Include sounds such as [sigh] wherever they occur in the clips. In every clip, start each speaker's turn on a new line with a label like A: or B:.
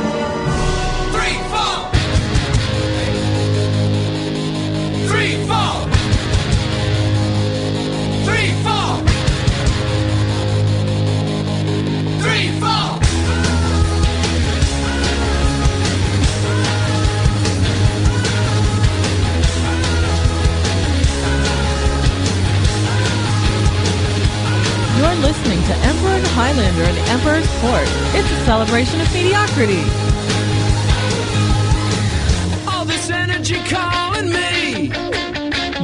A: Three, four. Three, four. Three, four. Three, four.
B: You're listening to Emperor and Highlander in the Emperor's Court. It's a celebration of mediocrity.
A: All this energy calling me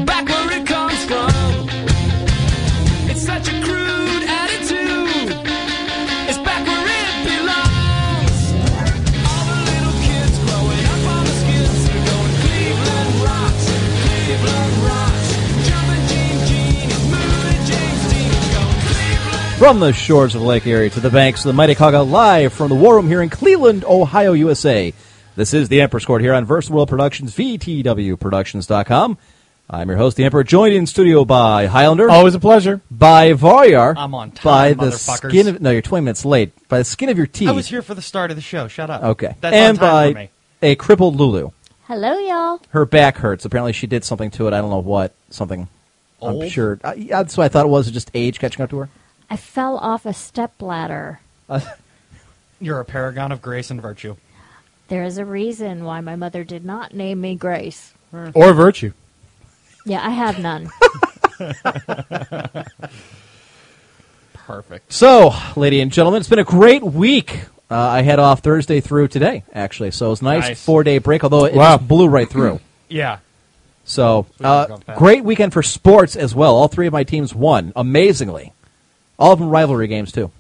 A: back where it comes from. It's such a crude attitude. It's back where it belongs. All the little kids growing up on the skids are going Cleveland rocks, Cleveland rocks. Jumping Gene Gene is moving James Dean is going Cleveland.
C: From the shores of Lake Erie to the banks of the Mighty Kaga, live from the War Room here in Cleveland, Ohio, USA. This is the Emperor's Court here on Versa World Productions, VTWProductions.com. I'm your host, the Emperor, joined in studio by Highlander,
D: Always a pleasure.
C: by Varyar.
E: I'm on time,
C: by the
E: motherfuckers.
C: skin of no, you're 20 minutes late. By the skin of your teeth.
E: I was here for the start of the show. Shut up.
C: Okay,
E: That's
C: and
E: on time
C: by
E: for me.
C: a crippled Lulu.
F: Hello, y'all.
C: Her back hurts. Apparently, she did something to it. I don't know what. Something. I'm
E: Old?
C: sure. I, yeah, that's what I thought it was. Just age catching up to her.
F: I fell off a stepladder.
E: You're a paragon of grace and virtue.
F: There is a reason why my mother did not name me Grace.
D: Or virtue.
F: Yeah, I
C: [laughs]
F: have none.
E: Perfect.
C: So, ladies and gentlemen, it's been a great week. Uh, I head off Thursday through today, actually. So it was a nice,
E: Nice.
C: four day break, although it
D: Wow.
C: just blew right
D: [clears throat]
C: through.
E: Yeah.
C: so,
E: Sweet, we've
C: uh,
E: gone fast.
C: great weekend for sports as well. All three of my teams won, amazingly. All of them rivalry games, too.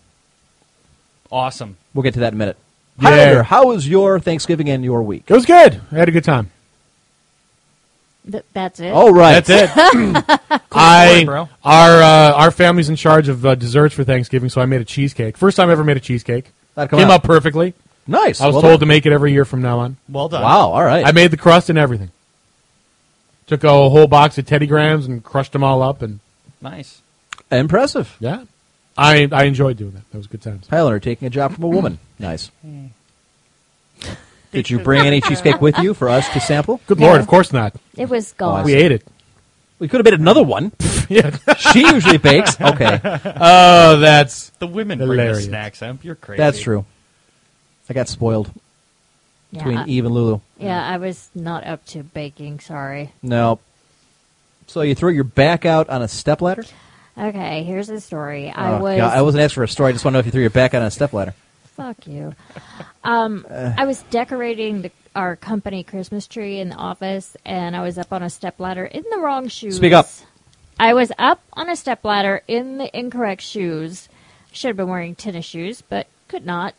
E: Awesome.
C: We'll get to that in a minute.
D: Yeah.
C: Highlander, how was your Thanksgiving and your week?
D: It was good. I had a good time.
F: Th- that's it.
C: All right.
D: That's
C: [laughs]
D: it. I [clears throat]
E: story, bro.
D: our uh, our family's in charge of uh, desserts for Thanksgiving, so I made a cheesecake. First time I ever made a cheesecake.
C: That'd come
D: Came
C: out.
D: up perfectly.
C: Nice.
D: I was
C: Well
D: told to
C: done.
D: make it every year from now on.
E: Well done.
C: Wow, all right.
D: I made the crust and everything. Took a whole box of Teddy Grahams and crushed them all up, and
E: Nice.
C: Impressive.
D: yeah, I I enjoyed doing that. That was good times.
C: Highlander taking a job
D: [clears throat]
C: from a woman. nice. Did you bring any cheesecake with you for us to sample?
D: Good
F: No.
D: lord, of course not.
F: It was
C: Oh,
F: gone.
D: We ate it.
C: [laughs] We could have made another
D: [laughs]
C: one.
D: yeah.
C: She usually bakes. Okay,
D: Oh, that's
E: The women bring
D: Hilarious.
E: the snacks up. You're crazy.
C: that's true. I got spoiled
F: yeah,
C: between E-
F: I,
C: Eve and Lulu.
F: yeah, I was not up to baking. Sorry.
C: No. So you threw your back out on a stepladder?
F: Okay, here's the story.
C: Oh,
F: I was.
C: God, I wasn't asking for a story. I just want to know if you threw your back out on a stepladder.
F: Fuck you. Um, I was decorating the, our company Christmas tree in the office, and I was up on a stepladder in the wrong shoes.
C: Speak up.
F: I was up on a stepladder in the incorrect shoes. Should have been wearing tennis shoes, but could not.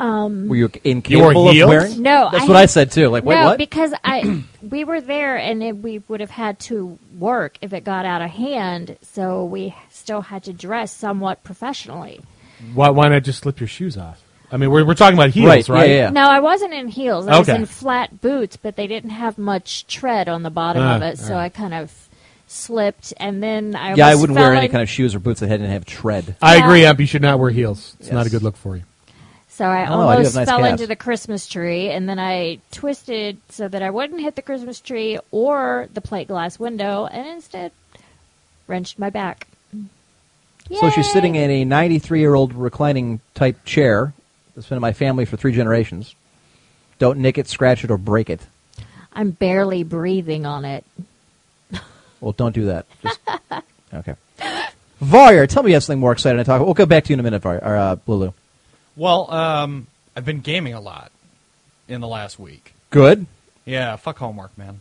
C: Were you incapable of
D: heels?
C: wearing?
F: Mm-hmm. No,
C: that's
F: I
C: what
F: had-
C: I said too. Like, wait,
F: no,
C: what?
F: because
C: [clears throat]
F: I we were there, and it, we would have had to work if it got out of hand. So we still had to dress somewhat professionally.
D: why why not just slip your shoes off? I mean, we're we're talking about heels,
C: Right,
D: right?
C: yeah, yeah.
F: No, I wasn't in heels. I was
D: Okay.
F: in flat boots, but they didn't have much tread on the bottom
D: Ah,
F: of it, so
D: all right.
F: I kind of slipped, and then I
C: Uh, yeah, I
F: almost
C: wouldn't
F: fell
C: wear any
F: in-
C: kind of shoes or boots that didn't have tread.
D: I
F: Yeah.
D: agree, Amp. You should not wear heels. It's not a
C: Yes.
D: good look for you.
F: So I
C: Oh, I do have
F: almost
C: nice
F: fell
C: calves.
F: into the Christmas tree, and then I twisted so that I wouldn't hit the Christmas tree or the plate glass window, and instead wrenched my back.
C: So she's
F: Yay!
C: sitting in a 93-year-old reclining type chair that's been in my family for three generations. Don't nick it, scratch it, or break it.
F: I'm barely breathing on it.
C: Well, don't do that. Just, [laughs] okay. Varya, tell me you have something more exciting to talk about. We'll go back to you in a minute, Varya, or, uh, Lulu.
E: Well, um, I've been gaming a lot in the last week.
C: Good.
G: Yeah, fuck homework, man.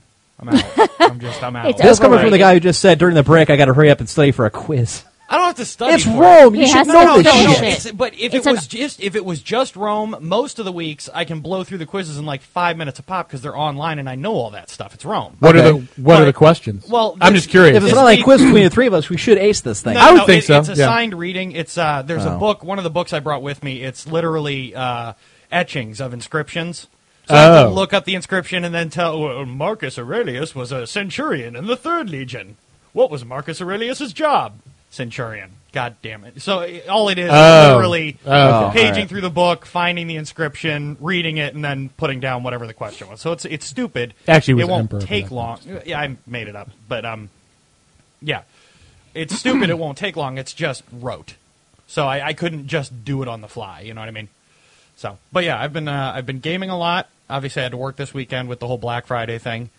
C: [laughs]
G: I'm out. I'm just, I'm out.
F: It's
C: That's
F: over
C: coming from
F: with.
C: the guy who just said during the break, I got to hurry up and study for a quiz.
G: I don't have to study.
C: It's
G: for it.
C: Rome. You
F: He
C: should
F: has
C: know
F: to
C: this
F: finish
C: shit.
F: it.
G: It's- but if
F: It's
G: it
F: an-
G: was just if it was just Rome, most of the weeks I can blow through the quizzes in like five minutes a pop because they're online and I know all that stuff. It's Rome.
D: What are the
C: Okay.
D: What are
G: But-
D: the questions?
G: well,
D: I'm
G: this-
D: just curious.
C: If it's
G: This
C: not like a
G: week-
C: quiz between the three of us, we should ace this thing.
G: No,
D: I would
G: no,
D: think
G: it-
D: so,
G: It's
D: yeah.
G: assigned reading. It's uh, there's
C: Oh.
G: a book. One of the books I brought with me. It's literally uh, etchings of inscriptions. So I have
D: Oh.
G: to look up the inscription and then tell well, Marcus Aurelius was a centurion in the Third Legion. What was Marcus Aurelius's job? Centurion. God damn it! So uh, all it is is
D: Oh.
G: literally
D: Oh, okay.
G: paging
C: Alright.
G: through the book, finding the inscription, reading it, and then putting down whatever the question was. So it's it's stupid.
D: Actually, it was
G: it won't
D: emperor for
G: take
D: that
G: long. Yeah, I made it up, but um, yeah, it's [clears throat] stupid. it won't take long. It's just rote. So I, I couldn't just do it on the fly. You know what I mean? So, but yeah, I've been uh, I've been gaming a lot. Obviously, I had to work this weekend with the whole Black Friday thing.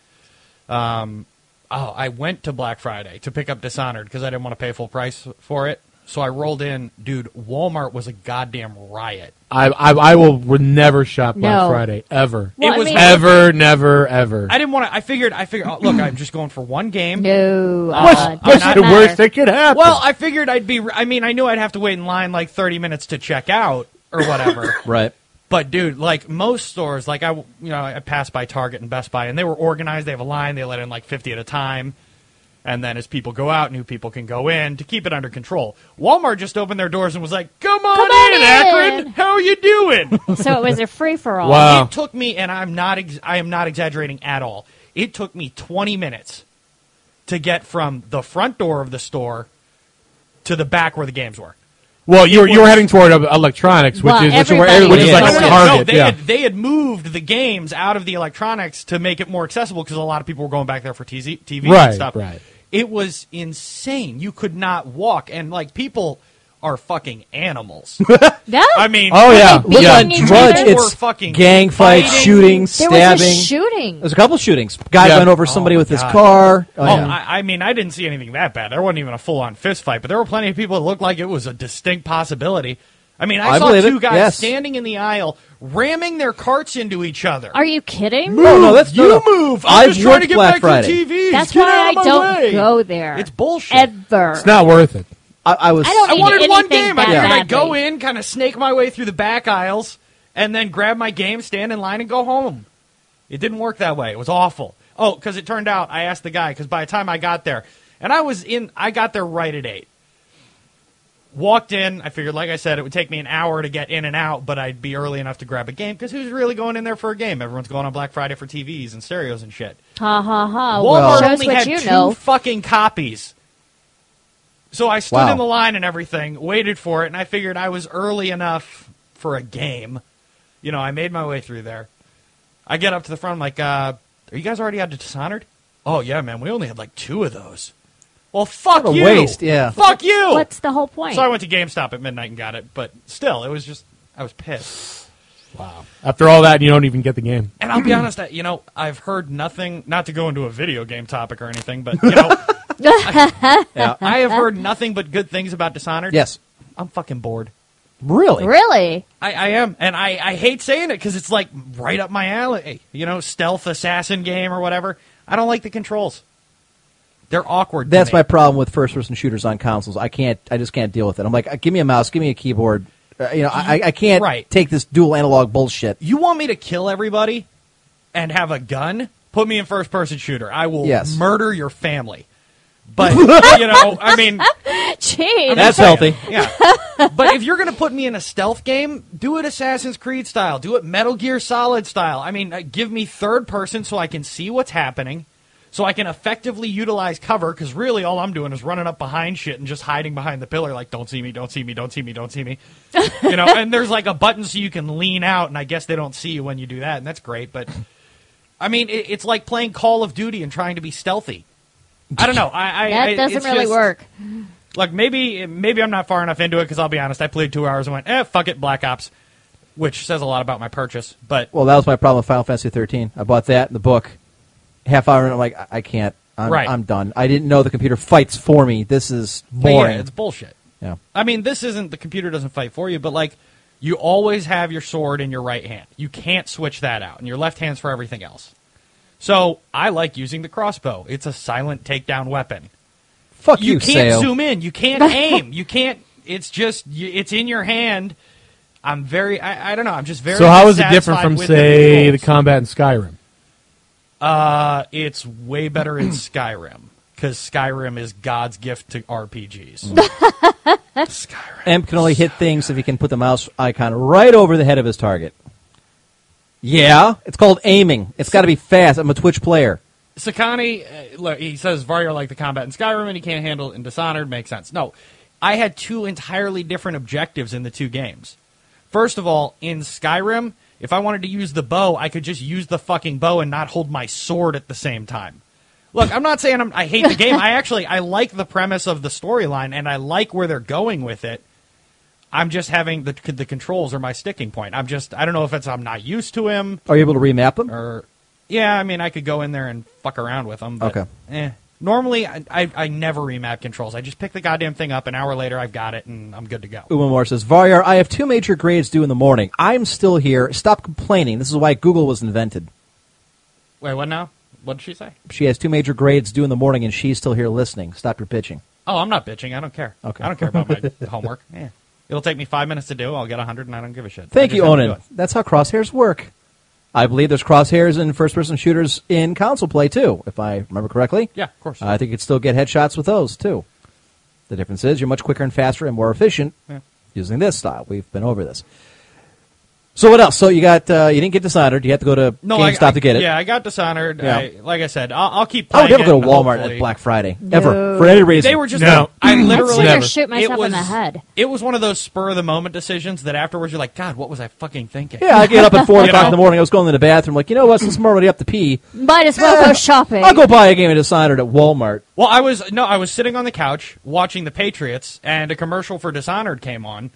G: Um, oh, I went to Black Friday to pick up Dishonored because I didn't want to pay full price for it. So I rolled in, dude. Walmart was a goddamn riot.
D: I, I I will would never shop Black
F: No.
D: Friday ever.
F: Well,
G: It was
F: I mean,
D: Ever, never, ever.
G: I didn't want to. I figured. I figured. Oh, look, I'm just going for one game.
F: No. uh,
D: What's, what's
F: doesn't
D: the
F: matter.
D: worst that could happen?
G: Well, I figured I'd be. I mean, I knew I'd have to wait in line like 30 minutes to check out or
F: [laughs]
G: whatever.
C: Right.
G: But dude, like most stores, like I, you know, I passed by Target and Best Buy, and they were organized. They have a line. They let in like 50 at a time, and then as people go out, new people can go in to keep it under control. Walmart just opened their doors and was like, "Come on,
F: Come on
G: in,
F: in."
G: Akron. How are you doing?"
F: so it was a free for all.
D: Wow.
G: It took me, and I'm not, ex- I am not exaggerating at all. It took me 20 minutes to get from the front door of the store to the back where the games were.
D: well, you were you were
G: was-
D: heading toward uh, electronics, which
F: Well,
D: is which, is where every-
F: everybody
D: which is
C: was-
D: like
C: No, no, no,
D: Target.
G: they,
D: yeah.
G: had, they had moved the games out of the electronics to make it more accessible because a lot of people were going back there for TZ, TV
D: Right,
G: and stuff.
D: right.
G: It was insane. You could not walk, and like people are fucking
D: [laughs]
G: animals.
F: No?
G: I mean,
D: oh yeah,
F: Like,
C: Look
D: yeah.
C: at
F: beating each
C: Drudge.
F: other?
C: It's
G: Or fucking
C: gang fights,
G: fighting.
C: shooting,
F: there
C: stabbing.
F: was a shooting.
C: There's a couple shootings. Guy
D: Yeah.
C: went over somebody
G: Oh,
C: with his
G: God.
C: car. Oh,
G: Oh,
C: yeah.
G: I, I mean, I didn't see anything that bad. There wasn't even a full on fist fight, but there were plenty of people that looked like it was a distinct possibility. I mean, I,
C: I
G: saw
C: believe
G: two
C: it,
G: guys
C: yes.
G: standing in the aisle ramming their carts into each other.
F: Are you kidding?
C: No, no, that's no,
G: you
C: no.
G: move. I'm
C: I've
G: just trying
C: worked
G: to get
C: Black
G: back
C: Friday.
G: to the TVs.
F: That's
G: Get
F: why
G: out of
F: I
G: my
F: don't
G: way.
F: go there.
G: It's bullshit.
F: Ever.
D: It's not worth it.
C: I, I was.
F: I don't
G: I
F: need
G: wanted one
F: anything
G: game. I
F: That
G: figured I'd
F: badly.
G: go in, kind of snake my way through the back aisles, and then grab my game, stand in line, and go home. It didn't work that way. It was awful. Oh, because it turned out I asked the guy. Because by the time I got there, and I was in, I got there right at eight. Walked in. I figured, like I said, it would take me an hour to get in and out, but I'd be early enough to grab a game. Because who's really going in there for a game? Everyone's going on Black Friday for TVs and stereos and shit.
F: Ha ha ha.
G: Walmart
F: Shows
G: only
F: what
G: had
F: you
G: two
F: know.
G: fucking copies. So I stood
C: Wow.
G: in the line and everything, waited for it, and I figured I was early enough for a game. You know, I made my way through there. I get up to the front, I'm like, uh, are you guys already out of Dishonored? Oh, yeah, man, we only had like two of those. Well, fuck
C: What a
G: you.
C: waste, yeah.
G: Fuck you.
F: What's the whole point?
G: so I went to GameStop at midnight and got it, but still, it was just, I was pissed.
D: After all that, you don't even get the game.
G: And I'll be
C: [clears throat]
G: honest, I, you know, I've heard nothing, not to go into a video game topic or anything, but,
C: [laughs]
G: you know,
C: Yeah.
G: I have heard nothing but good things about Dishonored.
C: Yes.
G: I'm fucking bored.
C: Really?
F: really?
G: I, I am, and I, I hate saying it because it's like right up my alley. You know, stealth assassin game or whatever. I don't like the controls. They're awkward. to
C: That's
G: me.
C: my problem with first-person shooters on consoles. I can't. I just can't deal with it. I'm like, uh, give me a mouse, give me a keyboard. Uh, you know, I, I can't
G: Right.
C: take this dual analog bullshit.
G: You want me to kill everybody and have a gun? Put me in first person shooter. I will
C: Yes.
G: murder your family.
C: [laughs]
G: But you know, I mean,
F: Jeez.
C: That's healthy.
G: yeah.
F: [laughs]
G: But if you're gonna put me in a stealth game, do it Assassin's Creed style. Do it Metal Gear Solid style. I mean, uh, give me third person so I can see what's happening, so I can effectively utilize cover. Because really, all I'm doing is running up behind shit and just hiding behind the pillar, like don't see me, don't see me, don't see me, don't see
F: [laughs]
G: me. you know. And there's like a button so you can lean out, and I guess they don't see you when you do that, and that's great. But I mean, it, it's like playing Call of Duty and trying to be stealthy. I don't know. I, I
F: that
G: I-
F: doesn't
G: it's
F: really
G: just-
F: work.
G: Look, maybe maybe I'm not far enough into it because I'll be honest. I played two hours and went, eh, fuck it, Black Ops, which says a lot about my purchase. But
C: Well, that was my problem with Final Fantasy 13. I bought that and the book. Half hour, and I'm like, I, I can't. I'm,
G: Right.
C: I'm done. I didn't know the computer fights for me. This is
G: but yeah,
C: boring.
G: it's bullshit.
C: yeah.
G: I mean, this isn't the computer doesn't fight for you, but like you always have your sword in your right hand. You can't switch that out, and your left hand's for everything else. So I like using the crossbow. It's a silent takedown weapon.
C: Fuck you,
G: You can't
C: Sale.
G: zoom in. You
D: [laughs]
G: can't aim. You can't. It's just. you- It's in your hand. I'm very. I, I don't know. I'm just very.
D: So how is it different
G: dissatisfied
D: from
G: with the
D: say the
G: rules.
D: combat in Skyrim?
G: Uh, it's way better in Skyrim because Skyrim is God's gift to RPGs. Skyrim.
C: Imp can only hit things if he can put the mouse icon right over the head of his target. Yeah, it's called aiming. It's got to be fast. I'm a Twitch player.
G: Sakani, uh, look, he says Varya like the combat in Skyrim, and he can't handle it in Dishonored. Makes sense. No, I had two entirely different objectives in the two games. First of all, in Skyrim, if I wanted to use the bow, I could just use the fucking bow and not hold my sword at the same time. Look, I'm not saying I'm, I hate the game. I actually I like the premise of the storyline, and I like where they're going with it. I'm just having the the controls are my sticking point. I'm just I don't know if it's I'm not used to him
C: Are you able to remap them?
G: or yeah, I mean, I could go in there and fuck around with them. But,
C: Okay.
G: Eh. Normally, I, I I never remap controls. I just pick the goddamn thing up. An hour later, I've got it, and I'm good to go.
C: Uma Moore says, Varyar, I have two major grades due in the morning. I'm still here. Stop complaining. This is why Google was invented.
G: Wait, what now? What did she say?
C: She has two major grades due in the morning, and she's still here listening. Stop your bitching.
G: Oh, I'm not bitching. I don't care.
C: Okay.
G: I don't care about
C: [laughs]
G: my homework. Yeah. It'll take me five minutes to do. I'll get a hundred, and I don't give a shit.
C: Thank
G: I
C: you,
G: just have to do
C: Onan.
G: it.
C: That's how crosshairs work. I believe there's crosshairs in first-person shooters in console play too, if I remember correctly.
G: Yeah, of course.
C: I think you could still get headshots with those too. The difference is you're much quicker and faster and more efficient using this style. We've been over this. So what else? So you got uh, you didn't get Dishonored. You had to go to
G: No,
C: GameStop
G: I, I,
C: to get it.
G: Yeah, I got Dishonored.
C: Yeah.
G: I, like I said, I'll, I'll keep.
C: I would
G: Playing
C: never go
G: it,
C: to
G: but
C: Walmart
G: hopefully-
C: at Black Friday
F: No.
C: ever for any reason.
G: They were just.
D: No.
G: I
F: I'd
G: literally
F: sooner
D: Never.
F: shoot myself
G: it was,
F: in the head.
G: It was one of those spur of the moment decisions that afterwards you're like, God, what was I fucking thinking?
C: yeah, I get up at four
G: [laughs] You
C: o'clock in
G: know?
C: the morning. I was going to the bathroom, like you know what? Since I'm already up to pee,
F: Might as well
C: eh,
F: go shopping.
C: I'll go buy a game of Dishonored at
F: [laughs]
C: Walmart.
G: Well, I was no, I was sitting on the couch watching the Patriots, and a commercial for Dishonored came on,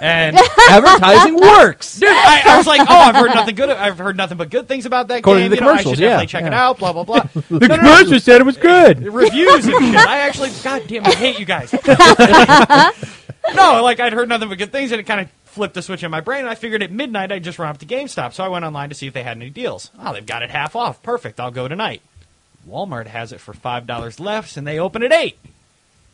G: and dude,
C: Advertising works.
G: I, I was like, oh, I've heard nothing good. I've heard nothing but good things about that
C: According
G: game.
C: to the
G: you know, I
C: commercials,
G: should
C: yeah,
G: definitely check it
C: yeah.
G: out. Blah blah blah.
D: The commercial said it was good.
G: Reviews and shit. I actually, goddamn, I hate you guys. no, like I'd heard nothing but good things, and it kind of flipped a switch in my brain. And I figured at midnight I'd just run up to GameStop, so I went online to see if they had any deals. Oh, they've got it half off. Perfect. I'll go tonight. Walmart has it for five dollars less, and they open at eight.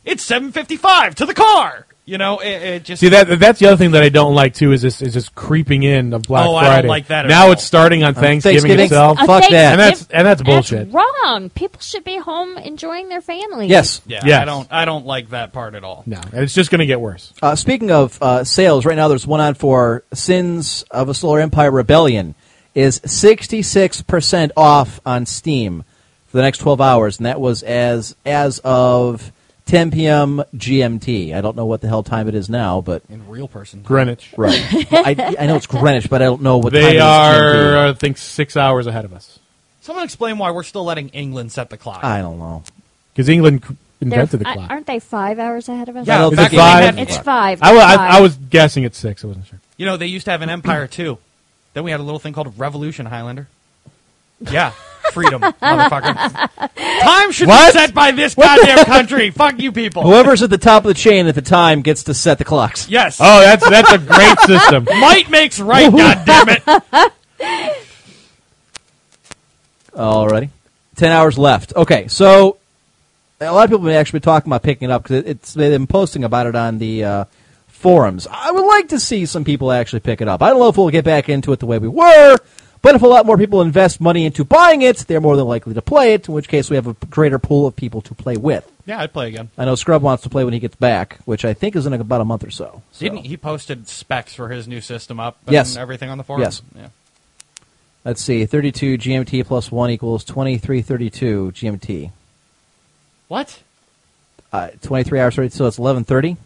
G: It's seven fifty-five to the car. You know, it, it just
D: See that that's the other thing that I don't like too is this is this creeping in of Black
G: Oh, I
D: Friday.
G: don't like that at
D: now
G: all.
D: it's starting on Thanksgiving,
C: Uh, Thanksgiving.
D: itself.
C: Oh, fuck
F: thanks,
C: that.
D: And that's- and that's bullshit.
F: wrong. People should be home enjoying their families.
C: Yes.
G: Yeah,
D: Yes.
G: I don't. I don't like that part at all.
D: No, and it's just going to get worse.
C: Uh, speaking of uh, sales, right now there's one on for Sins of a Solar Empire Rebellion is 66% off on Steam for the next 12 hours, and that was as as of 10 p.m. GMT. I don't know what the hell time it is now, but
G: In real person,
D: Greenwich.
C: right. I, I know it's Greenwich, but I don't know what time it
D: They
C: is
D: are, uh,
C: GMT.
D: I think, six hours ahead of us
G: someone explain why we're still letting England set the clock.
C: I don't know.
D: because England c-
F: They're,
D: invented the
F: I-
D: clock.
F: aren't they five hours ahead of us?
C: I
G: Yeah,
C: don't
D: Is
G: back
D: it
G: when they
D: five?
G: had-
F: it's five.
D: I, wa- I-
F: Five.
D: I was guessing at six. I wasn't sure.
G: You know, they used to have
C: [clears throat]
G: an empire too. Then we had a little thing called Revolution Highlander. Yeah,
C: [laughs]
G: freedom, motherfucker. Time should
C: What?
G: be set by this goddamn country. Fuck you people.
C: Whoever's at the top of the chain at the time gets to set the clocks.
G: Yes.
D: Oh, that's that's a great system.
G: Might makes right, goddammit.
C: [laughs]
G: it.
C: Alrighty. Ten hours left. Okay, so a lot of people have actually been talking about picking it up because it, it's they've been posting about it on the uh, forums. I would like to see some people actually pick it up. I don't know if we'll get back into it the way we were, but if a lot more people invest money into buying it, they're more than likely to play it. In which case, we have a greater pool of people to play with.
G: Yeah, I'd play again.
C: I know Scrub wants to play when he gets back, which I think is in about a month or so. so.
G: Didn't he posted specs for his new system up and
C: Yes.
G: everything on the forum?
C: Yes.
G: Yeah.
C: Let's see, thirty-two GMT plus one equals twenty-three thirty-two GMT.
G: What?
C: Uh, twenty-three hours, thirty- so it's eleven thirty.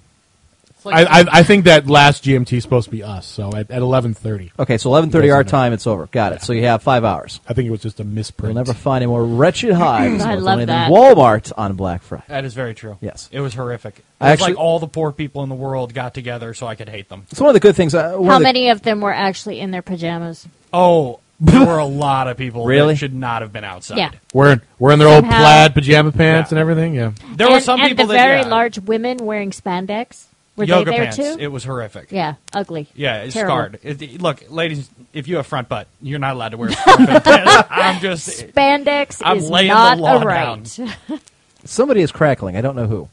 G: It's
D: I, I I think that last GMT is supposed to be us. So at at eleven thirty,
C: Okay, so 11:30
D: Doesn't
C: our
D: matter.
C: time. It's over. Got it. So you have five hours.
D: I think it was just a
C: You'll
D: misprint.
C: never find a more
F: [clears throat]
C: wretched hive.
F: I
C: it's
F: love
C: only
F: that.
C: Than Walmart on Black Friday.
G: that is very true.
C: Yes.
G: It was horrific. It
C: I
G: was
C: actually-
G: like all the poor people in the world got together so I could hate them.
C: It's one of the good things. Uh, one
F: How
C: of the-
F: many of them were actually in their pajamas?
G: Oh,
C: [laughs]
G: there were a lot of people
C: Really?
G: that should not have been outside.
F: Yeah.
D: We're in, we're in their old
F: Somehow-
D: plaid pajama pants
G: Yeah.
D: and everything. Yeah.
G: There
F: and,
G: were some
F: and
G: people
F: the
G: that
F: very
G: yeah.
F: large women wearing spandex. Were
E: yoga
F: they there
E: pants.
F: too?
E: It was horrific.
F: yeah, ugly.
E: Yeah, it's
F: Terrible.
E: scarred. It- look, ladies, if you have front butt, you're not allowed to wear. front
F: [laughs]
E: pants. I'm just.
F: Spandex
E: I'm
F: is
E: laying the
F: not
E: law
F: a right.
C: Somebody is crackling. I don't know who.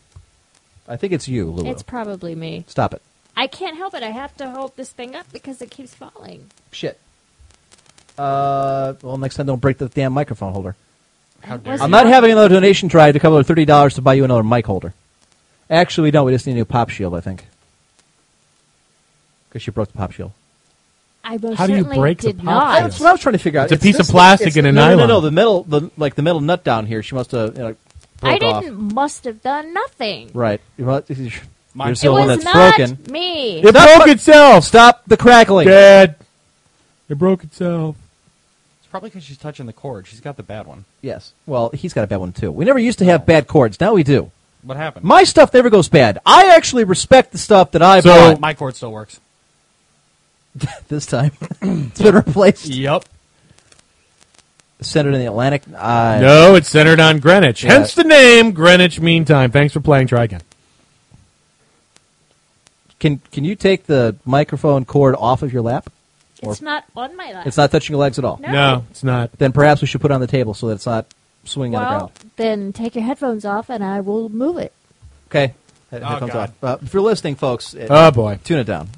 C: I think it's you, Lulu.
F: [laughs] It's probably me.
C: Stop it.
F: I can't help it. I have to hold this thing up because it keeps falling.
C: Shit. Uh, well, next time don't break the damn microphone holder.
F: How
E: dare
C: I'm not having another donation drive to cover thirty dollars to buy you another mic holder. Actually, no, we just need a new pop shield, I think. Because you broke the pop shield.
F: I most
D: How do you
F: certainly
D: break the
F: did
D: pop
F: not.
D: shield?
C: Ah, That's what I was trying to figure out.
D: It's a piece
C: this-
D: of plastic
C: it's-
D: and a
C: no, No, no, no,
D: nylon.
C: the metal, the like the metal nut down here. She must have you know,
F: I
C: broke off.
F: didn't. Must have done nothing.
C: Right. You must-
E: Mine-
C: Here's
F: It
C: the one
F: was
C: that's
F: not
C: broken.
F: me.
D: It broke itself.
C: Stop the crackling.
D: Dad. It broke itself.
E: It's probably because she's touching the cord. She's got the bad one.
C: Yes. Well, he's got a bad one too. We never used to have bad cords. Now we do.
E: What happened?
C: My stuff never goes bad. I actually respect the stuff that I
D: So-
C: bought
E: my cord still works.
C: this time. [coughs] it's been replaced.
E: Yep.
C: Sent it in the Atlantic. Uh, I
D: No, it's centered on Greenwich.
C: Yeah.
D: Hence the name Greenwich Mean Time. Thanks for playing. Try again.
C: Can can you take the microphone cord off of your lap?
F: It's not on my lap.
C: It's not touching your legs at all.
F: No.
D: No, it's not.
C: Then perhaps we should put it on the table so that it's not swinging on the
F: Well,
C: ground.
F: then take your headphones off and I will move it.
C: Okay. Headphones
E: God.
C: off. Uh, if you're listening, folks, it-
D: Oh boy.
C: tune it down.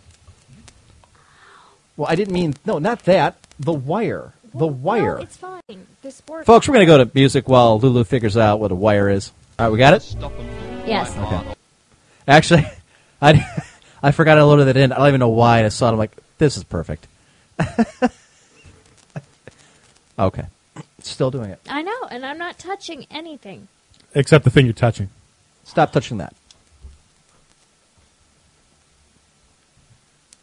C: Well, I didn't mean no, not that. The wire. The
F: Well,
C: wire.
F: No, it's fine. This works.
C: Folks, we're going to go to music while Lulu figures out what a wire is. All right, we got it?
F: Yes.
C: Actually, [laughs] I, I forgot I loaded that in. I don't even know why. I saw it. I'm like, this is perfect. [laughs] okay. Still doing it.
F: I know, and I'm not touching anything.
D: Except the thing you're touching.
C: Stop touching that.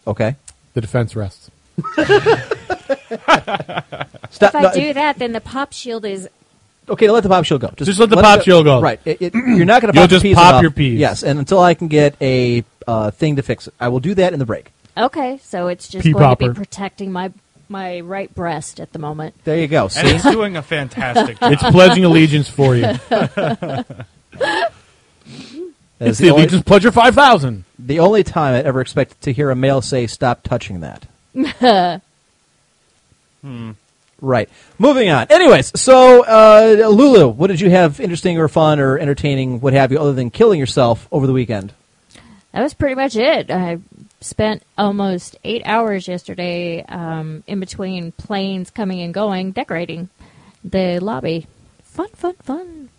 C: Okay.
D: The defense rests.
C: Stop.
F: If I
C: Uh, no,
F: do that, then the pop shield is.
C: Okay, let the pop shield go.
D: Just let the
C: it
D: pop
C: go.
D: shield go.
C: Right. It- it- you're not going to
D: You'll
C: pop
D: just
C: the peas
D: pop
C: enough.
D: your peas.
C: Yes, and until I can get a uh, thing to fix it. I will do that in the break.
F: Okay, so it's just
D: Pea
F: going to
D: popper.
F: be protecting my my right breast at the moment.
C: There you go.
E: And
C: See?
E: it's doing a
C: [laughs]
E: fantastic job.
F: [laughs]
D: It's pledging allegiance for you.
C: That is
D: It's the
C: only-
D: allegiance pledger five thousand.
C: The only time I ever expected to hear a male say, "Stop touching that." Right. Moving on. Anyways, so uh, Lulu, what did you have interesting or fun or entertaining, what have you, other than killing yourself over the weekend?
F: That was pretty much it. I spent almost eight hours yesterday um, in between planes coming and going, decorating the lobby. Fun, fun, fun.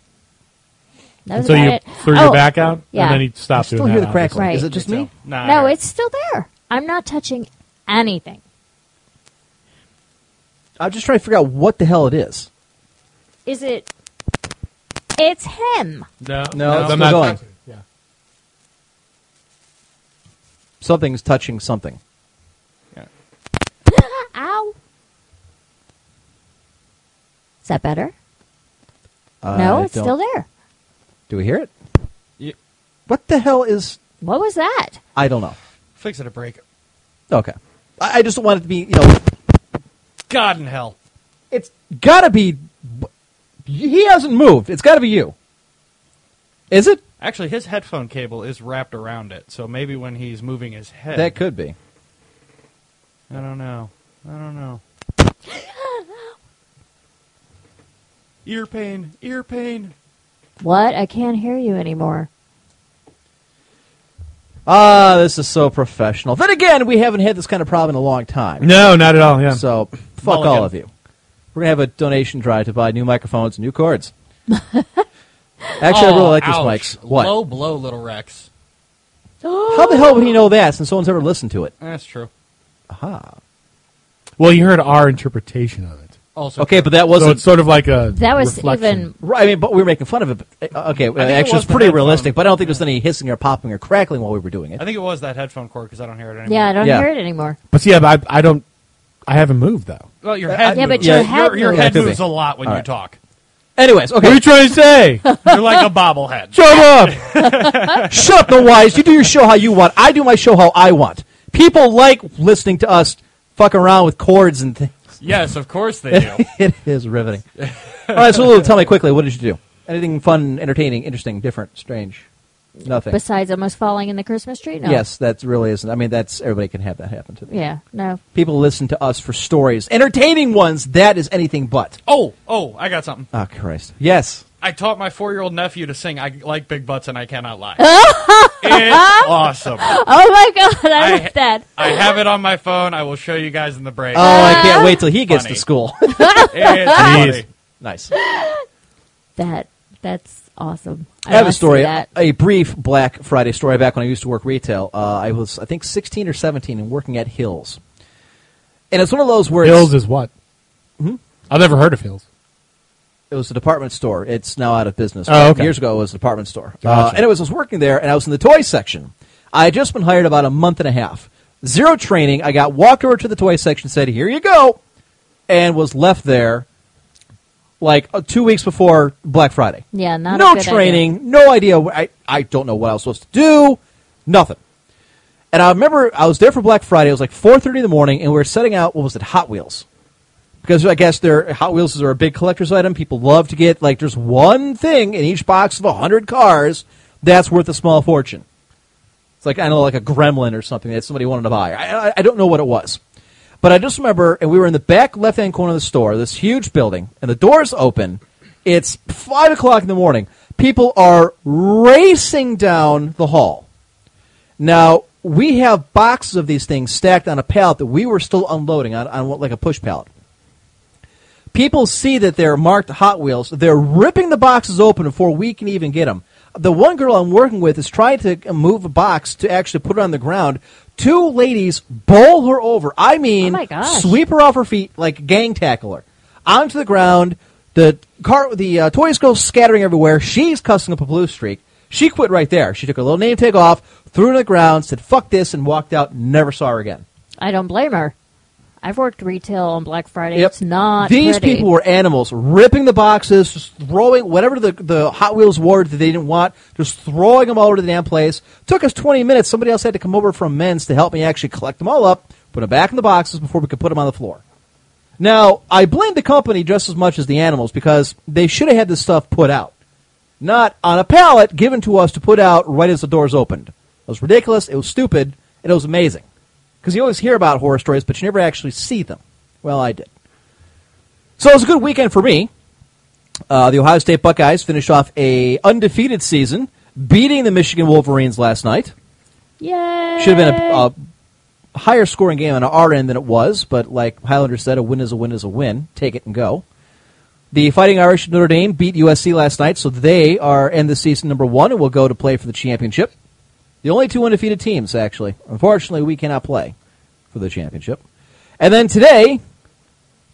F: That was
D: so
F: about
D: you
F: it.
D: threw
F: Oh,
D: your back out,
F: yeah.
D: and then he stopped
C: Still
D: doing
C: hear
D: that,
C: the crackling.
F: obviously.
C: Is it just me?
E: Nah,
F: No,
E: I-
F: it's still there. I'm not touching anything.
C: I'm just trying to figure out what the hell it is.
F: Is it? It's him.
D: No,
C: No, it's
D: I'm
C: still
D: not
C: going.
D: touching it. Yeah.
C: Something's touching something.
F: Ow. Is that better? no,
C: I
F: it's
C: don't-
F: still there.
C: Do we hear it?
E: Ye-
C: What the hell is?
F: What was that?
C: I don't know.
E: Fix it a break.
C: Okay, I, I just don't want it to be. You know,
E: God in hell.
C: it's gotta be. He hasn't moved. It's gotta be you. Is it?
E: Actually, his headphone cable is wrapped around it, so maybe when he's moving his head,
C: That could be.
E: I don't know. I don't know. ear pain. Ear pain.
F: What? I can't hear you anymore.
C: Ah, this is so professional. Then again, we haven't had this kind of problem in a long time.
D: No, not at all. Yeah.
C: So fuck
E: Mulligan.
C: all of you. We're gonna have a donation drive to buy new microphones, and new [laughs] cords. Actually, I really like these mics. What?
E: Low blow, little Rex.
C: How the hell would he know that since someone's ever listened to it?
E: That's true.
D: well, you heard our interpretation of it,
E: Also,
C: Okay,
E: true.
C: but that
D: so
C: wasn't
D: it's sort of like a
F: That was
D: reflection.
F: even.
C: Right, I mean, but we were making fun of it. but, uh, Okay, uh,
E: it
C: actually,
E: was
C: it's
E: the
C: pretty
E: headphone.
C: realistic, but I don't think there's any hissing or popping or crackling while we were doing it.
E: I think it was that headphone cord because I don't hear it anymore.
F: Yeah, I don't
C: Yeah.
F: hear it anymore.
D: But see, I, I don't. I haven't moved though.
E: Well, your head.
F: Yeah, but
E: moves.
F: your head
E: your, head
F: moves.
C: Yeah, it could
E: moves
C: be.
E: a lot when
C: All
E: you
C: right.
E: talk.
C: Anyways,
D: What are
C: [laughs] okay,
D: you trying to say?
E: You're like a
C: [laughs]
E: bobblehead.
D: Shut up!
C: shut up, the wise. You do your show how you want. I do my show how I want. People like listening to us fuck around with chords and things. [laughs]
E: yes, of course they do.
C: It is riveting. All right, so Lulu, tell me quickly, what did you do? Anything fun, entertaining, interesting, different, strange? Nothing.
F: Besides almost falling in the Christmas tree? No.
C: Yes, that really isn't. I mean, that's everybody can have that happen to them.
F: Yeah, no.
C: People listen to us for stories, entertaining ones. That is anything but.
E: Oh, oh, I got something.
C: Oh Christ! Yes.
E: I taught my four year old nephew to sing I Like Big Butts and I Cannot Lie. it's awesome.
F: Oh my god, I,
E: I-
F: like that.
E: I have it on my phone. I will show you guys in the break.
C: Oh, I can't wait till he gets
E: Funny.
C: to school. [laughs]
D: [laughs]
E: It's funny.
C: nice.
F: That that's awesome. I,
C: I have a
F: wanna see
C: story,
F: That.
C: a brief Black Friday story back when I used to work retail. Uh, I was, I think, 16 or 17 and working at Hills. And it's one of those where
D: Hills
C: it's,
D: is what?
C: Hmm?
D: I've never heard of Hills.
C: it was a department store. It's now out of business.
D: Oh,
C: but
D: okay.
C: Years ago, it was a department store. Uh,
D: Gotcha.
C: and it was, I was working there, and I was in the toy section. I had just been hired about a month and a half. Zero training. I got walked over to the toy section, said, here you go, and was left there like uh, two weeks before Black Friday.
F: Yeah, not a
C: no
F: good idea.
C: training, no idea. wh- I I don't know what I was supposed to do. Nothing. And I remember I was there for Black Friday. It was like four thirty in the morning, and we were setting out. What was it? Hot Wheels. Because I guess their Hot Wheels are a big collector's item. People love to get like there's one thing in each box of hundred cars that's worth a small fortune. It's like I don't know, like a Gremlin or something that somebody wanted to buy. I, I, I don't know what it was, but I just remember, and we were in the back left-hand corner of the store, this huge building, and the doors open. It's five o'clock in the morning. People are racing down the hall. Now we have boxes of these things stacked on a pallet that we were still unloading on, on what, like a push pallet. People see that they're marked Hot Wheels. They're ripping the boxes open before we can even get them. The one girl I'm working with is trying to move a box to actually put it on the ground. Two ladies bowl her over. I mean,
F: Oh my gosh.
C: sweep her off her feet like gang tackler onto the ground. The car, the uh, toys go scattering everywhere. She's cussing up a blue streak. She quit right there. She took her little name tag off, threw it on the ground, said "fuck this" and walked out. Never saw her again.
F: I don't blame her. I've worked retail on Black Friday.
C: Yep.
F: It's not
C: These
F: pretty.
C: people were animals, ripping the boxes, just throwing whatever the, the Hot Wheels were that they didn't want, just throwing them all over the damn place. Took us 20 minutes. Somebody else had to come over from men's to help me actually collect them all up, put them back in the boxes before we could put them on the floor. Now, I blame the company just as much as the animals because they should have had this stuff put out. Not on a pallet given to us to put out right as the doors opened. It was ridiculous, it was stupid, and it was amazing. Because you always hear about horror stories, but you never actually see them. Well, I did. So it was a good weekend for me. Uh, the Ohio State Buckeyes finished off a undefeated season, beating the Michigan Wolverines last night.
F: Yay!
C: Should have been a, a higher scoring game on our end than it was, but like Highlander said, a win is a win is a win. Take it and go. The Fighting Irish of Notre Dame beat USC last night, so they are end the season number one and will go to play for the championship. The only two undefeated teams, actually. Unfortunately, we cannot play for the championship. And then today,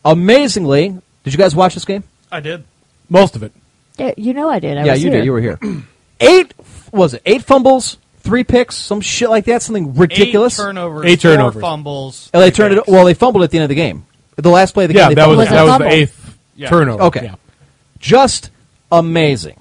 C: amazingly, did you guys watch this game?
E: I did.
D: Most of it.
F: Yeah, you know I did. I
C: yeah,
F: was
C: you
F: here.
C: did. You
F: [clears throat]
C: were here. eight what was it? Eight fumbles, three picks, some shit like that. Something ridiculous.
E: Eight turnovers.
D: Eight
E: four
D: turnovers.
E: fumbles.
C: And they turned it. Well, they fumbled at the end of the game. The last play of the
D: Yeah,
C: game. they
D: that was,
C: fumbled.
F: Was it
D: that was
F: fumble?
D: the eighth
E: Yeah.
D: turnover.
C: Okay.
D: Yeah.
C: just amazing.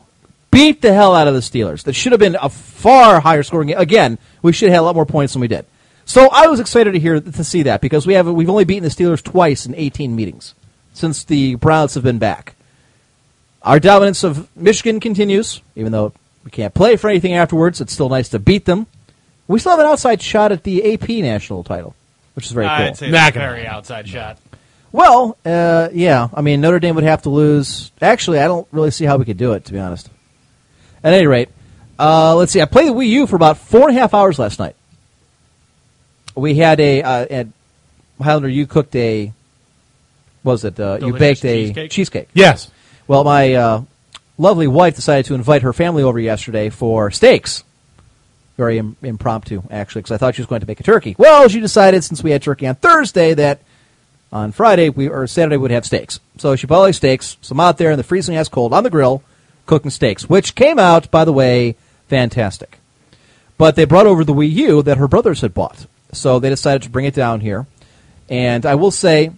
C: Beat the hell out of the Steelers. That should have been a far higher scoring game. Again, we should have had a lot more points than we did. So I was excited to hear to see that because we have we've only beaten the Steelers twice in 18 meetings since the Browns have been back. Our dominance of Michigan continues, even though we can't play for anything afterwards. It's still nice to beat them. We still have an outside shot at the AP national title, which is very
G: Uh,
C: cool.
E: I'd say that's
D: Not
E: a
D: gonna
E: very outside shot.
C: Well, uh, yeah. I mean, Notre Dame would have to lose. Actually, I don't really see how we could do it, to be honest. At any rate, uh, let's see. I played the Wii U for about four and a half hours last night. We had a uh, at Highlander. You cooked a. What was it? Uh, you
E: Delicious
C: baked a
E: cheesecake?
D: Yes.
C: Well, my uh, lovely wife decided to invite her family over yesterday for steaks. Very Im- impromptu, actually, because I thought she was going to make a turkey. Well, she decided since we had turkey on Thursday that on Friday we or Saturday we'd have steaks. So she bought all these steaks, some out there in the freezing ass cold on the grill, cooking steaks, which came out, by the way, fantastic. But they brought over the Wii U that her brothers had bought, so they decided to bring it down here. And I will say,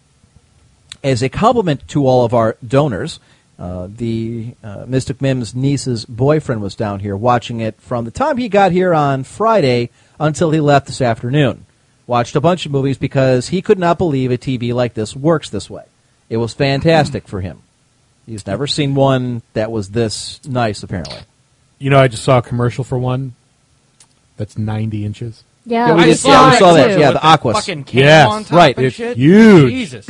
C: as a compliment to all of our donors, uh, the uh, Mystic Mim's niece's boyfriend was down here watching it from the time he got here on Friday until he left this afternoon. Watched a bunch of movies because he could not believe a TV like this works this way. It was fantastic for him. He's never seen one that was this nice, apparently.
D: You know, I just saw a commercial for one that's 90 inches.
F: Yeah,
C: Yeah, we
F: I
C: did- yeah, we
F: it
C: saw that,
F: too.
E: With
C: yeah, the
E: that
C: Aquas.
E: Fucking can
D: Yes,
E: on top
C: right,
E: and
D: it's
E: shit?
D: huge.
E: Jesus.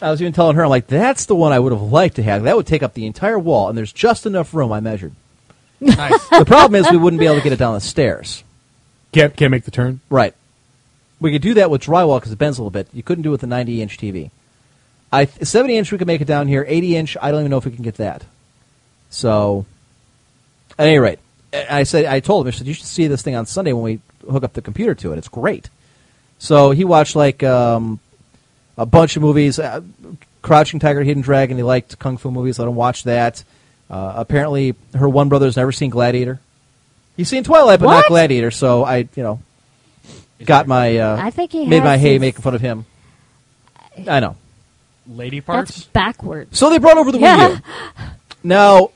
C: I was even telling her, I'm like, that's the one I would have liked to have. That would take up the entire wall, and there's just enough room. I measured.
E: nice.
C: The problem is we wouldn't be able to get it down the stairs.
D: Can't, can't make the turn.
C: Right. We could do that with drywall because it bends a little bit. You couldn't do it with a 90 inch TV. I 70 inch we could make it down here. 80 inch, I don't even know if we can get that. So, at any rate, I I said I told him I said you should see this thing on Sunday when we hook up the computer to it. It's great. So he watched like um, a bunch of movies. Uh, Crouching Tiger, Hidden Dragon. He liked kung fu movies. Let him watch that. Uh, apparently, her one brother's never seen Gladiator. He's seen Twilight, but not
F: What?
C: Gladiator. So I, you know, got my. Uh,
F: I think he
C: made
F: has
C: my hay
F: his-
C: making fun of him. I know.
E: Lady
F: That's
E: parts.
F: backwards.
C: So they brought over the
F: Yeah.
C: Wii U. Now,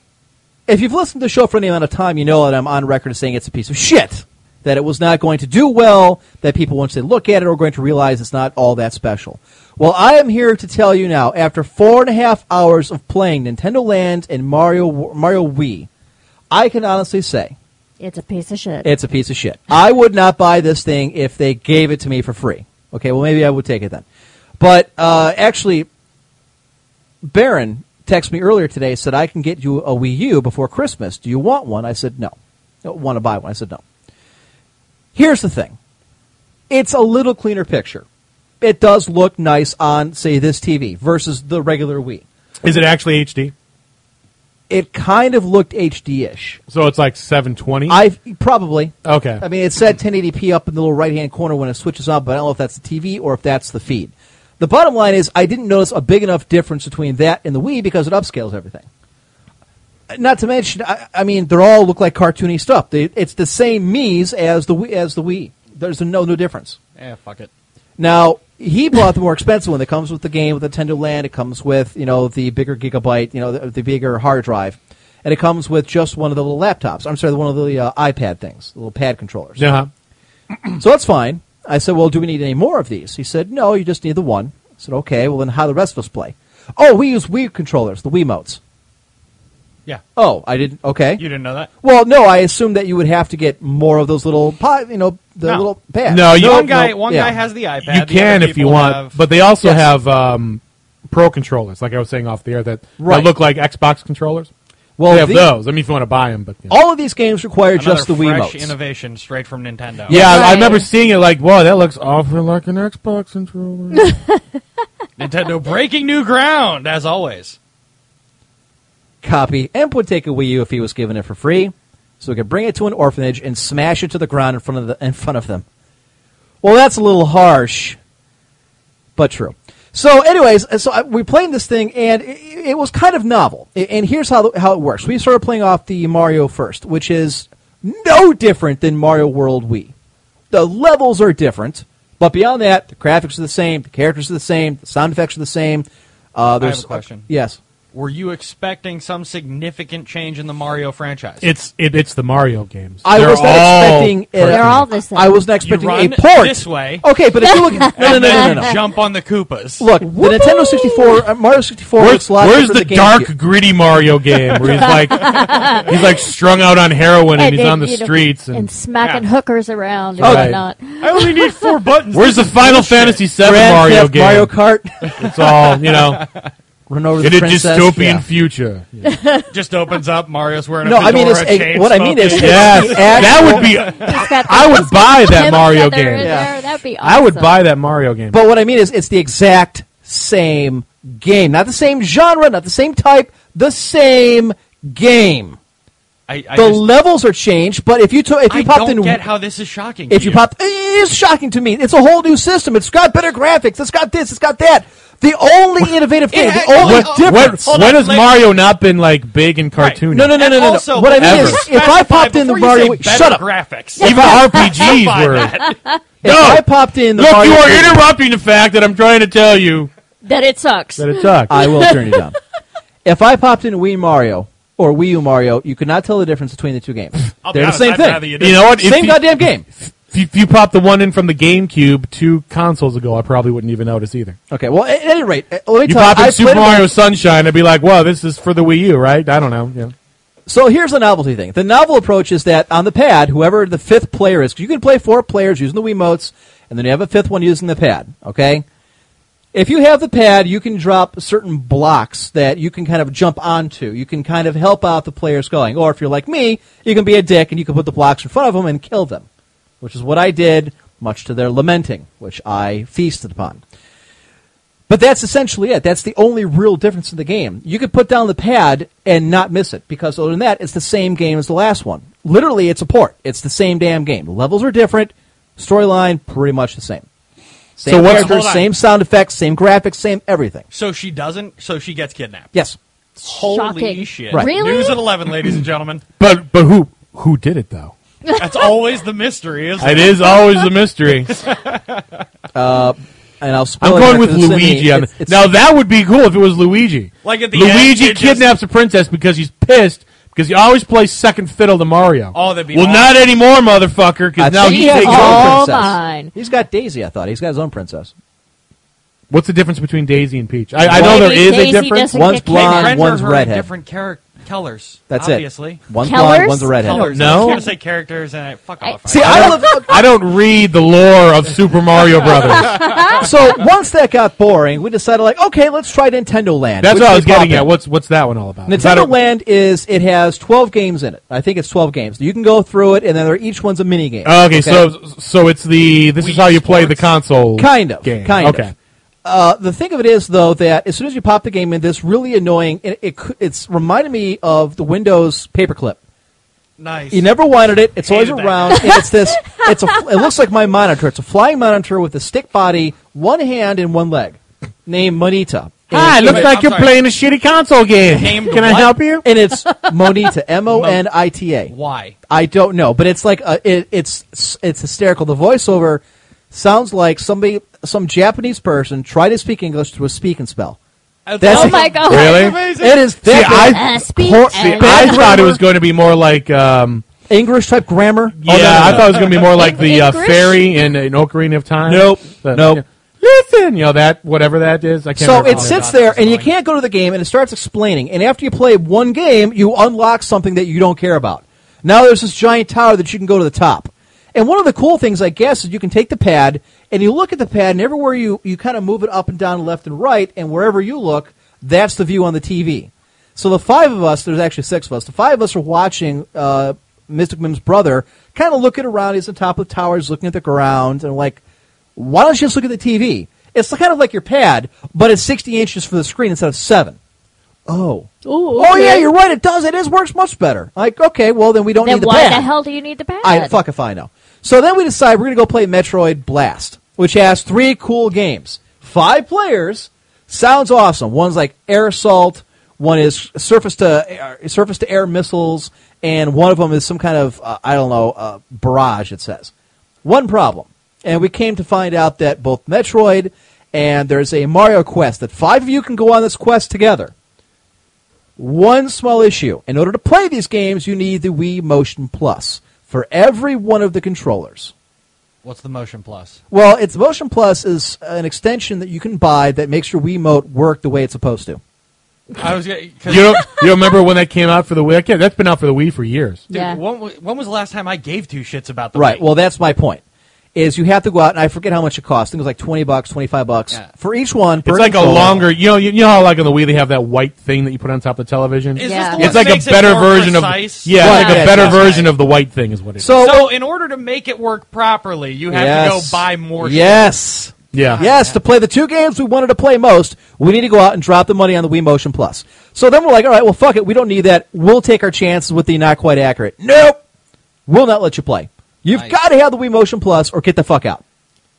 C: if you've listened to the show for any amount of time, you know that I'm on record as saying it's a piece of shit. That it was not going to do well, that people, once they look at it, are going to realize it's not all that special. Well, I am here to tell you now, after four and a half hours of playing Nintendo Land and Mario, Mario Wii, I can honestly say
F: It's a piece of shit.
C: it's a piece of shit. I would not buy this thing if they gave it to me for free. Okay, well maybe I would take it then. But uh, actually, Baron texted me earlier today said I can get you a Wii U before Christmas. Do you want one? I said no. Want to buy one? I said no. Here's the thing. It's a little cleaner picture. It does look nice on say this TV versus the regular Wii.
D: Is it actually HD?
C: It kind of looked HD-ish.
D: So it's like 720?
C: I probably
D: okay.
C: I mean, it said 1080p up in the little right hand corner when it switches on, but I don't know if that's the TV or if that's the feed. The bottom line is, I didn't notice a big enough difference between that and the Wii because it upscales everything. Not to mention, I, I mean, they all look like cartoony stuff. They, it's the same Mii's as the Wii, as the Wii. There's no no difference.
E: Eh, fuck it.
C: Now he bought the more expensive one that comes with the game with Nintendo Land. It comes with you know the bigger gigabyte, you know the, the bigger hard drive, and it comes with just one of the little laptops. I'm sorry, one of the uh, iPad things, the little pad controllers.
D: Uh-huh.
C: So that's fine. I said, well, do we need any more of these? He said, no, you just need the one. I said, okay, well, then how the rest of us play? Oh, we use Wii controllers, the Wiimotes.
E: Yeah.
C: Oh, I didn't, okay.
E: You didn't know that?
C: well, no, I assumed that you would have to get more of those little, pot, you know, the
E: No.
C: little pads.
D: No, you-
E: one guy,
C: no,
E: one
C: yeah.
E: guy has the iPad.
D: you
E: the
D: can
E: other
D: if you
E: people
D: want,
E: have-
D: but they also
C: Yes.
D: have um, pro controllers, like I was saying off the air, that,
C: Right.
D: that look like Xbox controllers.
C: Well,
D: they have
C: the-
D: those. I mean, if you want to buy them, but you know.
C: All of these games require
E: another
C: just the
E: fresh
C: Wiimotes.
E: innovation straight from
C: Oh,
E: Nintendo.
D: yeah, I, I
F: Right.
D: remember seeing it like, whoa, that looks awful like an
C: [laughs]
D: Xbox controller.
E: Nintendo breaking new ground as always.
C: Copy. Imp would take a Wii U if he was given it for free, so he could bring it to an orphanage and smash it to the ground in front of the, in front of them. Well, that's a little harsh, but true. So, anyways, so I, we played this thing, and it, it was kind of novel. A- And here's how the, how it works: we started playing off the Mario first, which is no different than Mario World Wii. The levels are different, but beyond that, the graphics are the same, the characters are the same, the sound effects are the same. Uh,
E: I
C: there's
E: have a question.
C: yes.
E: Were you expecting some significant change in the Mario franchise?
D: it's it, it's the Mario games.
C: I
D: They're
C: was not
D: all
C: expecting. a-
F: They're all the same.
C: I was not expecting
E: You
C: a
E: run
C: port
E: this way.
C: Okay, but if you look, no, no, no,
G: [laughs]
E: And
C: no,
E: then
C: no, no.
E: Jump on the Koopas.
C: Look, the Nintendo 64, uh, Mario 64 looks
D: Where's,
C: a lot
D: where's
C: different
D: the
C: than
D: dark,
C: GameCube.
D: gritty Mario game where
F: [laughs]
D: he's like he's like strung out on heroin and, he's
F: then,
D: on the
F: you know,
D: streets
F: and,
D: and, Oh,
F: smacking
E: Yeah.
F: hookers around and
D: Right.
F: whatnot.
E: I only need
F: [laughs]
E: four buttons.
D: where's the Final Fantasy VII
C: Grand
D: Mario
C: Theft,
D: game?
C: Mario Kart, [laughs]
D: It's all you know
C: run over [laughs] the
D: in a
C: princess.
D: dystopian
C: yeah.
D: future.
E: Just opens up. Mario's wearing a
C: No, I mean,
E: fedora,
C: it's a-
E: chain
C: what I mean is-
E: smoking.
D: Yes, that would be.
F: He's got
D: I would
F: he's got
D: buy
F: the
D: that
F: pimp
D: Mario
F: feather in
D: game.
C: Yeah.
F: there. That'd be
D: I would
F: awesome.
D: buy that Mario game.
C: But what I mean is, it's the exact same game, not the same genre, not the same type, the same game.
E: I, I
C: the
E: just-
C: levels are changed, but if you took, if you
E: I
C: popped
E: don't
C: in,
E: get how this is shocking.
C: If
E: to
C: you pop, it is shocking to me. It's a whole new system. It's got better graphics. It's got this. It's got that. The only innovative thing,
E: had-
C: the only
E: what-
D: What-
E: Hold
C: difference.
E: on,
D: when has
E: let-
D: Mario not been like big and cartoony?
C: No, no, no, no,
E: And
C: no, no.
E: also,
C: What I mean
E: before
D: is,
E: you
C: if I
E: specify-
C: popped in the
E: before you
C: Mario-
E: say better
C: shut up.
E: Graphics.
F: [laughs]
D: Even RPGs were.
C: If I popped in the
D: Look,
C: Mario
D: you are
C: Wii-
D: interrupting the fact that I'm trying to tell you
F: That it sucks.
D: that it sucks.
C: I will turn you
D: [laughs]
C: down. If I popped in Wii Mario or Wii U Mario, you could not tell the difference between the two games.
E: I'll be
C: They're
E: honest,
C: the same
E: I'd rather
C: thing.
E: you
D: you know what? If
C: Same
D: you,
C: goddamn game.
D: If you, if you popped the one in from the GameCube two consoles ago, I probably wouldn't even notice either.
C: Okay. Well, at any rate, uh, let me
D: You
C: tell
D: pop
C: you, I
D: in
C: played
D: Super
C: it on-
D: Mario Sunshine, I'd be like, "Whoa, this is for the Wii U, right?" I don't know. Yeah.
C: So here's the novelty thing. The novel approach is that on the pad, whoever the fifth player is, 'cause you can play four players using the Wiimotes, and then you have a fifth one using the pad, okay? If you have the pad, you can drop certain blocks that you can kind of jump onto. You can kind of help out the players going. Or if you're like me, you can be a dick and you can put the blocks in front of them and kill them, which is what I did, much to their lamenting, which I feasted upon. But that's essentially it. That's the only real difference in the game. You could put down the pad and not miss it because other than that, it's the same game as the last one. Literally, it's a port. It's the same damn game. Levels are different. Storyline pretty much the same. Same
D: what's-
C: characters,
E: hold on.
C: same sound effects, same graphics, same everything.
E: So she doesn't. So she gets kidnapped.
C: Yes.
E: Holy
F: Shocking.
E: shit!
C: Right.
F: Really?
E: News at eleven, ladies and
F: [laughs]
E: gentlemen.
D: But but who who did it though?
E: That's always the mystery, isn't it?
D: It is always a [laughs] mystery.
C: And I'll spoil
D: I'm
C: it
D: going
C: after
D: with
C: this in the-
D: Luigi. on
C: it's-
D: this.
C: it's-
D: now that would be cool if it was Luigi.
E: Like at the
D: Luigi
E: end, it just-
D: kidnaps a princess because he's pissed because he always plays second fiddle to Mario.
E: Oh, that'd be
D: well,
E: awesome.
D: not anymore, motherfucker.
C: I
D: Because now
C: think
D: he
C: he has
D: takes
C: his own
D: over.
F: all
C: princess.
F: mine.
C: He's got Daisy, I thought. He's got his own princess.
D: What's the difference between Daisy and Peach? I, I know there
F: Daisy
D: is a
F: doesn't
D: difference.
F: get
C: One's
F: kidnapped.
E: They
C: blonde,
E: render
C: one's
E: her
C: redhead.
E: Different char- colors.
C: That's
E: obviously.
C: it. One's blonde,
F: Colors?
C: one's a redhead.
E: Colors.
D: No.
E: I was gonna say characters, and I fuck off.
C: See, I [laughs] love.
D: I don't read the lore of Super Mario
C: [laughs]
D: Brothers.
C: so once that got boring, we decided like, okay, let's try Nintendo Land.
D: That's
C: which
D: what I
C: we
D: was getting
C: popped
D: at.
C: in.
D: What's what's that one all about? Is that a-
C: Nintendo Land is it has twelve games in it. I think it's twelve games. You can go through it, and then there, each one's a mini game.
D: Okay, so so it's the this is
E: Wii
D: how you play the
E: Sports.
D: console
C: Kind of,
D: game.
C: kind of.
D: okay.
C: Uh, the thing of it is, though, that as soon as you pop the game in, this really annoying. It, it cou- it's reminded me of the Windows paperclip.
E: nice.
C: You never wanted it. It's always
E: Hated that.
C: around. and it's this. It's a. It looks like my monitor. It's a flying monitor with a stick body, one hand, and one leg. Named Monita.
D: Ah, it looks
E: Wait,
D: like
E: I'm
D: you're
E: sorry.
D: playing a shitty console game.
E: Named
D: Can I
E: what?
D: help you?
C: and it's Monita, M O N I T A.
E: Why?
C: I don't know, but it's like a, it, it's it's hysterical. The voiceover sounds like somebody, some Japanese person, tried to speak English through a speak and spell. That's-
F: Oh my god!
D: [laughs] Really?
E: Amazing.
C: It is
D: See,
C: thick with
D: I,
F: Uh, speak
D: hor-
F: and-
D: see, I thought it was going to be more like. Um,
C: English type grammar. Oh,
D: yeah, I thought it was going to be
E: [laughs]
D: more like
F: In
D: the uh,
F: English?
D: fairy in, in Ocarina of Time.
C: Nope.
D: The-
C: Nope.
D: Listen, you know that whatever that is. I can't.
C: So
D: remember
C: it
D: what
E: God,
C: sits there,
E: that's
C: and you
E: annoying.
C: can't go to the game, and it starts explaining. And after you play one game, you unlock something that you don't care about. Now there's this giant tower that you can go to the top. And one of the cool things, I guess, is you can take the pad and you look at the pad, and everywhere you, you kind of move it up and down, left and right, and wherever you look, that's the view on the TV. So the five of us, there's actually six of us, the five of us are watching uh, Mystic Mim's brother kind of looking around. He's on top of the towers, looking at the ground, and like, why don't you just look at the TV? It's kind of like your pad, but it's 60 inches for the screen instead of seven. Oh. Oh, yeah, you're right. It does. It is works much better. Like, okay, well, then we don't
F: Then
C: need the
F: why
C: pad.
F: the hell do you need the pad?
C: I fuck if I know. So then we decide we're going to go play Metroid Blast, which has three cool games. Five players sounds awesome. One's like air assault, one is surface to air, surface to air missiles, and one of them is some kind of uh, I don't know uh, barrage. It says one problem, and we came to find out that both Metroid and there's a Mario quest that five of you can go on this quest together. One small issue. In order to play these games, you need the Wii Motion Plus for every one of the controllers.
E: What's the motion plus?
C: Well, it's Motion Plus is an extension that you can buy that makes your Wiimote work the way it's supposed to.
E: I was gonna- 'cause-
D: You don't, you don't remember when that came out for the Wii? I can't- That's been out for the Wii for years.
E: Dude,
F: Yeah.
E: when, wa- when was the last time I gave two shits about the
C: Right.
E: Wii?
C: Well, that's my point. Is you have to go out and I forget how much it cost. I think it was like 20 bucks, 25 bucks
E: Yeah.
C: for each one. per
D: It's like a
C: controller.
D: longer. You know, you, you know how like on the Wii they have that white thing that you put on top of the television.
E: is this the
F: Yeah.
E: one
D: it's
E: that
D: like a
E: makes it
D: better
E: more
D: version
E: precise?
D: of yeah,
C: Right.
D: it's like
C: Yeah,
D: a better
E: that's
D: version
E: right.
D: of the white thing is what it is.
C: So,
E: So in order to make it work properly, you have
C: yes.
E: to go buy more. shit.
C: Yes.
D: yeah,
C: Yes, to play the two games we wanted to play most, we need to go out and drop the money on the Wii Motion Plus. So then we're like, all right, well, fuck it. We don't need that. We'll take our chances with the not quite accurate. Nope. We'll not let you play. You've
E: Nice.
C: got to have the Wii Motion Plus or get the fuck out.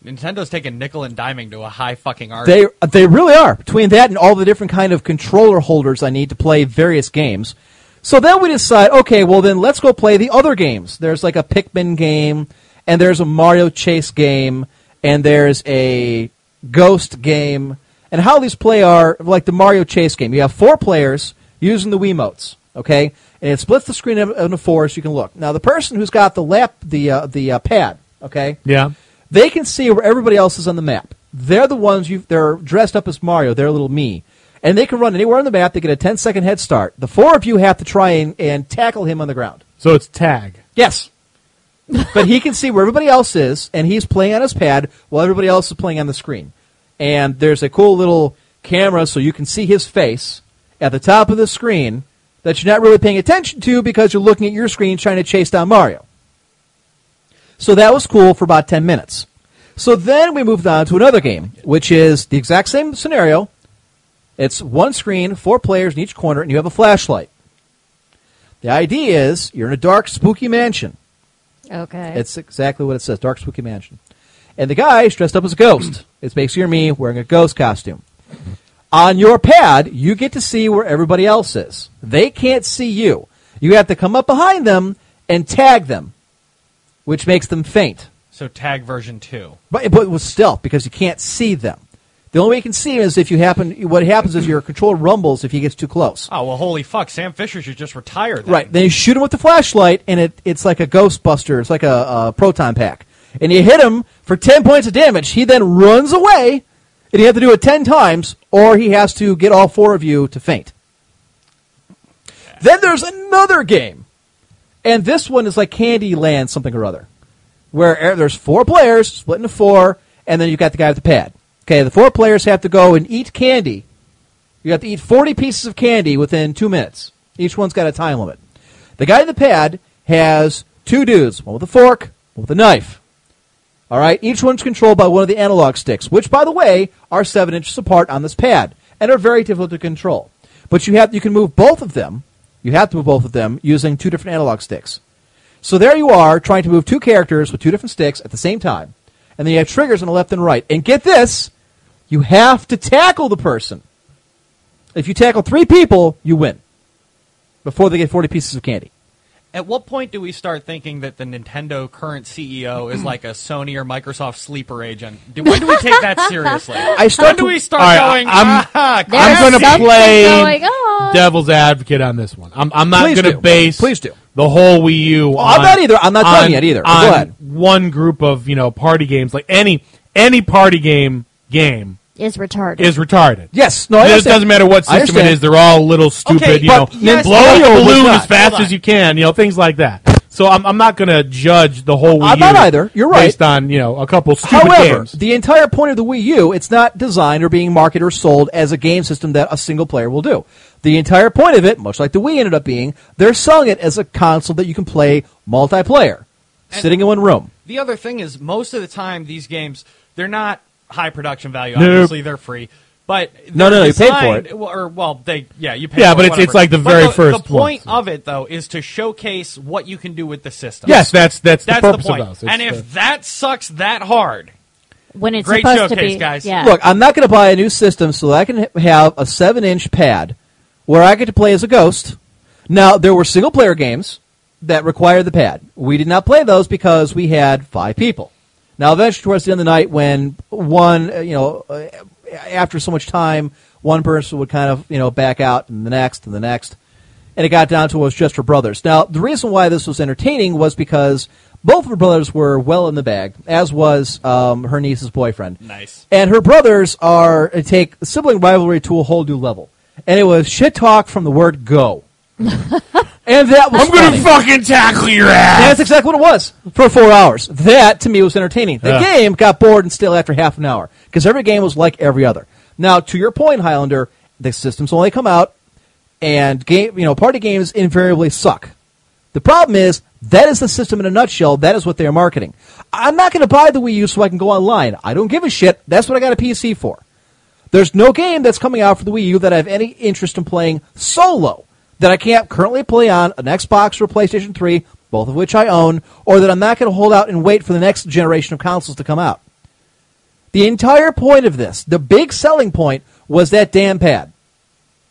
E: Nintendo's taking nickel and diming to a high fucking art.
C: They they really are. Between that and all the different kind of controller holders I need to play various games. So then we decide, okay, well then let's go play the other games. There's like a Pikmin game, and there's a Mario Chase game, and there's a Ghost game. And how these play are like the Mario Chase game. You have four players using the Wiimotes, okay? And it splits the screen into four so you can look. Now the person who's got the lap the uh, the uh, pad, okay?
D: yeah.
C: They can see where everybody else is on the map. They're the ones you they're dressed up as Mario, they're little me. and they can run anywhere on the map. They get a 10 second head start. The four of you have to try and, and tackle him on the ground.
D: So it's tag.
C: Yes. but he can see where everybody else is, and he's playing on his pad while everybody else is playing on the screen. And there's a cool little camera so you can see his face at the top of the screen that you're not really paying attention to because you're looking at your screen trying to chase down Mario. So that was cool for about 10 minutes. So then we moved on to another game, which is the exact same scenario. It's one screen, four players in each corner, and you have a flashlight. The idea is you're in a dark, spooky mansion.
F: Okay.
C: It's exactly what it says, Dark Spooky Mansion. And the guy is dressed up as a ghost. it's basically me wearing a ghost costume. On your pad, you get to see where everybody else is. They can't see you. You have to come up behind them and tag them, which makes them faint.
E: So tag version two.
C: But but with stealth because you can't see them. The only way you can see them is if you happen. What happens is your controller rumbles if he gets too close.
E: Oh well, holy fuck! Sam Fisher should just retire. Then.
C: Right. Then you shoot him with the flashlight, and it, it's like a Ghostbuster. It's like a, a proton pack. And you hit him for 10 points of damage. He then runs away, and you have to do it 10 times, or he has to get all four of you to faint. Then there's another game. And this one is like Candyland something or other, where er- there's four players split into four, and then you've got the guy with the pad. Okay, the four players have to go and eat candy you have to eat 40 pieces of candy within two minutes. Each one's got a time limit. The guy in the pad has two dudes, one with a fork, one with a knife. All right, each one's controlled by one of the analog sticks, which, by the way, are seven inches apart on this pad and are very difficult to control. But you have you can move both of them. You have to move both of them using two different analog sticks. So there you are, trying to move two characters with two different sticks at the same time, and then you have triggers on the left and right. And get this, you have to tackle the person. If you tackle three people, you win. Before they get forty pieces of candy.
E: At what point do we start thinking that the Nintendo current CEO is like a Sony or Microsoft sleeper agent? Do, when do we take
D: [laughs]
E: that seriously?
C: I
E: when
C: start
E: do we
C: to,
E: start
D: All right, I-
E: going?
D: I'm-
E: "Ah,
F: There's
D: I'm gonna
F: something
D: play
F: Going on.
D: Devil's advocate on this one. I'm, I'm not
C: Please
D: going
C: do.
D: to base
C: Please do. Oh,
D: the whole Wii U.
C: I'm
D: on-
C: not either. I'm not done
D: on-
C: yet either. But
D: on
C: go ahead.
D: one group of you know party games, like any any party game game
F: It's retarded.
D: is retarded.
C: Yes, no, I
D: it
C: understand.
D: doesn't matter what
C: I
D: system it
C: understand.
D: is. They're all little stupid.
E: Okay,
D: you know,
E: but yes,
D: blow up
C: Mario
D: the
C: was
D: balloon
C: not.
D: as fast
E: Hold
D: as
E: on.
D: you can. You know, things like that. So I'm, I'm not going to judge the whole. Wii
C: I'm not
D: U
C: either. You're right.
D: Based on you know a couple stupid
C: However,
D: games.
C: the entire point of the Wii U, it's not designed or being marketed or sold as a game system that a single player will do. The entire point of it, much like the Wii ended up being, they're selling it as a console that you can play multiplayer, sitting in one room.
E: The other thing is, most of the time, these games they're not high production value.
D: Nope.
E: Obviously, they're free. But
C: No, no, no,
E: they're
C: you pay for
E: designed-
C: it.
E: well, Or well, they yeah, you pay.
D: Yeah,
E: for
D: but
E: it,
D: it's- it's
E: whatever.
D: like the
E: But
D: very
E: the,
D: first
E: The point
D: one.
E: of it though is to showcase what you can do with the system.
D: yes, that's that's,
E: that's
D: the
E: the
D: purpose
E: point.
D: of us. It's
E: and
D: the-
E: if that sucks that hard,
F: when it's
E: Great
F: supposed to
E: showcase,
F: be,
E: guys.
F: Yeah.
C: Look, I'm not going to buy a new system so that I can ha- have a seven inch pad where I get to play as a ghost. Now, there were single player games that required the pad. We did not play those because we had five people. Now, eventually, towards the end of the night, when one, uh, you know, uh, after so much time, one person would kind of, you know, back out and the next and the next. And it got down to it was just for brothers. Now, the reason why this was entertaining was because both of her brothers were well in the bag, as was um, her niece's boyfriend.
E: Nice.
C: And her brothers are take sibling rivalry to a whole new level. And it was shit talk from the word go. and that was funny.
D: fucking tackle your ass.
C: That's exactly what it was for four hours. That to me was entertaining. The
D: Yeah.
C: game got bored and still after half an hour because every game was like every other. Now, to your point, Highlander, the systems only come out, and game you know party games invariably suck. The problem is that is the system in a nutshell. That is what they are marketing. I'm not going to buy the Wii U so I can go online. I don't give a shit. That's what I got a PC for. There's no game that's coming out for the Wii U that I have any interest in playing solo that I can't currently play on an Xbox or PlayStation 3, both of which I own, or that I'm not going to hold out and wait for the next generation of consoles to come out. The entire point of this, the big selling point, was that damn pad.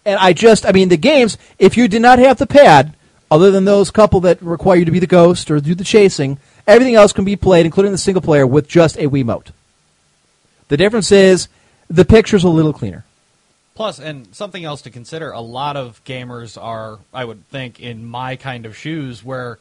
C: And I just, I mean, the games, if you did not have the pad, other than those couple that require you to be the ghost or do the chasing, everything else can be played, including the single player, with just a Wiimote. The difference is the picture's a little cleaner.
E: Plus, and something else to consider: a lot of gamers are, I would think, in my kind of shoes, where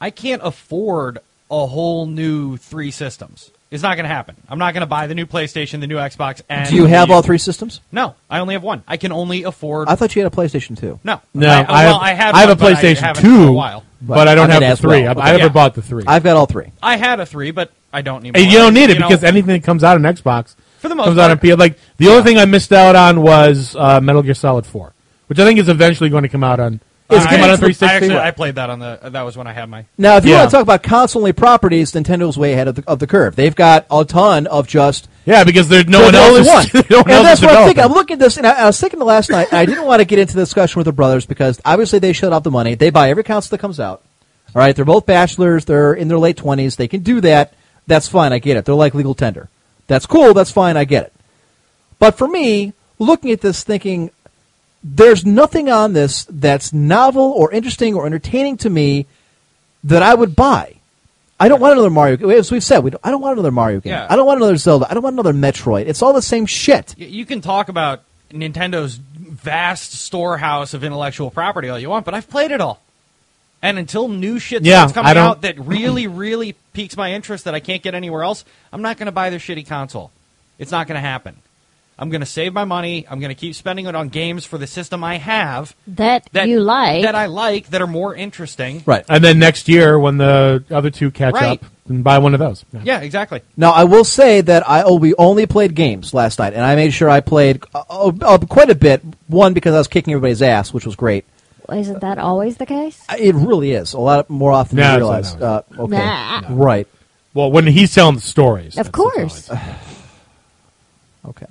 E: I can't afford a whole new three systems.
G: It's not going to happen. I'm not going to buy the new PlayStation, the new Xbox, and
C: Do you
G: the
C: have
G: Wii U.
C: all three systems?
G: No, I only have one. I can only afford.
C: I thought you had a PlayStation 2.
G: no,
D: No,
G: I,
D: I, have,
G: well, I, had
D: I have
G: one,
D: a
G: but
D: PlayStation
G: haven't
D: Two,
G: for a while.
D: but I don't
C: I
D: have
C: mean,
D: the
C: as
D: three.
C: well.
D: I, I
G: Yeah.
D: haven't bought the three.
C: I've got all three.
G: I had a three, but I don't need.
D: And
G: more.
D: you don't need it
G: You know,
D: because anything that comes out on Xbox
G: For the most
D: comes out on
G: part.
D: PS. Like the only thing I missed out on was uh, Metal Gear Solid Four, which I think is eventually going to come out on. Is
G: I-
D: it come out on
G: I actually-
D: 360?
G: I played that on the. That was when I had my.
C: Now, if you
D: Yeah.
C: want to talk about constantly properties, Nintendo's way ahead of the, of the curve. They've got a ton of just.
D: yeah, because there's no
C: they're
D: one
C: the
D: else.
C: only
D: is-
C: one.
D: [laughs] no one
C: and
D: else
C: that's
D: is
C: what I'm
D: developing.
C: thinking. I'm looking at this, and I, I was thinking last night, and I didn't want to get into the discussion with the brothers because obviously they shut off the money. They buy every console that comes out. All right, they're both bachelors. They're in their late 20s. They can do that. That's fine. I get it. They're like legal tender. That's cool. That's fine. I get it. But for me, looking at this, thinking, there's nothing on this that's novel or interesting or entertaining to me that I would buy. I don't want another Mario. As we've said, we don't, I don't want another Mario game.
G: Yeah.
C: I don't want another Zelda. I don't want another Metroid. It's all the same shit.
G: Y- You can talk about Nintendo's vast storehouse of intellectual property all you want, but I've played it all. And until new shit
D: Yeah,
G: starts
D: I
G: coming
D: don't-
G: out that really, [clears throat] really piques my interest that I can't get anywhere else, I'm not going to buy their shitty console. It's not going to happen. I'm going to save my money. I'm going to keep spending it on games for the system I have
F: That,
G: that
F: you like.
G: that I like, that are more interesting.
C: Right.
D: And then next year, when the other two catch
G: Right.
D: up, and buy one of those.
G: Yeah, exactly.
C: Now, I will say that I oh, we only played games last night, and I made sure I played uh, uh, uh, quite a bit. One, because I was kicking everybody's ass, which was great.
F: Isn't that always the case?
C: Uh, It really is. A lot more often than
D: No,
C: you
D: it's
C: realize.
D: not
C: Uh, okay.
F: Nah. No.
C: Right.
D: Well, when he's telling the stories,
F: Of
D: that's- that's
F: course.
D: all I say.
C: Okay.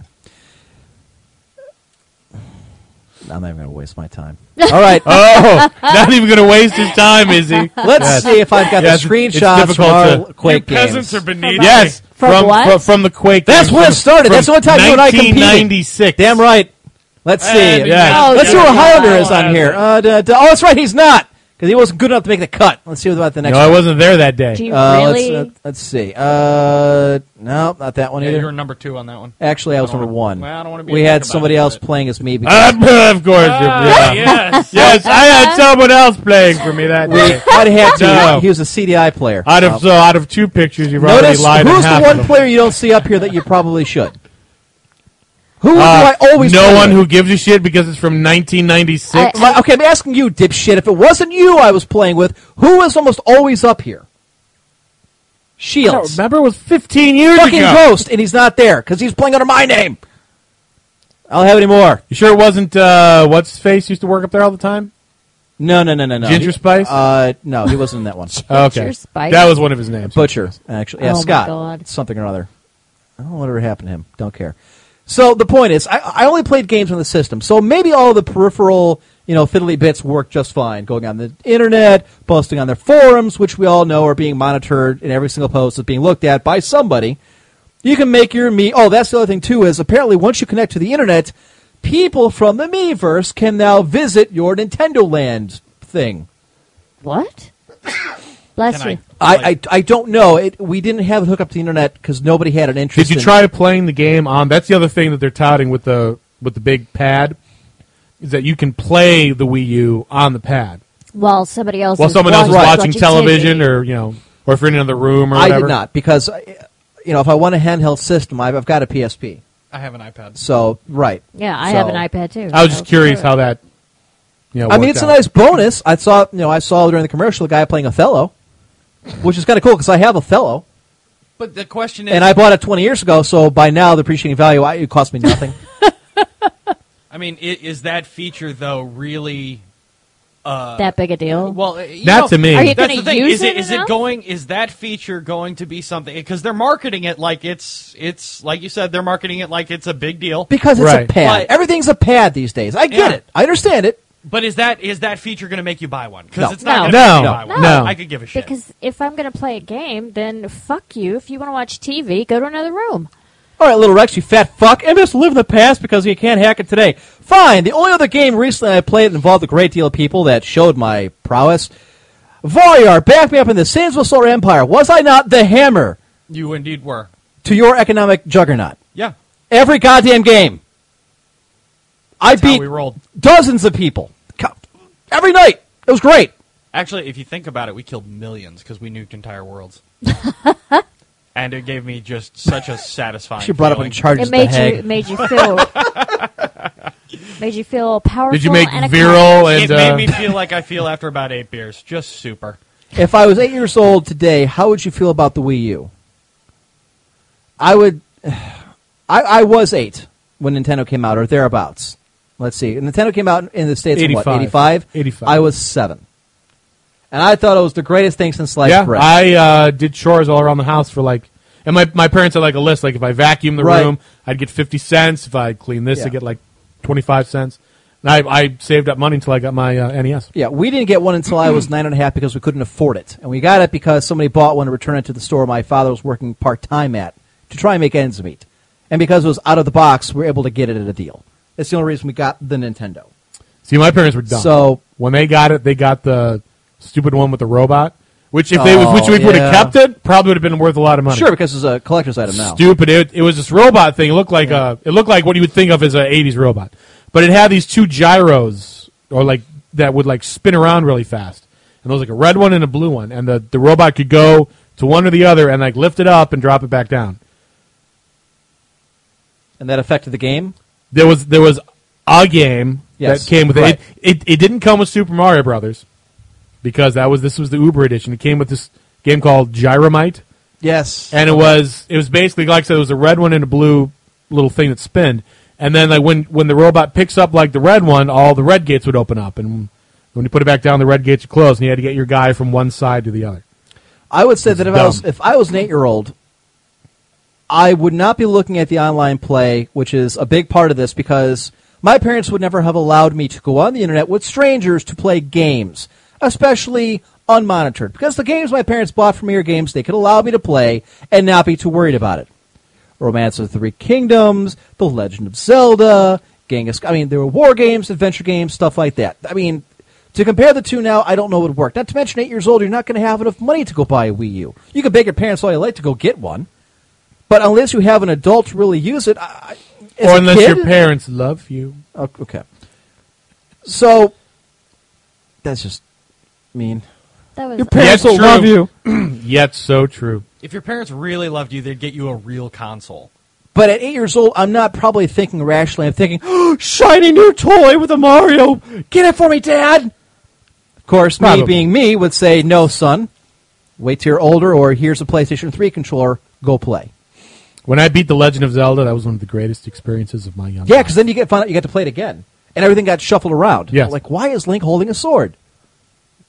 C: I'm not even going to waste my time. All right.
F: [laughs]
D: oh, not even going to waste his time, is he?
C: Let's see if I've got
D: Yes,
C: the
D: it's
C: screenshots from
D: difficult
C: our
D: to-
C: Quake
G: you peasants
C: games.
G: are beneath.
D: Yes,
F: From
D: from
F: what?
D: fr- from the Quake.
C: That's
D: games,
C: where it
D: from-
C: started.
D: from
C: That's the only time you and I competed.
D: 1996.
C: Damn right. Let's see.
D: And yeah.
C: Let's see
F: yeah,
C: who
F: yeah,
C: Highlander
F: yeah.
C: is on here. Uh, da- da- oh, that's right. He's not because he wasn't good enough to make the cut. Let's see about the next.
D: No, I wasn't there that
F: Do
D: day.
F: you
C: one. Uh,
F: really?
C: Let's, uh, let's see. Uh, no, not that one
G: Yeah, you were
C: either.
G: number two on that one.
C: Actually, I was
G: I don't
C: number one.
G: wanna- well, I don't wanna be
C: we
G: a dick
C: had
G: about
C: somebody
G: it,
C: else
G: but-
C: playing as
D: [laughs]
C: me because [laughs]
D: Uh, of course.
G: Ah, [laughs]
D: yeah.
G: yes.
D: Yes, I had someone else playing for me that day.
C: I'd
G: [laughs]
C: have to.
D: No.
C: He was a CDI player.
D: Out of
C: Uh,
D: so out of two pictures, you've already
C: Notice
D: lied. on
C: who's the
D: half
C: one
D: of them.
C: player you don't see up here that you probably should. Who do
D: Uh,
C: I always?
D: no
C: play
D: one
C: with?
D: who gives a shit because it's from 1996.
F: I-
C: My- okay, I'm asking you, dipshit. If it wasn't you I was playing with, who is almost always up here?
D: I don't
C: Shields.
D: remember it was 15 years
C: Fucking
D: ago.
C: Ghost, and he's not there because he's playing under my name. I don't have any more.
D: You sure it wasn't uh, what's his face used to work up there all the time?
C: No, no, no, no, no.
D: Ginger
C: He-
D: Spice?
C: Uh, no, he wasn't in
D: [laughs]
C: that one.
D: Okay,
F: Butcher Spice.
D: that was one of his names.
C: Butcher, actually. Yeah,
F: Oh my
C: Scott.
F: God.
C: Something or other. I don't know whatever happened to him. Don't care. So the point is, I, I only played games on the system, so maybe all the peripheral, you know, fiddly bits work just fine. Going on the internet, posting on their forums, which we all know are being monitored, and every single post is being looked at by somebody. You can make your me. Oh, that's the other thing too. Is apparently once you connect to the internet, people from the Meverse can now visit your Nintendo Land thing.
F: What? Bless
G: Can I-
F: you.
C: I, I, I don't know. It, we didn't have it hooked up to the internet because nobody had an interest.
D: Did you
C: in-
D: try playing the game on? That's the other thing that they're touting with the with the big pad, is that you can play the Wii U on the pad
F: While somebody else
D: while
F: is
D: someone else is
F: watch-
D: watching television,
F: TV.
D: or you know, or if you're in another room or
C: I did
D: whatever.
C: not because uh, you know if I want a handheld system, I've, I've got a PSP.
G: I have an iPad.
C: So right.
F: Yeah, I
C: So-
F: have an iPad too.
D: I was just
F: so
D: curious
F: sure.
D: how that. You know,
C: I mean,
D: worked
C: it's a
D: out.
C: nice bonus. I saw you know I saw during the commercial a guy playing Othello, which is kind of cool because I have Othello
G: But the question is,
C: and I bought it 20 years ago. So by now the appreciating value I, it cost me
D: [laughs]
C: nothing.
G: I mean, i- is that feature though really?
F: that big a deal.
G: Well, you
D: Not
G: know,
D: to me.
F: Are you-
G: That's
F: gonna
G: the thing.
F: use
G: Is it
F: it
G: is it
F: enough?
G: going? Is that feature going to be something? Because they're marketing it like it's it's like you said. They're marketing it like it's a big deal.
C: because it's
D: Right.
C: a pad.
G: Right.
C: Everything's a pad these days. I get
G: Yeah.
C: it. I understand it.
G: But is that is that feature going to make you buy one? Because
C: No.
G: it's not.
F: No.
G: gonna Make
D: No.
G: you buy
D: No.
G: One.
D: No.
G: I could give a shit.
F: Because if I'm going to play a game, then fuck you. If you want to watch TV, go to another room.
C: All right, little Rex, you fat fuck. And just live in the past because you can't hack it today. Fine. The only other game recently I played that involved a great deal of people that showed my prowess. Varyar, back me up in the Sands of Solar Empire. Was I not the hammer
G: you indeed were.
C: to your economic juggernaut?
G: Yeah.
C: Every goddamn game. I
G: how
C: beat
G: we rolled.
C: dozens of people. Co- Every night. It was great.
G: Actually, if you think about it, we killed millions because we nuked entire worlds.
E: and it gave me just such a satisfying.
C: She brought up
E: feeling.
C: and charges
F: It
C: the
F: made
C: hag.
F: you made
C: [laughs]
F: you feel made you feel powerful.
D: Did you make
F: and
D: virile
E: It
F: accomplished.
D: and uh,
E: made me feel like I feel after about eight beers. Just super.
C: If I was eight years old today, how would you feel about the Wii U? I would. [sighs] I, I was eight when Nintendo came out, or thereabouts. Let's see. Nintendo came out in the states. in What?
D: 85.
C: 85?
D: 85.
C: I was seven, and I thought it was the greatest thing since sliced
D: yeah,
C: bread.
D: I uh, did chores all around the house for like, and my, my parents had like a list. Like if I vacuumed the
C: Right.
D: room, I'd get fifty cents. If I clean this,
C: Yeah.
D: I get like twenty five cents. And I, I saved up money until I got my uh, NES.
C: Yeah, we didn't get one until I was [clears throat] nine and a half because we couldn't afford it, and we got it because somebody bought one and returned it to the store my father was working part time at to try and make ends meet, and because it was out of the box, we were able to get it at a deal. That's the only reason we got the Nintendo.
D: See, my parents were dumb.
C: So-
D: when they got it, they got the stupid one with the robot. Which if they
C: Oh,
D: which we would
C: yeah.
D: have kept it, probably would have been worth a lot of money.
C: Sure, because it's a collector's item now.
D: stupid. It, it was this robot thing. It looked like a. It looked like what you would think of as an '80s robot, but it had these two gyros, or like that would like spin around really fast. And there was like a red one and a blue one, and the the robot could go to one or the other and like lift it up and drop it back down.
C: and that affected the game.
D: There was there was a game
C: Yes,
D: that came with
C: right.
D: it. it. It didn't come with Super Mario Brothers because that was this was the Uber edition. It came with this game called Gyromite.
C: Yes.
D: and it was it was basically like I said, it was a red one and a blue little thing that spinned. And then like when when the robot picks up like the red one, all the red gates would open up, and when you put it back down, the red gates would close, and you had to get your guy from one side to the other.
C: I would say that if I was
D: dumb.
C: if I was an eight year old, I would not be looking at the online play, which is a big part of this because my parents would never have allowed me to go on the internet with strangers to play games, especially unmonitored, because the games my parents bought for me are games they could allow me to play and not be too worried about it. Romance of the Three Kingdoms, The Legend of Zelda, Genghis. I mean, there were war games, adventure games, stuff like that. I mean, to compare the two now, I don't know what would work. Not to mention, eight years old, you're not going to have enough money to go buy a Wii U. You can beg your parents all you like to go get one, but unless you have an adult to really use it, I, I- as
D: or
C: a
D: unless
C: kid-
D: your parents love you.
C: Oh, okay. So that's just mean.
F: That was
C: Your parents will
D: true.
C: love you,
D: [clears throat] Yet so true.
E: If your parents really loved you, they'd get you a real console.
C: but at eight years old, I'm not probably thinking rationally. I'm thinking, [gasps] shiny new toy with a Mario. Get it for me, Dad. Of course, me
D: Probably.
C: being me would say, no, son. Wait till you're older, or here's a PlayStation 3 controller. Go play.
D: When I beat the Legend of Zelda, that was one of the greatest experiences of my young.
C: Yeah,
D: life.
C: because then you get find out you got to play it again, and everything got shuffled around.
D: Yes.
C: Like, why is Link holding a sword?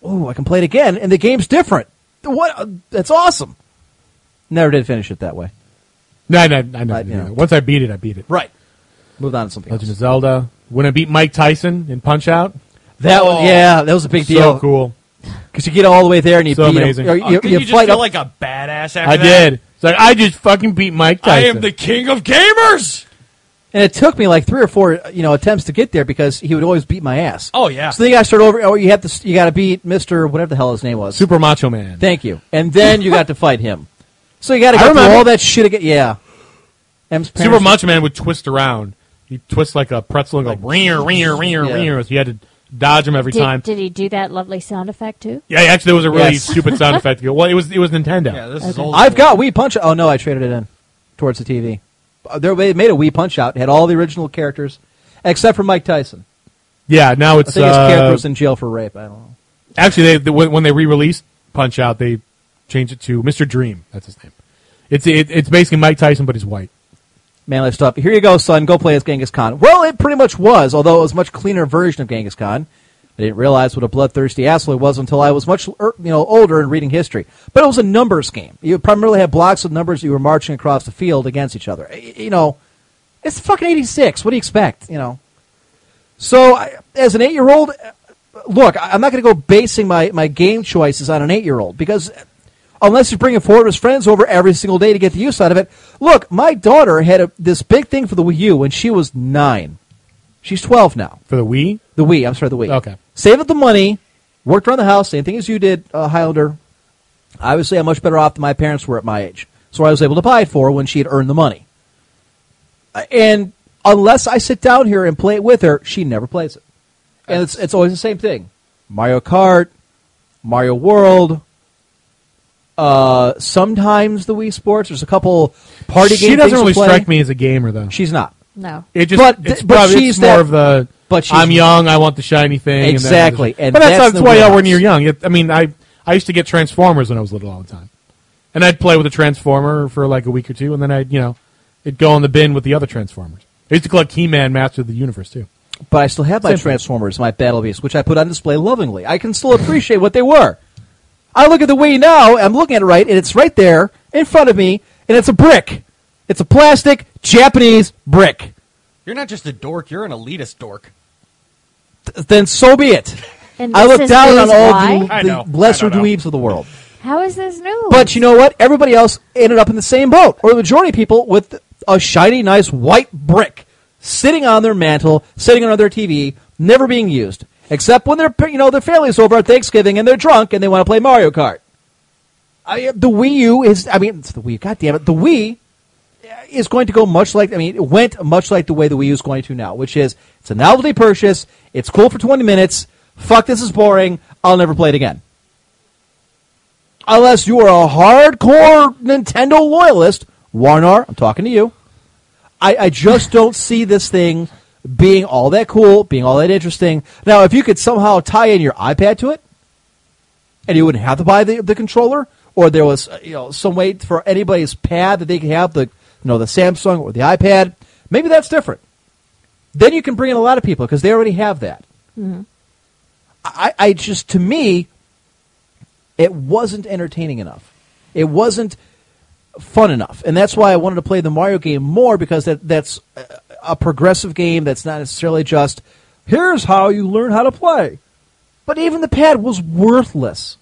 C: Oh, I can play it again, and the game's different. What? That's awesome. Never did finish it that way.
D: no, no, I never
C: But,
D: did
C: you know.
D: that. Once I beat it, I beat it.
C: Right. Moved on to something
D: Legend
C: else.
D: of Zelda. When I beat Mike Tyson in Punch Out,
C: That was, yeah, that was a big deal.
D: Oh, so cool.
C: Because you get all the way there and you
D: So
C: beat
D: amazing.
C: him. Or
D: Oh,
G: Uh,
E: Oh,
C: you,
E: didn't
C: you
E: you just
C: fight
E: feel
C: up-
E: like a badass after
D: I
E: that?
D: did. It's like I just fucking beat Mike
E: I
D: Tyson.
E: am the king of gamers.
C: and it took me like three or four, you know, attempts to get there because he would always beat my ass.
E: Oh, yeah.
C: So then you got to start over. Or you have to, you got to beat Mister whatever the hell his name was.
D: Super Macho Man.
C: Thank you. And then you got to fight him. So you got to
D: I
C: go through
D: remember.
C: all that shit again. Yeah. M's
D: Super
C: parents-
D: Macho Man would twist around. He'd twist like a pretzel and go ringer, ringer, ringer,
C: Yeah.
D: ringer. So you had to dodge him every time.
F: did, did he do that lovely sound effect too?
D: yeah, actually, there was a really
C: Yes.
D: stupid
C: [laughs]
D: sound effect. to go- Well, it was it was Nintendo.
E: Yeah, this is old.
C: I've got Wii Punch. Oh no, I traded it in towards the TV. Uh, There they made a Wii Punch out. It had all the original characters except for Mike Tyson.
D: Yeah, now
C: I
D: it's
C: think his
D: uh,
C: character was in jail for rape. I don't know.
D: actually they, they when, when they re-released Punch Out, they changed it to Mr. Dream. That's his name. It's it, it's basically Mike Tyson, but he's white.
C: manly stuff. Here you go, son. Go play as Genghis Khan. Well, it pretty much was, although it was a much cleaner version of Genghis Khan. I didn't realize what a bloodthirsty asshole he was until I was much er, you know older and reading history. But it was a numbers game. You primarily had blocks of numbers that you were marching across the field against each other. Y- You know, it's fucking '86. What do you expect? You know. So, I, as an eight-year-old, uh, look, I- I'm not going to go basing my, my game choices on an eight-year-old because unless he's bringing four of his friends over every single day to get the use out of it. Look, my daughter had a, this big thing for the Wii U when she was nine. She's 12 now.
D: For the Wii,
C: The Wii, I'm sorry, the Wii.
D: Okay.
C: Saved up the money, worked around the house, same thing as you did, uh, Highlander. Obviously, I'm much better off than my parents were at my age. So I was able to buy it for her when she had earned the money. Uh, And unless I sit down here and play it with her, she never plays it. And it's, it's always the same thing Mario Kart, Mario World, Uh, sometimes the Wii Sports. There's a couple party game
D: she
C: things
D: doesn't really
C: we play.
D: strike me as a gamer though.
C: She's not.
F: No.
D: It just
C: But th-
D: it's
C: but
D: probably
C: she's
D: it's more
C: that-
D: of the
C: but she's-
D: I'm young, I want the shiny thing. and that-
C: Exactly, and
D: but that's,
C: that's
D: that's,
C: the
D: why y'all when
C: wheelhouse.
D: you're young. It, I mean, I I used to get Transformers when I was little all the time, and I'd play with a Transformer for like a week or two, and then I'd you know it'd go in the bin with the other Transformers. I used to collect He-Man, Master of the Universe too.
C: But I still have my
D: Same.
C: Transformers, my Battle Beasts, which I put on display lovingly. I can still appreciate what they were. I look at the Wii now, I'm looking at it right, and it's right there in front of me, and it's a brick. It's a plastic Japanese brick.
E: You're not just a dork. You're an elitist dork.
C: Th- Then so be it.
F: And
C: I
F: this
C: look
F: is
C: down on
F: news.
C: all
F: Why?
E: I
C: the,
E: know.
C: the lesser
E: I don't know.
C: dweebs of the world.
F: How is this news?
C: But you know what? Everybody else ended up in the same boat, or the majority of people with a shiny, nice white brick sitting on their mantle, sitting on their TV, never being used, except when their you know their family's over at Thanksgiving and they're drunk and they want to play Mario Kart. I, the Wii U is, I mean, it's the Wii. God damn it, the Wii is going to go much like I mean, it went much like the way the Wii U is going to now, which is it's a novelty purchase. It's cool for twenty minutes. Fuck, this is boring. I'll never play it again. Unless you are a hardcore Nintendo loyalist, Warnar, I'm talking to you. I, I just don't see this thing being all that cool, being all that interesting. Now, if you could somehow tie in your iPad to it, and you wouldn't have to buy the, the controller, or there was uh, you know some way for anybody's pad that they could have the you know the Samsung or the iPad. Maybe that's different. Then you can bring in a lot of people because they already have that. I, I just to me, it wasn't entertaining enough. It wasn't fun enough, and that's why I wanted to play the Mario game more because that that's a, a progressive game that's not necessarily just here's how you learn how to play. But even the pad was worthless.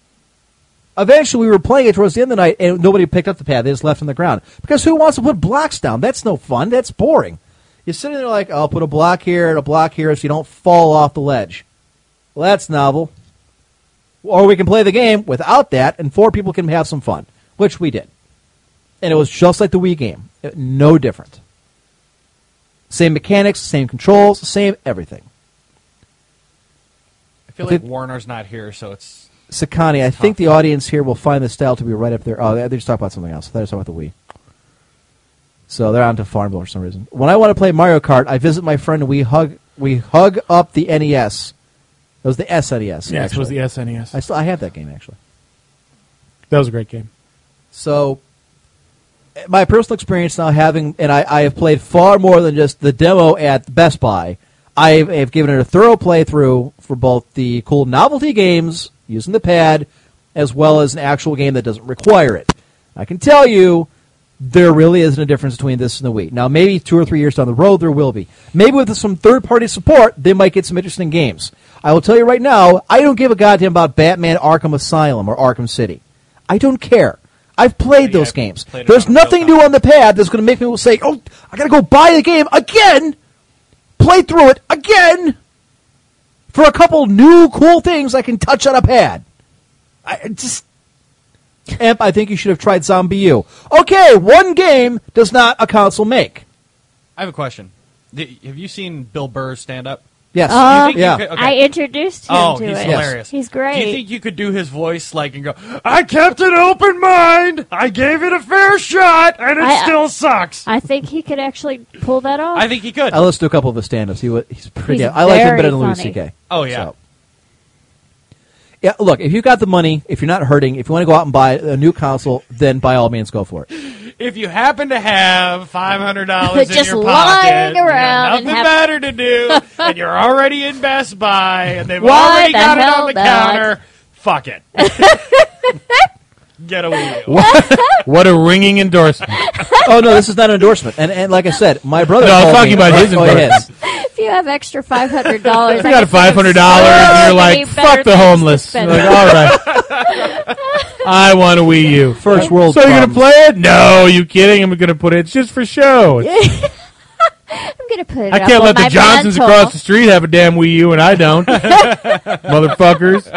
C: Eventually, we were playing it towards the end of the night, and nobody picked up the pad. They just left it on the ground because who wants to put blocks down? That's no fun. That's boring. You're sitting there like, I'll put a block here and a block here so you don't fall off the ledge. Well, that's novel. Or we can play the game without that, and four people can have some fun, which we did. And it was just like the Wii game, It- no different. Same mechanics, same controls, same everything.
E: I feel
C: But
E: like
C: they-
E: Warner's not here, so it's
C: Sakani, I think the audience here will find the style to be right up there. Oh, they're just talking about something else. They're just talking about the Wii. So they're onto Farmville for some reason. When I want to play Mario Kart, I visit my friend and we hug we hug up the NES. It was the SNES.
D: Yeah, it was the
C: actually.
D: SNES.
C: I still I have that game actually.
D: that was a great game.
C: So eh, my personal experience now having and I, I have played far more than just the demo at Best Buy. I have- have given it a thorough playthrough for both the cool novelty games using the pad as well as an actual game that doesn't require it. I can tell you there really isn't a difference between this and the Wii. Now, maybe two or three years down the road, there will be. Maybe with some third party support, they might get some interesting games. I will tell you right now, I don't give a goddamn about Batman Arkham Asylum or Arkham City. I don't care. I've played
E: Yeah,
C: those
E: I've
C: games.
E: played it
C: There's
E: on
C: nothing
E: real-time.
C: new on the pad that's going to make me say, oh, I got to go buy the game again, play through it again for a couple new cool things I can touch on a pad. I I just Amp, I think you should have tried Zombie U. Okay, one game does not a console make.
E: I have a question. The- have you seen Bill Burr stand up?
C: Yes.
F: Uh,
E: You think you
C: yeah.
E: could- okay.
F: I introduced him
E: Oh,
F: to
E: he's
F: it.
E: hilarious.
F: He's great.
E: Do you think you could do his voice like and go, I kept an open mind. I gave it a fair shot and it
F: I- uh,
E: still sucks. I,
F: I think he could actually pull that off.
E: think he could.
C: [laughs] I listened to a couple of his stand-ups. He was, he's pretty.
F: He's
C: I like him better
F: very
C: than Louis
F: funny.
C: C.K.
E: Oh, yeah.
C: So. Yeah. Look, if you got the money, if you're not hurting, if you want to go out and buy a new console, then by all means go for
F: [laughs]
C: it.
E: if you happen to have five hundred dollars in
F: Just
E: your
F: lying
E: pocket, you
F: around
E: got
F: and
E: nothing
F: have-
E: better to
F: [laughs]
E: do, and you're already in Best Buy, and they've
F: Why
E: already
F: the
E: got it
F: hell
E: on the
F: not?
E: counter. Fuck it. [laughs] Get away.
D: What a ringing endorsement!
C: oh no, this is not an endorsement. And and like I said, my brother.
D: No, I'm
C: called
D: talking
C: me-
D: about his
C: oh,
D: endorsement.
F: if you have extra five hundred
D: [laughs]
F: dollars,
D: you got five hundred dollars, and you're like,
F: Oh, Better
D: "Fuck the
F: things to
D: homeless." You're
F: spend.
D: like, all right,
F: [laughs]
D: I want a Wii U.
C: First world
D: So you're gonna
C: problems.
D: play it? No, you kidding? I'm gonna put it. It's just for
F: [laughs]
D: show.
F: I'm gonna put. It
D: I
F: up
D: can't
F: on
D: let the
F: my
D: Johnsons
F: mantle.
D: across the street have a damn Wii U, and
F: [laughs]
D: I don't. Motherfuckers.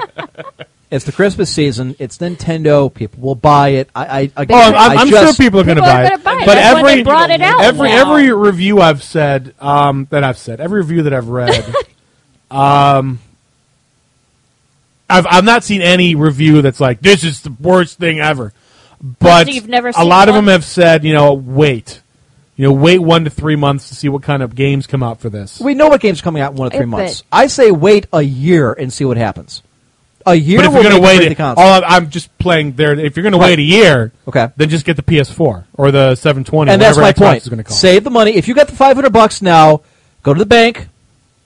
C: It's the Christmas season. It's Nintendo. People will buy it. I, I, I
D: Oh, I'm, I'm,
C: I
D: I'm
C: just-
D: sure people are going to
F: People are
D: buy,
F: gonna buy it.
D: But
F: That's why
D: every
F: they brought it out
D: every
F: now.
D: every review I've said um, that I've said every review that I've read,
F: [laughs]
D: um, I've I've not seen any review that's like this is the worst thing ever. But
F: you've never
D: a
F: seen
D: lot of
F: one?
D: them have said, you know, wait, you know, wait one to three months to see what kind of games come out for this.
C: We know what game's coming out in one to
F: I
C: three
F: bet.
C: months. I say wait a year and see what happens. A year
D: But if
C: will
D: you're going to
C: make you break
D: wait,
C: the
D: it,
C: console.
D: all I'm, I'm just playing there. If you're going to wait a year,
C: Okay.
D: then just get the PS4 or the 720.
C: and that's my
D: whatever Xbox
C: point.
D: Is going to call. it.
C: Save the money. If you got the five hundred bucks now, go to the bank,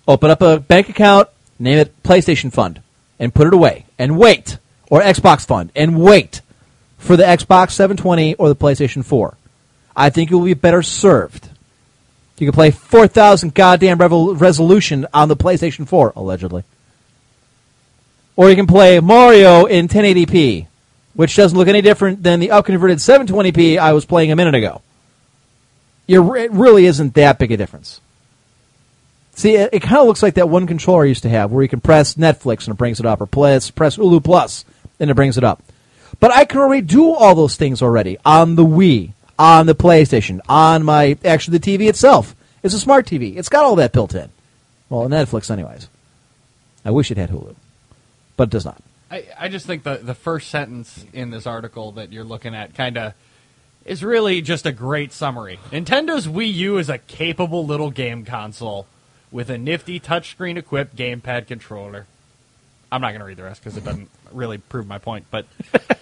C: open up a bank account, name it PlayStation Fund, and put it away, and wait, or Xbox Fund, and wait for the Xbox 720 or the PlayStation 4. I think you will be better served. You can play 4,000 goddamn revol- resolution on the PlayStation 4, allegedly. Or you can play Mario in 1080p, which doesn't look any different than the upconverted 720p I was playing a minute ago you're, it really isn't that big a difference. See, it, it kind of looks like that one controller I used to have where you can press Netflix and it brings it up, or press, press Hulu Plus and it brings it up. But I can already do all those things already on the Wii, on the PlayStation, on my actually the TV itself. It's a smart TV. It's got all that built in. Well, Netflix, anyways. I wish it had Hulu, but it does not.
G: I, I just think the, the first sentence in this article that you're looking at kind of is really just a great summary. Nintendo's Wii U is a capable little game console with a nifty touchscreen equipped gamepad controller. I'm not going to read the rest because it doesn't really prove my point, but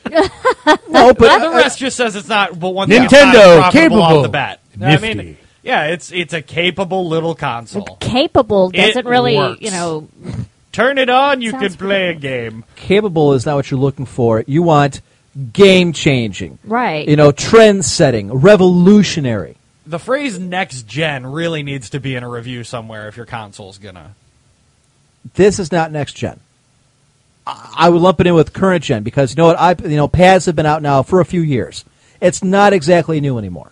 C: No, but
G: the rest just says it's not. But one
D: Nintendo,
G: it's not profitable
D: capable.
G: off the bat. You know what I mean,
D: Nifty.
G: yeah, it's it's a capable little console.
F: Capable
G: It
F: doesn't really,
G: works.
F: you know,
G: Turn it on, you can
F: Sounds
G: play a game.
C: capable is not what you're looking for. You want game changing,
F: Right.
C: You know, trend setting, revolutionary.
G: The phrase "next gen" really needs to be in a review somewhere if your console's gonna.
C: This is not next gen. I I would lump it in with current gen because you know what? I you know pads have been out now for a few years. It's not exactly new anymore.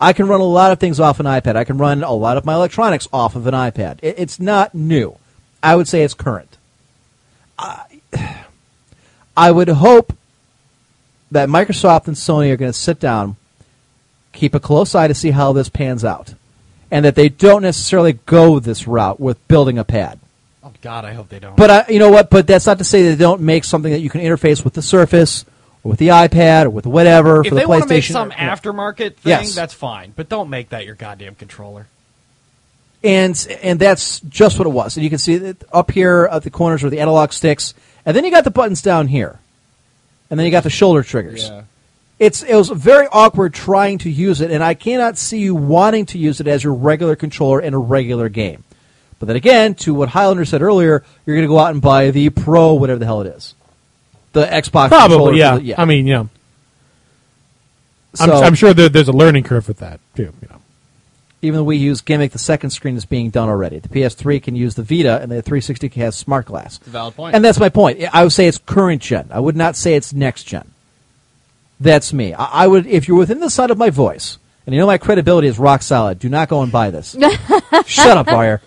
C: I can run a lot of things off an iPad. I can run a lot of my electronics off of an iPad. It, it's not new. I would say it's current. [sighs] I, I would hope that Microsoft and Sony are going to sit down, keep a close eye to see how this pans out, and that they don't necessarily go this route with building a pad.
G: Oh God, I hope they don't.
C: But I, you know what? But that's not to say they don't make something that you can interface with the Surface, or with the iPad, or with whatever
G: if
C: for the
G: they
C: PlayStation.
G: want to make some
C: or- yeah.
G: aftermarket thing,
C: Yes.
G: that's fine. But don't make that your goddamn controller.
C: and and that's just what it was. And you can see that up here at the corners are the analog sticks, and then you got the buttons down here, and then you got the shoulder triggers. It's it was very awkward trying to use it, and I cannot see you wanting to use it as your regular controller in a regular game. But then again, to what Highlander said earlier, you're going to go out and buy the Pro, whatever the hell it is, the Xbox. controller for
D: Probably, yeah.
C: the-
D: I mean, yeah. I'm,
C: So-
D: I'm sure there, there's a learning curve with that too. You know.
C: even the Wii U's gimmick, the second screen is being done already. The PS3 can use the Vita, and the 360 has smart glass.
G: valid point.
C: And that's my point. I would say it's current gen. I would not say it's next gen. That's me. I, I would, if you're within the sound of my voice, and you know my credibility is rock solid. Do not go and buy this. Shut up, Wire.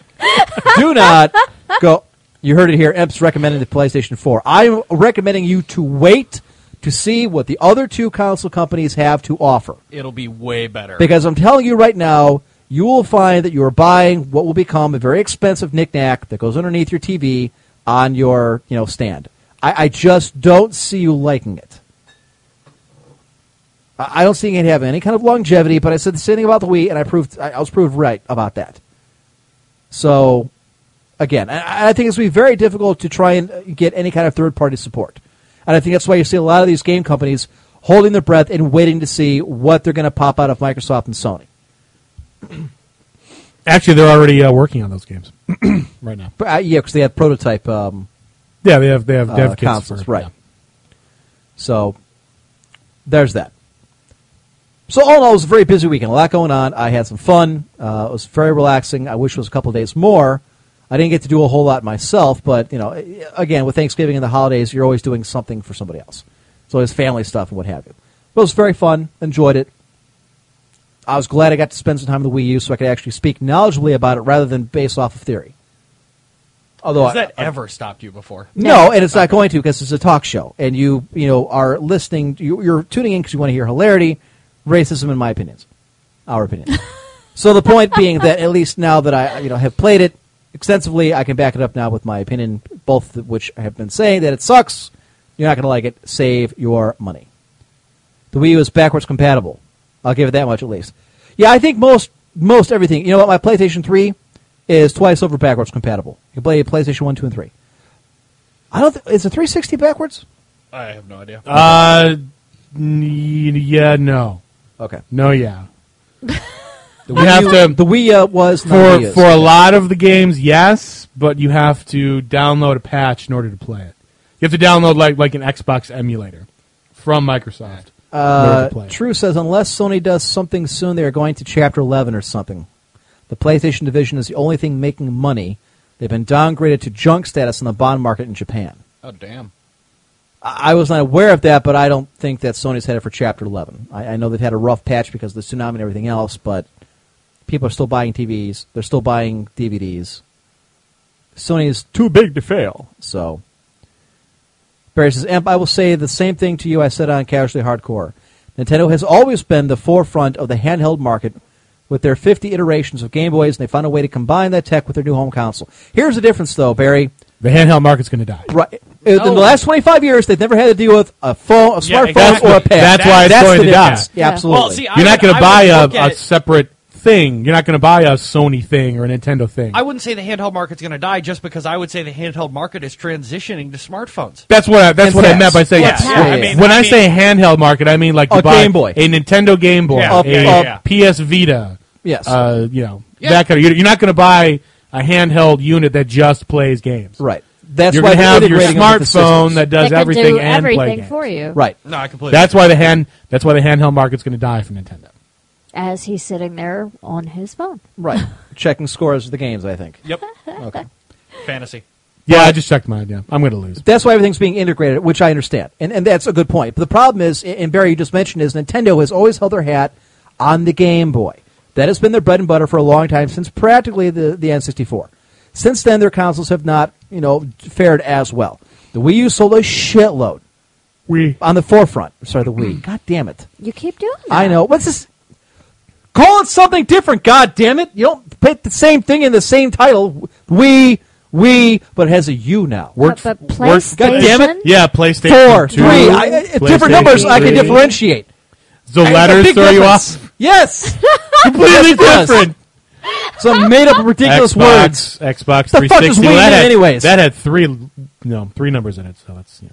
C: Do not go. You heard it here. Emps recommended the PlayStation 4. I'm recommending you to wait to see what the other two console companies have to offer.
G: It'll be way better.
C: Because I'm telling you right now, you will find that you are buying what will become a very expensive knickknack that goes underneath your TV on your you know stand. I, I just don't see you liking it. I, I don't see it having any kind of longevity. But I said the same thing about the Wii, and I proved I, I was proved right about that. So, again, I, I think it's going to be very difficult to try and uh, get any kind of third party support. And I think that's why you see a lot of these game companies holding their breath and waiting to see what they're going to pop out of Microsoft and Sony.
D: Actually, they're already uh, working on those games [clears throat] right now.
C: But, uh, yeah, because they have prototype um,
D: Yeah, they have they have
C: uh,
D: dev kits
C: consoles,
D: for-
C: right?
D: yeah.
C: So there's that. So all in all, it was a very busy weekend. A lot going on. I had some fun. Uh, it was very relaxing. I wish it was a couple days more. I didn't get to do a whole lot myself, but you know, eh, again, with Thanksgiving and the holidays, you're always doing something for somebody else. It's always family stuff and what have you. But it was very fun. Enjoyed it. I was glad I got to spend some time with the Wii U, so I could actually speak knowledgeably about it rather than based off of theory. Although
G: Has
C: I-
G: that ever stopped you before?
C: no, and it's not going to because it's a talk show, and you you know are listening. You, you're tuning in because you want to hear hilarity, racism, and my opinions, our opinions. so the point being that at least now that I you know have played it extensively, I can back it up now with my opinion, both of which I have been saying that it sucks. You're not going to like it. Save your money. The Wii U is backwards compatible. I'll give it that much at least. Yeah, I think most most everything. You know what? My PlayStation 3 is twice over backwards compatible. You can play PlayStation 1, 2, and 3. I don't. Th- is the 360 backwards?
G: I have no idea.
D: Uh, n- yeah, no,
C: Okay.
D: no, yeah.
C: [laughs] The
D: We have
C: U-
D: to-
C: the Wii uh, was not
D: For
C: used.
D: for a lot of the games, yes, but you have to download a patch in order to play it. You have to download like like an Xbox emulator from Microsoft. in order
C: Uh,
D: to play it.
C: True says unless Sony does something soon, they are going to Chapter 11 or something. The PlayStation division is the only thing making money. They've been downgraded to junk status in the bond market in Japan.
G: oh damn.
C: I I was not aware of that, but I don't think that Sony's headed for Chapter 11. I, I know they've had a rough patch because of the tsunami and everything else, but people are still buying TVs. They're still buying DVDs. Sony is too big to fail. So, Barry says, Amp, I will say the same thing to you I said on Casually Hardcore. Nintendo has always been the forefront of the handheld market with their 50 iterations of Game Boys, and they found a way to combine that tech with their new home console. Here's the difference, though, Barry.
D: The handheld market's going to die.
C: Right. In the last 25 years, they've never had to deal with a phone, a smartphone,
D: exactly.
C: or a pad.
D: That's why it's going
C: the
D: to die.
C: difference. Yeah,
F: Yeah.
C: absolutely.
E: Well, see, I
D: You're not
E: would-
D: going to
E: I
D: buy
E: would
D: a,
E: look at
D: a
E: it-
D: separate thing. You're not going to buy a Sony thing or a Nintendo thing.
E: I wouldn't say the handheld market's going to die just because I would say the handheld market is transitioning to smartphones.
D: that's what I, that's
C: And
D: what I
C: fast.
D: meant by saying.
F: Yeah, Yeah, yeah, I yeah. mean-
D: when I,
G: I
D: say handheld market, I mean like
C: A
D: you buy
C: Game Boy.
D: a Nintendo Game Boy,
G: Yeah,
D: a,
G: yeah, yeah, yeah.
D: PS Vita.
C: yes.
D: Uh, you know that kind of. You're, you're not going to buy a handheld unit that just plays games.
C: right. That's
D: you're
C: why
D: going to have your
C: integrating them with the
D: smartphone
C: systems.
D: that does
F: that can
D: everything
F: do
D: and play
F: everything
D: games.
F: for you.
C: Right.
E: No, I completely.
D: That's why the hand. That's why the handheld market's going to die for Nintendo.
F: As he's sitting there on his phone.
C: Right. Checking scores of the games, I think.
E: yep.
C: Okay.
E: Fantasy.
D: Yeah, I just checked mine. Yeah, I'm going to lose.
C: That's why everything's being integrated, which I understand. And, and that's a good point. But the problem is, and Barry, you just mentioned, is Nintendo has always held their hat on the Game Boy. That has been their bread and butter for a long time, since practically the, the N64. Since then, their consoles have not, you know, fared as well. The Wii U sold a shitload.
D: We
C: on the forefront. Sorry, the
D: Mm.
C: Wii. God damn it!
F: You keep doing that.
C: I know. What's this? Call it something different. God damn it! You don't put the same thing in the same title. Wii, Wii, but it has a U now. We're
F: But, but
D: work-
F: PlayStation.
C: God damn it.
D: yeah, Playstation
C: four,
D: two,
C: three, I, I- different numbers. I can
D: three.
C: differentiate.
D: The
C: There's a
D: letters
C: big
D: throw you
C: difference.
D: off.
C: Yes,
D: [laughs] Completely
C: Yes, it does.
D: different.
C: some made up ridiculous
D: Xbox,
C: words.
D: Xbox
C: The
D: 360.
C: fuck is Wii
D: that
C: mean
D: had,
C: anyways?
D: That had three, no, three numbers in it. So that's yeah.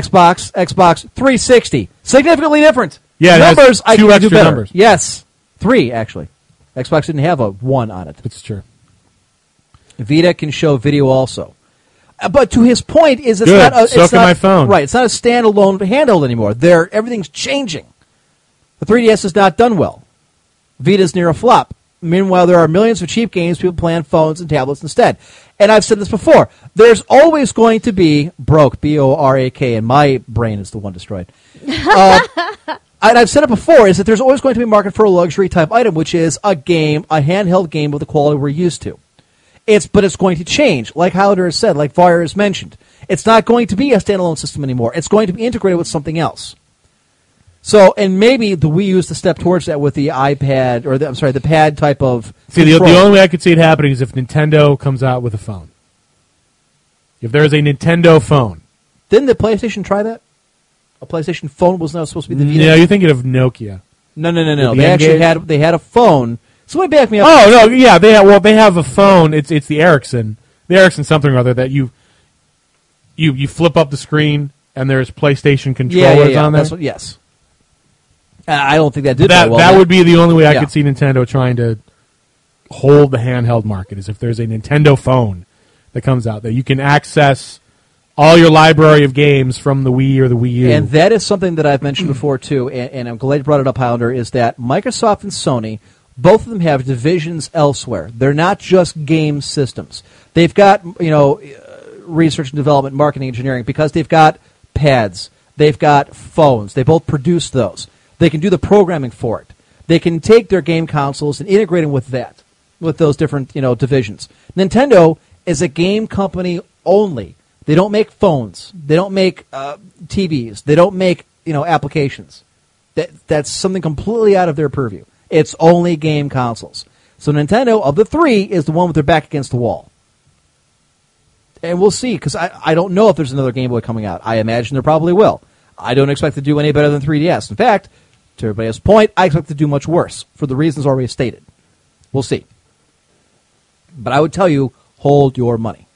C: Xbox, Xbox 360, significantly different.
D: Yeah, it has
C: numbers. I
D: two
C: can do
D: extra
C: better.
D: numbers.
C: Yes, three actually. Xbox didn't have a one on it.
D: It's true.
C: Vita can show video also. Uh, But to his point is it's not
D: Good.
C: a, it's
D: So can
C: not-
D: my phone.
C: Right, it's not a standalone handheld anymore. There everything's changing. The 3DS is not done well. Vita's near a flop. Meanwhile, there are millions of cheap games people play on phones and tablets instead. And I've said this before. There's always going to be broke, B O R A K, and my brain is the one destroyed. Uh, and I've said it before, is that there's always going to be a market for a luxury type item, which is a game, a handheld game with the quality we're used to. It's but it's going to change, like Howder has said, like Varya has mentioned. It's not going to be a standalone system anymore. It's going to be integrated with something else. So, and maybe the Wii U is the step towards that with the iPad or the, I'm sorry, the pad type of.
D: See, the, the
C: control.
D: only way I could see it happening is if Nintendo comes out with a phone. If there is a Nintendo phone.
C: didn't the PlayStation try that? A PlayStation phone was not supposed to be the Vita.
D: Yeah, you're thinking of Nokia.
C: no, no, no, no.
D: The
C: They actually
D: N-Gage?
C: had they had a phone. Somebody back me up.
D: Oh no, yeah, they have, well they have a phone. It's it's the Ericsson, the Ericsson something or other that you you you flip up the screen and there's PlayStation controllers
C: yeah, yeah, yeah.
D: on there.
C: That's what, yes. Uh, I I don't think that did
D: that
C: very well.
D: that would be the only way I
C: Yeah.
D: could see Nintendo trying to hold the handheld market is if there's a Nintendo phone that comes out that you can access all your library of games from the Wii or the Wii U.
C: And that is something that I've mentioned before too, and, and I'm glad you brought it up, Highlander, is that Microsoft and Sony, both of them have divisions elsewhere. They're not just game systems. They've got you know uh, research and development, marketing, engineering, because they've got pads, they've got phones. They both produce those. They can do the programming for it. They can take their game consoles and integrate them with that, with those different you know divisions. Nintendo is a game company only. They don't make phones. They don't make uh, TVs. They don't make you know applications. That that's something completely out of their purview. It's only game consoles. So Nintendo of the three is the one with their back against the wall. And we'll see because I, I don't know if there's another Game Boy coming out. I imagine there probably will. I don't expect to do any better than 3DS. In fact, to everybody's point, I expect to do much worse for the reasons already stated. We'll see. But I would tell you, hold your money.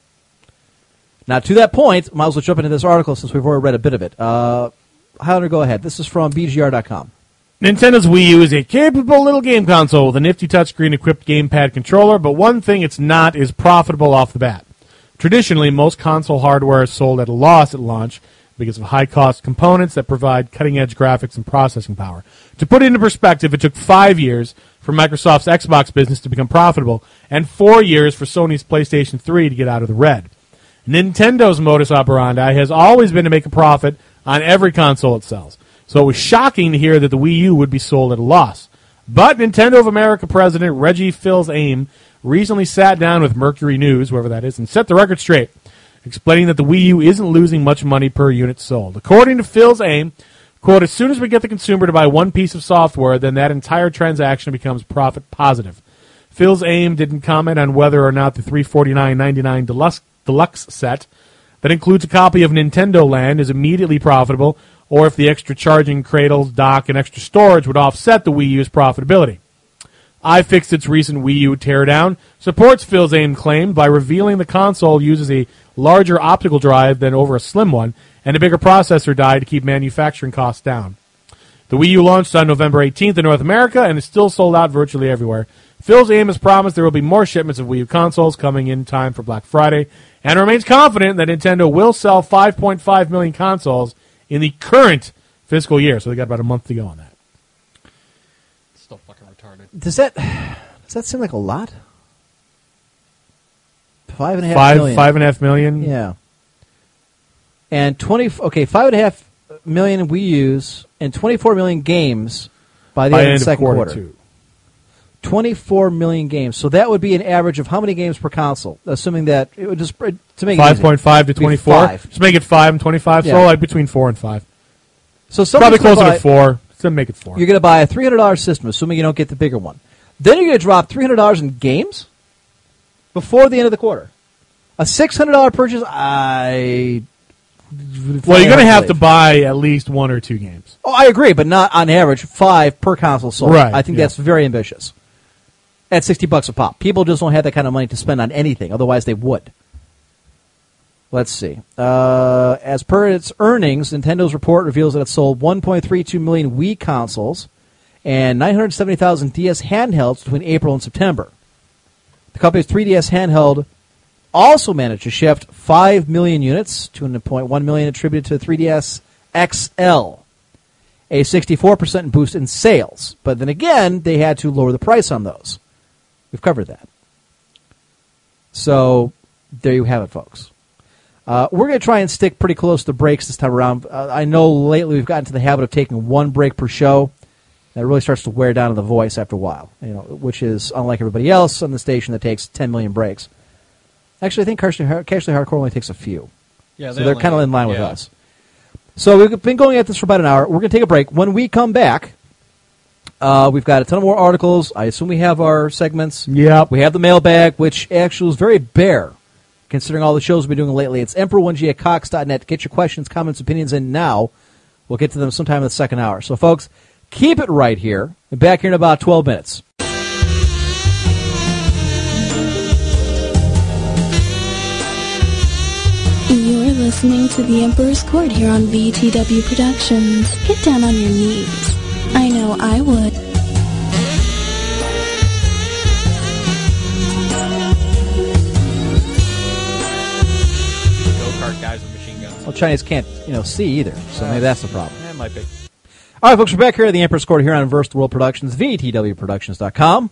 C: Now, to that point, might as well jump into this article since we've already read a bit of it. Uh, Highlander, go ahead. This is from BGR.com.
D: Nintendo's Wii U is a capable little game console with a nifty touchscreen equipped gamepad controller, but one thing it's not is profitable off the bat. Traditionally, most console hardware is sold at a loss at launch because of high cost components that provide cutting edge graphics and processing power. To put it into perspective, it took five years for Microsoft's Xbox business to become profitable and four years for Sony's PlayStation 3 to get out of the red. Nintendo's modus operandi has always been to make a profit on every console it sells. So it was shocking to hear that the Wii U would be sold at a loss. But Nintendo of America president Reggie Fils Aim recently sat down with Mercury News, whoever that is, and set the record straight, explaining that the Wii U isn't losing much money per unit sold. According to Phil's Aim, quote, as soon as we get the consumer to buy one piece of software, then that entire transaction becomes profit positive. Phil's aim didn't comment on whether or not the 349.99 deluxe, deluxe set that includes a copy of Nintendo Land is immediately profitable, or if the extra charging cradles, dock, and extra storage would offset the Wii U's profitability. I fixed its recent Wii U teardown, supports Phil's aim claim by revealing the console uses a larger optical drive than over a slim one, and a bigger processor die to keep manufacturing costs down. The Wii U launched on November 18th in North America and is still sold out virtually everywhere. Phil's aim has promised there will be more shipments of Wii U consoles coming in time for Black Friday and remains confident that Nintendo will sell 5.5 million consoles in the current fiscal year. So they got about a month to go on that.
G: Still fucking retarded.
C: Does that does that seem like a lot? Five and a half
D: Five,
C: million.
D: five and a half million.
C: Yeah. And twenty okay, five and a half million Wii U's and twenty four million games by the
D: by
C: end
D: end
C: of the
D: of
C: second
D: quarter,
C: quarter.
D: two.
C: 24 million games. So that would be an average of how many games per console, assuming that it would just to make it
D: Five
C: easy.
D: point five to
C: It'd be
D: twenty four.
C: five.
D: Just make it five and twenty five.
C: Yeah.
D: So like between four and five.
C: So
D: Probably
C: somebody's gonna
D: closer
C: buy-
D: to four. Let's make it four.
C: You're going to buy a three hundred dollars system, assuming you don't get the bigger one. Then you're going to drop three hundred dollars in games before the end of the quarter. A six hundred dollar purchase, I.
D: well, you're going to have to
C: believe.
D: buy at least one or two games.
C: Oh, I agree, but not on average five per console sold.
D: Right,
C: I think
D: yeah.
C: that's very ambitious. At sixty bucks a pop, people just don't have that kind of money to spend on anything. Otherwise, they would. Let's see. Uh, as per its earnings, Nintendo's report reveals that it sold 1.32 million Wii consoles and 970,000 DS handhelds between April and September. The company's 3DS handheld also managed to shift 5 million units, 200.1 million attributed to 3DS XL a 64% boost in sales. But then again, they had to lower the price on those. We've covered that. So there you have it, folks. Uh, we're going to try and stick pretty close to breaks this time around. Uh, I know lately we've gotten to the habit of taking one break per show. That really starts to wear down on the voice after a while, you know, which is unlike everybody else on the station that takes 10 million breaks. Actually, I think Casually Casually Hardcore only takes a few.
G: Yeah,
C: So they're
G: only-
C: kind of in line with
G: yeah.
C: us. So we've been going at this for about an hour. We're going to take a break. When we come back, uh, we've got a ton of more articles. I assume we have our segments.
D: Yep.
C: We have the mailbag, which actually is very bare considering all the shows we've been doing lately. It's emperor1g at cox.net. Get your questions, comments, opinions in now. We'll get to them sometime in the second hour. So, folks, keep it right here. Be back here in about 12 minutes.
H: You're listening to The Emperor's Court here on VTW Productions. Get down on your knees. I know I would.
G: Go-kart guys with machine guns.
C: Well, Chinese can't, you know, see either, so maybe that's the problem.
G: That might be.
C: All right, folks, we're back here at the Emperor's Court here on Versed World Productions, VTWProductions.com.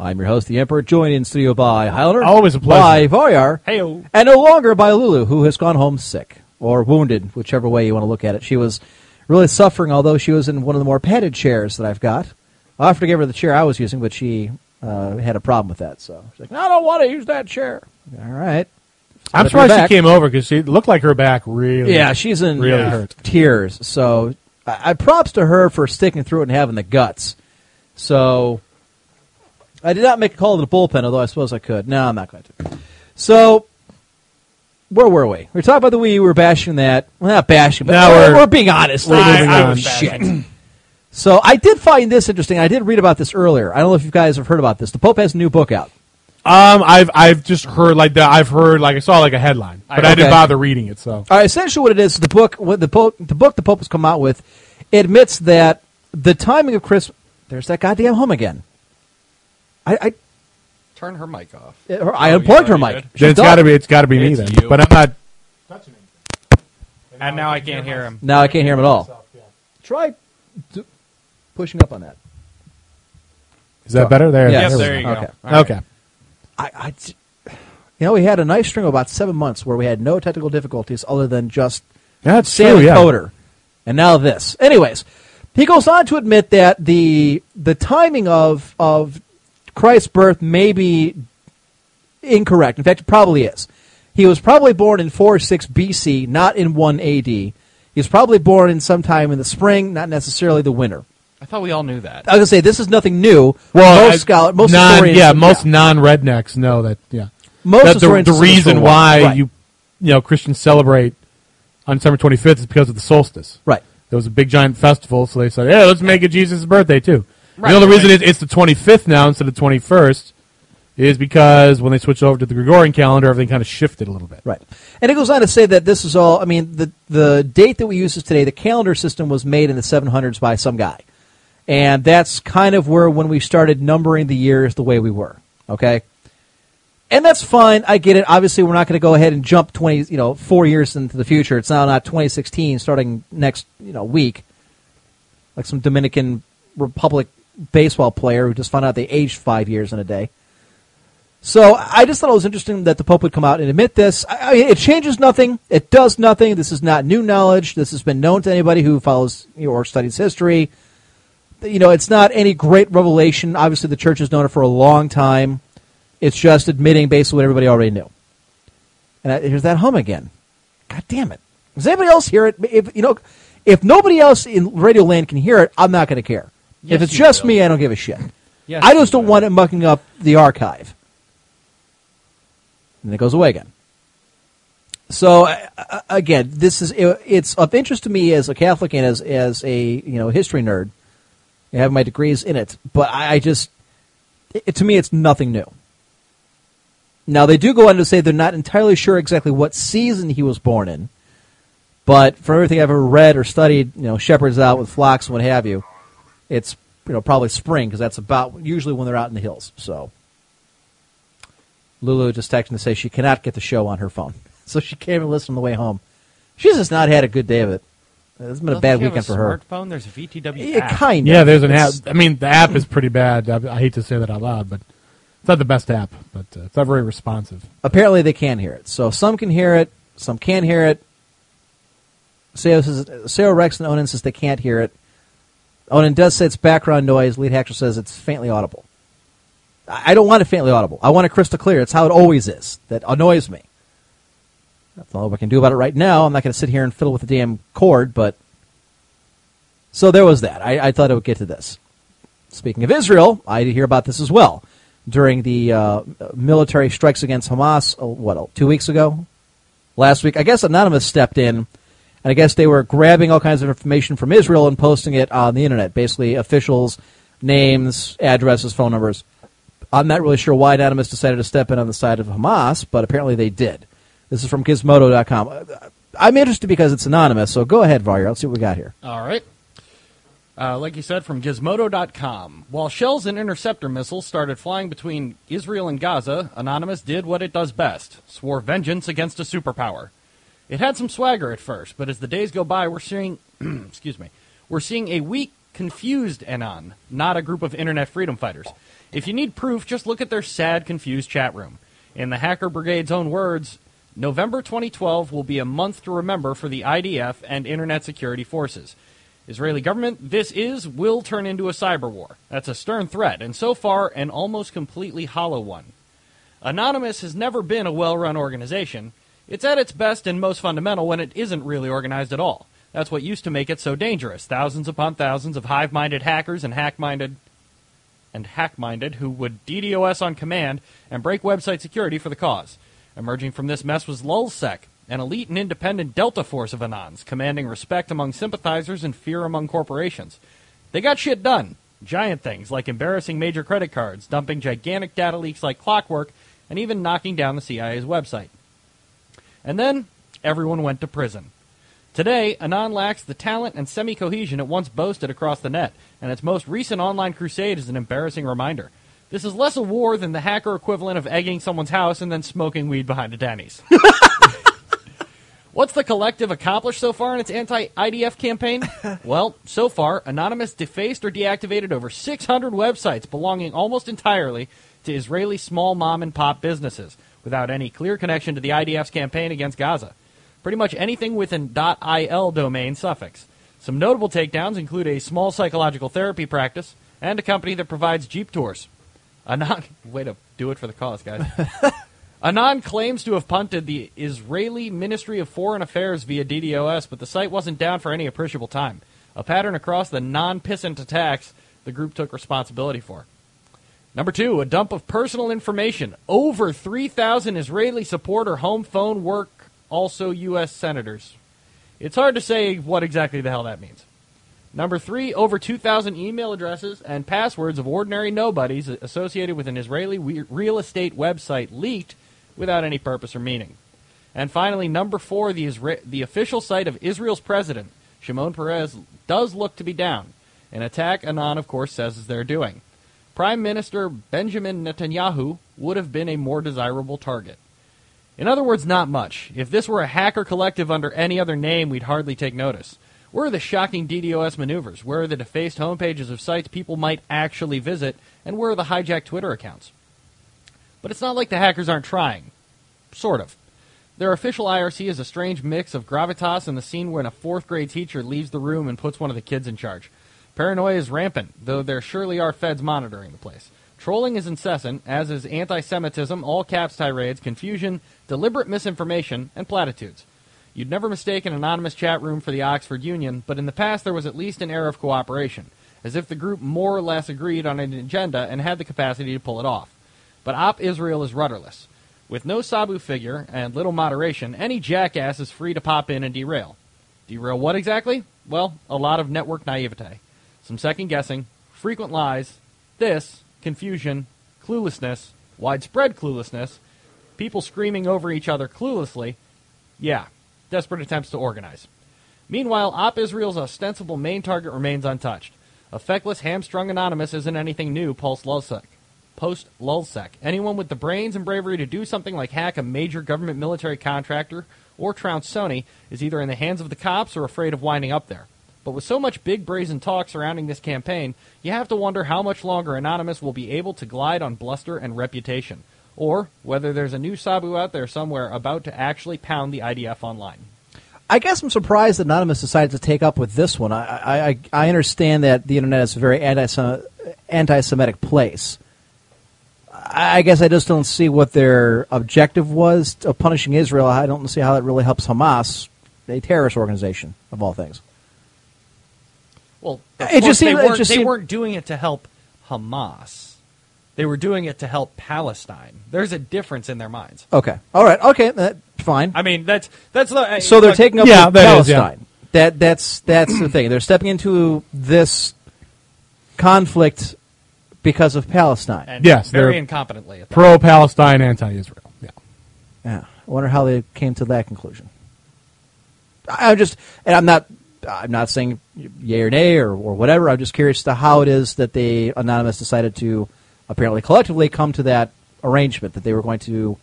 C: I'm your host, the Emperor, joined in studio by Highlander.
D: Always a pleasure.
C: By Voyar.
G: Heyo.
C: And no longer by Lulu, who has gone home sick or wounded, whichever way you want to look at it. She was really suffering, although she was in one of the more padded chairs that I've got. I offered to give her the chair I was using, but she uh, had a problem with that. So she's like, no, I don't want to use that chair. All right.
D: I'm
C: But
D: surprised
C: her
D: she
C: back-
D: came over because she looked like her back really.
C: Yeah, she's in
D: really
C: uh,
D: hurt.
C: tears. So I, I props to her for sticking through it and having the guts. So I did not make a call to the bullpen, although I suppose I could. No, I'm not going to. So where were we? We were talking about the Wii. U, We were bashing that. Well, not bashing, but
D: Now
C: we're,
D: we're-
C: being honest.
D: we're
C: Like,
D: moving
C: I-
D: on.
C: Shit.
G: [clears throat]
C: so I did find this interesting. I did read about this earlier. I don't know if you guys have heard about this. The Pope has a new book out.
D: Um, I've I've just heard like that. I've heard like I saw like a headline, but I
C: Okay.
D: didn't bother reading it. So
C: All right, Uh, essentially, what it is, the book, what the Pope, the book the Pope has come out with, admits that the timing of Christmas. There's that goddamn home again. I I,
G: Turn her mic off.
C: I
G: Oh,
C: unplugged her
G: you
C: mic.
G: already
C: She's
D: then it's
C: done.
D: got to be it's got to be me
G: It's
D: then.
G: you.
D: But I'm not.
G: And now I can't hear him.
C: Now I can't hear him at all. Try d- pushing up on that.
D: Is that better? There.
C: Yes,
D: we
G: there
D: go.
G: you go.
C: Okay.
G: All right.
D: Okay.
C: I, I j- you know, we had a nice string of about seven months where we had no technical difficulties other than just
D: That's
C: Sam
D: true. Yeah.
C: Coder, and now this. Anyways, he goes on to admit that the the timing of of Christ's birth may be incorrect. In fact, it probably is. He was probably born in 406 BC, not in 1 AD. He was probably born in sometime in the spring, not necessarily the winter.
G: I thought we all knew that.
C: I was gonna say this is nothing new.
D: Well,
C: most
D: I-
C: scholar, most
D: non,
C: historians,
D: yeah, most non-rednecks know that. Yeah,
C: Most
D: that the,
C: historians
D: the
C: assume it's
D: reason
C: for
D: why
C: one. Right.
D: you you know Christians celebrate on December 25th is because of the solstice.
C: Right.
D: There was a big giant festival, so they said, "Yeah, let's make it Jesus' birthday too."
G: Right,
D: the only reason
G: right.
D: it, it's the 25th now instead of 21st is because when they switched over to the Gregorian calendar, everything kind of shifted a little bit.
C: Right. And it goes on to say that this is all, I mean, the, the date that we use is today, the calendar system was made in the 700s by some guy. And that's kind of where, when we started numbering the years the way we were. Okay? And that's fine. I get it. Obviously, we're not going to go ahead and jump 20, you know, four years into the future. It's now not 2016 starting next, you know, week. Like some Dominican Republic baseball player who just found out they aged five years in a day. So I just thought it was interesting that the Pope would come out and admit this. I, I, it changes nothing. It does nothing. This is not new knowledge. This has been known to anybody who follows you know, or studies history. You know, it's not any great revelation. Obviously, the church has known it for a long time. It's just admitting basically what everybody already knew. And I, here's that hum again. God damn it! Does anybody else hear it? If you know, if nobody else in Radio Land can hear it, I'm not going to care. if
G: Yes,
C: it's
G: you
C: just
G: will.
C: me, I don't give a shit.
G: Yes,
C: I just
G: you
C: don't
G: will.
C: want it mucking up the archive and then it goes away again. So uh, uh, again, this is it, it's of interest to me as a Catholic and as as a you know history nerd. I have my degrees in it, but I, I just it, to me it's nothing new. Now they do go on to say they're not entirely sure exactly what season he was born in, but from everything I've ever read or studied, you know, shepherds out with flocks and what have you, it's you know probably spring because that's about usually when they're out in the hills. So Lulu just texted to say she cannot get the show on her phone, [laughs] so she can't even listen on the way home. She's just not had a good day of it. It's been a bad
G: Don't you have
C: weekend for her.
G: Smartphone. There's a VTW.
C: Yeah,
G: app.
C: kind of.
D: Yeah, there's an app.
C: It's-
D: I mean, the app is pretty bad. I, I hate to say that out loud, but it's not the best app. But uh, it's not very responsive.
C: Apparently, they can hear it. So some can hear it, some can hear it. Seo says, Seo Rex and Onan says they can't hear it. Onan does say it's background noise. Lead Hacker says it's faintly audible. I I don't want it faintly audible. I want it crystal clear. It's how it always is. That annoys me. That's all I can do about it right now. I'm not going to sit here and fiddle with the damn cord, but. So there was that. I, I thought it would get to this. Speaking of Israel, I did hear about this as well during the uh, military strikes against Hamas. uh, What two weeks ago? Last week, I guess Anonymous stepped in, and I guess they were grabbing all kinds of information from Israel and posting it on the internet. Basically, officials' names, addresses, phone numbers. I'm not really sure why Anonymous decided to step in on the side of Hamas, but apparently they did. This is from Gizmodo.com. Uh, I'm interested because it's anonymous, so go ahead, Varya. Let's see what we got here.
G: All right. Uh, like you said, from Gizmodo.com. While shells and interceptor missiles started flying between Israel and Gaza, Anonymous did what it does best swore vengeance against a superpower. It had some swagger at first, but as the days go by, we're seeing, [clears throat] excuse me, we're seeing a weak, confused Anon, not a group of internet freedom fighters. If you need proof, just look at their sad, confused chat room. In the Hacker Brigade's own words, November 2012 will be a month to remember for the IDF and internet security forces. Israeli government, this is, will turn into a cyber war. That's a stern threat, and so far, an almost completely hollow one. Anonymous has never been a well run organization. It's at its best and most fundamental when it isn't really organized at all. That's what used to make it so dangerous. Thousands upon thousands of hive minded hackers and hack minded and hack minded who would DDoS on command and break website security for the cause. Emerging from this mess was Lulzsec, an elite and independent Delta force of Anons, commanding respect among sympathizers and fear among corporations. They got shit done. Giant things like embarrassing major credit cards, dumping gigantic data leaks like clockwork, and even knocking down the CIA's website. And then everyone went to prison. Today, Anon lacks the talent and semi cohesion it once boasted across the net, and its most recent online crusade is an embarrassing reminder. This is less a war than the hacker equivalent of egging someone's house and then smoking weed behind a [laughs] Denny's. What's the collective accomplished so far in its anti IDF campaign? well, so far, Anonymous defaced or deactivated over 600 websites belonging almost entirely to Israeli small mom and pop businesses without any clear connection to the IDF's campaign against Gaza. Pretty much anything with an .il domain suffix. Some notable takedowns include a small psychological therapy practice and a company that provides Jeep tours. Anon, [laughs] way to do it for the cause, guys. Anon claims to have punted the Israeli Ministry of Foreign Affairs via DDoS, but the site wasn't down for any appreciable time. A pattern across the non-pissant attacks the group took responsibility for. Number two, a dump of personal information. Over 3,000 Israeli supporter home phone work, also U.S. senators. It's hard to say what exactly the hell that means. Number three, over 2,000 email addresses and passwords of ordinary nobodies associated with an Israeli we- real estate website leaked without any purpose or meaning. And finally, number four, the, Isra- the official site of Israel's president, Shimon Peres, does look to be down. An attack Anon, of course, says is they're doing. Prime Minister Benjamin Netanyahu would have been a more desirable target. In other words, not much. If this were a hacker collective under any other name, we'd hardly take notice. Where are the shocking DDoS maneuvers? Where are the defaced homepages of sites people might actually visit? And where are the hijacked Twitter accounts? But it's not like the hackers aren't trying. Sort of. Their official IRC is a strange mix of gravitas and the scene when a fourth grade teacher leaves the room and puts one of the kids in charge. Paranoia is rampant, though there surely are feds monitoring the place. Trolling is incessant, as is anti Semitism, all caps tirades, confusion, deliberate misinformation, and platitudes. You'd never mistake an anonymous chat room for the Oxford Union, but in the past there was at least an air of cooperation, as if the group more or less agreed on an agenda and had the capacity to pull it off. But Op Israel is rudderless. With no Sabu figure and little moderation, any jackass is free to pop in and derail. Derail what exactly? Well, a lot of network naivete, some second guessing, frequent lies, this, confusion, cluelessness, widespread cluelessness, people screaming over each other cluelessly, yeah, desperate attempts to organize. Meanwhile, Op Israel's ostensible main target remains untouched. A feckless, hamstrung anonymous isn't anything new, Pulse Lulsec. Post Lulsec. Anyone with the brains and bravery to do something like hack a major government military contractor or trounce Sony is either in the hands of the cops or afraid of winding up there. But with so much big brazen talk surrounding this campaign, you have to wonder how much longer Anonymous will be able to glide on bluster and reputation, or whether there's a new Sabu out there somewhere about to actually pound the IDF online.
C: I guess I'm surprised that Anonymous decided to take up with this one. I, I, I- I understand that the internet is a very anti anti Semitic place. I I guess I just don't see what their objective was of punishing Israel. I don't see how that really helps Hamas, a terrorist organization of all things.
E: Well,
C: It
E: of
C: just
E: course
C: seemed-
E: they,
C: it
E: weren't,
C: just
E: they
C: seemed-
E: weren't doing it to help Hamas. They were doing it to help Palestine. There's a difference in their minds.
C: Okay, all right, okay, that, fine.
E: I mean, that's that's the
C: so they're
E: look,
C: taking up
D: Yeah,
C: with
D: that is, yeah.
C: Palestine. That that's that's the thing. They're stepping into this conflict because of Palestine.
G: And
D: Yes,
G: very
D: they're-
G: incompetently. At that.
D: Pro Palestine, anti Israel. Yeah.
C: Yeah. I wonder how they came to that conclusion. I- I'm just, and I'm not, I'm not saying yay or nay or, or whatever. I'm just curious to how it is that they anonymous decided to apparently collectively come to that arrangement that they were going to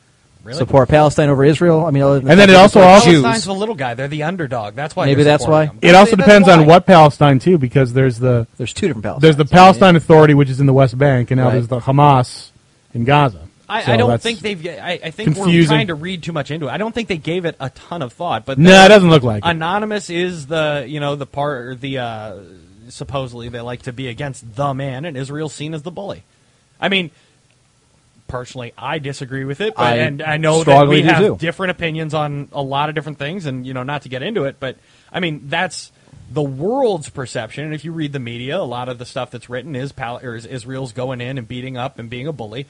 C: support Palestine over Israel. I mean, other than the
D: And then
C: fact
D: it
C: that
D: also-
C: they support
D: also-
E: Palestine's
C: Jews.
E: the little guy. They're the underdog. That's why.
C: Maybe
E: you're
C: that's
E: supporting them.
C: why.
D: It also
E: That's
D: depends on
E: why.
D: what Palestine too, because there's the
C: There's two different Palestines.
D: there's the Palestine Authority, which is in the West Bank, and now
C: Right.
D: there's the Hamas in Gaza.
E: I,
D: So
E: I don't
D: that's-
E: think they've. I, I think we're
D: confusing.
E: trying to read too much into it. I don't think they gave it a ton of thought. But
D: No,
E: they're-
D: it doesn't look like it.
E: anonymous is the you know the part or the uh, supposedly they like to be against the man, and Israel's seen as the bully. I mean, personally, I disagree with it, but,
C: I
E: and I know that
C: strongly
E: we
C: do
E: have
C: too.
E: different opinions on a lot of different things, and you know not to get into it, but I mean that's. The world's perception, and if you read the media, a lot of the stuff that's written is, Pal- or is Israel's going in and beating up and being a bully.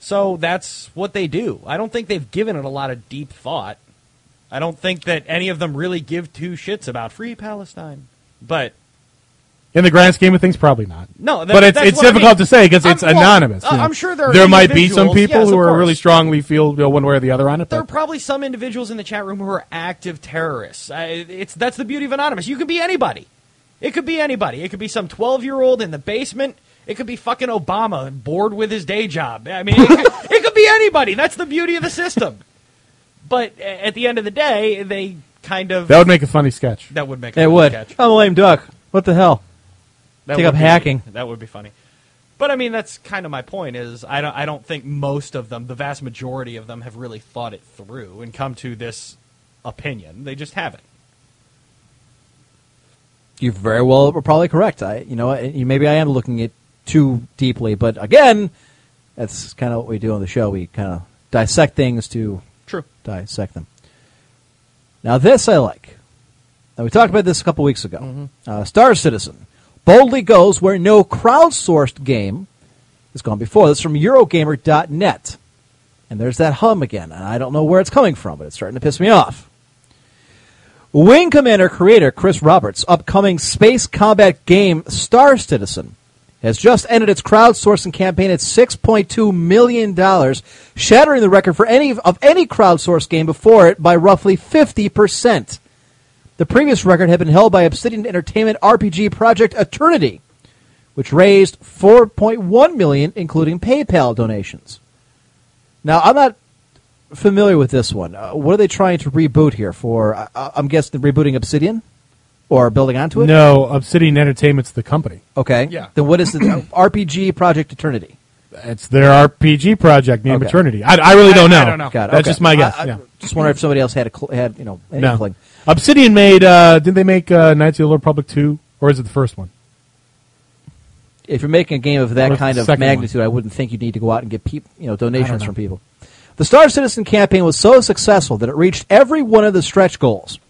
E: So that's what they do. I don't think they've given it a lot of deep thought. I don't think that any of them really give two shits about free Palestine. But
D: In the grand scheme of things, probably not.
E: No, that-
D: but it's
E: that's
D: it's
E: what I
D: difficult
E: mean.
D: to say because it's
E: I'm- well,
D: anonymous.
E: I-
D: yeah.
E: I'm sure there are
D: might be some
E: individuals,
D: people
E: yes,
D: who
E: of
D: are
E: course.
D: really strongly feel you know, one way or the other on it.
E: there are
D: But
E: probably some individuals in the chat room who are active terrorists. I, it's that's the beauty of anonymous. You could be anybody. It could be anybody. It could be some twelve-year-old in the basement. It could be fucking Obama, bored with his day job. I mean, it could, it could be anybody. That's the beauty of the system. But a- at the end of the day, they kind of
D: that would make a funny sketch.
E: that would make a
C: It
E: good
C: would.
E: catch.
C: I'm a lame duck. What the hell?
E: That
C: Take
E: would
C: up
E: be-
C: hacking.
E: That would be funny. But I mean, that's kind of my point. Is I don't I don't think most of them, the vast majority of them, have really thought it through and come to this opinion. They just haven't.
C: You're very well are probably correct. I, you know, you- maybe I am looking at too deeply, but again, that's kind of what we do on the show. We kind of dissect things to
E: True.
C: dissect them. Now, this I like. Now, we talked about this a couple weeks ago. Uh, Star Citizen boldly goes where no crowdsourced game has gone before. That's from Eurogamer.net. And there's that hum again. And I don't know where it's coming from, but it's starting to piss me off. Wing Commander creator Chris Roberts' upcoming space combat game Star Citizen has just ended its crowdsourcing campaign at $6.2 million, shattering the record for any of any crowdsourced game before it by roughly 50%. The previous record had been held by Obsidian Entertainment RPG Project Eternity, which raised 4.1 million including PayPal donations. Now, I'm not familiar with this one. Uh, what are they trying to reboot here? For I- I- I'm guessing rebooting Obsidian or building onto it.
D: No, Obsidian Entertainment's the company.
C: Okay.
D: Yeah.
C: Then what is the
D: [clears throat]
C: RPG Project Eternity?
D: It's their RPG project named
C: Okay.
D: Eternity. I, I really don't know.
G: I don't know.
C: Got it.
D: That's
C: Okay.
D: just my guess.
C: I, I
D: yeah.
C: Just wonder if somebody else had a cl- had you know an
D: No.
C: inkling.
D: Obsidian made. Uh, did they make uh, Knights of the Old Republic two, or is it the first one?
C: If you're making a game of
D: Or
C: that
D: the
C: kind of
D: second
C: magnitude, I wouldn't think you need to go out and get peop- you know donations from people. The Star Citizen campaign was so successful that it reached every one of the stretch goals.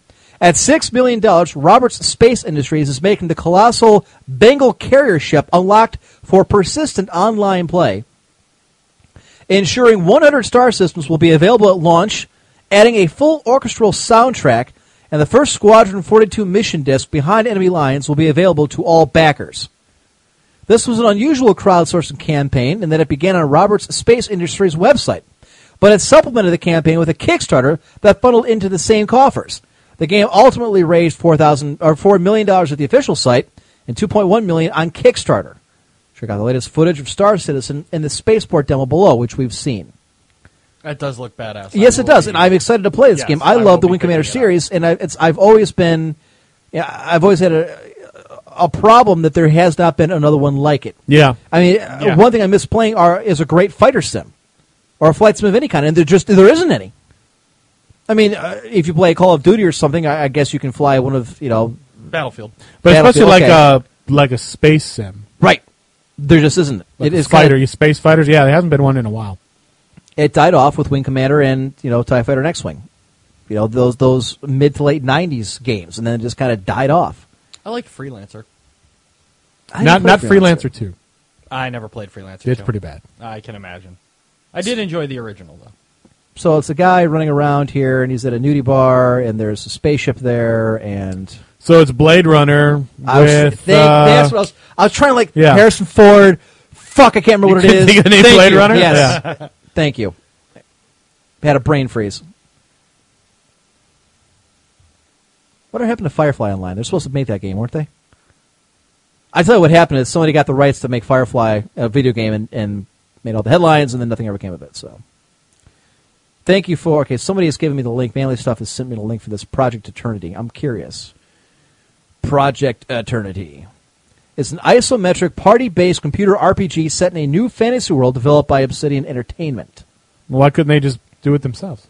C: At $6 million, Roberts Space Industries is making the colossal Bengal carrier ship unlocked for persistent online play, ensuring 100 star systems will be available at launch, adding a full orchestral soundtrack, and the first Squadron 42 mission disc behind enemy lines will be available to all backers. This was an unusual crowdsourcing campaign in that it began on Roberts Space Industries website, but it supplemented the campaign with a Kickstarter that funneled into the same coffers. The game ultimately raised four thousand or four million dollars at the official site and two point one million on Kickstarter. Check out the latest footage of Star Citizen and the spaceport demo below, which we've seen.
G: That does look badass.
C: Yes,
G: I
C: it
G: will
C: does,
G: be-
C: and I'm excited to play this
G: Yes,
C: game. I,
G: I will
C: love the
G: be
C: Wing Commander
G: picking it up.
C: series, and I, it's I've always been, yeah, I've always had a a problem that there has not been another one like it.
D: Yeah.
C: I mean, uh
G: Yeah.
C: one thing I miss playing are is a great fighter sim, or a flight sim of any kind, and there just there isn't any. I mean, uh, if you play Call of Duty or something, I, I guess you can fly one of you know,
E: Battlefield.
D: But especially like
C: Battlefield,
D: a like a space sim.
C: right? There just isn't.
D: Like
C: it is
D: fighter.
C: kinda-
D: you space fighters. Yeah, there hasn't been one in a while.
C: it died off with Wing Commander and you know Tie Fighter and X Wing, you know those those mid to late '90s games, and then it just kind of died off.
G: I like Freelancer.
C: I
D: not
C: didn't
D: not
C: play
D: Freelancer two.
G: I never played Freelancer.
D: It's
G: too.
D: pretty bad.
G: I can imagine. I did enjoy the original though.
C: So it's a guy running around here, and he's at a nudie bar, and there's a spaceship there, and
D: So it's Blade Runner
C: I was
D: with.
C: think-
D: uh,
C: that's what I was. I was trying to like
D: yeah.
C: Harrison Ford. Fuck, I can't remember what
D: You
C: it
D: couldn't
C: is.
D: think of the name
C: Thank
D: Blade
C: you.
D: Runner?
C: Yes. [laughs] Thank you. Had a brain freeze. What happened to Firefly Online? They're supposed to make that game, weren't they? I tell you what happened is somebody got the rights to make Firefly a video game and, and made all the headlines, and then nothing ever came of it. So, thank you for okay. Somebody has given me the link. Manly stuff has sent me the link for this Project Eternity. I'm curious. Project Eternity. It's an isometric party-based computer RPG set in a new fantasy world developed by Obsidian Entertainment.
D: why couldn't they just do it themselves?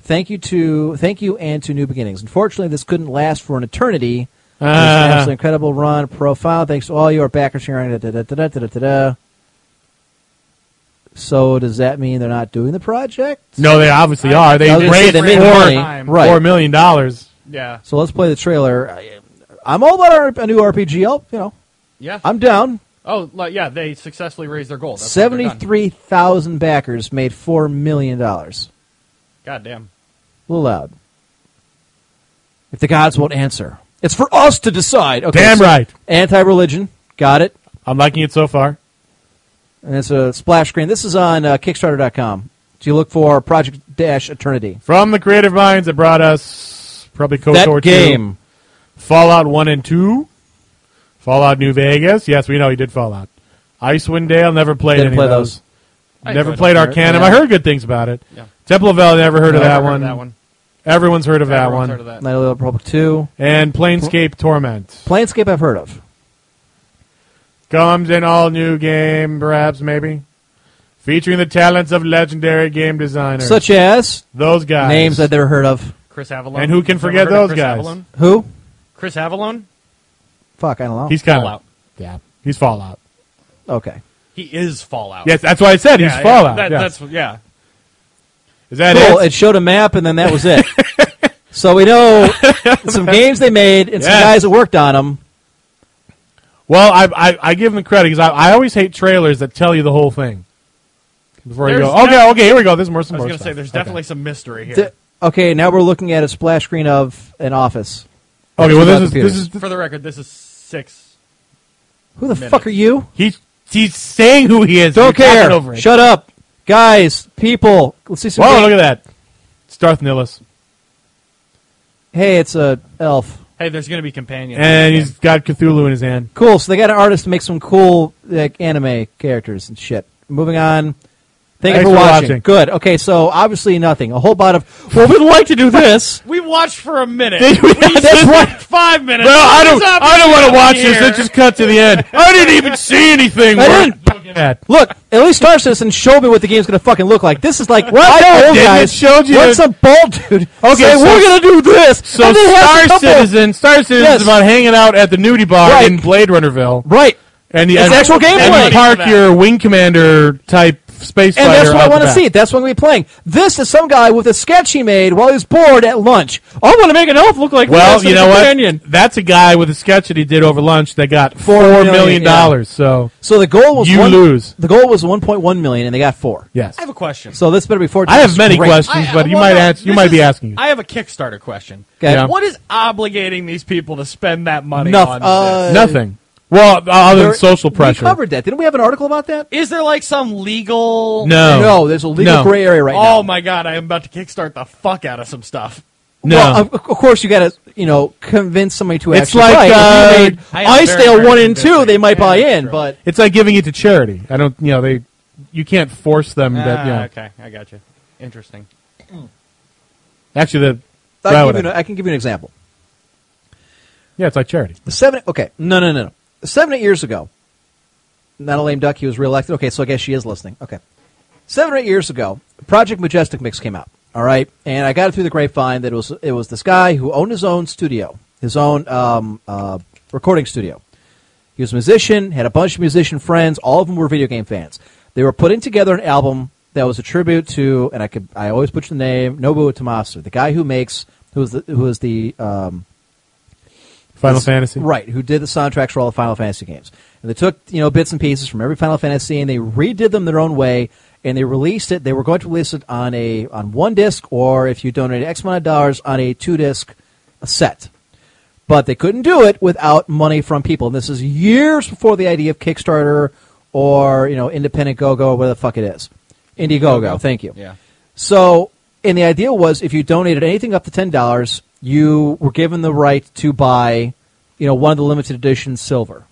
C: Thank you to thank you and to New Beginnings. Unfortunately, this couldn't last for an eternity. It was
D: Ah.
C: an absolutely incredible run profile. Thanks to all your backers sharing. Da, da, da, da, da, da, da, da. So does that mean they're not doing the project?
D: No, they obviously are. They
C: I was gonna say
D: raised
C: they made
D: four,
C: money. Right.
D: four million dollars.
G: Yeah.
C: So let's play the trailer. I, I'm all about our, a new RPG. I'll, Oh, you know,
G: Yeah.
C: I'm down.
G: Oh, like, yeah, they successfully raised their goal. That's what they're done.
C: Seventy-three thousand backers made four million dollars.
G: Goddamn.
C: A little loud. If the gods won't answer, it's for us to decide. Okay,
D: Damn
C: so
D: right.
C: Anti-religion. Got it.
D: I'm liking it so far.
C: And it's a splash screen. This is on uh, Kickstarter.com. So you look for Project Dash Eternity.
D: From the creative minds that brought us probably KOTOR
C: that
D: 2,
C: game.
D: Fallout 1 and 2, Fallout New Vegas. Yes, we know he did Fallout. Icewind Dale, never played
C: Didn't
D: any
C: play
D: of those.
G: I
D: Never
G: could.
D: played Arcanum.
C: Yeah.
D: I heard good things about it.
G: Yeah.
D: Temple of Valor, never heard of that
G: Never heard
D: one.
G: That one.
D: Everyone's heard of that
G: Everyone's
D: one.
G: heard of that.
C: Night of the Old Republic 2.
D: And Planescape Torment.
C: Planescape I've heard of.
D: Comes in all new game, perhaps, maybe. Featuring the talents of legendary game designers.
C: Such as
D: those guys.
C: names I've never heard of.
G: Chris Avalon.
D: And who can
G: Have you
D: forget
G: heard of
D: those
G: Chris
D: guys?
G: Avalon?
C: Who?
G: Chris Avalon?
C: Fuck, I don't know.
D: He's kind of
G: Fallout.
D: Yeah, he's Fallout.
C: okay.
G: He is Fallout.
D: Yes, that's why I said
G: Yeah,
D: he's
G: yeah,
D: Fallout.
G: that-
D: yeah.
G: That's yeah.
D: Is that
C: cool.
D: it?
C: It showed a map, and then that was
D: [laughs]
C: it. so we know some games they made and some
D: Yes.
C: guys that worked on them.
D: Well, I, I, I give him the credit because I, I always hate trailers that tell you the whole thing. Before you
G: There's
D: go, okay,
G: def-
D: okay, here we go. There's more. Some
G: I was
D: more
G: gonna
D: stuff.
G: say there's
D: Okay.
G: definitely some mystery here.
C: Th- okay, now we're looking at a splash screen of an office.
D: Okay,
C: It's
D: well,
C: about
D: this is this
C: computers.
D: is
G: For the record, this is six.
C: Who the fuck are you?
D: he's he's saying who he is.
C: Don't
D: You're talking
C: care.
D: Over it.
C: Shut up, guys, people. Let's see some.
D: Whoa,
C: game-
D: look at that. It's Darth Nihilus,
C: Hey, it's a elf.
G: Hey, there's gonna be companions.
D: and he's got Cthulhu in his hand.
C: Cool. So they got an artist to make some cool like anime characters and shit. Moving on. Thank
D: Thanks
C: you for,
D: for
C: watching.
D: watching.
C: Good. Okay, so obviously nothing. A whole lot of. Well, we'd like
D: [laughs]
C: to do this.
G: we watched for a minute. [laughs]
C: That's right.
G: Five minutes.
D: No, I don't.
G: It's
D: I don't want
G: obviously
D: to watch
G: up
D: this.
G: here.
D: Let's just cut to the end. I didn't even see anything.
C: I
D: worth
C: didn't-
D: looking at.
C: Look, at least Star Citizen showed me what the game's gonna fucking look like. This is
D: [laughs]
C: like what
D: no, it
C: old
D: didn't.
C: guys
D: It showed you
C: What's
D: that-
C: a bald dude?
D: Okay,
C: say,
D: so-
C: we're gonna do this.
D: So
C: and then it has a
D: Star
C: couple-
D: Citizen, Star Citizen
C: Yes.
D: is about hanging out at the nudie bar
C: Right.
D: in Blade Runnerville,
C: right?
D: and the
C: It's
D: and,
C: actual gameplay.
D: And you park your wing commander type space
C: And that's
D: fighter
C: what I
D: out
C: want to
D: the
C: see.
D: back.
C: That's what I'm gonna be playing. This is some guy with a sketch he made while he was bored at lunch. I want to make an elf look like
D: Well,
C: this
D: you
C: and a
D: know
C: companion.
D: what? That's a guy with a sketch that he did over lunch that got four million
C: million, yeah.
D: dollars. So
C: So the goal was
D: You
C: one,
D: lose.
C: The goal was 1.1 million, and they got four.
D: yes,
G: I have a question.
C: So this better be four.
D: I have
C: times
D: many
C: great.
D: questions, but you
G: well,
D: might
G: no,
D: ask. You
G: this
D: might be
G: is-
D: asking.
G: I have a Kickstarter question.
C: Okay. Yeah.
G: What is obligating these people to spend that money
C: Noth-
G: on
C: uh,
G: this?
D: Nothing. Well, other
C: There-
D: than social
C: We
D: pressure.
C: covered that. Didn't we have an article about that?
G: Is there like some legal?
D: No.
C: No, there's a legal
D: No.
C: gray area right now.
G: oh my god! I am about to kickstart the fuck out of some stuff.
D: No.
C: Well, of, of course you got to you know convince somebody to
D: It's
C: actually
D: like,
C: buy.
D: uh,
C: it. if you
G: I
C: made
G: am
C: Ice
G: very,
C: Dale
G: very
C: one and two,
G: convincing.
C: they might buy in,
G: true.
C: but
D: it's like giving it to charity. I don't. You know they. You can't force them. that,
G: Ah,
D: you know.
G: Okay, I got you. Interesting.
D: Actually, the.
C: I
D: why
C: can,
D: would
C: give you
D: I?
C: an, I can give you an example.
D: Yeah, it's like charity.
C: Seven. Okay, no, no, no, no. Seven eight years ago, not a lame duck. He was reelected. Okay, so I guess she is listening. Okay, seven or eight years ago, Project Majestic Mix came out. All right, and I got it through the grapevine that it was it was this guy who owned his own studio, his own um, uh, recording studio. He was a musician, had a bunch of musician friends. All of them were video game fans. They were putting together an album that was a tribute to, and I could I always butcher the name Nobuo Tomasu, the guy who makes who was the, who was the um,
D: Final
C: this-
D: Fantasy.
C: Right, who did the soundtracks for all the Final Fantasy games. And they took, you know, bits and pieces from every Final Fantasy and they redid them their own way and they released it. They were going to release it on a on one disc or if you donated X amount of dollars on a two disc set. But they couldn't do it without money from people. And this is years before the idea of Kickstarter or, you know, independent go go or whatever the fuck it is. Indiegogo, thank you.
G: Yeah.
C: So, and the idea was if you donated anything up to ten dollars, you were given the right to buy, you know, one of the limited edition silver.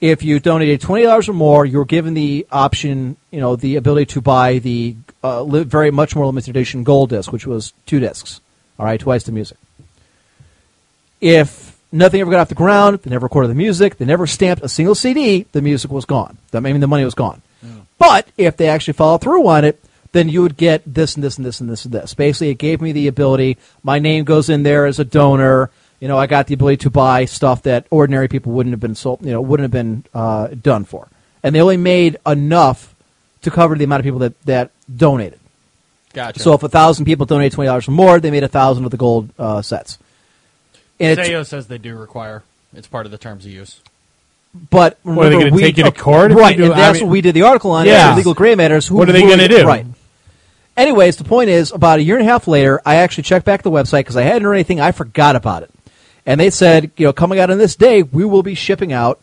C: If you donated twenty dollars or more, you were given the option, you know, the ability to buy the uh, li- very much more limited edition gold disc, which was two discs. All right, twice the music. If nothing ever got off the ground, they never recorded the music, they never stamped a single CD, the music was gone. I mean, the money was gone. But if they actually followed through on it, then you would get this and this and this and this and this. Basically, it gave me the ability. My name goes in there as a donor. You know, I got the ability to buy stuff that ordinary people wouldn't have been sold. You know, wouldn't have been uh, done for. And they only made enough to cover the amount of people that that donated.
G: Gotcha.
C: So if a thousand people donate twenty dollars or more, they made a thousand of the gold uh, sets. And it's-
G: Sayo says they do require. It's part of the terms of use.
C: But
D: are they
C: remember,
D: gonna
C: we-
D: take you to court if
C: right?
D: you do-
C: and
D: I
C: that's
D: mean-
C: what we did the article on.
D: Yeah.
C: legal gray matters. Who
D: What are they
C: going to
D: gonna do?
C: Right. Anyways, the point is, about a year and a half later, I actually checked back the website because I hadn't heard anything. I forgot about it, and they said, you know, coming out on this day, we will be shipping out,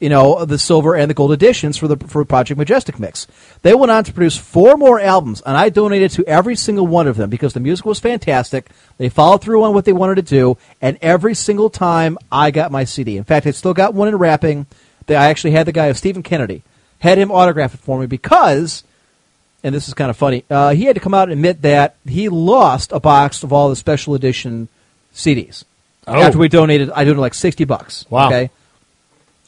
C: you know, the silver and the gold editions for the for Project Majestic mix. They went on to produce four more albums, and I donated to every single one of them because the music was fantastic. They followed through on what they wanted to do, and every single time I got my CD. In fact, I still got one in wrapping. That I actually had the guy, Stephen Kennedy, had him autograph it for me because and this is kind of funny. Uh, he had to come out and admit that he lost a box of all the special edition CDs.
D: Oh.
C: After we donated, I donated like sixty bucks.
D: Wow.
C: Okay,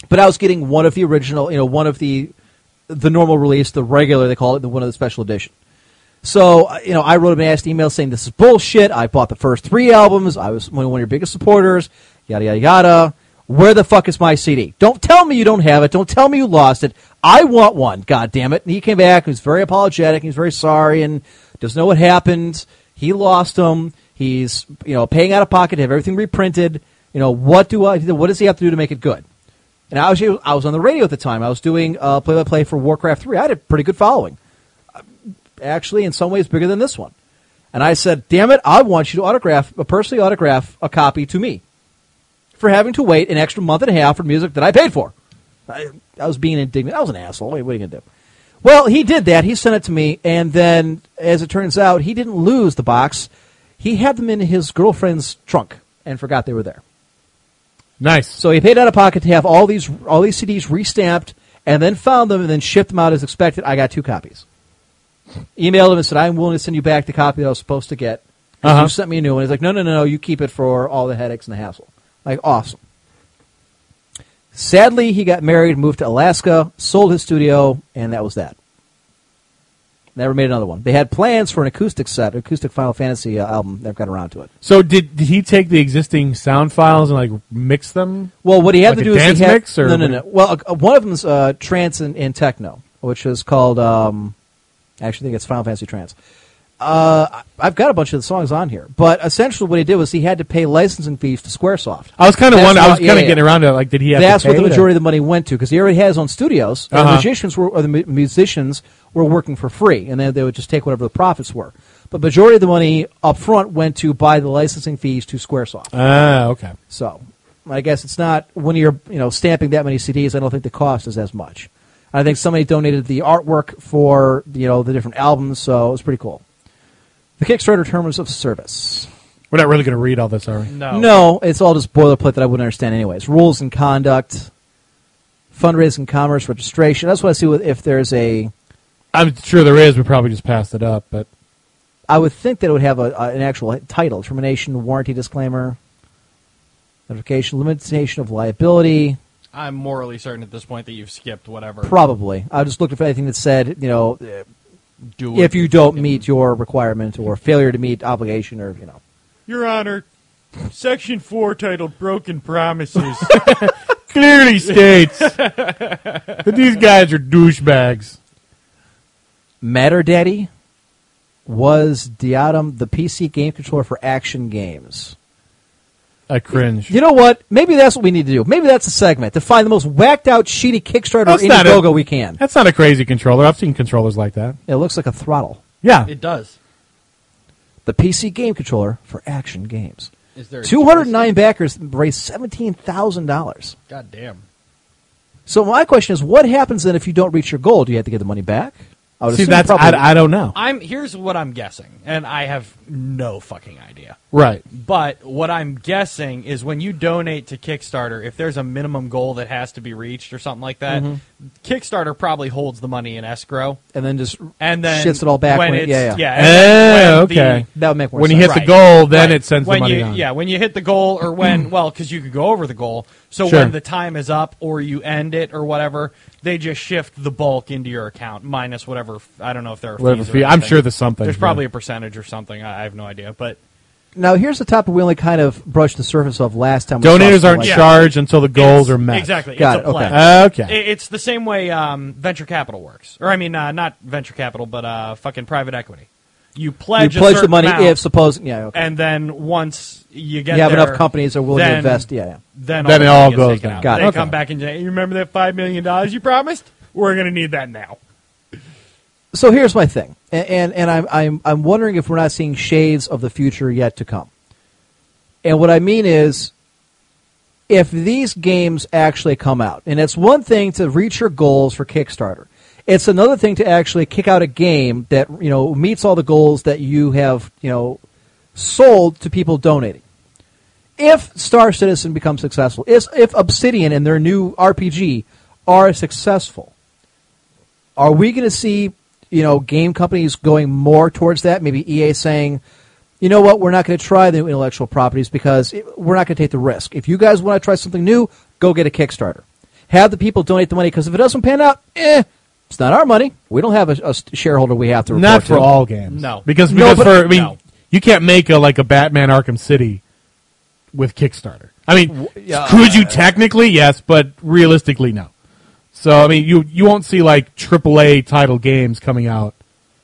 C: but I was getting one of the original, you know, one of the the normal release, the regular they call it, the one of the special edition. So uh, you know, I wrote him a nasty email saying this is bullshit. I bought the first three albums. I was one of your biggest supporters. Yada yada yada. Where the fuck is my CD? Don't tell me you don't have it. Don't tell me you lost it. I want one. God damn it! And he came back. He was very apologetic. He was very sorry and doesn't know what happened. He lost them. He's you know paying out of pocket to have everything reprinted. You know what do I? What does he have to do to make it good? And I was I was on the radio at the time. I was doing uh, play by play for Warcraft three. I had a pretty good following actually in some ways bigger than this one. And I said, damn it, I want you to autograph, uh, personally autograph a copy to me for having to wait an extra month and a half for music that I paid for. I, I was being indignant. I was an asshole. What are you going to do? Well, he did that. He sent it to me. And then, as it turns out, he didn't lose the box. He had them in his girlfriend's trunk and forgot they were there.
D: Nice.
C: So he paid out of pocket to have all these all these CDs restamped, and then found them and then shipped them out as expected. I got two copies. Emailed him and said, "I'm willing to send you back the copy that I was supposed to get." 'Cause
D: Uh-huh.
C: You sent me a new one. He's like, "No, no, no, no. You keep it for all the headaches and the hassle." Like, awesome. Sadly, he got married, moved to Alaska, sold his studio, and that was that. Never made another one. They had plans for an acoustic set, acoustic Final Fantasy uh, album. Never got around to it.
D: So did, did he take the existing sound files and like mix them?
C: Well, what he had
D: Like
C: to
D: a
C: do is
D: dance
C: he had
D: mix or
C: no, no,
D: what-
C: no. Well, uh, one of them's uh, trance and, and techno, which is called. Um, I actually think it's Final Fantasy Trance. Uh, I- I've got a bunch of the songs on here, but essentially what he did was he had to pay licensing fees to SquareSoft.
D: I was kind of
C: That's
D: wondering. I was
C: why-
D: kind of
C: yeah,
D: getting
C: yeah.
D: around to it. Like, did he have?
C: That's
D: to
C: what
D: pay
C: the
D: to-
C: majority of the money went to because he already had his own studios. And the
D: Uh-huh.
C: musicians were or the mu- musicians were working for free, and then they would just take whatever the profits were. But majority of the money up front went to buy the licensing fees to SquareSoft.
D: Ah, okay.
C: So I guess it's not when you're you know stamping that many CDs. I don't think the cost is as much. I think somebody donated the artwork for you know the different albums, so it was pretty cool. The Kickstarter terms of service.
D: We're not really going to read all this, are we?
E: No.
G: Oh.
C: No, it's all just boilerplate that I wouldn't understand anyways. Rules and conduct, fundraising, commerce, registration. That's why I see what- if there's a.
D: I'm sure there is. We probably just passed it up, but
C: I would think that it would have a, a, an actual title: termination, warranty disclaimer, notification, limitation of liability.
G: I'm morally certain at this point that you've skipped whatever.
C: Probably. I just looked for anything that said, you know, uh,
G: Do
C: if you don't meet your requirement or failure to meet obligation or, you know.
G: Your Honor, Section Four, titled "Broken Promises."
D: clearly
C: [laughs]
D: states that these guys are douchebags.
C: Matter Daddy was Diatom the PC game controller for action games.
D: I cringe.
C: You know what? Maybe that's what we need to do. Maybe that's a segment to find the most whacked out, shitty Kickstarter
D: That's
C: or
D: not
C: Indiegogo
D: a-
C: we can.
D: That's not a crazy controller. I've seen controllers like that.
C: It looks like a throttle.
D: Yeah.
G: [laughs] it does.
C: The PC game controller for action games.
G: Is there a
C: 209 backers raised $17,000.
G: God damn.
C: So my question is, what happens then if you don't reach your goal? Do you have to get the money back? I would
D: See,
C: assume
D: that's
C: probably-
D: I, I don't know.
G: I'm here's what I'm guessing, and I have no fucking idea.
D: Right.
G: But what I'm guessing is when you donate to Kickstarter, if there's a minimum goal that has to be reached or something like that,
C: Mm-hmm.
G: Kickstarter probably holds the money in escrow
C: and then just
G: and then
C: shits it all back.
G: when
C: When it-
G: it's
C: yeah, yeah,
G: and then
D: Oh,
G: when the-
D: okay.
C: That would make more
D: When you
C: sense.
D: hit the
G: Right.
D: goal, then
G: Right.
D: it sends
G: when
D: the money
G: you,
D: on.
G: Yeah, when you hit the goal or
D: [clears throat]
G: when, well, because you could go over the goal. So
D: Sure.
G: when the time is up or you end it or whatever, they just shift the bulk into your account minus whatever. f- I don't know if there are
D: Whatever
G: fees. or
D: fee- I'm
G: anything.
D: sure there's something,
G: There's
D: yeah.
G: probably a percentage or something. I, I have no idea, but
C: Now here's the topic we only kind of brushed the surface of last time. we
D: Donators
C: talked about,
D: aren't
C: like,
D: charged until the goals
G: It's-
D: are met.
G: Exactly.
C: Got
G: it's
C: it,
G: a plan.
C: okay.
D: Okay.
G: I- It's the same way um, venture capital works. Or, I mean, uh, not venture capital, but uh, fucking private equity. You
C: You
G: pledge, a
C: pledge the
G: certain
C: money
G: amount,
C: if supposing yeah. Okay.
G: and then once you get
C: You have
G: there,
C: enough companies that are willing to
G: then-
C: invest, yeah, yeah.
G: Then,
D: Then it
G: the
D: all
G: money gets
D: goes
G: taken
D: down.
G: out.
C: Got
G: they
C: it.
G: come
C: Okay.
G: back and say, "You remember that five million dollars you promised? We're going to need that now."
C: So here's my thing, and and, and I'm, I'm I'm wondering if we're not seeing shades of the future yet to come. And what I mean is, if these games actually come out, and it's one thing to reach your goals for Kickstarter, it's another thing to actually kick out a game that you know meets all the goals that you have you know sold to people donating. If Star Citizen becomes successful, if, if Obsidian and their new RPG are successful, are we going to see you know game companies going more towards that maybe ea saying you know what we're not going to try the intellectual properties because it, we're not going to take the risk if you guys want to try something new go get a kickstarter have the people donate the money because if it doesn't pan out eh it's not our money we don't have a, a shareholder we have to report
D: Not for
C: to.
D: all games.
G: No.
D: because
C: No,
D: because
C: but-
D: for I mean,
G: no.
D: you can't make a like a Batman Arkham City with Kickstarter. I mean, could
C: uh,
D: you technically? Yes, but realistically, no. So I mean, you you won't see like AAA title games coming out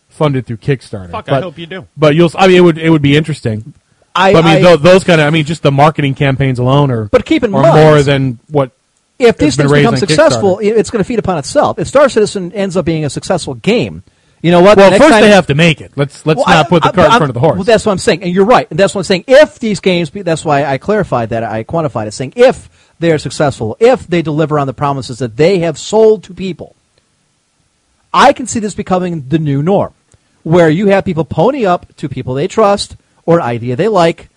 D: funded through Kickstarter.
G: Fuck, I
D: but,
G: hope you do.
D: But you'll. I mean, it would it would be interesting.
C: I,
D: But, I mean,
C: I-
D: tho- those kind of. I mean, just the marketing campaigns alone are.
C: But keep in
D: are
C: mind-
D: more than what.
C: if these
D: It's been
C: things
D: raised
C: become
D: on
C: successful it- it's going to feed upon itself if star citizen ends up being a successful game you know what The
D: Well,
C: next
D: first
C: time-
D: they have to make it. Let's let's
C: Well,
D: not
C: I-
D: put the
C: I-
D: cart in
C: I'm-
D: front of the horse.
C: Well, that's what I'm saying, and you're right. And that's what I'm saying. If these games, be- that's why I clarified that, I quantified it, saying if they are successful, if they deliver on the promises that they have sold to people, I can see this becoming the new norm, where you have people pony up to people they trust or an idea they like,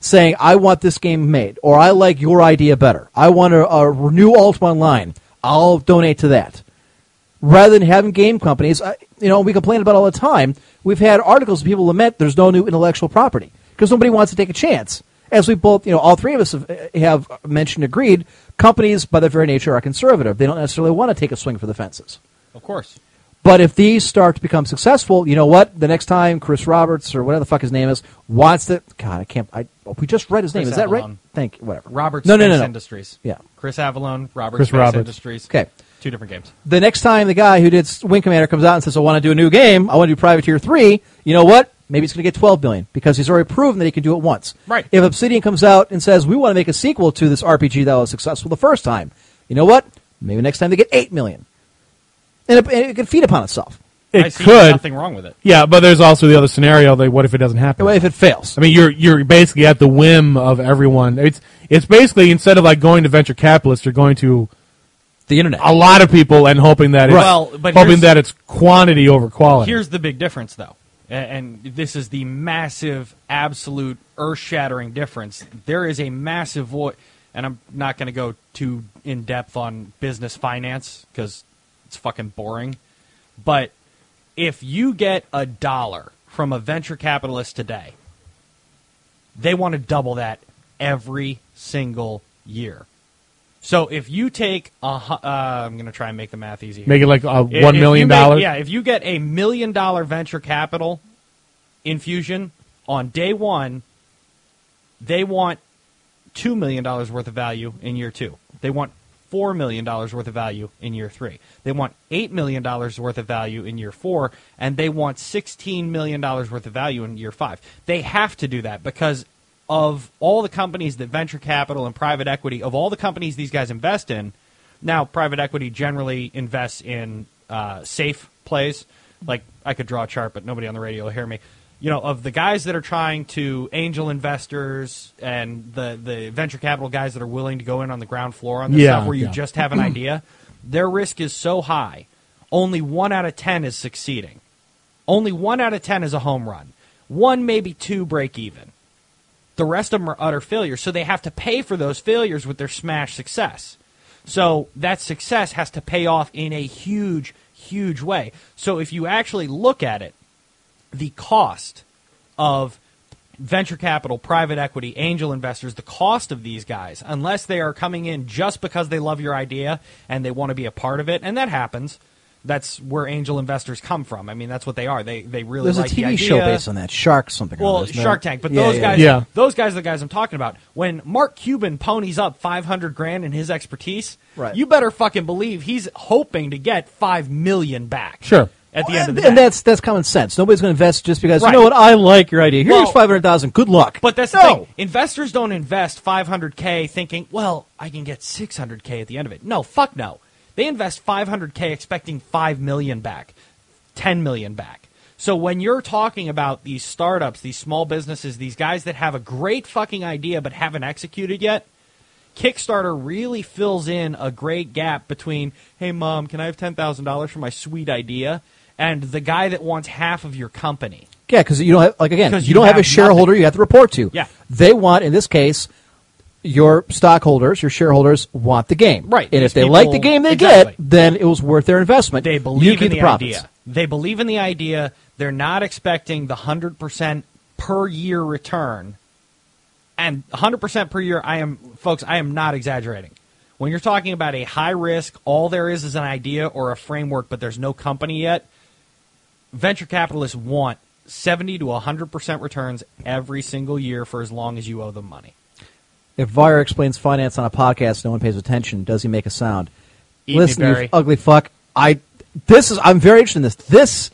C: saying, "I want this game made," or "I like your idea better." I want a, a new Ultima Online. I'll donate to that rather than having game companies, I, you know, we complain about all the time. We've had articles of people lament there's no new intellectual property because nobody wants to take a chance. As we both, you know, all three of us have, have mentioned, agreed, companies by their very nature are conservative. They don't necessarily want to take a swing for the fences.
G: Of course.
C: But if these start to become successful, you know what? The next time Chris Roberts or whatever the fuck his name is wants to, God, I can't. I we just read his
G: Chris
C: name. Is that right?
G: Avalon.
C: Thank you. Whatever.
G: Robert
C: No,
G: Space
C: no, no, no.
G: Industries.
C: Yeah.
G: Chris Avalon, Robert
D: Chris
G: Space
D: Roberts.
G: Industries.
C: Okay.
G: Two different games.
C: the next time the guy who did S- Wing Commander comes out and says, "I want to do a new game. I want to do Privateer 3, you know what? Maybe it's going to get 12 billion because he's already proven that he can do it once.
G: Right.
C: If Obsidian comes out and says, "We want to make a sequel to this RPG that was successful the first time," you know what? Maybe next time they get 8 million, and it, and it can feed upon itself.
D: it
G: I see
D: could.
G: nothing wrong with it.
D: Yeah, but there's also the other scenario. Like, what if it doesn't happen?
C: If it fails,
D: I mean, you're you're basically at the whim of everyone. It's it's basically instead of like going to venture capitalists, you're going to
C: the internet.
D: a lot of people and hoping that it's,
G: Right. Well, but
D: hoping
G: here's-
D: that it's quantity over quality.
G: Here's the big difference, though, a- and this is the massive, absolute, earth-shattering difference. There is a massive void, and I'm not going to go too in depth on business finance because it's fucking boring. But if you get a dollar from a venture capitalist today, they want to double that every single year. So if you take a, hu- uh, I'm going to try and make the math easy. here.
D: make it like uh,
G: If- if
D: one
G: you
D: million
G: make-
D: dollars.
G: Yeah, if you get a million dollar venture capital infusion on day one, they want two million dollars worth of value in year two. They want four million dollars worth of value in year three. They want eight million dollars worth of value in year four, and they want sixteen million dollars worth of value in year five. They have to do that because of all the companies that venture capital and private equity, of all the companies these guys invest in, now private equity generally invests in uh, safe plays. Like I could draw a chart, but nobody on the radio will hear me. You know, of the guys that are trying to angel investors and the the venture capital guys that are willing to go in on the ground floor on this
D: Yeah,
G: stuff, where you
D: yeah.
G: just
D: [clears throat]
G: have an idea, their risk is so high. Only one out of ten is succeeding. Only one out of ten is a home run. One, maybe two break even. The rest of them are utter failures. So they have to pay for those failures with their smash success. So that success has to pay off in a huge, huge way. So if you actually look at it, the cost of venture capital, private equity, angel investors, the cost of these guys, unless they are coming in just because they love your idea and they want to be a part of it, and that happens. That's where angel investors come from. I mean, that's what they are. They they really
C: There's
G: like
C: a
G: the
C: TV
G: idea.
C: show based on that Shark something. or
G: Well,
C: other, isn't
G: Shark
C: there?
G: Tank, but
C: Yeah,
G: those
C: yeah,
G: guys,
C: yeah.
D: yeah.
G: those guys are the guys I'm talking about. When Mark Cuban ponies up 500 grand in his expertise,
C: Right.
G: you better fucking believe he's hoping to get 5 million back.
D: Sure.
G: at the end of the day.
C: and that's that's common sense. Nobody's going to invest just because
G: Right.
C: you know what I like your idea. Here's
E: Well-
C: five hundred thousand. Good luck.
E: But that's the
C: no.
E: thing. Investors don't invest 500k thinking, "Well, I can get 600k at the end of it." No, fuck no. They invest 500k expecting 5 million back, 10 million back. So when you're talking about these startups, these small businesses, these guys that have a great fucking idea but haven't executed yet, Kickstarter really fills in a great gap between, "Hey mom, can I have $10,000 for my sweet idea?" and the guy that wants half of your company.
C: Yeah, because you don't have like again, you,
E: 'Cause you
C: don't have, a
E: have
C: shareholder
E: nothing.
C: you have to report to.
E: Yeah.
C: they want in this case, your stockholders, your shareholders want the game,
E: Right.
C: And if
E: These
C: they like the
E: people-
C: game they
E: Exactly.
C: get, then it was worth their investment.
E: They
C: you
E: believe
C: get
E: in
C: the,
E: the,
C: profits.
E: idea. They believe in the idea. They're not expecting the 100% per year return. And 100% per year, I am, folks, I am not exaggerating. When you're talking about a high risk, all there is is an idea or a framework, but there's no company yet, venture capitalists want 70 to 100% returns every single year for as long as you owe them money.
C: If Vire explains finance on a podcast, no one pays attention. Does he make a sound?
G: Eat me,
C: Listen, you
G: Barry.
C: ugly fuck. I this is I'm very interested in this. This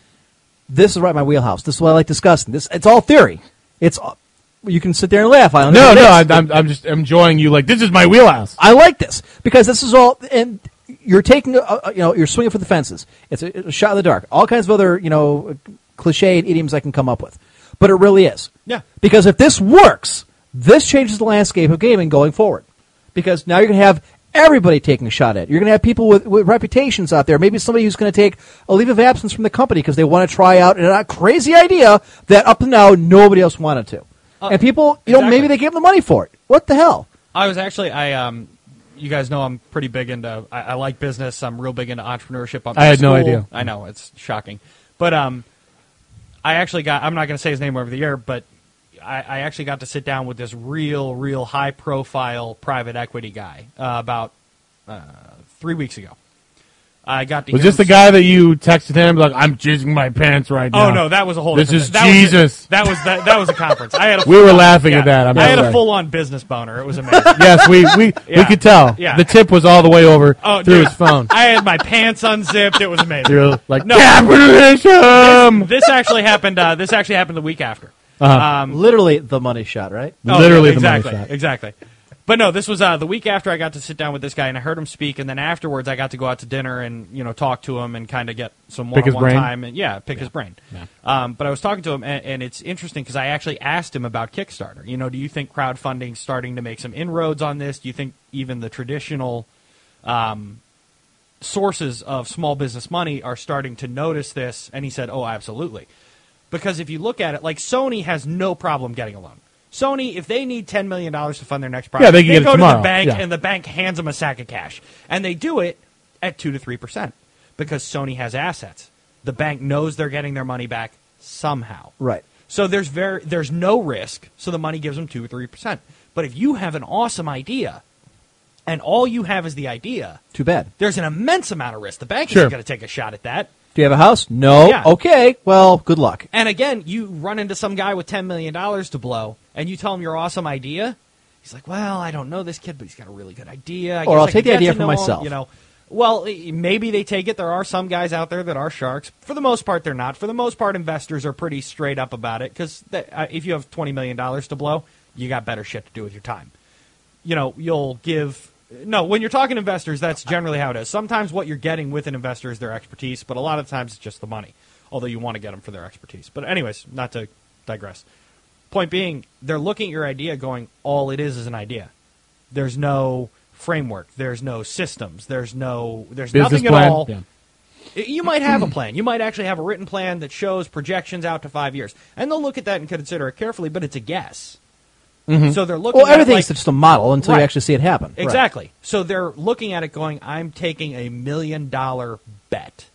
C: this is right in my wheelhouse. This is what I like discussing. This it's all theory. It's all- you can sit there and laugh. I don't
D: No,
C: know.
D: no, I'm, I'm, I'm just enjoying you. Like this is my wheelhouse.
C: I like this because this is all, and you're taking, uh, uh, you know, you're swinging for the fences. It's a, a shot in the dark. All kinds of other, you know, cliched idioms I can come up with, but it really is.
E: Yeah.
C: Because if this works, this changes the landscape of gaming going forward. Because now you're going to have everybody taking a shot at it. You're going to have people with, with reputations out there. Maybe somebody who's going to take a leave of absence from the company because they want to try out a crazy idea that up to now nobody else wanted to. and people, you know,
E: Uh, exactly.
C: maybe they gave them the money for it. What the hell?
G: I was actually I um you guys know I'm pretty big into I, I like business. I'm real big into entrepreneurship. I'm
D: I had no
G: school-
D: idea.
G: I know it's shocking, but um, I actually got I'm not going to say his name over the air, but I, I actually got to sit down with this real, real high profile private equity guy uh, about uh, three weeks ago. I got to
D: Was
G: hear
D: this
G: him
D: the guy that you texted him like I'm jizzing my pants right now?
G: Oh no, that was a whole.
D: This
G: different
D: is
G: that was-
D: Jesus.
G: that was that, that was a conference. I had a
D: [laughs] We were
G: full-on-
D: laughing at that, I'm
G: I had
D: sorry.
G: a full on business boner. It was amazing.
D: [laughs] yes, we
G: [laughs]
D: we, we
G: Yeah.
D: could tell.
G: Yeah.
D: The tip was all the way over
G: Oh,
D: through
G: dude,
D: his phone.
G: [laughs] I had my pants unzipped. It was amazing.
D: through like "Mm."
G: No.
D: capitalism. Uh-huh.
G: this actually happened. Uh, this actually happened the week after.
C: Literally the money shot, right?
G: Oh,
D: Literally
G: yeah,
D: the money
G: exactly,
D: shot.
G: exactly. But no, this was uh, the week after I got to sit down with this guy and I heard him speak, and then afterwards I got to go out to dinner and you know talk to him and kind of get some
D: Pick his
G: one-on-one
D: brain?
G: time and yeah, pick his brain. Um, but I was talking to him, and, and it's interesting because I actually asked him about Kickstarter. You know, do you think crowdfunding's starting to make some inroads on this? Do you think even the traditional sources of small business money are starting to notice this and he said oh absolutely because if you look at it like sony has no problem getting a loan sony if they need $10 million to fund their next project
D: Yeah, they can get it
G: go to
D: tomorrow.
G: the bank
D: Yeah.
G: and the bank hands them a sack of cash and they do it at 2 to 3% because sony has assets the bank knows they're getting their money back somehow
C: Right.
G: so there's very there's no risk so the money gives them 2 or 3% but if you have an awesome idea and all you have is the idea
C: Too bad.
G: there's an immense amount of risk. The bank
D: Sure.
G: isn't going to take a shot at that.
C: Do you have a house? No.
G: Yeah.
C: Okay. Well, good luck.
G: And again, you run into some guy with $10 million to blow, and you tell him your awesome idea. He's like, well, I don't know this kid, but he's got a really good idea. I
C: Or I'll
G: guess I
C: take
G: could
C: the
G: get
C: idea
G: to
C: for
G: know him,"
C: myself.
G: You know, well, eh, maybe they take it. There are some guys out there that are sharks. For the most part, they're not. For the most part, investors are pretty straight up about it because uh, if you have $20 million to blow, you got better shit to do with your time. you know, you'll give. No, when you're talking investors, that's generally how it is. Sometimes what you're getting with an investor is their expertise, but a lot of times it's just the money. Although you want to get them for their expertise. But anyways, not to digress. Point being, they're looking at your idea, going, all it is is an idea. There's no framework. There's no systems. There's no. There's
D: Business
G: nothing
D: plan.
G: at all.
D: Yeah.
G: Y- You might have a plan. You might actually have a written plan that shows projections out to five years, and they'll look at that and consider it carefully. But it's a guess.
D: Mm-hmm.
G: So they're looking.
C: Well,
G: at it
C: everything's
G: like,
C: just a model until you
G: Right.
C: actually see it happen. Right.
G: Exactly. So they're looking at it going, I'm taking a million dollar bet.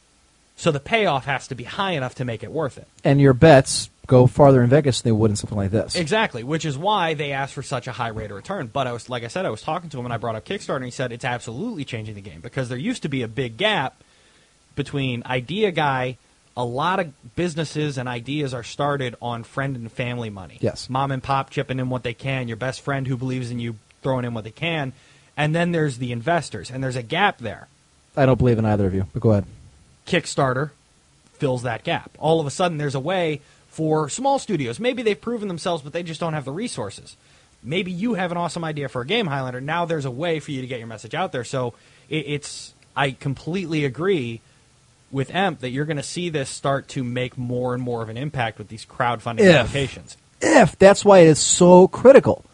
G: So the payoff has to be high enough to make it worth it.
C: And your bets go farther in Vegas than they would in something like this.
G: Exactly, which is why they asked for such a high rate of return. But I was like I said, I was talking to him and I brought up Kickstarter and he said it's absolutely changing the game because there used to be a big gap between idea guy a lot of businesses and ideas are started on friend and family money.
C: Yes.
G: Mom and pop chipping in what they can, your best friend who believes in you throwing in what they can. And then there's the investors, and there's a gap there.
C: I don't believe in either of you, but go ahead.
G: Kickstarter, fills that gap. All of a sudden, there's a way for small studios. Maybe they've proven themselves, but they just don't have the resources. Maybe you have an awesome idea for a game, Highlander. Now there's a way for you to get your message out there. So it, it's I completely agree with Emp that you're going to see this start to make more and more of an impact with these crowdfunding
C: If.
G: applications.
C: if that's why it is so critical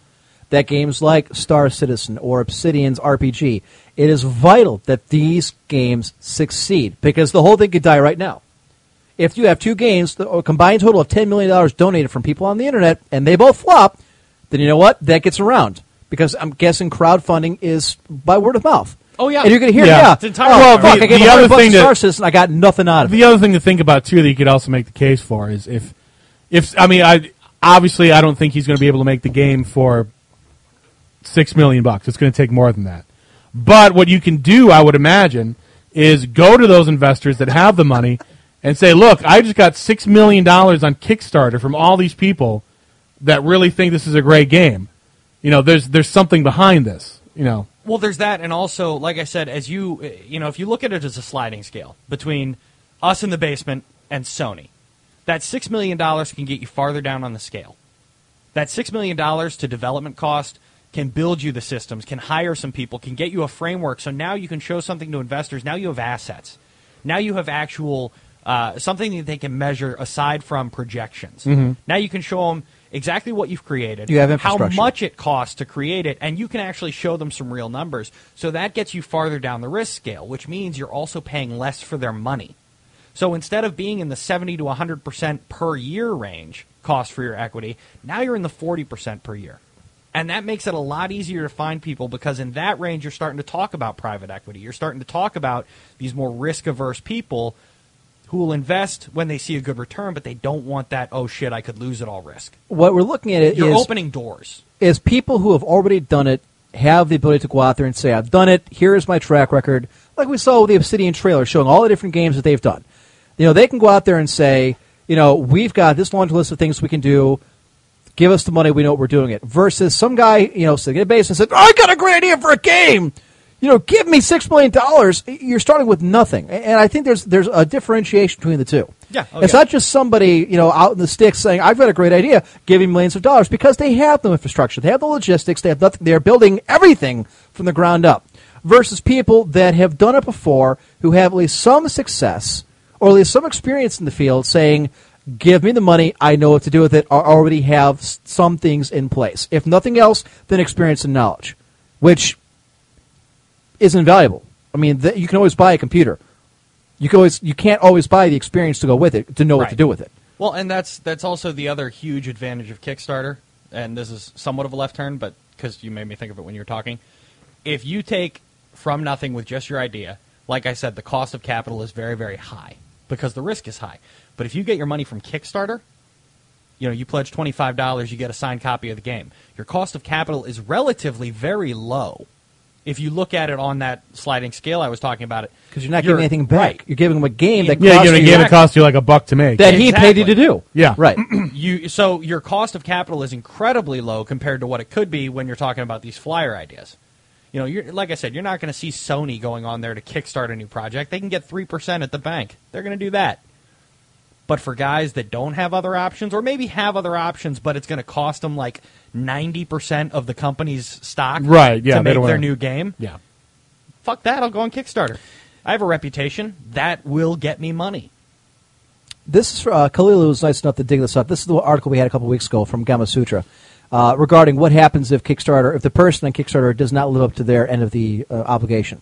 C: that games like Star Citizen or Obsidian's RPG, it is vital that these games succeed because the whole thing could die right now. If you have two games, the- a combined total of $10 million donated from people on the internet, and they both flop, then you know what? That gets around because I'm guessing crowdfunding is by word of mouth.
G: Oh, yeah.
C: And you're going to hear,
D: Yeah.
C: yeah,
D: It's
G: entirely
C: oh,
G: word of
C: fuck,
D: mouth.
C: I gave
D: The
C: 100
D: other
C: bucks
D: thing
C: to
D: that-
C: Star Citizen, I got nothing out of it.
D: The other thing to think about too that you could also make the case for is if, if I mean, I obviously I don't think he's going to be able to make the game for six million bucks. It's going to take more than that. But what you can do, I would imagine, is go to those investors that have the money and say, "Look, I just got six million dollars on Kickstarter from all these people that really think this is a great game. You know, there's there's something behind this. You know,
G: Well, there's that, and also, like I said, as you eh, you know, if you look at it as a sliding scale between us in the basement and Sony, that six million dollars can get you farther down on the scale. That six million dollars to development cost can build you the systems, can hire some people, can get you a framework. So now you can show something to investors. Now you have assets. Now you have actual uh, something that they can measure aside from projections. Now you can show them exactly what you've created,
C: Mm-hmm. You have
G: how
C: infrastructure.
G: much it costs to create it, and you can actually show them some real numbers. So that gets you farther down the risk scale, which means you're also paying less for their money. So instead of being in the 70 to 100% per year range cost for your equity, now you're in the 40% per year. And that makes it a lot easier to find people because in that range, you're starting to talk about private equity. You're starting to talk about these more risk averse people who will invest when they see a good return, but they don't want that, oh shit, I could lose it all risk.
C: what we're looking at it
G: You're
C: is-
G: opening doors.
C: is people who have already done it have the ability to go out there and say, I've done it, here is my track record. Like we saw with the Obsidian trailer showing all the different games that they've done. You know, they can go out there and say, you know, we've got this long list of things we can do. Give us the money, we know what we're doing it. Versus some guy, you know, sitting in a basement said, I got a great idea for a game. You know, give me six million dollars. You're starting with nothing, and I think there's there's a differentiation between the two.
G: Yeah. Oh,
C: it's
G: yeah.
C: not just somebody you know out in the sticks saying I've got a great idea, giving millions of dollars because they have the infrastructure, they have the logistics, they have nothing. They're building everything from the ground up. Versus people that have done it before, who have at least some success or at least some experience in the field, saying, "Give me the money, I know what to do with it. I already have s- some things in place. If nothing else, then experience and knowledge." Which is invaluable. I mean, th- you can always buy a computer. You can always you can't always buy the experience to go with it to know what to
G: Right.
C: do with it.
G: Well, and that's that's also the other huge advantage of Kickstarter, and this is somewhat of a left turn, but because you made me think of it when you were talking. If you take from nothing with just your idea, like I said, the cost of capital is very very high because the risk is high. But if you get your money from Kickstarter, you know you pledge twenty five dollars, you get a signed copy of the game. Your cost of capital is relatively very low. If you look at it on that sliding scale I was talking about, it
C: Because you're not giving anything back.
G: right.
C: You're giving them a game that
D: yeah,
C: costs
D: you know, a
C: you
D: game that
G: exactly.
D: costs you like a buck to make.
C: that he
G: Exactly.
C: paid you to do.
D: Yeah.
C: right.
G: you so your cost of capital is incredibly low compared to what it could be when you're talking about these flyer ideas. You know, you're like I said, you're not going to see Sony going on there to kickstart a new project. They can get 3% at the bank. They're going to do that. But for guys that don't have other options or maybe have other options but it's going to cost them like 90% of the company's stock
D: Right, yeah,
G: to
D: they
G: make
D: don't
G: their
D: wanna-
G: new game.
D: yeah.
G: Fuck that, I'll go on Kickstarter. I have a reputation. That will get me money.
C: This is for, uh, Khalil was nice enough to dig this up. This is the article we had a couple weeks ago from Gamma Sutra uh, regarding what happens if Kickstarter, if the person on Kickstarter does not live up to their end of the uh, obligation.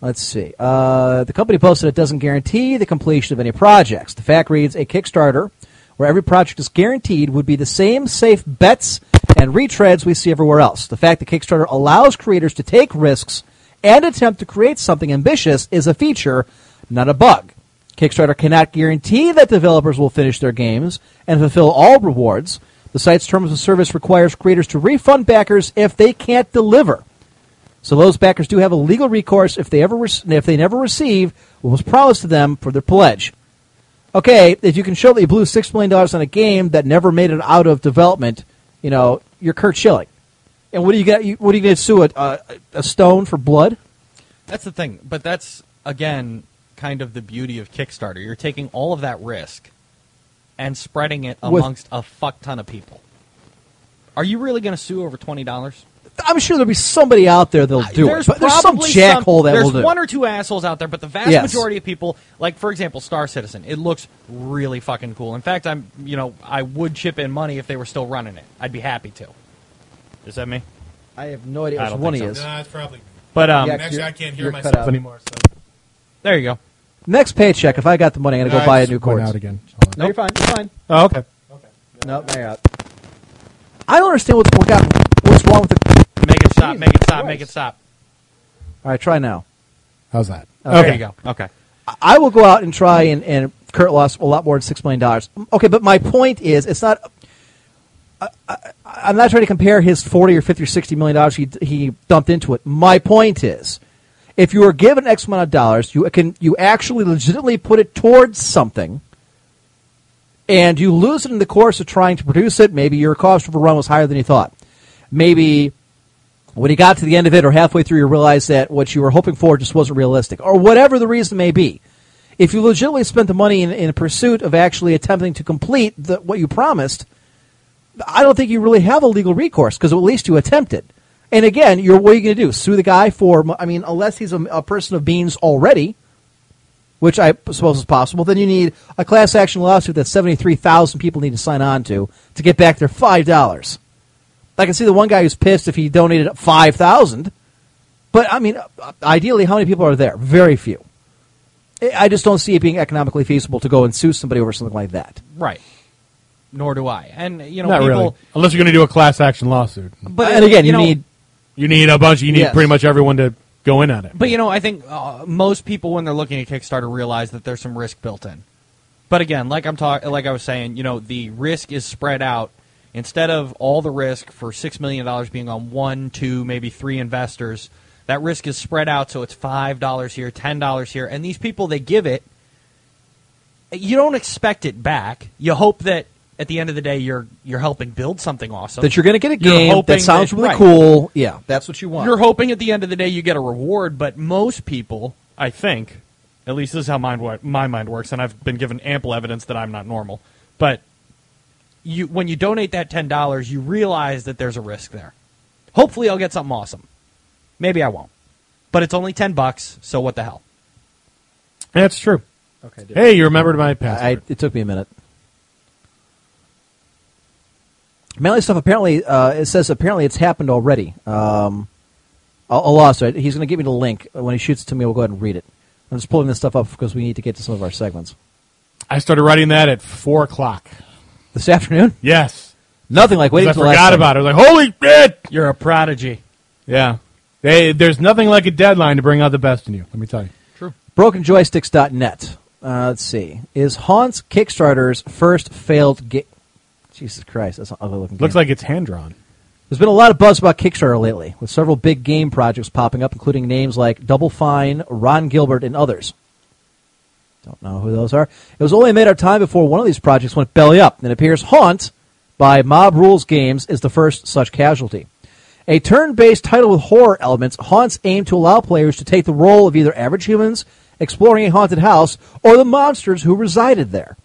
C: Let's see. Uh, the company posted it doesn't guarantee the completion of any projects. The fact reads a Kickstarter where every project is guaranteed would be the same safe bets and retreads we see everywhere else. The fact that Kickstarter allows creators to take risks and attempt to create something ambitious is a feature, not a bug. Kickstarter cannot guarantee that developers will finish their games and fulfill all rewards. The site's terms of service requires creators to refund backers if they can't deliver. So those backers do have a legal recourse if they ever re- if they never receive what was promised to them for their pledge. Okay, if you can show that you blew six million dollars on a game that never made it out of development, you know you're Kurt Schilling. And what are you going to what are you going to sue a, a, a stone for blood?
G: That's the thing, but that's again kind of the beauty of Kickstarter. You're taking all of that risk and spreading it
C: With-
G: amongst a fuck ton of people. Are you really going to sue over twenty dollars?
C: I'm sure there'll be somebody out there that'll do it. But there's some
G: probably
C: jackhole that
G: there's
C: will do.
G: one or two assholes out there, but the vast
C: Yes.
G: majority of people, like for example, Star Citizen, it looks really fucking cool. In fact, I'm you know I would chip in money if they were still running it. I'd be happy to. Is that me?
I: I have no idea
G: I
I: which
G: don't
I: one he
G: think
I: is.
G: so.
D: Nah, it's probably.
G: But um,
I: Yeah,
D: And actually,
I: you're-
D: I can't
I: you're
D: hear
I: cut
D: myself
I: out.
D: anymore. So.
G: there you go.
C: Next paycheck, if I got the money, I'm gonna go
D: Nah,
C: buy
D: it
C: a
D: just
C: new
D: went
C: course.
D: out again.
I: No, you're fine. You're fine.
D: Oh, okay.
I: No, now you're out.
C: I don't understand what's what got, what's wrong with the.
G: Make it stop. Make it stop. Make it
I: Christ.
G: stop.
C: All right, try now.
D: How's that?
C: Okay.
G: There you go. Okay.
C: I will go out and try and, and Kurt lost a lot more than six million dollars. Okay, but my point is, it's not. I, I, I'm not trying to compare his forty or fifty or sixty million dollars he he dumped into it. My point is, if you are given X amount of dollars, you can you actually legitimately put it towards something, and you lose it in the course of trying to produce it. Maybe your cost overrun was higher than you thought. Maybe when you got to the end of it or halfway through, you realized that what you were hoping for just wasn't realistic, or whatever the reason may be. If you legitimately spent the money in, in pursuit of actually attempting to complete the, what you promised, I don't think you really have a legal recourse because at least you attempted. And again, you're what are you going to do? Sue the guy for? mo- I mean, unless he's a, a person of means already, which I suppose is possible. Then you need a class action lawsuit that seventy three thousand people need to sign on to to get back their five dollars. I can see the one guy who's pissed if he donated five thousand, but I mean, uh, ideally, how many people are there? Very few. I- I just don't see it being economically feasible to go and sue somebody over something like that.
G: Right. Nor do I. And you know,
D: Not
G: people.
D: really. Unless you're going to do a class action lawsuit,
G: But
C: and again, you,
G: know,
C: need
D: you need a bunch. You need
C: Yes.
D: pretty much everyone to go in on it.
G: But you know, I think uh, most people when they're looking at Kickstarter realize that there's some risk built in. But again, like I'm talk, like I was saying, you know, the risk is spread out. Instead of all the risk for six million dollars being on one, two, maybe three investors, that risk is spread out. So it's five dollars here, ten dollars here, and these people they give it. You don't expect it back. You hope that at the end of the day, you're you're helping build something awesome.
C: that you're going to get a
G: You're
C: game
G: hoping
C: that sounds
G: that-
C: really
G: right.
C: cool. Yeah, that's what you want.
G: You're hoping at the end of the day you get a reward, but most people, I think, at least this is how mine, wo- my mind works, and I've been given ample evidence that I'm not normal. But you, when you donate that ten dollars, you realize that there's a risk there. Hopefully, I'll get something awesome. Maybe I won't, but it's only ten bucks, so what the hell?
D: That's true.
I: Okay, dude.
D: Hey, you remembered my
C: I,
D: password.
C: it took me a minute. Manly stuff. Apparently, uh, it says apparently it's happened already. Um, I'll, I'll also, he's going to give me the link when he shoots it to me. We'll go ahead and read it. I'm just pulling this stuff up because we need to get to some of our segments
D: I, started writing that at four o'clock.
C: this [laughs] afternoon.
D: Yes,
C: Nothing like
D: 'Cause
C: waiting
D: I
C: until last
D: forgot
C: second.
D: about it. I was like, "Holy shit!"
G: You're a prodigy.
D: Yeah, they, there's nothing like a deadline to bring out the best in you. Let me tell you.
C: BrokenJoysticks.net. Uh, let's see. Is Haunt's Kickstarter's first failed game? Jesus Christ, that's an ugly looking.
D: Looks
C: game.
D: like it's hand drawn.
C: There's been a lot of buzz about Kickstarter lately, with several big game projects popping up, including names like Double Fine, Ron Gilbert, and others. Don't know who those are. It was only a matter of time before one of these projects went belly up, and it appears Haunt by Mob Rules Games is the first such casualty. A turn based title with horror elements, Haunt's aim to allow players to take the role of either average humans exploring a haunted house or the monsters who resided there.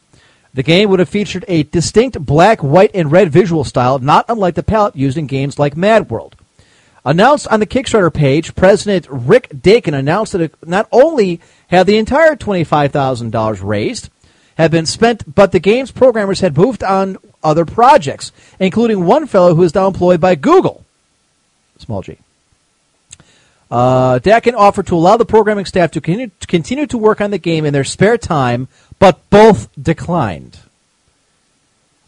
C: The game would have featured a distinct black, white, and red visual style, not unlike the palette used in games like Mad World. Announced on the Kickstarter page, President Rick Dakin announced that it not only had the entire $25,000 raised, had been spent, but the game's programmers had moved on other projects, including one fellow who is now employed by Google. Small g. Uh, Dakin offered to allow the programming staff to continue, to continue to work on the game in their spare time, but both declined.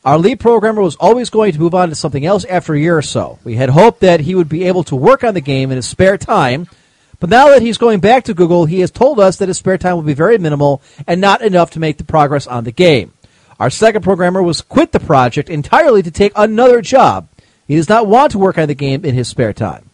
C: Our lead programmer was always going to move on to something else after a year or so. We had hoped that he would be able to work on the game in his spare time, but now that he's going back to Google, he has told us that his spare time will be very minimal and not enough to make the progress on the game. Our second programmer was quit the project entirely to take another job. He does not want to work on the game in his spare time.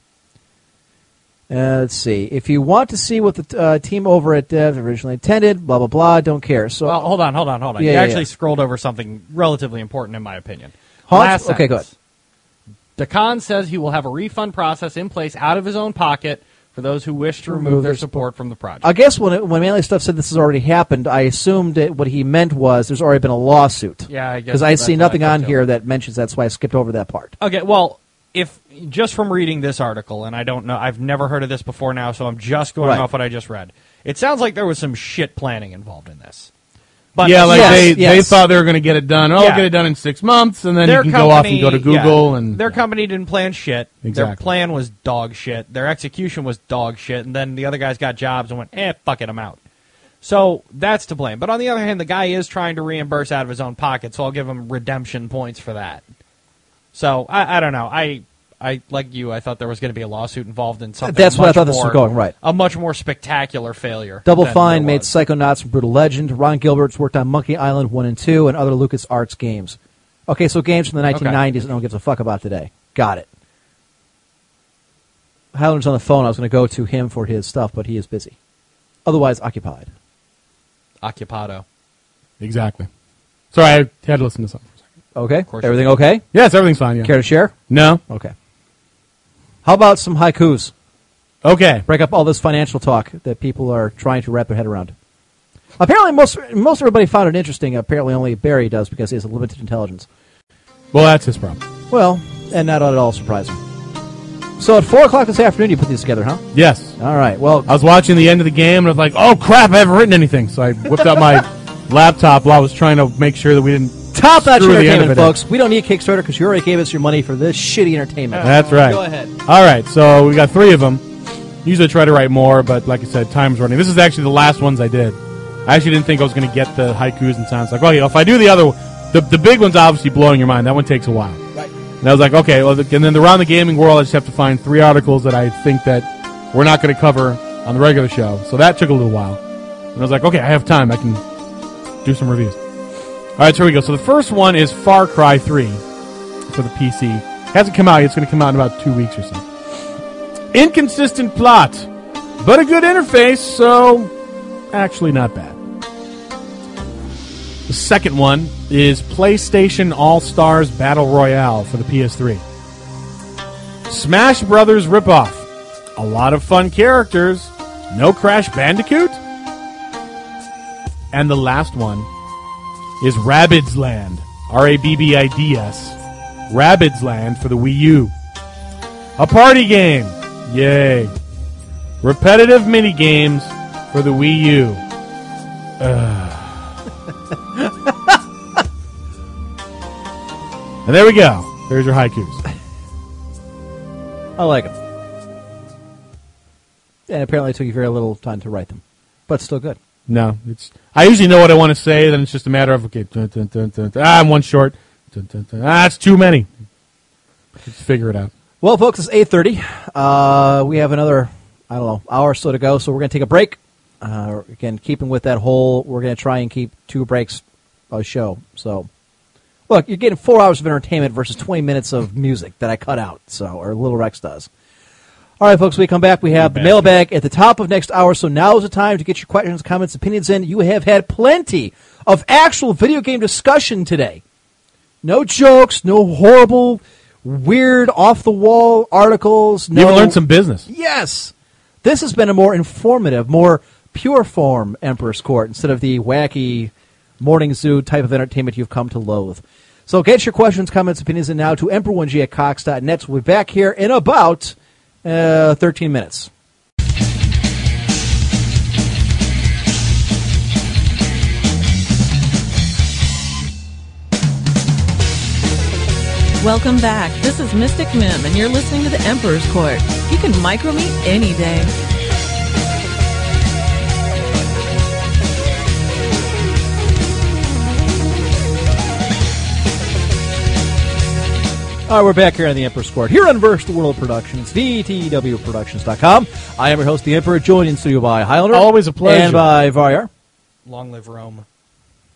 C: Uh, let's see. If you want to see what the uh, team over at Dev originally intended, blah blah blah. Don't care. So
G: Well, hold on, hold on, hold on.
C: Yeah,
G: you
C: yeah,
G: actually
C: yeah.
G: scrolled over something relatively important, in my opinion.
C: Hans- okay,
G: sentence. Dakan says he will have a refund process in place out of his own pocket for those who wish to remove their support from the project.
C: I guess when it, when Manly Stuff said this has already happened, I assumed that what he meant was there's already been a lawsuit.
G: Yeah, I guess
C: Because I
G: that's
C: see
G: what I
C: nothing
G: thought,
C: on
G: too.
C: here that mentions that's why I skipped over that part.
G: Okay, well, if just from reading this article, and I don't know, I've never heard of this before now, so I'm just going
C: Right.
G: off what I just read. It sounds like there was some shit planning involved in this. But
D: yeah, like
C: Yes,
D: they, they
C: yes.
D: thought they were going to get it done. Oh,
G: Yeah.
D: get it done in six months, and then
G: their
D: you can
G: company,
D: go off and go to
G: yeah,
D: Google and
G: their company didn't plan shit. Their
D: Exactly.
G: plan was dog shit. Their execution was dog shit, and then the other guys got jobs and went, eh, fuck it, I'm out. So that's to blame. But on the other hand, the guy is trying to reimburse out of his own pocket, so I'll give him redemption points for that. So I, I don't know. I I like you. I thought there was going to be a lawsuit involved in something.
C: That's what I
G: much
C: thought this was
G: more-
C: going, right.
G: A much more spectacular failure.
C: Double
G: than
C: Fine
G: there
C: made
G: was.
C: Psychonauts from Brutal Legend. Ron Gilbert's worked on Monkey Island 1 and 2 and other LucasArts games. Okay, so games from the 1990s that no one gives a fuck about today. Got it. Highland's on the phone. I was going to go to him for his stuff, but he is busy. Otherwise, occupied.
G: occupado.
D: exactly. Sorry, I had to listen to something. For a second.
C: Okay?
G: course.
C: Everything okay?
D: Yes, everything's fine. Yeah.
C: Care to share?
D: No.
C: Okay. How about some haikus?
D: Okay.
C: Break up all this financial talk that people are trying to wrap their head around. Apparently, most most everybody found it interesting. Apparently, only Barry does because he has a limited intelligence.
D: Well, that's his problem.
C: Well, and not at all surprising. So at four o'clock this afternoon, you put these together, huh?
D: Yes.
C: All right. Well,
D: I was watching the end of the game and I was like, "Oh crap, I haven't written anything." So I whipped
C: [laughs]
D: out my laptop while I was trying to make sure that we didn't.
C: top notch
D: screw the end of
C: entertainment,
D: it.
C: folks. We don't need Kickstarter because you already gave us your money for this shitty entertainment.
D: That's right.
E: Go ahead.
D: All right, so we got three of them. Usually I try to write more, but like I said, time's running. This is actually the last ones I did. I actually didn't think I was going to get the haikus and sounds like, oh, you know, if I do the other, the the big one's obviously blowing your mind. That one takes a while. Right. And I was like, okay, well, the, and then around the gaming world, I just have to find three articles that I think that we're not going to cover on the regular show. So that took a little while. And I was like, okay, I have time. I can do some reviews. All right, so here we go. So the first one is Far Cry 3 for the PC. Hasn't come out yet. It's going to come out in about two weeks or so. Inconsistent plot, but a good interface, so actually not bad. The second one is PlayStation All Stars Battle Royale for the PS3. Smash Brothers ripoff. A lot of fun characters. No Crash Bandicoot. And the last one is Rabbids Land. R A B B I D S. Rabbids Land for the Wii U. A party game. Yay. Repetitive mini games for the Wii U. Ugh. and there we go. There's your haikus.
C: I like them. And apparently, it took you very little time to write them, but still good.
D: No, it's. I usually know what I want to say. Then it's just a matter of okay. Dun, dun, dun, dun, dun, ah, I'm one short. Dun, dun, dun, ah, it's too many. Just figure it out.
C: Well, folks, it's eight thirty. Uh, we have another, I don't know, hour or so to go. So we're going to take a break. Uh, again, keeping with that whole, we're going to try and keep two breaks a show. So, look, you're getting four hours of entertainment versus twenty minutes of music that I cut out. So, or Little Rex does. All right, folks, we come back. We have the mailbag at the top of next hour, so now is the time to get your questions, comments, opinions in. You have had plenty of actual video game discussion today. No jokes, no horrible, weird, off the wall articles. No,
D: You have learned some business.
C: Yes, this has been a more informative, more pure form Emperor's Court instead of the wacky morning zoo type of entertainment you've come to loathe. So get your questions, comments, opinions, and now to emperor1g at cox.net. We'll be back here in about uh, 13 minutes.
B: Welcome back. This is Mystic Mim, and you're listening to The Emperor's Court. You can micro me any day.
C: All right, we're back here on the Emperor's Court, here on Verse the World Productions, VTWProductions.com. I am your host, the Emperor, joined in studio by Highlander.
D: Always a pleasure.
C: And by Varyar.
G: Long live Rome.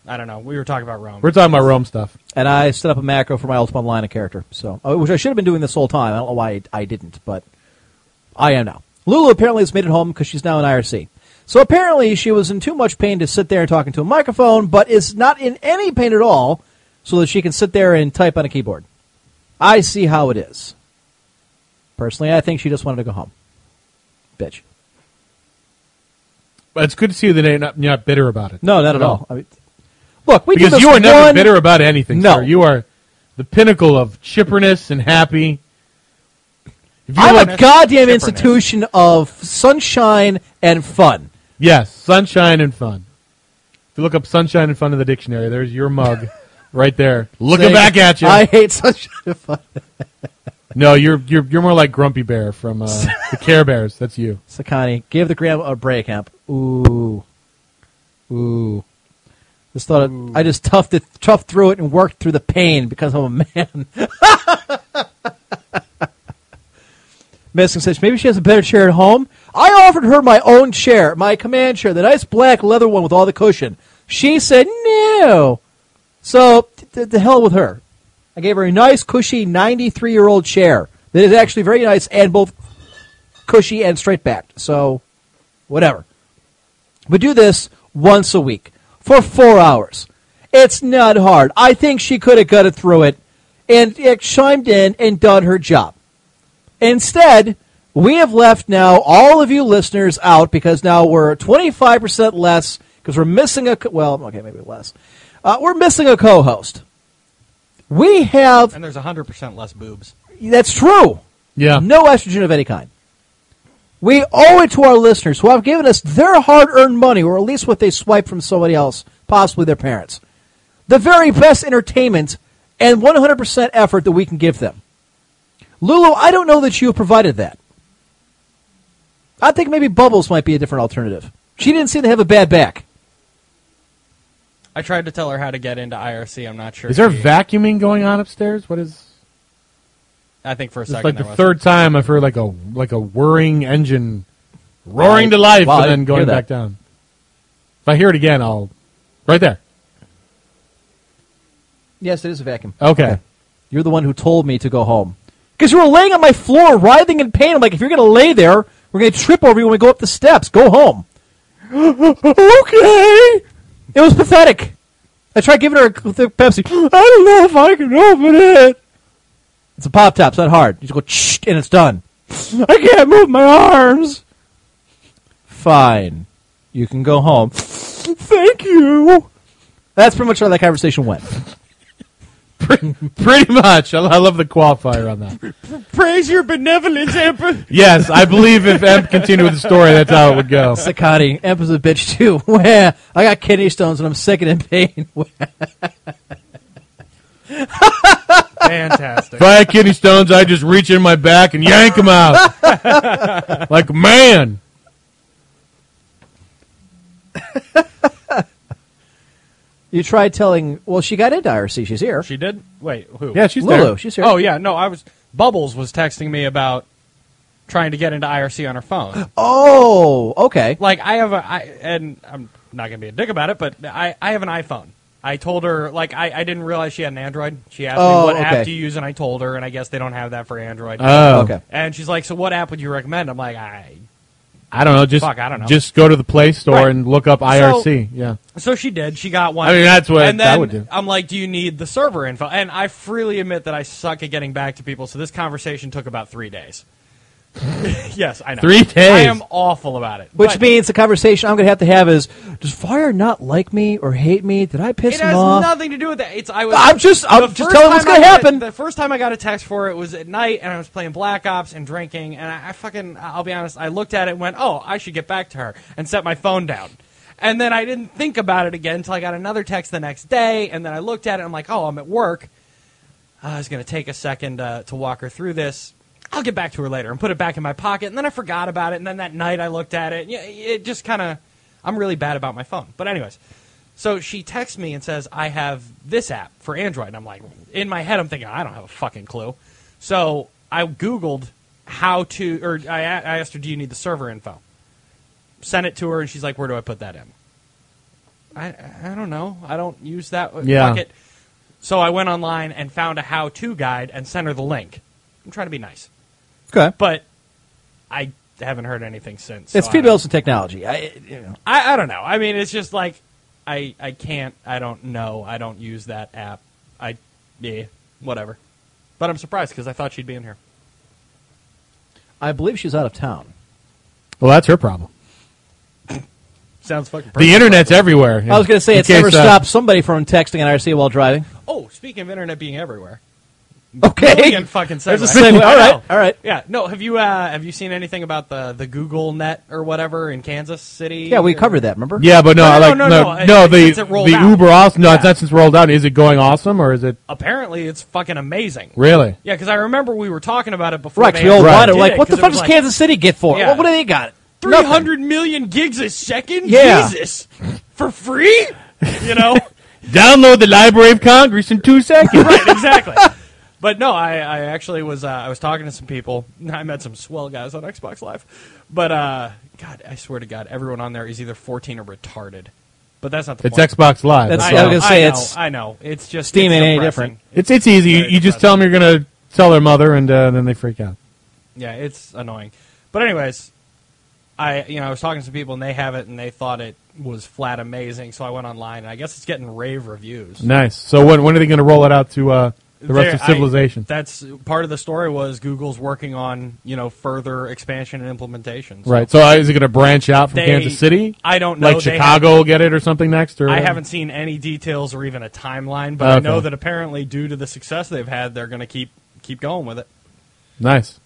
G: I don't know. We were talking about Rome.
D: We're talking about Rome stuff.
C: And I set up a macro for my Ultima Online character, so uh, which I should have been doing this whole time. I don't know why I didn't, but I am now. Lulu apparently has made it home because she's now in IRC. So apparently she was in too much pain to sit there and talk into a microphone, but is not in any pain at all, so that she can sit there and type on a keyboard. I see how it is. Personally, I think she just wanted to go home. bitch.
D: But it's good to see that you're not, you're not bitter about it.
C: No, not at all. I mean, look, we did
D: because
C: this
D: you are never
C: one-
D: bitter about anything.
C: No.
D: sir. you are the pinnacle of chipperness and happy. If you
C: I'm
D: like-
C: a goddamn institution of sunshine and fun.
D: Yes, sunshine and fun. If you look up sunshine and fun in the dictionary, there's
C: [laughs]
D: your mug right there.
C: Saying,
D: Looking back at you.
C: I hate sunshine and fun.
D: [laughs] no, you're you're you're more like Grumpy Bear
C: [laughs]
D: from uh, the Care Bears. That's you.
C: Sakani, give the gram a break, amp. Ooh, ooh. Just thought I just toughed it, toughed through it, and worked through the pain because I'm a man. [laughs] Missing says maybe she has a better chair at home. I offered her my own chair, my command chair, the nice black leather one with all the cushion. She said no. So t- t- the hell with her. I gave her a nice, cushy, ninety-three-year-old chair that is actually very nice and both cushy and straight backed. So, whatever. We do this once a week for four hours. It's not hard. I think she could have gutted through it and it chimed in and done her job. Instead, we have left now all of you listeners out because now we're 25% less because we're missing a, co- well, okay, maybe less. Uh, we're missing a co host. We have,
E: And there's 100% less boobs.
C: that's true.
D: Yeah.
C: No estrogen of any kind. We owe it to our listeners who have given us their hard earned money, or at least what they swipe from somebody else, possibly their parents. The very best entertainment and 100% effort that we can give them. Lulu, I don't know that you provided that. I think maybe Bubbles might be a different alternative. She didn't seem to have a bad back.
E: I tried to tell her how to get into IRC. I'm not sure.
D: Is there
E: she-
D: vacuuming going on upstairs? What is?
E: I think for a
D: It's
E: second
D: like
E: there
D: the
E: was.
D: third time I've heard like a like a whirring engine roaring
C: Wow.
D: to life
C: Wow, I
D: and then
C: didn't
D: going
C: hear that.
D: back down. If I hear it again, I'll right there.
C: Yes, it is a vacuum.
D: Okay.
C: You're the one who told me to go home. Because you were laying on my floor, writhing in pain. I'm like, if you're going to lay there, we're going to trip over you when we go up the steps. Go home. [gasps] okay. It was pathetic. I tried giving her a thick Pepsi. I don't know if I can open it. It's a pop top. It's not hard. You just go, shh, and it's done. I can't move my arms. Fine. You can go home. Thank you. That's pretty much how that conversation went.
D: [laughs] Pretty much. I, I love the qualifier on that.
G: Praise your benevolence, Emperor.
D: Yes, I believe if Em continued with the story, that's how it would go.
C: Sakati, Emp is a bitch [laughs] too. Wah. I got kidney stones and I'm sick and in pain. [laughs] Wah.
D: If I had kidney stones, I'd just reach in my back and yank them
C: [laughs]
D: out. like, man.
C: you tried telling, well, she got into IRC. She's here.
G: She did. Wait, who?
D: Yeah, she's
C: Lulu,
D: there.
C: she's here.
G: Oh yeah, no, I was. Bubbles was texting me about trying to get into IRC on her phone.
C: Oh, okay.
G: like I have a, I, and I'm not gonna be a dick about it, but I, I have an iPhone. I told her like I, I didn't realize she had an Android. She asked
C: Oh,
G: me what
C: okay.
G: app do you use, and I told her, and I guess they don't have that for Android.
D: Oh.
C: Okay.
G: and she's like, "So what app would you recommend?" I'm like, "I."
D: I don't know. Just
G: Fuck, I don't know.
D: just go to the Play Store
G: Right.
D: and look up IRC. yeah.
G: So she did. She got one.
D: I mean, that's what
G: And
D: I
G: then
D: would do.
G: I'm like, "Do you need the server info?" And I freely admit that I suck at getting back to people. So this conversation took about three days. [laughs] yes, I know.
D: Three
G: I
D: days.
G: am awful about it.
C: Which
G: But
C: means the conversation I'm going to have to have is, does Fire not like me or hate me? Did I piss
G: It
C: him
G: has
C: off?
G: nothing to do with that. It's I was.
C: I'm just- I'm
G: the
C: just
G: first
C: telling what's
G: time I
C: gonna
G: got-
C: happen.
G: The first time I got a text for it was at night, and I was playing Black Ops and drinking, and I, I fucking. I'll be honest. I looked at it and went, "Oh, I should get back to her," and set my phone down. And then I didn't think about it again until I got another text the next day, and then I looked at it. and I'm like, "Oh, I'm at work. Uh, I was gonna take a second uh, to walk her through this." I'll get back to her later and put it back in my pocket. And then I forgot about it. And then that night I looked at it. And yeah, it just kind of. I'm really bad about my phone. But, anyways, so she texts me and says, I have this app for Android. And I'm like, in my head, I'm thinking, I don't have a fucking clue. So I Googled how to, or I, a- I asked her, do you need the server info? Sent it to her, and she's like, where do I put that in? I, I don't know. I don't use that.
D: Yeah.
G: Fuck it. So I went online and found a how to guide and sent her the link. I'm trying to be nice.
C: Okay.
G: But I haven't heard anything
C: It's
G: since. so I don't-
C: females and technology. I, you know.
G: I, I don't know. I mean, it's just like I I can't. I don't know. I don't use that app. I yeah, whatever. But I'm surprised because I thought she'd be in here.
C: I believe she's out of town.
D: Well, that's her problem.
G: Sounds fucking.
D: The internet's everywhere.
C: I was going to say
D: In
C: it's never
D: case, uh,
C: stopped somebody from texting an IRC while driving.
G: Oh, speaking of internet being everywhere,
C: Okay.
G: Brilliant fucking
C: There's a
G: segue.
C: segue. All
G: [laughs] I
C: right.
G: know.
C: All right.
G: Yeah, no. Have you uh, have you seen anything about the the Google Net or whatever in Kansas City?
C: Yeah, we
G: Or-
C: covered that. Remember?
D: Yeah, but no,
G: No, no,
D: like
G: no,
D: no,
G: no,
D: no,
G: I-
D: the
G: since it rolled
D: the
G: out.
D: Uber awesome. No, it's
G: Yeah.
D: not since rolled out. Is it going awesome or is it
G: Apparently, it's fucking amazing.
D: really?
G: Yeah, because I remember we were talking about it before.
C: Right. 'cause
G: they
C: We all
G: actually
C: wanted
G: did
C: like,
G: it,
C: what the
G: 'cause it
C: fuck
G: was
C: does
G: like
C: Kansas City get for? it?
G: Yeah.
C: What, what do they got?
G: Three
C: Nothing.
G: hundred million gigs a second.
C: Yeah.
G: Jesus, for free.
C: [laughs]
G: You know.
D: Download the Library of Congress in two seconds.
G: right, exactly. But no, I, I actually was uh, I was talking to some people. I met some swell guys on Xbox Live. But uh, God, I swear to God, everyone on there is either fourteen or retarded. But that's not the
D: [laughs] It's
G: point.
D: Xbox Live.
C: That's-
G: I
D: so-
G: know,
C: I was gonna say,
G: I know,
C: it's-
G: I know. It's just
C: Steam
G: it's
C: ain't any
G: depressing.
C: different.
D: It's it's easy. You,
G: Very
D: you just
G: depressing.
D: tell them you're going to tell their mother, and uh, then they freak out.
G: Yeah, it's annoying. But anyways, I you know I was talking to some people and they have it and they thought it was flat amazing. So I went online and I guess it's getting rave reviews.
D: Nice. So when when are they going to roll it out to uh, the rest
G: There-
D: of
G: I-
D: civilization?
G: that's part of the story was Google's working on you know further expansion and implementation. So
D: right. So uh, is it going to branch out from
G: They-
D: Kansas City?
G: I don't know.
D: Like
G: They
D: Chicago will get it or something next? Or
G: I haven't seen any details or even a timeline, but I
D: Okay.
G: know that apparently due to the success they've had, they're going to keep keep going with it.
D: Nice.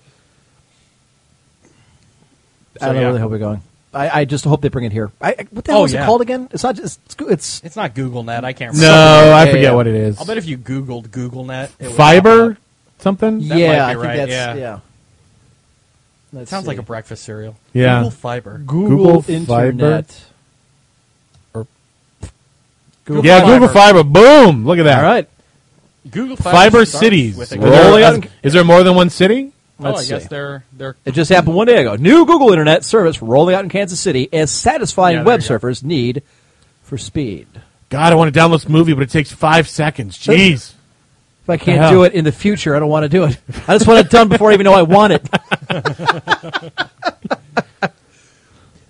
C: I don't know
G: yeah.
C: where the hell we're going. I, I just hope they bring it here. I, I- what the
G: Oh,
C: hell is
G: yeah.
C: it called again? It's not. It's it's, it's
G: It's not GoogleNet. I can't.
D: No,
G: remember.
D: I
C: yeah,
D: forget
C: yeah.
D: what it is.
G: I'll bet if you Googled GoogleNet, it would pop
D: Fiber
G: up.
D: something.
C: yeah.
G: might be
C: I think
G: right,
C: that's
G: yeah.
C: yeah.
G: It
C: Let's
G: sounds like
C: see.
G: a breakfast cereal.
D: Yeah.
G: Google Fiber.
D: Google
C: Google, Internet.
G: Google
D: yeah,
G: Fiber.
D: Google Fiber. Boom! Look at that.
C: All right.
G: Google Fiber,
D: Fiber
G: starts
D: cities.
G: with a-
D: Is
C: We're
D: there-
C: rolling out-
D: is there more than one city?
G: Oh, I
C: Let's
G: guess
C: see.
G: they're they're
C: It just happened one day ago. New Google Internet service rolling out in Kansas City is satisfying
G: Yeah, there
C: web
G: you go.
C: surfers' need for speed.
D: God, I want to download this movie, but it takes five seconds. Jeez.
C: If I can't
D: Yeah.
C: do it in the future, I don't want to do it. I just want it done before I even know I want it. [laughs]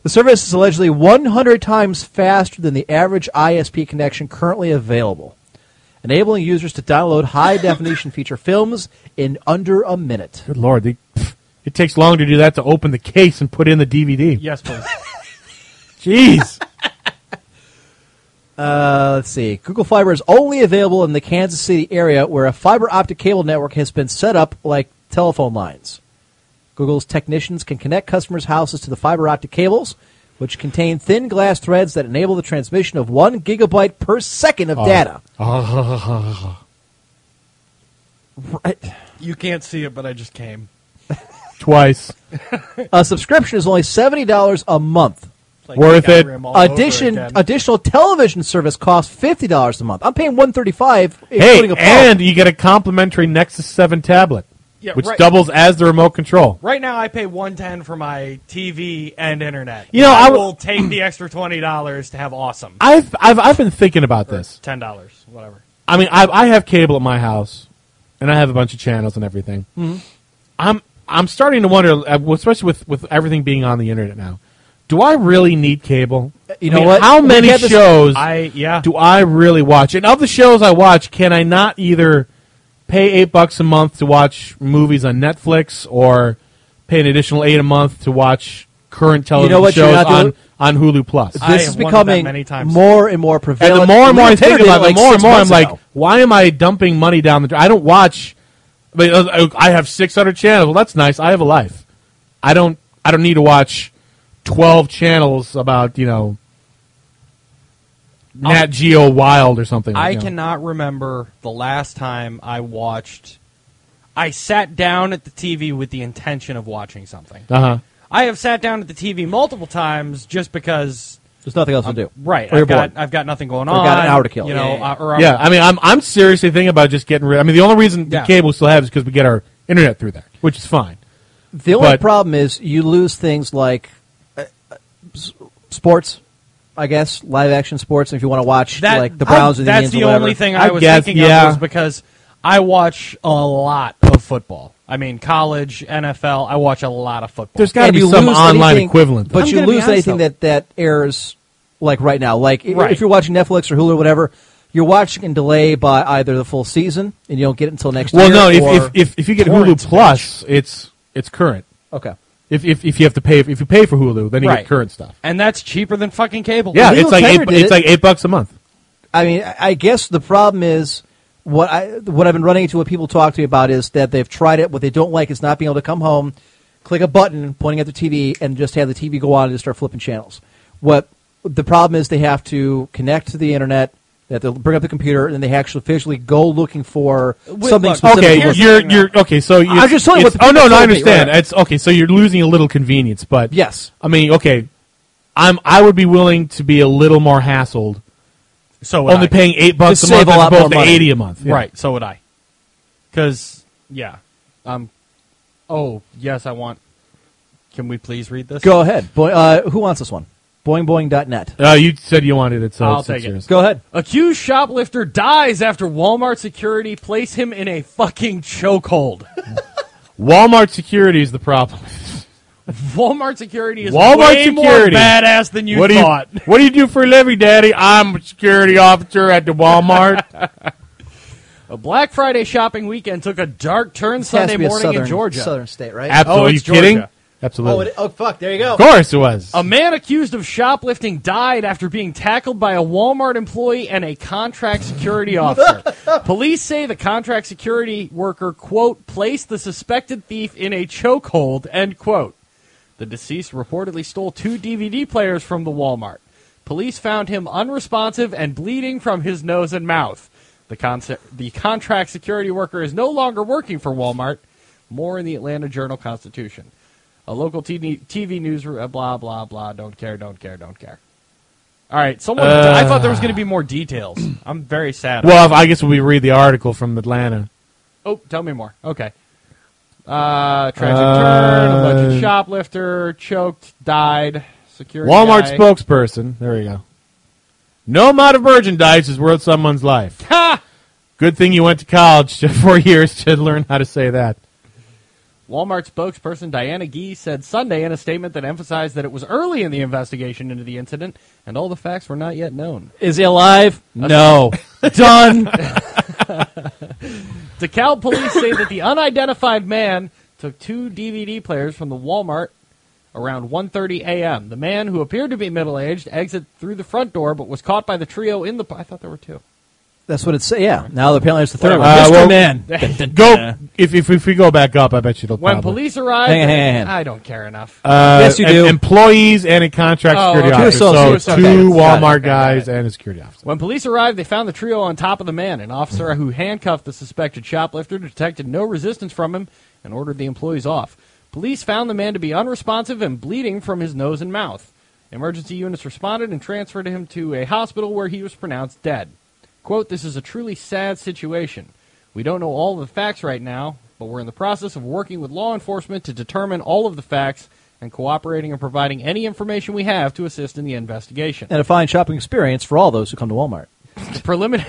C: the service is allegedly 100 times faster than the average ISP connection currently available, enabling users to download high definition feature films in under a minute.
D: Good lord, they, pff, it takes long to do that to open the case and put in the DVD.
G: yes, please. [laughs]
D: Jeez.
C: Uh, let's see. Google Fiber is only available in the Kansas City area where a fiber optic cable network has been set up like telephone lines. Google's technicians can connect customers' houses to the fiber optic cables, which contain thin glass threads that enable the transmission of one gigabyte per second
G: Ah.
C: of data.
G: [laughs]
C: Right.
G: you can't see it, but I just came.
D: Twice.
C: A subscription is only $70 a month.
G: It's like
D: Worth it.
G: Skyrim all over
C: Addition,
G: again.
C: additional television service costs $50 a month. I'm paying 135
D: Hey,
C: including a phone.
D: and you get a complimentary Nexus 7 tablet,
G: Yeah,
D: which
G: right.
D: doubles as the remote control.
G: Right now, I pay one ten for my TV and internet.
D: You know,
G: I
D: I w-
G: will take the extra twenty dollars to have awesome.
D: I've, I've, I've been thinking about this.
G: Ten dollars, whatever.
D: I mean, I, I have cable at my house, and I have a bunch of channels and everything.
C: Mm-hmm.
D: I'm I'm starting to wonder, uh, well, especially with with everything being on the internet now, do I really need cable?
C: Uh, you
D: I
C: know
D: mean,
C: what?
D: How
C: We
D: many
C: had this-
D: shows?
G: I yeah.
D: do I really watch? And of the shows I watch, can I not either pay eight bucks a month to watch movies on Netflix or pay an additional eight a month to watch current television
C: what you're
D: shows
C: not
D: on,
C: doing?
D: on Hulu Plus?
G: I
C: this
G: have
C: is
G: wondered that
C: becoming
G: many times.
C: more and more
D: and
C: prevalent.
D: the more and more I
C: We
D: think
C: pivoted
D: about it,
C: like
D: the more
C: six
D: and more I'm
C: months
D: like,
C: ago.
D: why am I dumping money down the? dr- I don't watch. I mean, uh, I have 600 channels. Well, that's nice. I have a life. I don't. I don't need to watch 12 channels about you know Nat Geo Wild or something.
G: I
D: you know.
G: cannot remember the last time I watched. I sat down at the TV with the intention of watching something.
D: Uh-huh.
G: I have sat down at the TV multiple times just because.
C: there's nothing else to do.
G: Right,
C: Or you're
G: I've got,
C: bored.
G: I've got nothing going
C: Or
G: on.
C: got an hour to kill.
G: You know,
C: Yeah, yeah,
G: uh, or I'm-
D: Yeah, I mean, I'm I'm seriously thinking about just getting rid. I mean, the only reason
G: Yeah.
D: the cable still have is because we get our internet through there, which is fine.
C: The only
D: but-
C: problem is you lose things like uh, uh, s- sports, I guess, live action sports. If you want to watch
G: that,
C: like the Browns
G: I-
C: and the
G: that's
C: Indians,
G: the
C: or whatever.
G: only thing I,
D: I
G: was
D: guess,
G: thinking
D: yeah.
G: of was because I watch a lot of football. I mean, college, NFL. I watch a lot of football.
D: There's got to
C: And
D: be
C: you
D: some
C: lose
D: online
C: anything-
D: equivalent.
C: but
G: I'm
C: you
G: gonna be
C: lose
G: honest,
C: anything
G: though.
C: that that airs like right now. Like i-
G: Right.
C: if you're watching Netflix or Hulu or whatever, you're watching in delay by either the full season and you don't get it until next
D: well,
C: year.
D: no, if,
C: or-
D: if if if you get Hulu Plus, it's it's current.
C: okay,
D: If, if, if you have to pay if you pay for Hulu, then you
C: Right.
D: get current stuff.
G: and that's cheaper than fucking cable.
D: Yeah,
C: Legal
D: it's like
C: Tender
D: eight,
C: did it.
D: it's like eight bucks a month.
C: I mean, I- I guess the problem is what I what I've been running into, what people talk to me about, is that they've tried it. What they don't like is not being able to come home, click a button pointing at the TV, and just have the TV go on and just start flipping channels. What the problem is, they have to connect to the internet. That they'll bring up the computer and then they actually physically go looking for something
G: look,
C: specific.
D: Okay,
C: to look
D: you're
C: at.
D: you're okay. So you
C: I'm just telling you
D: it's-
C: what the
D: Oh no,
C: people
D: no, I
C: told me,
D: understand.
C: right.
D: It's okay. So you're losing a little convenience, but
C: Yes.
D: I mean, okay, I'm I would be willing to be a little more hassled,
G: So would
D: only
G: I.
D: paying eight bucks
C: To
D: a
C: save
D: month
C: a
D: as
C: lot more
D: opposed to
C: money.
D: eighty a month. Yeah.
G: Right. So would I. Because yeah, um, oh yes, I want. Can we please read this?
C: Go ahead. Boy, uh, who wants this one? Boingboing.net.
D: Uh, you said you wanted it, so
G: I'll
D: it's it's
G: take it.
D: yours.
C: Go ahead.
G: Accused shoplifter dies after Walmart security place him in a fucking chokehold. [laughs]
D: Walmart security is
C: [laughs]
D: the problem.
G: Walmart security is
D: Walmart
G: way more
D: security.
G: badass than you
D: what do
G: thought.
D: you What do you do for a living, Daddy? I'm a security officer at
C: [laughs]
D: the Walmart.
C: Oh,
G: A Black Friday shopping weekend took a dark turn
C: Has
G: Sunday
C: to be a
G: morning
C: southern,
G: in Georgia.
C: southern state, right?
D: Absolutely,
G: Oh,
D: are you
G: it's Georgia.
D: kidding? Absolutely,
C: oh, fuck! There you go.
D: of course it was.
G: A man accused of shoplifting died after being tackled by a Walmart employee and a contract security officer. Police say the contract security worker, quote, placed the suspected thief in a chokehold, end quote. The deceased reportedly stole two DVD players from the Walmart. Police found him unresponsive and bleeding from his nose and mouth. The, conce- the contract security worker is no longer working for Walmart. More in the Atlanta Journal Constitution. A local TV, TV news, uh, blah, blah, blah. Don't care, don't care, don't care. All right, someone. I thought there was going to be more details. [clears throat] I'm very sad.
D: Well, if- I guess we read the article from Atlanta.
G: Oh, tell me more. Okay. Uh, tragic turn. Alleged
D: Uh,
G: shoplifter choked, died. Security.
D: Walmart
G: guy.
D: spokesperson. There you go. No amount of merchandise is worth someone's life.
G: Ha!
D: Good thing you went to college [laughs] for years to learn how to say that.
G: Walmart spokesperson Diana Gee said Sunday in a statement that emphasized that it was early in the investigation into the incident and all the facts were not yet known.
C: Is he alive?
D: Oh,
C: No. Done.
G: DeKalb police say that the unidentified man took two DVD players from the Walmart around 1:30 a.m. The man, who appeared to be middle-aged, exited through the front door but was caught by the trio in the. I thought there were two.
C: That's what it says. Yeah. Now apparently it's the third one.
D: Uh,
C: Mr.
D: well-
C: Man.
D: Go if, if if we go back up, I bet you it'll.
G: When
D: probably-
G: police arrived,
C: Hang on, hang on, hang on.
G: I don't care enough.
D: uh,
C: Yes, you
D: em-
C: do.
D: employees and a contract
G: Oh,
D: security
G: okay.
D: officer,
C: Two
D: so
C: associates.
D: two
C: Okay, got it,
D: Walmart
G: okay, got
D: guys
G: it.
D: and a security officer.
G: When police arrived, they found the trio on top of the man. An officer who handcuffed the suspected shoplifter detected no resistance from him and ordered the employees off. Police found the man to be unresponsive and bleeding from his nose and mouth. Emergency units responded and transferred him to a hospital where he was pronounced dead. Quote, This is a truly sad situation. We don't know all the facts right now, but we're in the process of working with law enforcement to determine all of the facts and cooperating and providing any information we have to assist in the investigation.
C: And a fine shopping experience for all those who come to Walmart. [laughs]
G: preliminary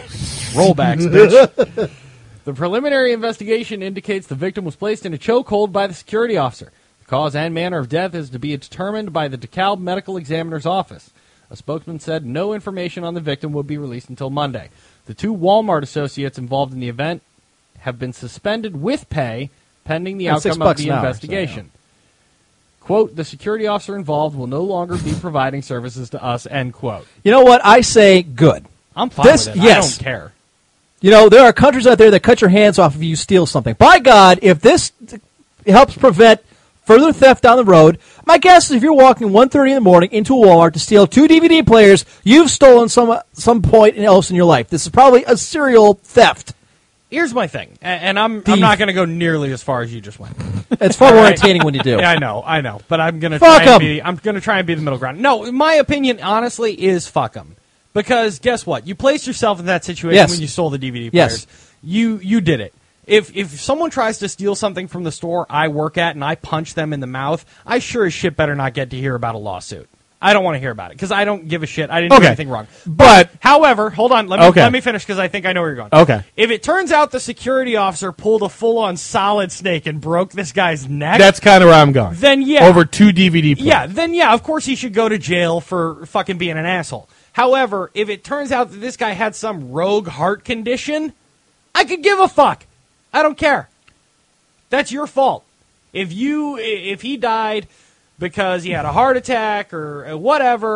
G: rollbacks, bitch. the preliminary investigation indicates the victim was placed in a chokehold by the security officer. The cause and manner of death is to be determined by the DeKalb Medical Examiner's office. A spokesman said no information on the victim would be released until Monday. The two Walmart associates involved in the event have been suspended with pay pending the
C: Yeah, six
G: outcome of
C: bucks
G: the
C: an hour, so,
G: investigation. Quote, the security officer involved will no longer be providing services to us, end quote.
C: You know what? I say good.
G: I'm fine
C: This-
G: with it.
C: yes.
G: I don't care.
C: You know, there are countries out there that cut your hands off if you steal something. By God, if this helps prevent further theft down the road, my guess is if you're walking 1.30 in the morning into a Walmart to steal two DVD players, you've stolen some some point else in your life. This is probably a serial theft.
G: Here's my thing, a- and I'm
C: Thief.
G: I'm not going to go nearly as far as you just went.
C: It's far more entertaining when you do.
G: [laughs] yeah, I know, I know, but I'm going to
C: Fuck
G: try and
C: 'em.
G: be I'm going to try and be the middle ground. No, my opinion honestly is fuck them because guess what? You placed yourself in that situation
C: Yes.
G: when you stole the DVD
C: Yes.
G: players. You you did it. If if someone tries to steal something from the store I work at and I punch them in the mouth, I sure as shit better not get to hear about a lawsuit. I don't want to hear about it because I don't give a shit. I didn't
D: Okay.
G: do anything wrong.
D: But-
G: however, hold on. Let me
D: Okay.
G: let me finish because I think I know where you're going.
D: Okay.
G: If it turns out the security officer pulled a full on solid snake and broke this guy's neck,
D: That's kind of where I'm going.
G: Then, yeah.
D: over two DVD. Players.
G: yeah, then yeah, of course he should go to jail for fucking being an asshole. However, if it turns out that this guy had some rogue heart condition, I could give a fuck. I don't care. That's your fault.
E: If you i- if he died because he had a heart attack or uh, whatever,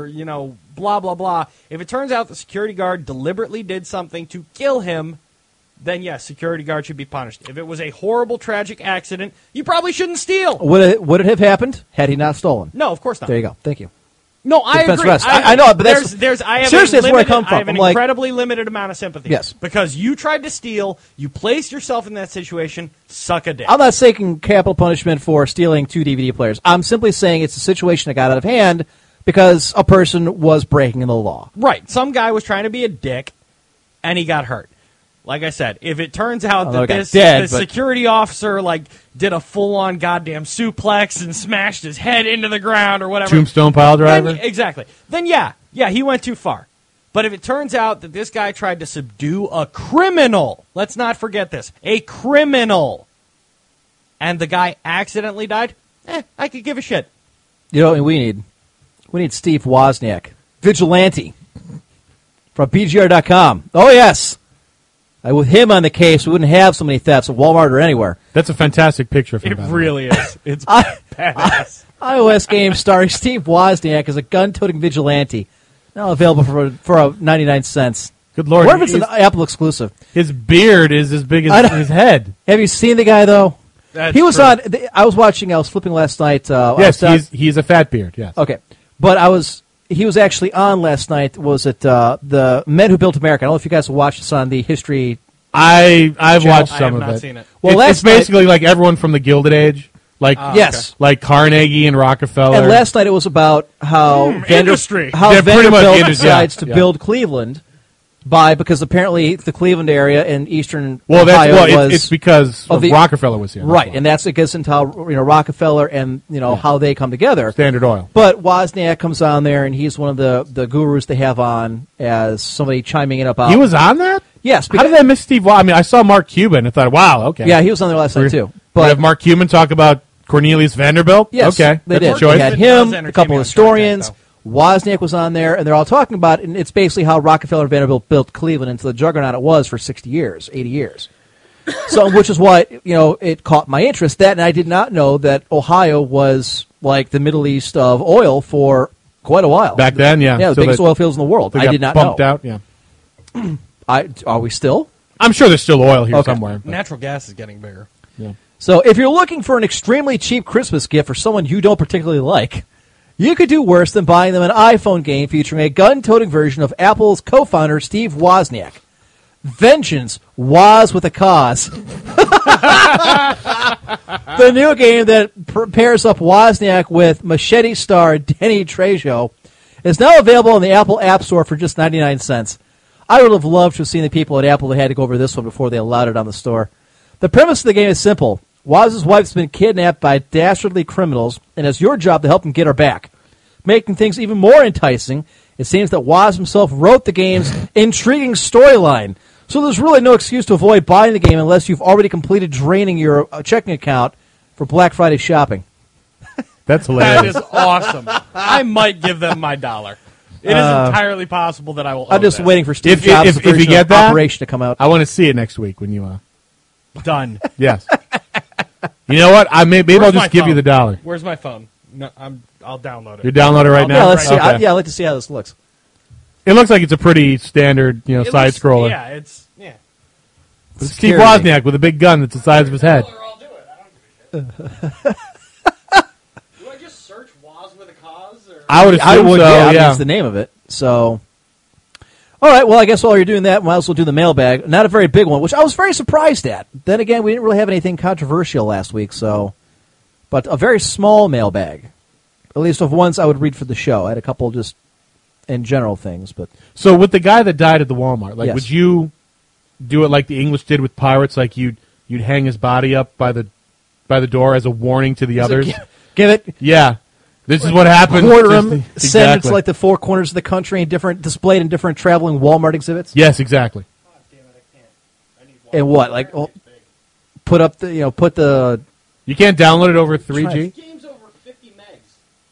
E: or you know, blah blah blah. If it turns out the security guard deliberately did something to kill him, then yes, security guard should be punished. If it was a horrible tragic accident, you probably shouldn't steal.
C: Would it, would it have happened had he not stolen?
E: No, of course not.
C: There you go. Oh. Thank you.
E: No, I
C: Defense
E: agree.
C: rest. I- I know, but that's-
E: there's, there's I have
C: Seriously,
E: a
C: that's where I
E: limited-
C: come from.
E: I have an
C: I'm like-
E: incredibly limited amount of sympathy.
C: Yes.
E: because you tried to steal, you placed yourself in that situation. Suck a dick.
C: I'm not seeking capital punishment for stealing two DVD players. I'm simply saying it's a situation that got out of hand because a person was breaking the law.
E: Right. Some guy was trying to be a dick, and he got hurt. Like I said, if it turns out
C: Although
E: that
C: he got
E: this,
C: dead,
E: this
C: but-
E: security officer like did a full on goddamn suplex and smashed his head into the ground or whatever,
D: Tombstone pile
E: then,
D: driver.
E: exactly. Then yeah, yeah, he went too far. But if it turns out that this guy tried to subdue a criminal, let's not forget this, a criminal, and the guy accidentally died, eh, I could give a shit.
C: You know what we need? We need Steve Wozniak, vigilante from PGR.com. Oh, yes. Uh, With him on the case, we wouldn't have so many thefts at Walmart or anywhere.
D: That's a fantastic picture of him.
E: It
D: by the way.
E: really [laughs] is. It's
C: I-
E: badass.
C: iOS game starring Steve Wozniak as a gun-toting vigilante. Now available for for uh, 99 cents.
D: Good lord,
C: What if it's
D: he's-
C: an Apple exclusive?
D: His beard is as big
C: I
D: as
C: don't- [laughs]
D: his head.
C: Have you seen the guy though?
G: That's
C: he was
G: true.
C: on. th- I was watching. I was flipping last night. Uh, I
D: Yes,
C: was on-
D: he's he's a fat beard. Yes.
C: okay, but I was. He was actually on last night. Was it uh, the Men Who Built America? I don't know if you guys watched this on the History.
D: I I've
C: Channel-
D: watched
G: I
D: some
G: have
D: of
G: not
D: it.
G: seen it.
C: Well,
D: Well, it's,
C: last
D: it's basically like everyone from the Gilded Age, like
G: Ah,
C: Yes. okay.
D: like Carnegie and Rockefeller.
C: And last night it was about how Vander-
G: industry.
C: how
D: Yeah, Hmm, pretty much
C: Vanderbilt
D: industry, yeah,
C: decides to
D: yeah.
C: build Cleveland by because apparently the Cleveland area in eastern
D: well, that's
C: Ohio
D: well,
C: was
D: it's, it's because
C: of
D: of
C: the-
D: Rockefeller was here, that's
C: right,
D: why.
C: and that's I guess into how you know Rockefeller and you know how they come together.
D: Standard Oil.
C: But Wozniak comes on there, and he's one of the, the gurus they have on as somebody chiming in about.
D: He was on that.
C: yes.
D: How did I miss Steve? Wa- I mean, I saw Mark Cuban and thought, wow, okay.
C: Yeah, he was on there last night too.
D: We're gonna
C: But
D: have Mark Cuban talk about Cornelius Vanderbilt.
C: yes,
D: okay,
C: they
D: that's
C: did.
D: a choice.
C: They had
E: That does
C: him,
E: entertain
C: a couple
E: me
C: of
E: on Shark Tank,
C: historians. Wozniak was on there, and they're all talking about, it, and it's basically how Rockefeller and Vanderbilt built Cleveland into the juggernaut it was for sixty years, eighty years. so, which is why you know it caught my interest. That, and I did not know that Ohio was like the Middle East of oil for quite a while
D: Back then, yeah.
C: Yeah, the
D: So
C: biggest
D: they-
C: oil fields in the world.
D: They
C: I
D: got
C: did not
D: bumped
C: know.
D: out. Yeah,
C: I, are we still?
D: I'm sure there's still oil here
C: Okay.
D: somewhere. but-
G: Natural gas is getting bigger.
C: So if you're looking for an extremely cheap Christmas gift for someone you don't particularly like, you could do worse than buying them an iPhone game featuring a gun-toting version of Apple's co-founder Steve Wozniak. Vengeance was with a cause. the new game that pr- pairs up Wozniak with Machete star Denny Trejo is now available on the Apple App Store for just 99 cents. I would have loved to have seen the people at Apple that had to go over this one before they allowed it on the store. The premise of the game is simple. Woz's wife's been kidnapped by dastardly criminals, and it's your job to help them get her back. Making things even more enticing, it seems that Woz himself wrote the
D: [laughs]
C: game's intriguing storyline. So there's really no excuse to avoid buying the game unless you've already completed draining your uh, checking account for Black Friday shopping.
G: That
D: That's [laughs] hilarious.
G: is awesome. I might give them my dollar. It is
D: Uh,
G: entirely possible that I will.
C: I'm
G: own
C: just
G: that.
C: waiting for Steve
D: If- if-
C: Jobs'
D: if- if you
C: version of
D: get that-
C: Operation to come out.
D: I want to see it next week when you. Uh,
G: Done.
D: yes. you know what? I may, maybe I'll
G: Where's my
D: just give you
G: phone?
D: the dollar.
G: Where's my phone? No, I'm. I'll download it.
D: You download it right now.
C: Oh, yeah, let's see. I,
D: Okay.
C: yeah, I'd like to see how this looks.
D: It looks like it's a pretty standard, you know,
G: It
D: side
G: looks-
D: scroller.
G: Yeah, it's yeah.
D: Steve
C: Scary.
D: Wozniak with a big gun that's the size of his head.
G: I'll do it. I don't give a shit. do I just search Woz with a cause? Or?
D: I would assume
C: I would.
D: so.
C: yeah,
D: Yeah,
C: that's the name of it. So, all right. Well, I guess while you're doing that, might as well do the mailbag. Not a very big one, which I was very surprised at. Then again, we didn't really have anything controversial last week, so. But a very small mailbag, at least of ones I would read for the show. I had a couple just in general things, but
D: So with the guy that died at the Walmart, like,
C: Yes.
D: would you do it like the English did with pirates? Like you'd you'd hang his body up by the by the door as a warning to the others.
C: give it
D: yeah, this is what happened.
C: quarter
D: This-
C: them,
D: exactly.
C: send it to like the four corners of the country and different displayed in different traveling Walmart exhibits.
D: yes, exactly.
C: And what like oh, put up the you know put the
D: You can't download it over three
C: Try
D: G.
C: it.
G: Game's over 50 megs.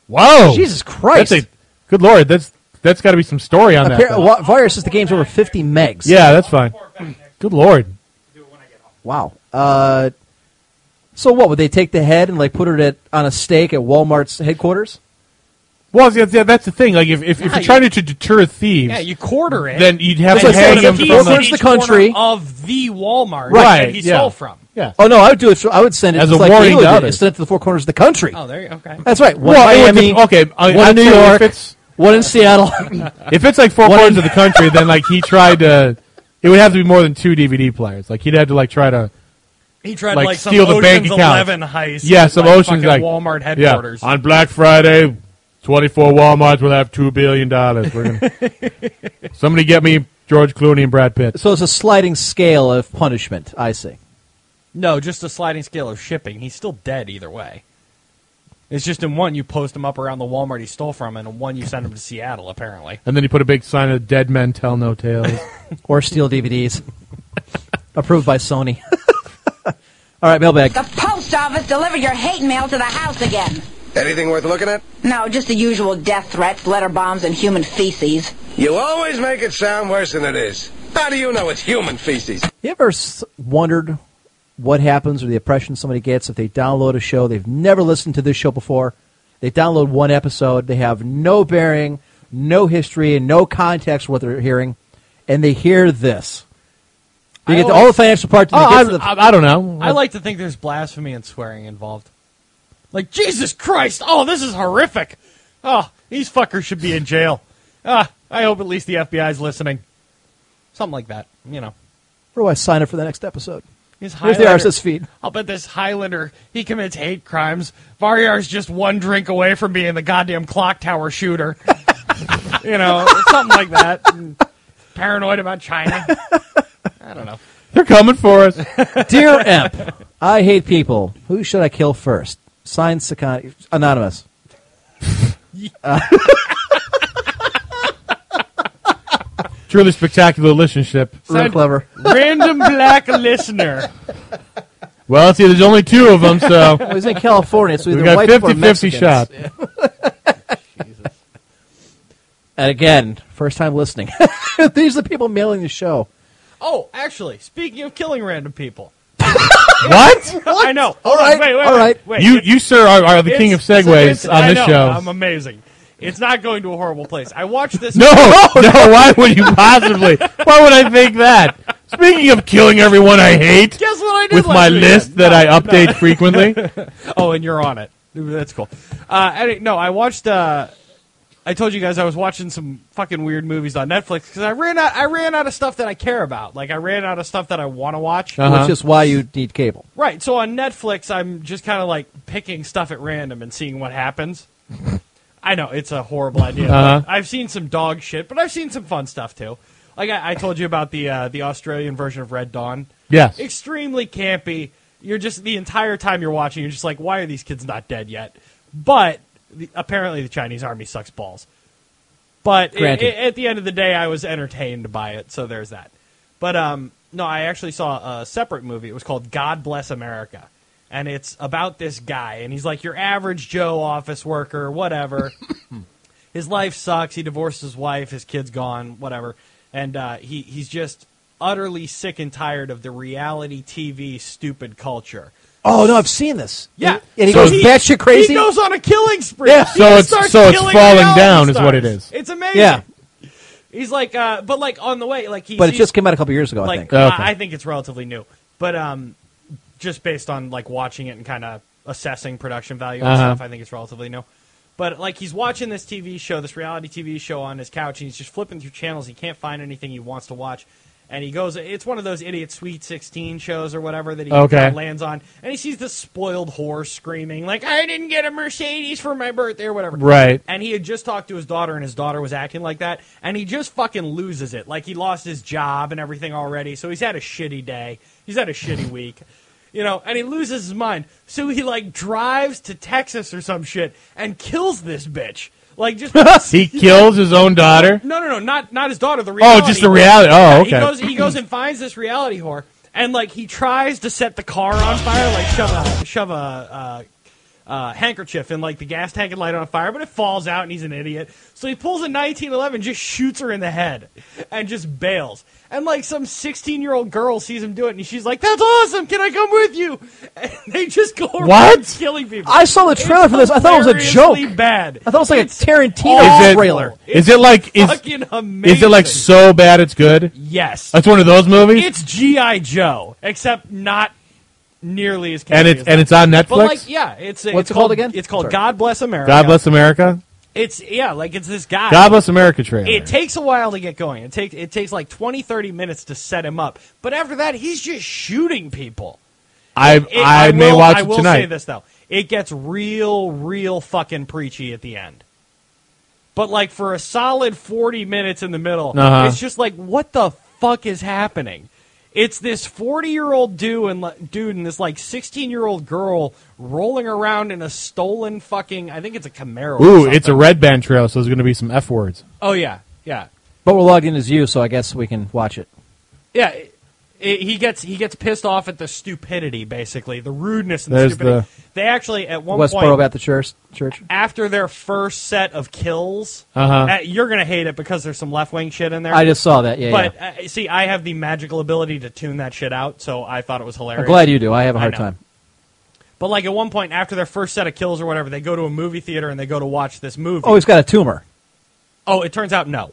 D: Whoa,
C: Jesus Christ.
D: That's a, good lord, that's that's got to be some story on that.
C: Appar-
D: thing.
C: wa- virus is the game's over 50 megs.
D: Yeah, that's fine. Good lord.
C: Wow. Uh, So what would they take the head and like put it at, on a stake at Walmart's headquarters?
D: Well, yeah, yeah, that's the thing. Like, if, if, if
G: Yeah,
D: you're trying
G: you-
D: to deter thieves,
G: Yeah, you quarter it.
D: then you'd have
G: and
D: to
G: you
D: hang
G: put
D: him
G: the
D: from
G: keys
D: the-
G: in
C: Search the
G: each corner
C: country.
G: of the Walmart
D: Right,
G: that he
D: yeah.
G: stole from.
D: Yeah.
C: Oh no, I would do it. so- I would send it
D: As
C: just
D: a
C: like
D: warning
C: Halo
D: to
C: did,
D: others.
C: send it to the four corners of the country.
G: Oh, there you okay.
C: That's right. One
D: Well, it
C: in
D: would
C: Miami,
D: dep- okay, I-
C: one
D: I'd
C: in New
D: say if
C: York,
D: it's-
C: one in Seattle. [laughs]
D: If it's like four
C: One-
D: corners of the country, then like he tried to, it would have to be more than two DVD players. Like he'd have to like try to.
G: He tried
D: Like,
G: like, some
D: steal the
G: Ocean's
D: bank account.
G: Eleven heist.
D: Yeah, some
G: like,
D: Ocean's
G: fucking
D: like
G: Walmart
D: yeah,
G: headquarters.
D: on Black Friday. Twenty-four WalMarts will have two billion dollars. We're
G: [laughs]
D: gonna somebody get me George Clooney and Brad Pitt.
C: so it's a sliding scale of punishment. I see.
G: No, just a sliding scale of shipping. He's still dead either way. It's just in one you post him up around the Walmart he stole from, and in one you send him to Seattle. Apparently,
D: And then he put a big sign of "Dead men tell
G: [laughs]
D: no tales."
C: Or steal DVDs. [laughs] Approved by Sony. [laughs] All right, mailbag.
J: The post office delivered your hate mail to the house again.
K: Anything worth looking at?
J: No, just the usual death threats, letter bombs, and human feces.
K: You always make it sound worse than it is. How do you know it's human feces?
C: You ever s- wondered what happens or the impression somebody gets if they download a show they've never listened to this show before? They download one episode, they have no bearing, no history, and no context for what they're hearing, and they hear this. They
G: I
C: get to
G: always-
C: all the financial parts.
D: oh,
C: and they
D: I,
C: get to the-
D: I, I don't know.
G: I like to think there's blasphemy and swearing involved. Like Jesus Christ! Oh, this is horrific. Oh, these fuckers should be in jail. Ah, I hope at least the FBI's listening. Something like that, you know.
C: Where do I sign up for the next episode?
G: His
C: Here's the
G: Highlander-
C: RSS feed.
G: I'll bet this Highlander he commits hate crimes. Varyar's just one drink away from being the goddamn clock tower shooter. [laughs] you know, something like that. And paranoid about China. I don't know.
D: They're coming for us.
C: Dear Emp, I hate people. Who should I kill first? Signed, Sakani, Anonymous.
D: Truly spectacular relationship.
C: Real
G: Signed-
C: clever.
G: Random black listener.
D: Well, see, there's only two of them, so
G: [laughs]
C: Well, he's in California, so either
D: we got
C: white people or
D: 50-50
C: Mexicans.
D: shot.
C: And again, first time listening. [laughs] These are the people mailing the show.
G: Oh, actually, speaking of killing
C: [laughs]
G: random people,
D: What?
G: I know.
C: All right,
G: Wait, wait,
C: all
G: wait,
C: right.
G: Wait,
D: You,
G: it's-
D: you sir, are, are the king of
G: it's-
D: segues
G: it's-
D: on
G: I
D: this
G: know,
D: show.
G: I'm amazing. It's not going to a horrible place. I watched this. [laughs]
D: No, [laughs] no, [laughs] why would you possibly? Why would I think that? Speaking of killing everyone I hate,
G: Guess what I did
D: with
G: last
D: my
G: weekend?
D: list that
G: No,
D: I update
G: [laughs]
D: frequently,
G: Oh, and you're on it. That's cool. Uh, I, no, I watched. Uh, I told you guys I was watching some fucking weird movies on Netflix because I ran out. I ran out of stuff that I care about. Like I ran out of stuff that I want to watch.
D: Uh-huh.
C: Which is why you need cable.
G: Right. So on Netflix, I'm just kind of like picking stuff at random and seeing what
D: [laughs]
G: happens. I know it's a horrible idea. but
D: Uh-huh.
G: I've seen some dog shit, but I've seen some fun stuff too. Like I, I told you about the uh, the Australian version of Red Dawn.
D: yes,
G: Extremely campy. You're just the entire time you're watching, you're just like, why are these kids not dead yet? But the, apparently, the Chinese army sucks balls. But i-
C: Granted.
G: i- at the end of the day, I was entertained by it, so there's that. But um, no, I actually saw a separate movie. It was called God Bless America, and it's about this guy, and he's like your average Joe office worker, whatever. his life sucks. He divorced his wife. His kid's gone. Whatever. And uh, he he's just utterly sick and tired of the reality TV stupid culture.
C: Oh no, I've seen this.
G: Yeah,
C: and, and he
D: So
C: goes
D: he-
C: batshit crazy.
G: He goes on a killing spree.
C: Yeah.
G: He
D: So
G: just
D: it's-
G: starts
D: so it's
G: killing
D: falling
G: reality
D: down is what it
G: stars.
D: is.
G: It's amazing.
C: Yeah.
G: He's like, uh, but like on the way, like he.
C: but it
G: sees-
C: just came out a couple years ago, I
G: like,
C: think.
D: Okay.
G: I, I think it's relatively new, but um, just based on like watching it and kind of assessing production value and
D: Uh-huh.
G: stuff, I think it's relatively new. But like he's watching this TV show, this reality TV show on his couch, and he's just flipping through channels. He can't find anything he wants to watch, and he goes. It's one of those idiot Sweet Sixteen shows or whatever that he
D: Okay.
G: kinda lands on, and he sees this spoiled whore screaming like, "I didn't get a Mercedes for my birthday" or whatever
D: right.
G: and he had just talked to his daughter and his daughter was acting like that and he just fucking loses it like he lost his job and everything already so he's had a shitty day he's had a shitty week you know and he loses his mind so he like drives to texas or some shit and kills this bitch like just
D: He kills his own daughter.
G: no no no not not his daughter the
D: Oh,
G: reality
D: just the reality. Oh,
G: he
D: okay.
G: goes he goes and finds this reality whore and like he tries to set the car on fire like shove a shove a uh, uh, handkerchief and like the gas tank and light it on fire, but it falls out and he's an idiot. So he pulls a 1911, just shoots her in the head, and just bails. And like some 16 year old girl sees him do it and she's like, "That's awesome! Can I come with you?" [laughs] And they just go around
C: What?
G: killing people.
C: I saw the trailer for this. I thought it was a joke.
G: Hilariously Bad.
C: I thought it was like a
G: awful.
C: Tarantino trailer.
D: Is it like is,
G: fucking amazing.
D: is it like so bad it's good?
G: Yes.
D: It's one of those movies.
G: It's GI Joe, except not nearly as.
D: And
G: campy
D: it's-
G: as
D: and
G: that.
D: it's on Netflix?
G: But like, yeah, it's
C: What's
G: it's
C: it called again?
G: It's called
C: Sorry.
G: God Bless America.
D: God bless America.
G: It's yeah, like it's this guy.
D: God bless America trailer.
G: It takes a while to get going. It takes it takes like 20, 30 minutes to set him up. But after that, he's just shooting people.
D: I
G: It-
D: I, may
G: will,
D: watch
G: I will
D: it tonight.
G: say this though, it gets real, real fucking preachy at the end. But like for a solid forty minutes in the middle,
D: Uh-huh.
G: it's just like, what the fuck is happening? It's this forty-year-old dude and li- dude and this like sixteen-year-old girl rolling around in a stolen fucking. I think it's a Camaro. or
D: Ooh,
G: something.
D: it's a red band trailer, so there's going to be some f words.
G: Oh yeah, yeah,
C: But we're logged in as you, so I guess we can watch it.
G: yeah. it- it- he gets he gets pissed off at the stupidity, basically the rudeness and
D: There's
G: the stupidity. they actually at one point
C: Westboro at the church. Church.
G: after their first set of kills,
C: Uh-huh.
G: uh, you're gonna hate it because there's some left wing shit in there.
C: I just saw that. Yeah,
G: but
C: yeah.
G: uh, see, I have the magical ability to tune that shit out, so I thought it was hilarious.
C: I'm glad you do. I have a hard
G: know.
C: time.
G: But like at one point, after their first set of kills or whatever, they go to a movie theater and they go to watch this movie.
C: Oh, he's got a tumor.
G: Oh, it turns out no.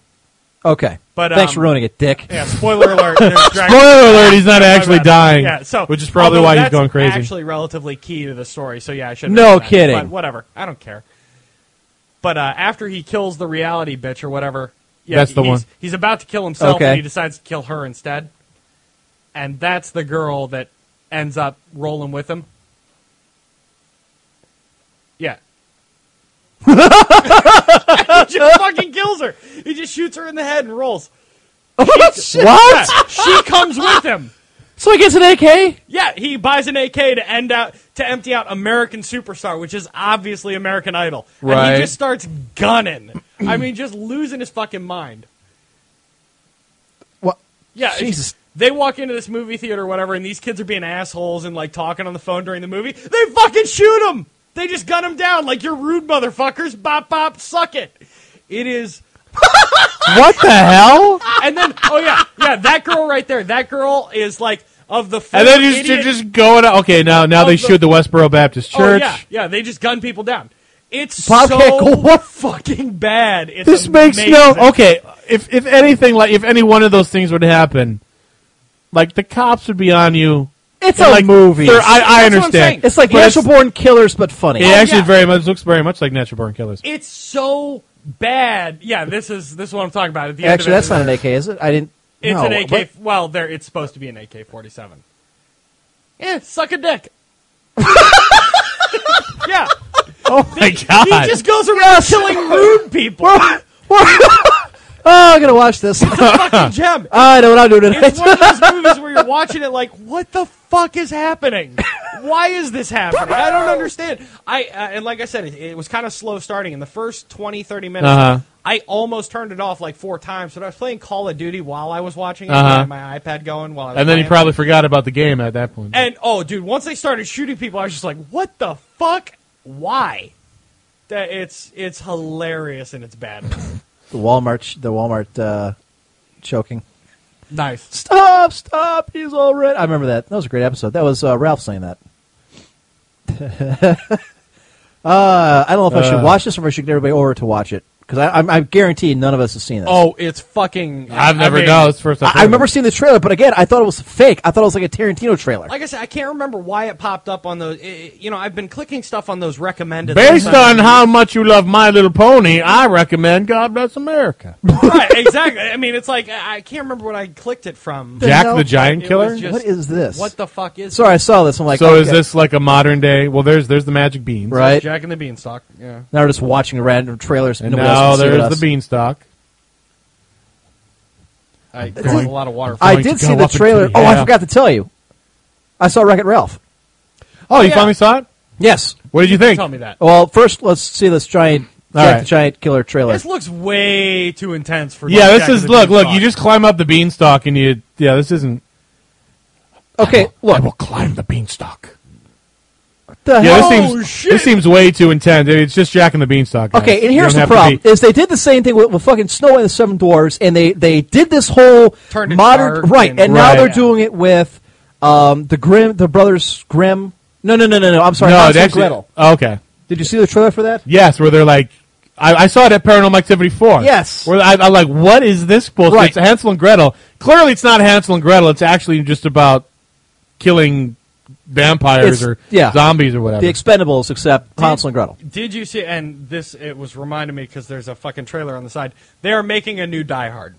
C: Okay.
G: But,
C: thanks
G: um,
C: for ruining it, Dick.
G: Yeah, spoiler alert. there's drag-
D: Spoiler alert, he's not
G: My
D: actually
G: bad.
D: dying,
G: Yeah, so
D: which is probably
G: although
D: why he's
G: that's
D: going crazy.
G: Actually, relatively key to the story. So yeah, I should.
C: No kidding.
G: But whatever, I don't care. But uh, after he kills the reality bitch or whatever, yeah,
D: That's the
G: he's,
D: one.
G: He's about to kill himself,
C: Okay.
G: and he decides to kill her instead. And that's the girl that ends up rolling with him. Yeah. [laughs] he just fucking kills her. He just shoots her in the head and rolls.
C: [laughs] What?
G: [laughs] Yeah, she comes with him.
C: So he gets an AK?
G: Yeah, he buys an AK to end out to empty out American Superstar, which is obviously American Idol. And
D: Right.
G: he just starts gunning. I mean, just losing his fucking mind.
C: What?
G: Yeah, it's-
C: Jesus.
G: They walk into this movie theater or whatever, and these kids are being assholes and like talking on the phone during the movie. They fucking shoot him. They just gun him down like you're rude motherfuckers. Bop bop, suck it. It is
D: what
G: [laughs]
D: the hell?
G: and then oh yeah, yeah, that girl right there. That girl is like of the
D: And
G: four
D: then he's
G: idiot-
D: just going. out- Okay, now now they
G: Of the-
D: shoot the Westboro Baptist
G: Oh,
D: Church.
G: yeah, yeah, they just gun people down. It's
C: Bob can't go
G: so
C: up.
G: fucking bad. It's
D: This makes no.
G: amazing.
D: Okay, if if anything, like if any one of those things would happen, like the cops would be on you.
C: It's
D: And,
C: a
D: like,
C: movie.
D: they're- I, I
G: That's what I'm
D: understand.
G: saying. Oh,
C: it's like
D: But it's-
C: Natural Born Killers, but funny.
D: It actually
G: yeah.
D: very much looks very much like Natural Born Killers.
G: It's so bad. Yeah, this is this is what I'm talking about. At the
C: Actually,
G: end of
C: that's
G: it,
C: not an AK, is it? I didn't.
G: It's
C: no,
G: an AK.
C: what-
G: Well, there it's supposed to be an AK-47. Yeah, suck a
D: [laughs]
G: dick. yeah,
D: Oh my god!
G: he just goes around killing rude people.
D: [laughs]
C: Oh, I'm gonna watch
G: [laughs]
C: this. [laughs]
G: Fucking gem.
C: I know what I'm doing tonight.
G: It's one of
D: [laughs]
G: those movies where you're watching it like, what the fuck is happening? Why is this happening? I don't understand. I uh, and like I said, it, it was kind of slow starting in the first 20, 30 minutes.
D: Uh-huh.
G: I almost turned it off like four times, but I was playing Call of Duty while I was watching it.
D: Uh-huh.
G: I had my iPad going while I was
D: and then he
G: playing.
D: probably forgot about the game at that point.
G: and oh, dude, once they started shooting people, I was just like, what the fuck? Why? That it's it's hilarious and it's
D: [laughs]
G: bad.
C: the Walmart, the Walmart uh, choking.
G: nice.
C: Stop! Stop! He's all red. I remember that. That was a great episode. That was uh, Ralph saying that. [laughs] uh, I don't know if I should watch this or if I should get everybody over to watch it because I'm, I'm guaranteed none of us have seen this.
G: Oh, it's fucking.
D: I've
G: I
D: never
G: mean-
D: known. It's the first.
C: I,
D: I've
C: I
D: heard of
C: remember
D: it.
C: seeing the trailer, but again, I thought it was fake. I thought it was like a Tarantino trailer.
G: like I said, I can't remember why it popped up on those. i- You know, I've been clicking stuff on those recommended.
D: Based on
G: sometimes.
D: how much you love My Little Pony, I recommend God
C: [laughs]
D: Bless America.
G: [laughs] right, exactly. I mean, it's like I I can't remember what I clicked it from.
D: Jack
C: hell?
D: the Giant
G: It
D: Killer.
G: was just-
C: what is this?
G: What the fuck is?
C: Sorry, I saw this. I'm like,
D: so is
C: okay.
D: this like a modern day? Well, there's there's the magic beans,
G: it?
C: right?
G: Jack and the Beanstalk? Yeah.
C: Now we're just watching random trailers.
D: And
C: Nobody
D: now
C: else can see but
D: there's
C: us.
D: the beanstalk.
L: I drank a lot of water.
C: I
D: going to
C: did see
D: go
C: the
D: up and
C: trailer.
D: kill you.
C: Oh, I
D: Yeah.
C: forgot to tell you. I saw Wreck It Ralph.
D: Oh, you
G: yeah.
D: finally saw it.
C: Yes.
D: What did you think?
G: Tell me that.
C: Well, first let's see this giant
D: All
C: Jack
D: right.
C: the Giant Killer trailer.
G: This looks way too intense for.
D: Oh, Yeah, this
G: Jack
D: is
G: and the
D: look look.
G: Beanstalk.
D: You just climb up the beanstalk and you yeah. This isn't.
C: Okay, look.
D: climb the beanstalk.
C: What the
D: yeah,
G: Oh,
C: hell?
D: This seems, this seems way too intense. I mean, it's just Jack and the Beanstalk. guys.
C: Okay, and
D: You
C: here's
D: don't
C: the
D: have to
C: problem:
D: be-
C: is they did the same thing with, with fucking Snow and the Seven Dwarfs, and they they did this whole
G: Turned it
C: modern
G: dark
C: right,
G: and-
C: and, now
D: Right.
C: they're doing it with um, the Grimm, the brothers Grimm. No, no, no, no, no. I'm sorry,
D: no,
C: Hansel and
D: that's
C: Gretel.
D: Okay.
C: Did you see the trailer for that?
D: Yes, where they're like, I, I saw it at Paranormal Activity four.
C: Yes.
D: where I, I'm like, what is this bullshit?
C: Right.
D: It's Hansel and Gretel. Clearly, it's not Hansel and Gretel. It's actually just about killing vampires
C: It's-
D: or
C: yeah.
D: zombies or whatever.
C: The Expendables, except Hansel and Gretel.
G: Did you see? And this it was reminding me because there's a fucking trailer on the side. They are making a new Die Hard,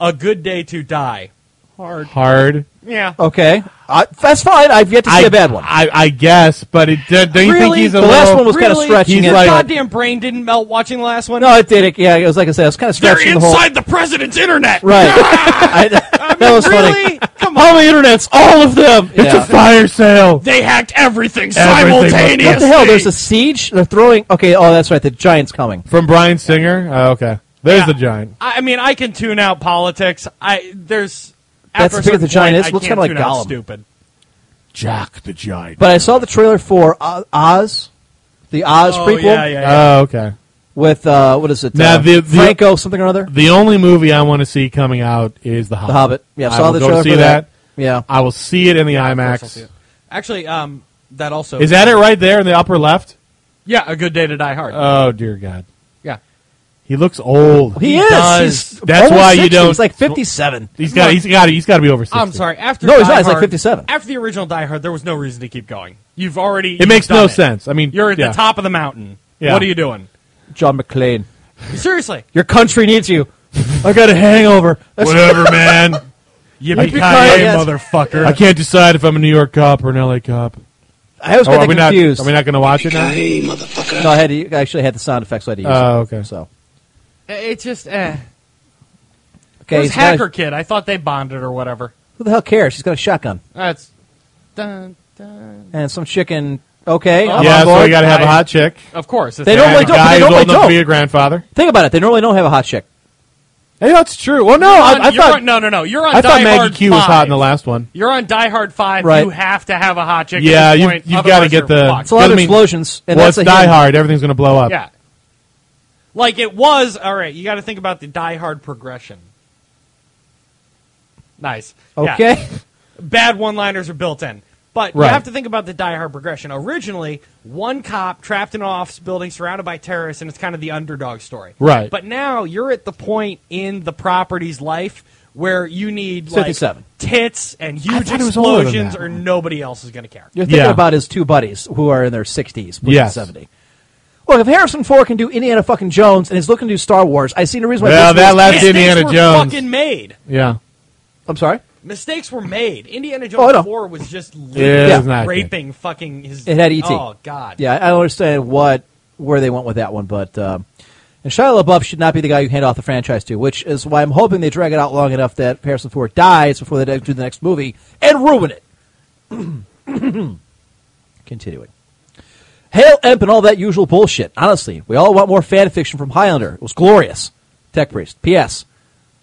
G: A Good Day to Die. Hard.
D: Hard.
G: Yeah.
D: Oh,
C: Okay, I, that's fine. I've yet to see a bad one.
D: I, I guess, but it, do, do you think
G: Really?
D: he's a
C: The last
D: little- [laughs]
C: one was kinda
D: Really?
C: stretching
D: He's
C: it.
D: like,
E: Goddamn brain didn't melt watching the last one.
C: no, it did it. Yeah, it was like I said, I was kind of
G: They're
C: stretching the whole.
G: inside the president's internet.
D: [laughs]
C: Right. I, that was funny.
G: really?
C: Come on. the internet's all of them.
D: It's
C: Yeah.
D: a fire sale.
G: They hacked everything,
D: Everything.
G: simultaneously.
C: What the hell? There's a siege. They're throwing. Okay. Oh, that's right. The giant's coming.
D: From Brian Singer. Oh, okay. There's
G: Yeah.
D: the giant.
G: I mean, I can tune out politics. I there's
C: That's the
G: after a
C: thing with
G: certain
C: the giant
G: point,
C: is,
G: I
C: it looks
G: can't
C: kinda like
G: tune out
C: Gollum.
G: Stupid.
D: Jack the giant.
C: But I saw the trailer for uh, Oz, the Oz
G: Oh,
C: prequel Uh,
G: yeah, yeah, yeah.
D: Oh, okay.
C: with uh, what is it?
D: Now,
C: uh,
D: the- the-
C: Franco something or other.
D: The only movie I want to see coming out is The Hobbit.
C: The Hobbit. Yeah, I
D: I
C: saw
D: will
C: the
D: go
C: trailer
D: see
C: for that.
D: that.
C: Yeah.
D: I will see it in the IMAX.
G: it. Actually, um, that also
D: Is that it right there in the upper left?
G: Yeah, a good day to die
C: Uh,
G: hard.
D: Oh dear God,
G: yeah.
D: he looks old.
C: He, is.
D: does.
C: He's
D: That's
C: over
D: why
C: 60.
D: you don't.
C: He's like 57.
D: he's got. He's got. He's got to be over. 60.
G: I'm sorry. After
C: No, he's
G: Die
C: not. He's like
G: Hard-
C: 57.
G: After the original Die Hard, there was no reason to keep going. You've already.
D: It makes
G: done
D: no sense. I mean,
G: You're at
D: yeah.
G: the top of the mountain.
D: Yeah.
G: What are you doing?
C: John McClane.
G: Seriously,
C: Your country needs you. I got a hangover. That's
D: [laughs] Whatever, man.
G: yippee
C: Yippee-ki-yay,
G: ki
C: yes.
G: motherfucker!
D: I can't decide if I'm a New York cop or an LA cop.
C: I always
D: Oh,
C: got
D: are
C: that
D: we not? Are we
C: confused.
D: not going to watch it now?
C: no, I had to, I actually had the sound effects. So I had to use
D: Oh,
C: it.
D: okay.
C: So
G: It's just eh.
C: okay,
G: it was
C: he's got a-
G: hacker kid. I thought they bonded or whatever.
C: who the hell cares? He's got a shotgun
G: That's dun, dun.
C: and some chicken. Okay, I'm
D: yeah,
C: on
D: so
C: board.
D: we got to have a
G: I-
D: hot chick.
G: Of course,
C: They
D: And
C: normally don't,
D: the
C: but
D: guy
C: they
D: who's
C: normally
D: old enough to be
C: don't.
D: your grandfather.
C: Think about it. They normally don't have a hot chick.
D: Hey, that's true. Well, no,
G: You're on,
D: I, I
G: you're
D: thought
G: on- no, no, no. You're on.
D: I
G: Die
D: thought
G: Hard
D: Maggie Q was hot in the
G: 5.
D: last one.
G: You're on Die Hard Five.
C: Right.
G: You have to have a hot chick.
D: Yeah,
G: at this
D: you-
G: point,
D: you've
G: otherwise
D: gotta get
G: you're
D: the-
G: fucked.
C: It's a lot of
D: Doesn't mean-
C: explosions, and
D: well,
C: that's
D: it's
C: a
D: Die
C: hint.
D: Hard. Everything's going to blow up.
G: Yeah. Like it was. All right, you got to think about the Die Hard progression. Nice. Yeah.
C: Okay,
D: [laughs]
G: Bad one-liners are built in, but
D: Right.
G: you have to think about the Die Hard progression. Originally, one cop trapped in an office building surrounded by terrorists, and it's kind of the underdog story.
D: Right.
G: But now you're at the point in the property's life where you need like
C: 57.
G: tits and huge
D: thought it was older than
G: explosions,
D: that.
G: or nobody else is going to care.
C: you're thinking
D: Yeah.
C: about his two buddies who are in their sixties,
D: Yes.
C: seventy. Well, if Harrison Ford can do Indiana fucking Jones and is looking to do Star Wars, I see no reason why.
D: Well,
C: this
D: that
C: was-
D: last
G: Mistakes
D: Indiana
G: were
D: Jones.
G: fucking made.
D: Yeah.
C: I'm sorry,
G: Mistakes were made. Indiana
C: Oh,
G: Jones
C: no.
G: 4 was just
D: Yeah,
C: it's
D: not good. E
G: raping fucking his.
C: It had E.T..
G: Oh, God.
C: yeah, I don't understand what where they went with that one, but um, and Shia LaBeouf should not be the guy you hand off the franchise to, which is why I'm hoping they drag it out long enough that Harrison Ford dies before they do the next movie and ruin it. [clears throat] Continuing. Hail Emp and all that usual bullshit. Honestly, we all want more fan fiction from Highlander. It was glorious. Tech Priest. P.S.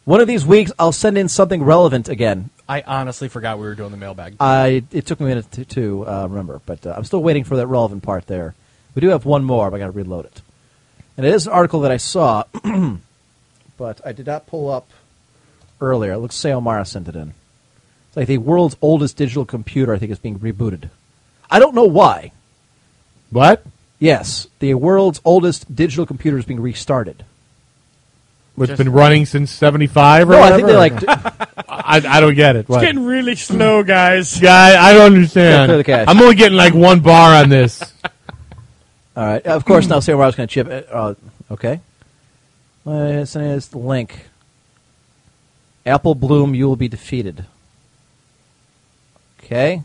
C: One of these weeks, I'll send in something relevant again.
G: I honestly forgot we were doing the mailbag.
D: Uh,
C: I it took me a minute to, to uh, remember, but uh, I'm still waiting for that relevant part there. We do have one more, but I got to reload it. And it is an article that I saw, [clears throat] but I did not pull up earlier. It looks Seo Mara sent it in. It's like the world's oldest digital computer, I think, is being rebooted. I don't know why.
D: What?
C: Yes, the world's oldest digital computer is being restarted.
D: It's been running since '75 or
C: No, I
D: whatever.
C: think they like d-
D: I, I don't get it. What?
G: really slow, guys.
D: Guy, I don't
C: Yeah,
D: understand.
C: clear the cache.
D: I'm only getting like one bar
C: [laughs]
D: on this.
C: All right. Of course, now Sam Roberts going to chip. it. Uh, okay. Let's send us the link. Apple Bloom, you will be defeated. Okay.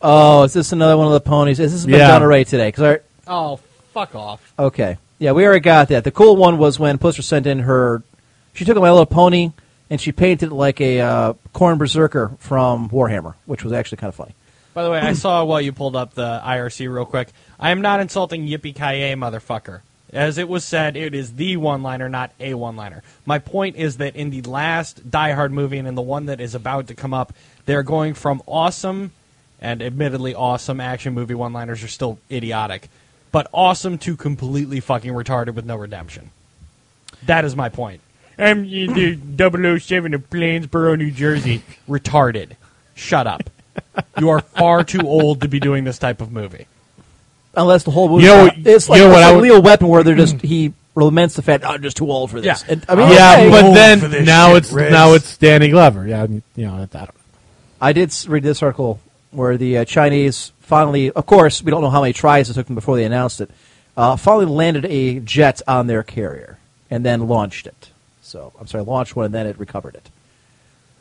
C: Oh, is this another one of the ponies? Is this been
D: Yeah.
C: done already today? 'Cause our-
G: Oh, fuck off.
C: Okay. Yeah, we already got that. The cool one was when Pusser sent in her. She took My Little Pony and she painted it like a uh, corn berserker from Warhammer, which was actually kind of funny.
G: By the way, I saw while you pulled up the IRC real quick. I am not insulting Yippee Kaye, motherfucker. As it was said, it is the one liner, not a one liner. My point is that in the last Die Hard movie and in the one that is about to come up, they're going from awesome and admittedly awesome action movie one-liners are still idiotic, but awesome to completely fucking retarded with no redemption. That is my point. I'm the 007 of Plainsboro, New Jersey. Retarded. Shut up. You are far too old to be doing this type of movie.
C: Unless the whole movie,
G: You know what-
C: it's like,
G: you know
C: it's
G: what I
C: like
G: would-
C: Leo Weapon, where they're just he laments the fact, "Oh, I'm just too old for this.
D: Yeah,
C: And, I mean,
D: yeah,
C: okay.
D: but then now it's now it's Danny Glover. Yeah, I mean, you know that.
C: I did s- read this article where the uh, Chinese finally, of course, we don't know how many tries it took them before they announced it, uh, finally landed a jet on their carrier and then launched it. So, I'm sorry, launched one and then it recovered it.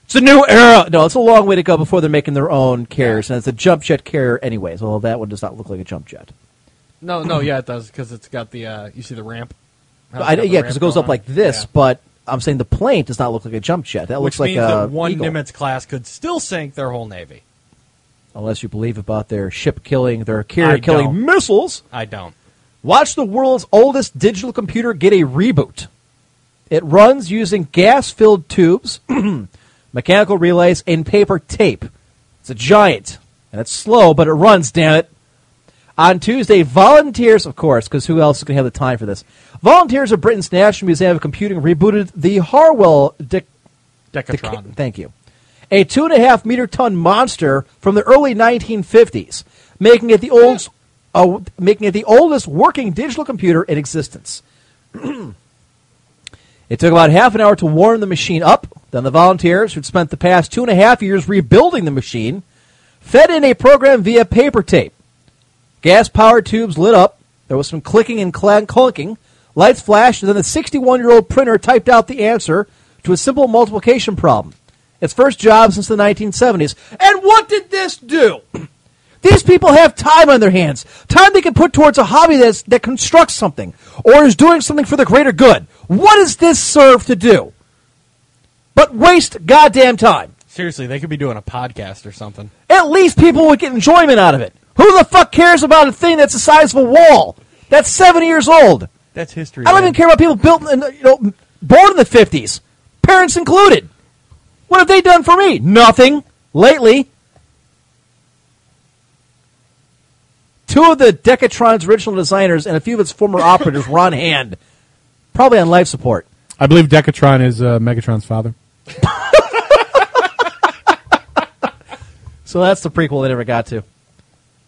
C: It's a new era. No, it's a long way to go before they're making their own carriers, and it's a jump jet carrier, anyways. Although that one does not look like a jump jet.
G: No, no, yeah, it does because it's got the uh, you see the ramp. How's
C: I,
G: got the
C: yeah,
G: ramp
C: because it goes
G: going
C: up
G: on?
C: like this,
G: Yeah.
C: but I'm saying the plane does not look like a jump jet. That
G: Which
C: looks like
G: means
C: a
G: that one
C: Eagle.
G: Nimitz class could still sink their whole navy.
C: unless you believe about their ship killing, their carrier
G: I
C: killing
G: don't.
C: missiles.
G: I don't.
C: Watch the world's oldest digital computer get a reboot. It runs using gas filled tubes, [clears throat] mechanical relays, and paper tape. It's a giant, and it's slow, but it runs, damn it. On Tuesday, volunteers, of course, because who else is going to have the time for this? Volunteers of Britain's National Museum of Computing rebooted the Harwell Dic-
G: Decatron.
C: Dic- thank you. A two and a half meter ton monster from the early 1950s, making it the old, uh, making it the oldest working digital computer in existence. It took about half an hour to warm the machine up. Then the volunteers, who'd spent the past two and a half years rebuilding the machine, fed in a program via paper tape. Gas powered tubes lit up. There was some clicking and clank clunking. Lights flashed, and then the 61 year old printer typed out the answer to a simple multiplication problem. Its first job since the 1970s. And what did this do? [clears throat] These people have time on their hands, time they can put towards a hobby that's, that constructs something or is doing something for the greater good. What does this serve to do? But waste goddamn time.
G: Seriously, they could be doing a podcast or something.
C: At least people would get enjoyment out of it. Who the fuck cares about a thing that's the size of a wall? That's seven years old.
G: That's history.
C: I don't even care about people built in, the- you know, born in the fifties, parents included. What have they done for me? Nothing lately. Two of the Decatron's original designers and a few of its former operators were on hand, probably on life support.
D: I believe Decatron is uh, Megatron's father.
C: So that's the prequel they never got to.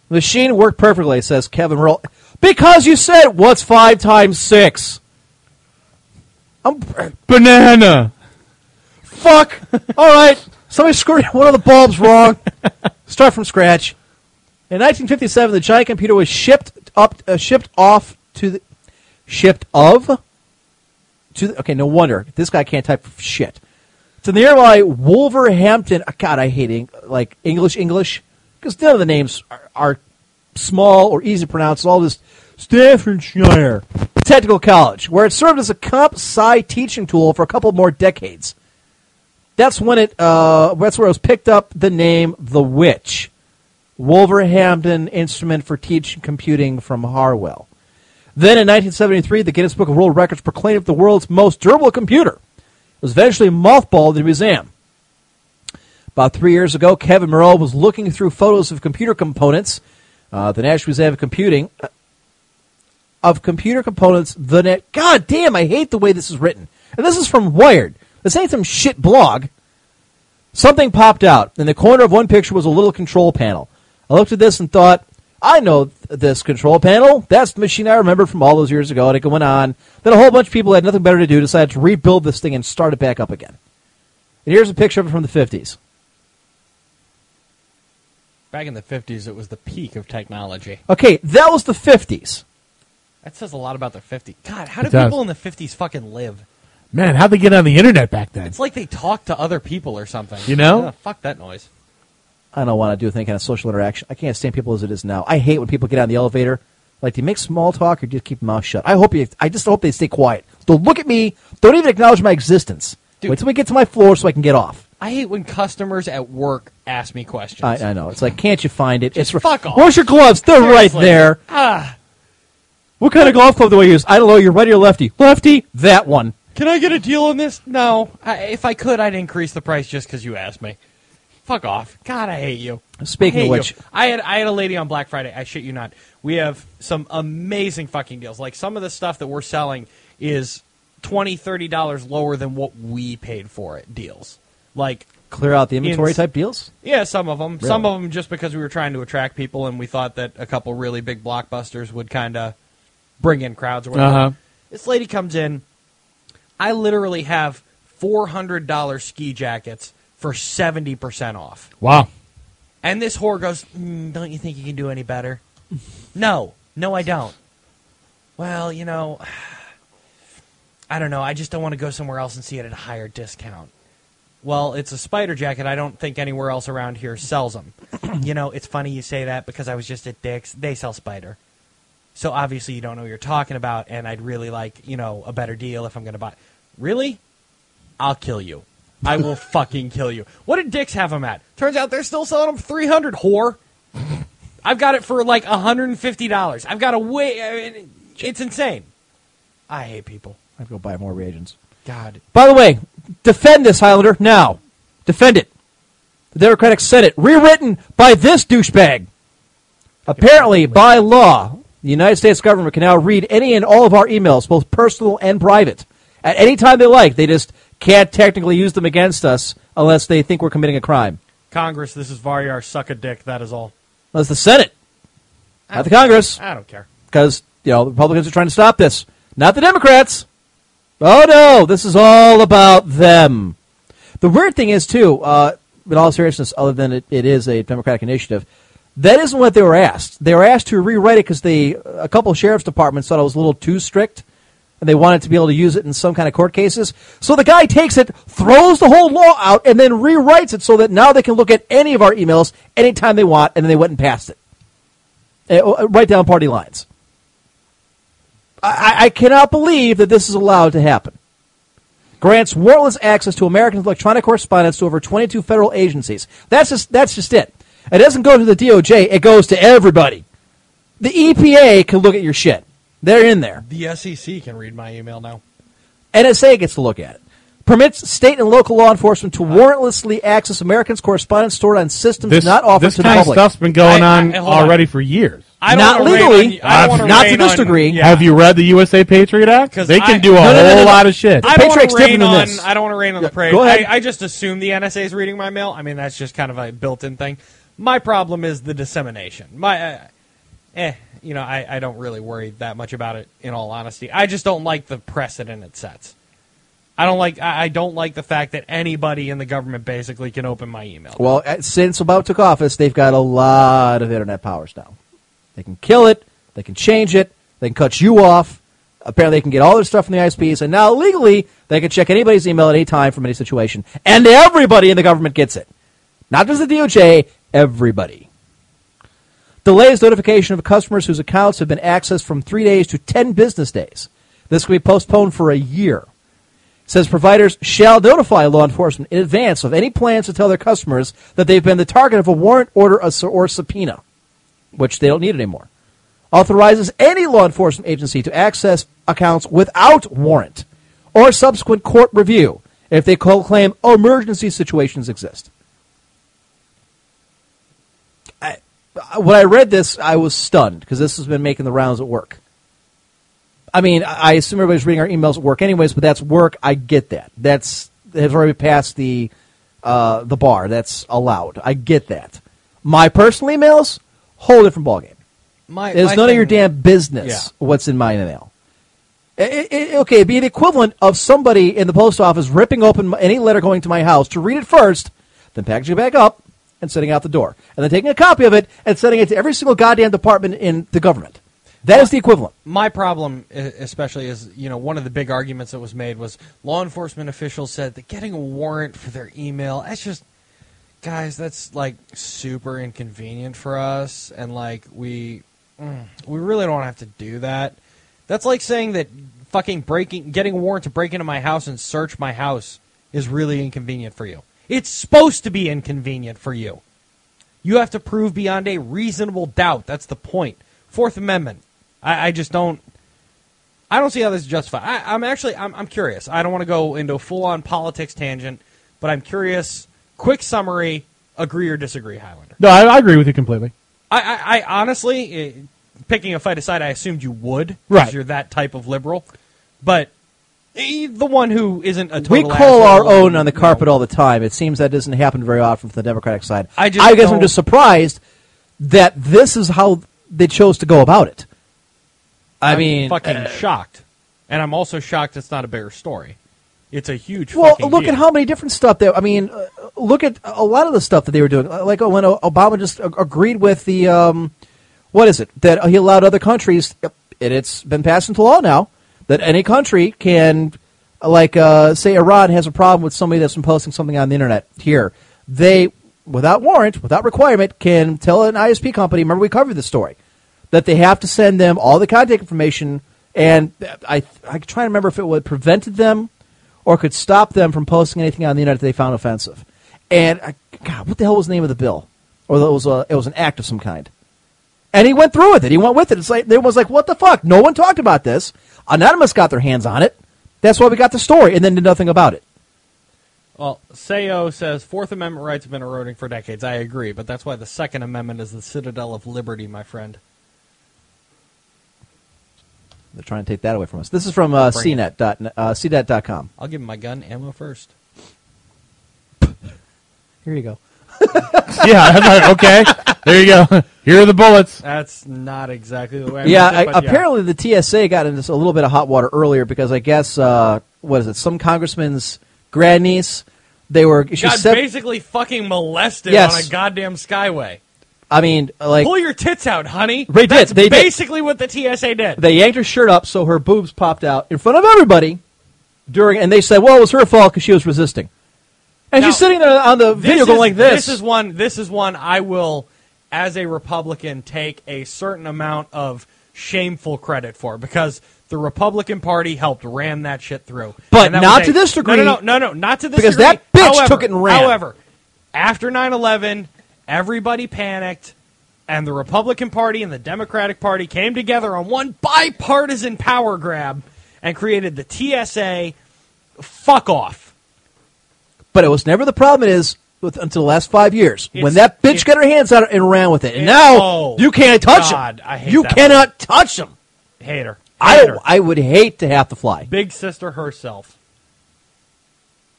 C: The machine worked perfectly, says Kevin Roll. Because you said, what's five times six? I'm,
D: Banana.
C: fuck! All right. Somebody screwed one of the bulbs wrong. Start from scratch. In 1957, the giant computer was shipped up, uh, shipped off to the, shipped of, to the, okay, no wonder this guy can't type for shit. To the nearby Wolverhampton. uh, God, I hate Eng- like English English because none of the names are, are small or easy to pronounce. It's all just Staffordshire Technical College, where it served as a comp sci teaching tool for a couple more decades. That's when it. Uh, that's where it was picked up the name The Witch, Wolverhampton Instrument for Teaching Computing from Harwell. Then in 1973, the Guinness Book of World Records proclaimed it the world's most durable computer. It was eventually mothballed in the museum. About three years ago, Kevin Murrow was looking through photos of computer components, uh, the National Museum of Computing, of computer components. The net. God damn, I hate the way this is written. And this is from Wired. This ain't some shit blog. Something popped out. In the corner of one picture was a little control panel. I looked at this and thought, I know th- this control panel. That's the machine I remember from all those years ago. And it went on. Then a whole bunch of people had nothing better to do, decided to rebuild this thing and start it back up again. And here's a picture of it from the 50s.
G: Back in the fifties, it was the peak of technology.
C: Okay, that was the 50s.
G: That says a lot about the fifties. God, how
D: It
G: do
D: does.
G: people in the fifties fucking live?
D: Man, how'd they get on the internet back then?
G: It's like they talk to other people or something.
D: You know?
G: Ah, fuck that noise.
C: I don't want to do any kind of social interaction. I can't stand people as it is now. I hate when people get on the elevator. Like, do you make small talk or just keep your mouth shut? I hope you. I just hope they stay quiet. Don't look at me. Don't even acknowledge my existence. Wait till we get to my floor so I can get off.
G: I hate when customers at work ask me questions.
C: I, I know. It's like, can't you find it? it's
G: fuck off.
C: Where's your gloves? They're right
G: Seriously.
C: there.
G: Ah,
C: What kind of golf club do I use? I don't know. You're righty or lefty? Lefty. That one.
G: can I get a deal on this? No. I, if I could, I'd increase the price just because you asked me. Fuck off. God, I hate you.
C: Speaking
G: I hate
C: of which-
G: you. I had I had a lady on Black Friday. I shit you not. We have some amazing fucking deals. Like some of the stuff that we're selling is 20 30 dollars lower than what we paid for it. Deals. Like
C: Clear out the inventory
G: Ins-
C: type deals.
G: Yeah, some of them. Some
C: Really?
G: of them just because we were trying to attract people and we thought that a couple really big blockbusters would kind of bring in crowds or whatever.
D: Uh-huh.
G: This lady comes in. I literally have $400 ski jackets for 70% off.
D: Wow.
G: And this whore goes, mm, Don't you think you can do any better? no. No, I don't. Well, you know, I don't know. I just don't want to go somewhere else and see it at a higher discount. Well, it's a spider jacket. I don't think anywhere else around here sells them. you know, it's funny you say that because I was just at Dick's. They sell spider. So obviously you don't know what you're talking about, and I'd really like, you know, a better deal if I'm going to buy. Really? I'll kill you. I [laughs] will fucking kill you. What did Dick's have them at? Turns out they're still selling them for 300 [laughs] whore. I've got it for like $150. I've got a way. I mean, it's insane. I hate people.
C: I'd go buy more reagents.
G: God.
C: By the way, defend this Highlander now. Defend it. The Democratic Senate rewritten by this douchebag. Apparently, by law, the United States government can now read any and all of our emails, both personal and private, at any time they like. They just can't technically use them against us unless they think we're committing a crime.
G: Congress, this is Varyar, suck a dick. That is all.
C: That's the Senate, not the Congress,
G: I don't care.
C: because you know the Republicans are trying to stop this, not the Democrats. Oh no, this is all about them. The weird thing is too, uh, in all seriousness, other than it, it is a Democratic initiative, that isn't what they were asked. They were asked to rewrite it because they a couple of sheriff's departments thought it was a little too strict, and they wanted to be able to use it in some kind of court cases. So the guy takes it, throws the whole law out, and then rewrites it so that now they can look at any of our emails anytime they want, and then they went and passed it uh, right down party lines. I, I cannot believe that this is allowed to happen. Grants warrantless access to American electronic correspondence to over 22 federal agencies. That's just, that's just it. It doesn't go to the DOJ, it goes to everybody. The EPA can look at your shit. They're in there.
G: The SEC can read my email now.
C: NSA gets to look at it. Permits state and local law enforcement to warrantlessly access Americans' correspondence stored on systems
D: This,
C: not offered
D: this
C: to the
D: kind
C: public.
D: of stuff's been going
G: I- I-
D: on
G: hold on.
D: already for years.
G: I don't
C: Not
G: wanna rain
C: legally.
G: on- I don't wanna
C: Not to
G: rain on-
C: this degree.
G: yeah.
D: Have you read the USA Patriot Act?
G: 'Cause
D: They
G: I-
D: can do a
G: No,
C: no, no,
D: whole
C: no, no.
D: lot of shit.
G: I don't want
C: Patriot's
G: to
C: different
G: rain
C: than
G: on.
C: this.
G: I don't want to rain on
C: Yeah,
G: the parade.
C: go ahead.
G: I, I just assume the NSA is reading my mail. I mean, that's just kind of a built-in thing. My problem is the dissemination. My, uh, eh, you know, I, I don't really worry that much about it. In all honesty, I just don't like the precedent it sets. I don't like. I I don't like the fact that anybody in the government basically can open my email.
C: Well, uh, since about took office, they've got a lot of internet powers now. They can kill it. They can change it. They can cut you off. Apparently, they can get all their stuff from the ISPs, and now legally, they can check anybody's email at any time from any situation, and everybody in the government gets it. Not just the DOJ, everybody. Delays notification of customers whose accounts have been accessed from three days to 10 business days. This can be postponed for a year says providers shall notify law enforcement in advance of any plans to tell their customers that they've been the target of a warrant order or su- or subpoena, which they don't need anymore. Authorizes any law enforcement agency to access accounts without warrant or subsequent court review if they co- claim emergency situations exist. I, I- when I read this, I was stunned because this has been making the rounds at work. I mean, I I assume everybody's reading our emails at work, anyways. But that's work. I get that. That's has already passed the uh, the bar. That's allowed. I get that. My personal emails, whole different ballgame.
G: My,
C: It's
G: my
C: none of your
G: thing-
C: damn business what's in my email. I- I- I- okay, it'd be the equivalent of somebody in the post office ripping open my- any letter going to my house to read it first, then packaging it back up and setting it out the door, and then taking a copy of it and sending it to every single goddamn department in the government. That is the equivalent.
G: my problem e- especially is you know one of the big arguments that was made was law enforcement officials said that getting a warrant for their email that's just guys that's like super inconvenient for us and like we mm, we really don't have to do that that's like saying that fucking breaking getting a warrant to break into my house and search my house is really inconvenient for you it's supposed to be inconvenient for you you have to prove beyond a reasonable doubt. That's the point. Fourth Amendment. I, I just don't. I don't see how this is justified. I, I'm actually. I'm, I'm curious. I don't want to go into a full-on politics tangent, but I'm curious. Quick summary
E: Agree or disagree, Highlander?
D: No, I, I agree with you completely.
E: I, I, I honestly, eh, picking a fight aside, I assumed you would, 'cause
D: Right.
E: You're that type of liberal, but eh, the one who isn't a
C: We
E: total
C: call our
E: asshole
C: own
E: and-
C: on the carpet all the time. It seems that doesn't happen very often from the Democratic side.
E: I just
C: guess I'm
E: don't-
C: just surprised that this is how they chose to go about it. I
E: I'm
C: mean,
E: fucking
C: uh,
E: shocked, and I'm also shocked it's not a bigger story. It's a huge.
C: Well,
E: fucking
C: look
E: deal.
C: at how many different stuff that I mean. Uh, look at a lot of the stuff that they were doing. Uh, Like uh, when O- Obama just a- agreed with the um, what is it that he allowed other countries, and it's been passed into law now that any country can, uh, like uh, say Iran has a problem with somebody that's been posting something on the internet here, they without warrant, without requirement, can tell an ISP company. Remember, we covered this story that they have to send them all the contact information. And I, I try to remember if it would prevented them or could stop them from posting anything on the internet that they found offensive. And I, God, what the hell was the name of the bill? Or that was a, it was an act of some kind. And he went through with it. He went with it. It's like there was like, what the fuck? No one talked about this. Anonymous got their hands on it. That's why we got the story, and then did nothing about it.
G: Well, Sayo says Fourth Amendment rights have been eroding for decades. I agree, but that's why the Second Amendment is the citadel of liberty, my friend.
C: They're trying to take that away from us. This is from uh,
G: Bring
C: CNET. Dot, uh, CNET.com.
G: I'll give him my gun ammo first.
C: Here you go.
D: [laughs] yeah, I'm like, okay. There you go. Here are the bullets.
G: That's not exactly the way. I
C: yeah,
G: meant it,
C: I,
G: but
C: apparently the TSA got into a little bit of hot water earlier because I guess uh, what is it? Some congressman's grandniece. They were. She
G: got
C: said,
G: basically fucking molested
C: Yes.
G: on a goddamn skyway.
C: I mean, like
G: Pull your tits out, honey.
C: They did,
G: That's
C: they did.
G: basically what the TSA did.
C: they yanked her shirt up so her boobs popped out in front of everybody during, and they said, "Well, it was her fault because she was resisting." And
G: Now,
C: she's sitting there on the
G: This
C: video going
G: is-
C: like this.
G: This is one. This is one I will, as a Republican, take a certain amount of shameful credit for because the Republican Party helped ram that shit through.
C: But
G: And that
C: not
G: was
C: to this degree.
G: No, no, no, no, no, not to this
C: Because
G: degree.
C: that bitch
G: However-
C: took it and ran.
G: However, after 9-11, everybody panicked. And the Republican Party and the Democratic Party came together on one bipartisan power grab and created the TSA. Fuck off.
C: but it was never the problem. It is with, until the last five years when
G: It's-
C: that bitch
G: it-
C: got her hands out and ran with it, and
G: It-
C: now
G: oh,
C: you can't touch
G: God,
C: them.
G: I hate
C: you
G: that
C: cannot touch them.
G: Hater.
C: I,
G: Hater.
C: I would hate to have to fly.
G: Big sister herself.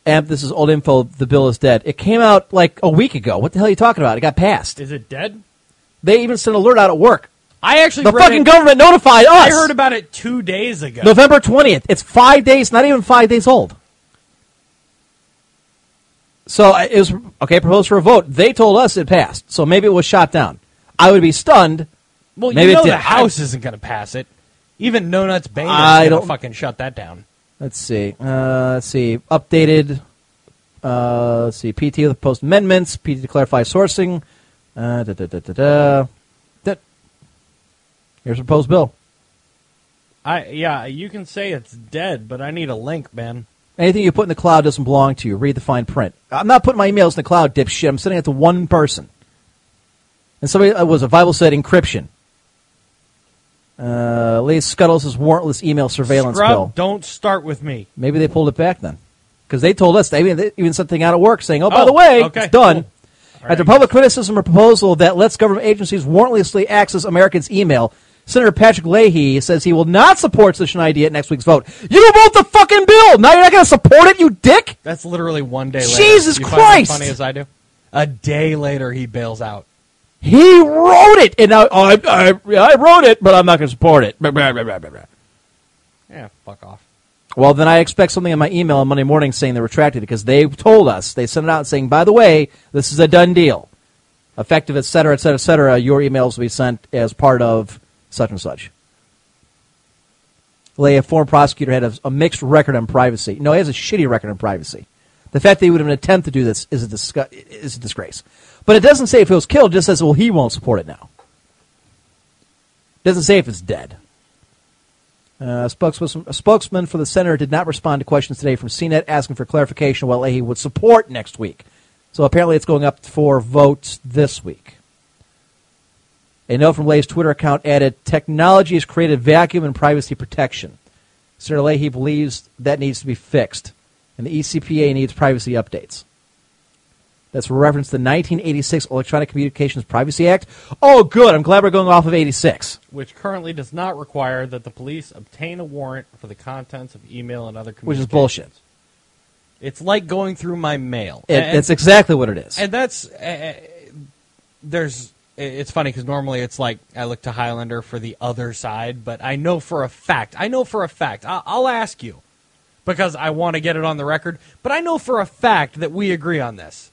C: And this is old info. The bill is dead. It came out like a week ago. What the hell are you talking about? It got passed.
G: Is it dead?
C: They even sent an alert out at work.
G: I actually
C: The
G: read
C: fucking
G: it-
C: government notified us.
G: I heard about it two days ago.
C: November twentieth. It's five days, not even five days old. So I- it was okay. Proposed for a vote. They told us it passed. So maybe it was shot down. I would be stunned.
G: well,
C: maybe
G: you
C: it
G: know
C: did.
G: the House isn't going to pass it. Even No Nuts Bain
C: I
G: is going
C: don't-
G: to fucking shut that down.
C: Let's see. Uh, let's see. Updated. Uh, let's see. PT with post amendments. PT to clarify sourcing. Uh, da, da, da, da, da. Da- Here's a proposed bill.
G: I yeah, you can say it's dead, but I need a link, man.
C: Anything you put in the cloud doesn't belong to you. Read the fine print. I'm not putting my emails in the cloud, dipshit. I'm sending it to one person. And somebody uh, was a Bible said encryption. Uh, Lee Scuttles' warrantless email surveillance
G: Scrub,
C: bill.
G: don't start with me.
C: Maybe they pulled it back then, because they told us they even, they even sent something out at work saying, "Oh, by
G: Oh,
C: the way,
G: okay,
C: it's done."
G: cool.
C: After public criticism or proposal that lets government agencies warrantlessly access Americans' email, Senator Patrick Leahy says he will not support such an idea at next week's vote. You vote the fucking bill. Now you're not going to support it, you dick.
G: That's literally one day later.
C: Jesus
G: You find that
C: Christ!
G: funny as I do. A day later, he bails out.
C: He wrote it, and now I, I, I wrote it, but I'm not going to support it.
G: Yeah, fuck off.
C: Well, then I expect something in my email on Monday morning saying they retracted because they told us they sent it out saying, by the way, this is a done deal, effective, et cetera, et cetera, et cetera. Your emails will be sent as part of such and such. Lay, a former prosecutor, had a, a mixed record on privacy. No, he has a shitty record on privacy. The fact that he would even attempt to do this is a, disgu- is a disgrace. But it doesn't say if he was killed. It just says, well, he won't support it now. doesn't say if it's dead. Uh, spokesperson, a spokesman for the senator did not respond to questions today from CNET asking for clarification what Leahy would support next week. So apparently it's going up for votes this week. A note from Leahy's Twitter account added, technology has created vacuum in privacy protection. Senator Leahy E believes that needs to be fixed, and the ECPA needs privacy updates. that's referenced the 1986 Electronic Communications Privacy Act. Oh, good. I'm glad we're going off of 86.
G: Which currently does not require that the police obtain a warrant for the contents of email and other
C: Which is
G: communications.
C: bullshit.
G: It's like going through my mail.
C: It-
G: And-
C: it's exactly what it is.
G: And that's uh, uh, there's i- it's funny because normally it's like I look to Highlander for the other side, but I know for a fact. I know for a fact. I- I'll ask you because I want to get it on the record. But I know for a fact that we agree on this.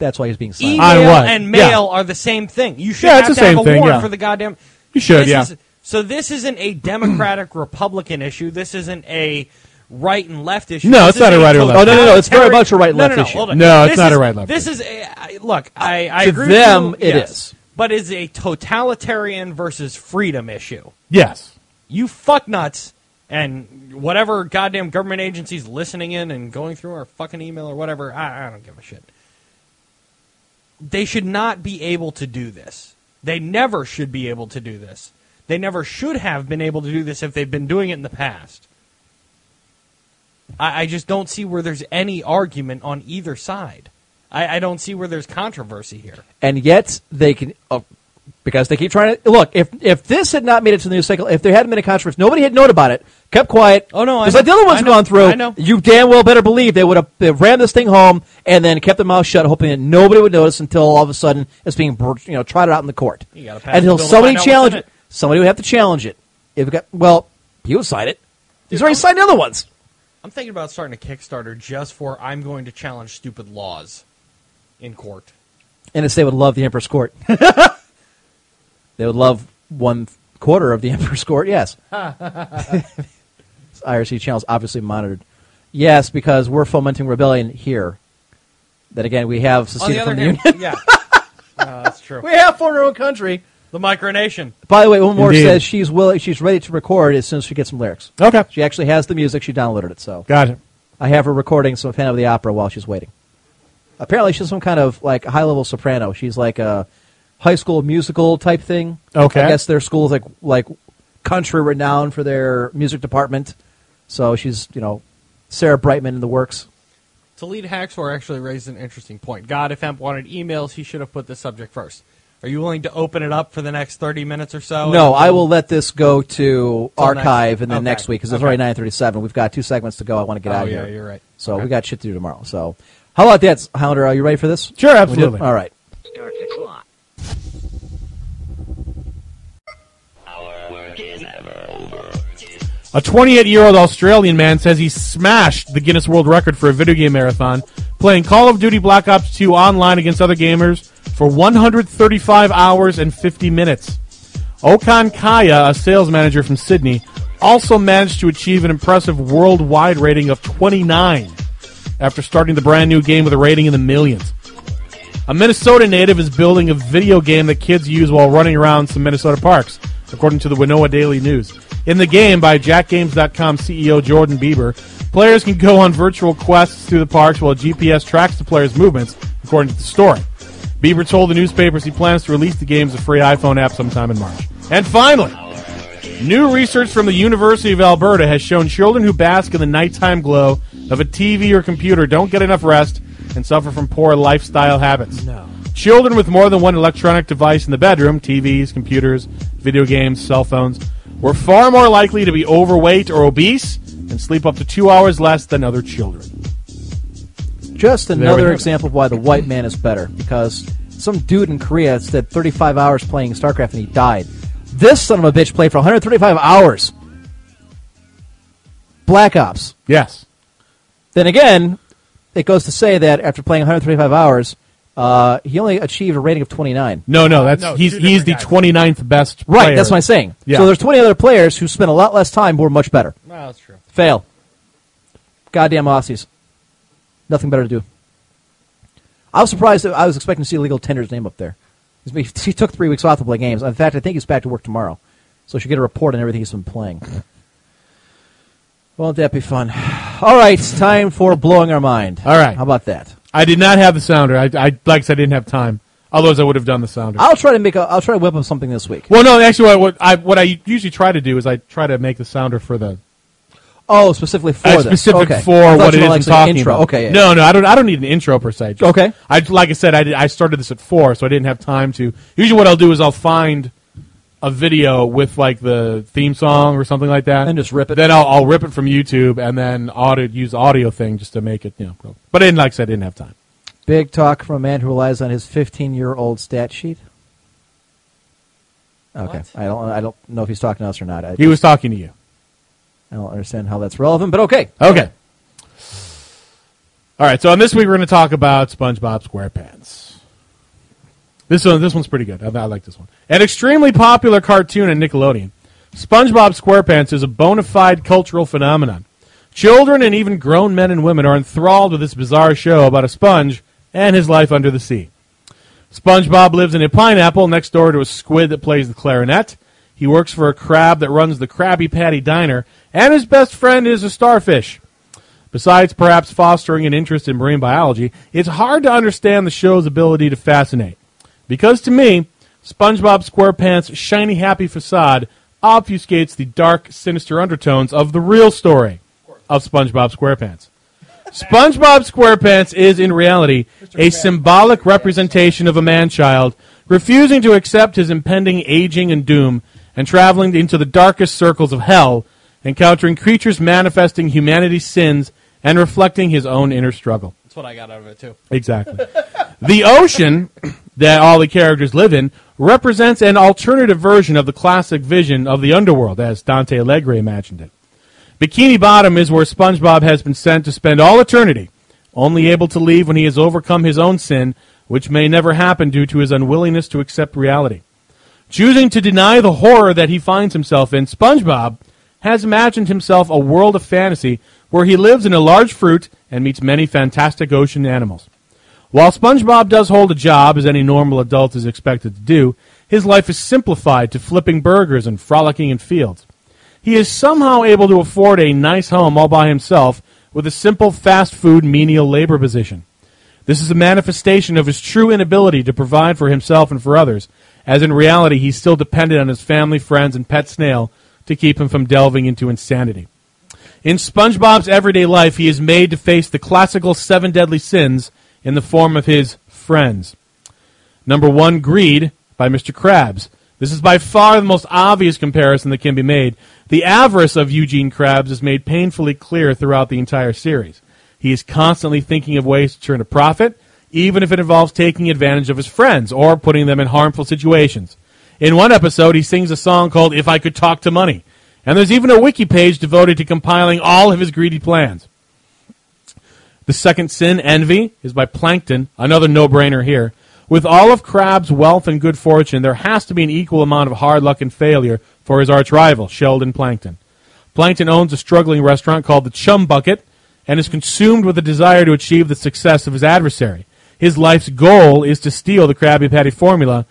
C: That's why he's being silent.
G: Email and mail are the same thing. You should
C: Yeah,
G: have
C: it's
G: to
C: the
G: have
C: same
G: a
C: thing,
G: warrant
C: yeah.
G: for the goddamn.
C: You should,
G: This
C: yeah.
G: is- so this isn't a Democratic [clears throat] Republican issue. This isn't a right and left issue.
D: No,
G: This
D: it's not
G: is
D: a right or left. Oh, no, no, no, it's very
G: totalitarian-
D: much a right and
G: No,
D: left
G: no, no,
D: issue.
G: hold on.
D: No, it's
G: This
D: not a
G: is-
D: right and left
G: This is a, I- look. I, I
D: To
G: agree.
D: them,
G: with you,
D: it
G: yes,
D: is.
G: but it's a totalitarian versus freedom issue.
D: Yes.
G: You fuck nuts and whatever goddamn government agencies listening in and going through our fucking email or whatever. I, I don't give a shit. They should not be able to do this. They never should be able to do this. They never should have been able to do this if they've been doing it in the past. I, I just don't see where there's any argument on either side. I, I don't see where there's controversy here.
C: and yet they can oh, because they keep trying to look. If if this had not made it to the news cycle, if there hadn't been a controversy, nobody had known about it, kept quiet. Oh no,
G: I
C: just
G: know.
C: like the other ones
G: I
C: have
G: know.
C: gone through.
G: I know.
C: You damn well better believe they would have they rammed this thing home and then kept their mouth shut, hoping that nobody would notice until all of a sudden it's being br- you know trotted out in the court.
G: You gotta pass
C: Until
G: the bill to
C: somebody
G: find out what's
C: challenge
G: in
C: it, somebody would have to challenge it. If it got, well, he would sign it. He's already signed the other ones.
G: I'm thinking about starting a Kickstarter just for I'm going to challenge stupid laws in court.
C: And they would love the Emperor's Court. [laughs] they would love one quarter of the [laughs] Emperor's Court, yes. IRC channels obviously monitored. Yes, because we're fomenting rebellion here. Then again, we have seceded from the union.
G: yeah,
C: [laughs]
G: Uh, that's true. We
C: have formed our own country,
G: the micronation.
C: By the way, one more
D: Indeed.
C: says she's willing, she's ready to record as soon as she gets some lyrics.
D: Okay.
C: She actually has the music. She downloaded it, so
D: Got it.
C: I have her recording some Phantom of the Opera while she's waiting. Apparently, she's some kind of like high level soprano. She's like a high school musical type thing.
D: Okay.
C: I guess their school's like like country renowned for their music department. So she's you know Sarah Brightman in the works.
G: To lead Haxor actually raised an interesting point. God, if Hemp wanted emails, he should have put this subject first. Are you willing to open it up for the next 30 minutes or so?
C: no,
G: And-
C: I will let this go to
G: Oh, Till next-
C: archive and then
G: okay,
C: next week because it's
G: okay.
C: already nine thirty seven. We've got two segments to go. I want to get
G: Oh,
C: out of
G: yeah,
C: here.
G: you're right.
C: So
G: Okay.
C: we got shit to do tomorrow. So how about that, Hounder? Are you ready for this?
D: Sure,
C: We do?
D: absolutely.
C: All right.
M: Start the clock.
D: A 28 year old Australian man says he smashed the Guinness World Record for a video game marathon, playing Call of Duty Black Ops 2 online against other gamers for 135 hours and 50 minutes. Okan Kaya, a sales manager from Sydney, also managed to achieve an impressive worldwide rating of 29 after starting the brand new game with a rating in the millions. A Minnesota native is building a video game that kids use while running around some Minnesota parks, according to the Winona Daily News. In the game by JackGames.com CEO E Jordan Bieber, players can go on virtual quests through the parks while GPS tracks the player's movements, according to the story. Bieber told the newspapers he plans to release the game as a free iPhone app sometime in March. And finally, New research from the University of Alberta has shown children who bask in the nighttime glow of a TV or computer don't get enough rest and suffer from poor lifestyle habits. No. Children with more than one electronic device in the bedroom, TVs, computers, video games, cell phones, were far more likely to be overweight or obese and sleep up to two hours less than other children.
C: Just
D: we have
C: another
D: it.
C: example of why the white man is better because some dude in Korea spent 35 hours playing StarCraft and he died. This son of a bitch played for 135 hours. Black Ops.
D: Yes.
C: Then again, it goes to say that after playing 135 hours, uh, he only achieved a rating of 29.
D: No, no, that's he's he's the 29th best.
C: Right,
D: player.
C: that's what I'm saying.
D: Yeah.
C: So there's 20 other players who spent a lot less time, who were much better.
G: Well, that's true.
C: Fail. Goddamn Aussies. Nothing better to do. I was surprised. That I was expecting to see Legal Tender's name up there. He [laughs] he took three weeks off to play games. In fact, I think he's back to work tomorrow. So she'll get a report on everything he's been playing. Won't that be fun? [sighs] All right, it's time for blowing our mind. All right. How about that?
D: I did not have the sounder. I, I like I said, I didn't have time. Otherwise, I would have done the sounder.
C: I'll try to make a. I'll try to whip up something this week.
D: Well, no, actually, what, what I what I usually try to do is I try to make the sounder for the.
C: Oh, specifically for
D: Uh,
C: this.
D: specific
C: Okay. I
D: for
C: thought
D: what
C: you
D: it is
C: meant
D: I'm
C: like the
D: talking
C: intro.
D: about.
C: Okay, yeah,
D: no,
C: yeah.
D: no, I don't. I don't need an intro per se. Just-
C: Okay.
D: I like I said, I, did, I started this at four, so I didn't have time to. Usually, what I'll do is I'll find a video with like the theme song or something like that, and just rip it. Then I'll, I'll rip it from YouTube, and then audio use the audio thing just to make it. You know, pro- but I didn't like I said, I didn't have time.
I: Big talk from a man who relies on his 15-year-old stat sheet. Okay, I don't. I don't know if he's talking to us or not. I
D: He was talking to you.
I: I don't understand how that's relevant, but okay.
D: Okay. All right. So on this week, we're going to talk about SpongeBob SquarePants. This one, this one's pretty good. I, I like this one. An extremely popular cartoon in Nickelodeon, SpongeBob SquarePants is a bona fide cultural phenomenon. Children and even grown men and women are enthralled with this bizarre show about a sponge and his life under the sea. SpongeBob lives in a pineapple next door to a squid that plays the clarinet. He works for a crab that runs the Krabby Patty Diner, and his best friend is a starfish. Besides perhaps fostering an interest in marine biology, it's hard to understand the show's ability to fascinate. Because to me, SpongeBob SquarePants' shiny happy facade obfuscates the dark, sinister undertones of the real story of SpongeBob SquarePants. SpongeBob SquarePants is, in reality, a symbolic representation of a man child refusing to accept his impending aging and doom and traveling into the darkest circles of hell, encountering creatures manifesting humanity's sins and reflecting his own inner struggle.
G: That's what I got out of it too.
D: Exactly. the ocean that all the characters live in represents an alternative version of the classic vision of the underworld as Dante Alighieri imagined it. Bikini Bottom is where SpongeBob has been sent to spend all eternity, only able to leave when he has overcome his own sin, which may never happen due to his unwillingness to accept reality. Choosing to deny the horror that he finds himself in, SpongeBob has imagined himself a world of fantasy where he lives in a large fruit and meets many fantastic ocean animals. While SpongeBob does hold a job, as any normal adult is expected to do, his life is simplified to flipping burgers and frolicking in fields. He is somehow able to afford a nice home all by himself with a simple fast food menial labor position. This is a manifestation of his true inability to provide for himself and for others, as in reality he's still dependent on his family, friends, and pet snail to keep him from delving into insanity. In SpongeBob's everyday life, he is made to face the classical seven deadly sins in the form of his friends. Number one, Greed by Mr. Krabs. This is by far the most obvious comparison that can be made. The avarice of Eugene Krabs is made painfully clear throughout the entire series. He is constantly thinking of ways to turn a profit, even if it involves taking advantage of his friends or putting them in harmful situations. In one episode, he sings a song called If I Could Talk to Money, and there's even a wiki page devoted to compiling all of his greedy plans. The second sin, envy, is by Plankton, another no brainer here. With all of Crab's wealth and good fortune, there has to be an equal amount of hard luck and failure for his arch rival, Sheldon Plankton. Plankton owns a struggling restaurant called the Chum Bucket and is consumed with a desire to achieve the success of his adversary. His life's goal is to steal the Krabby Patty formula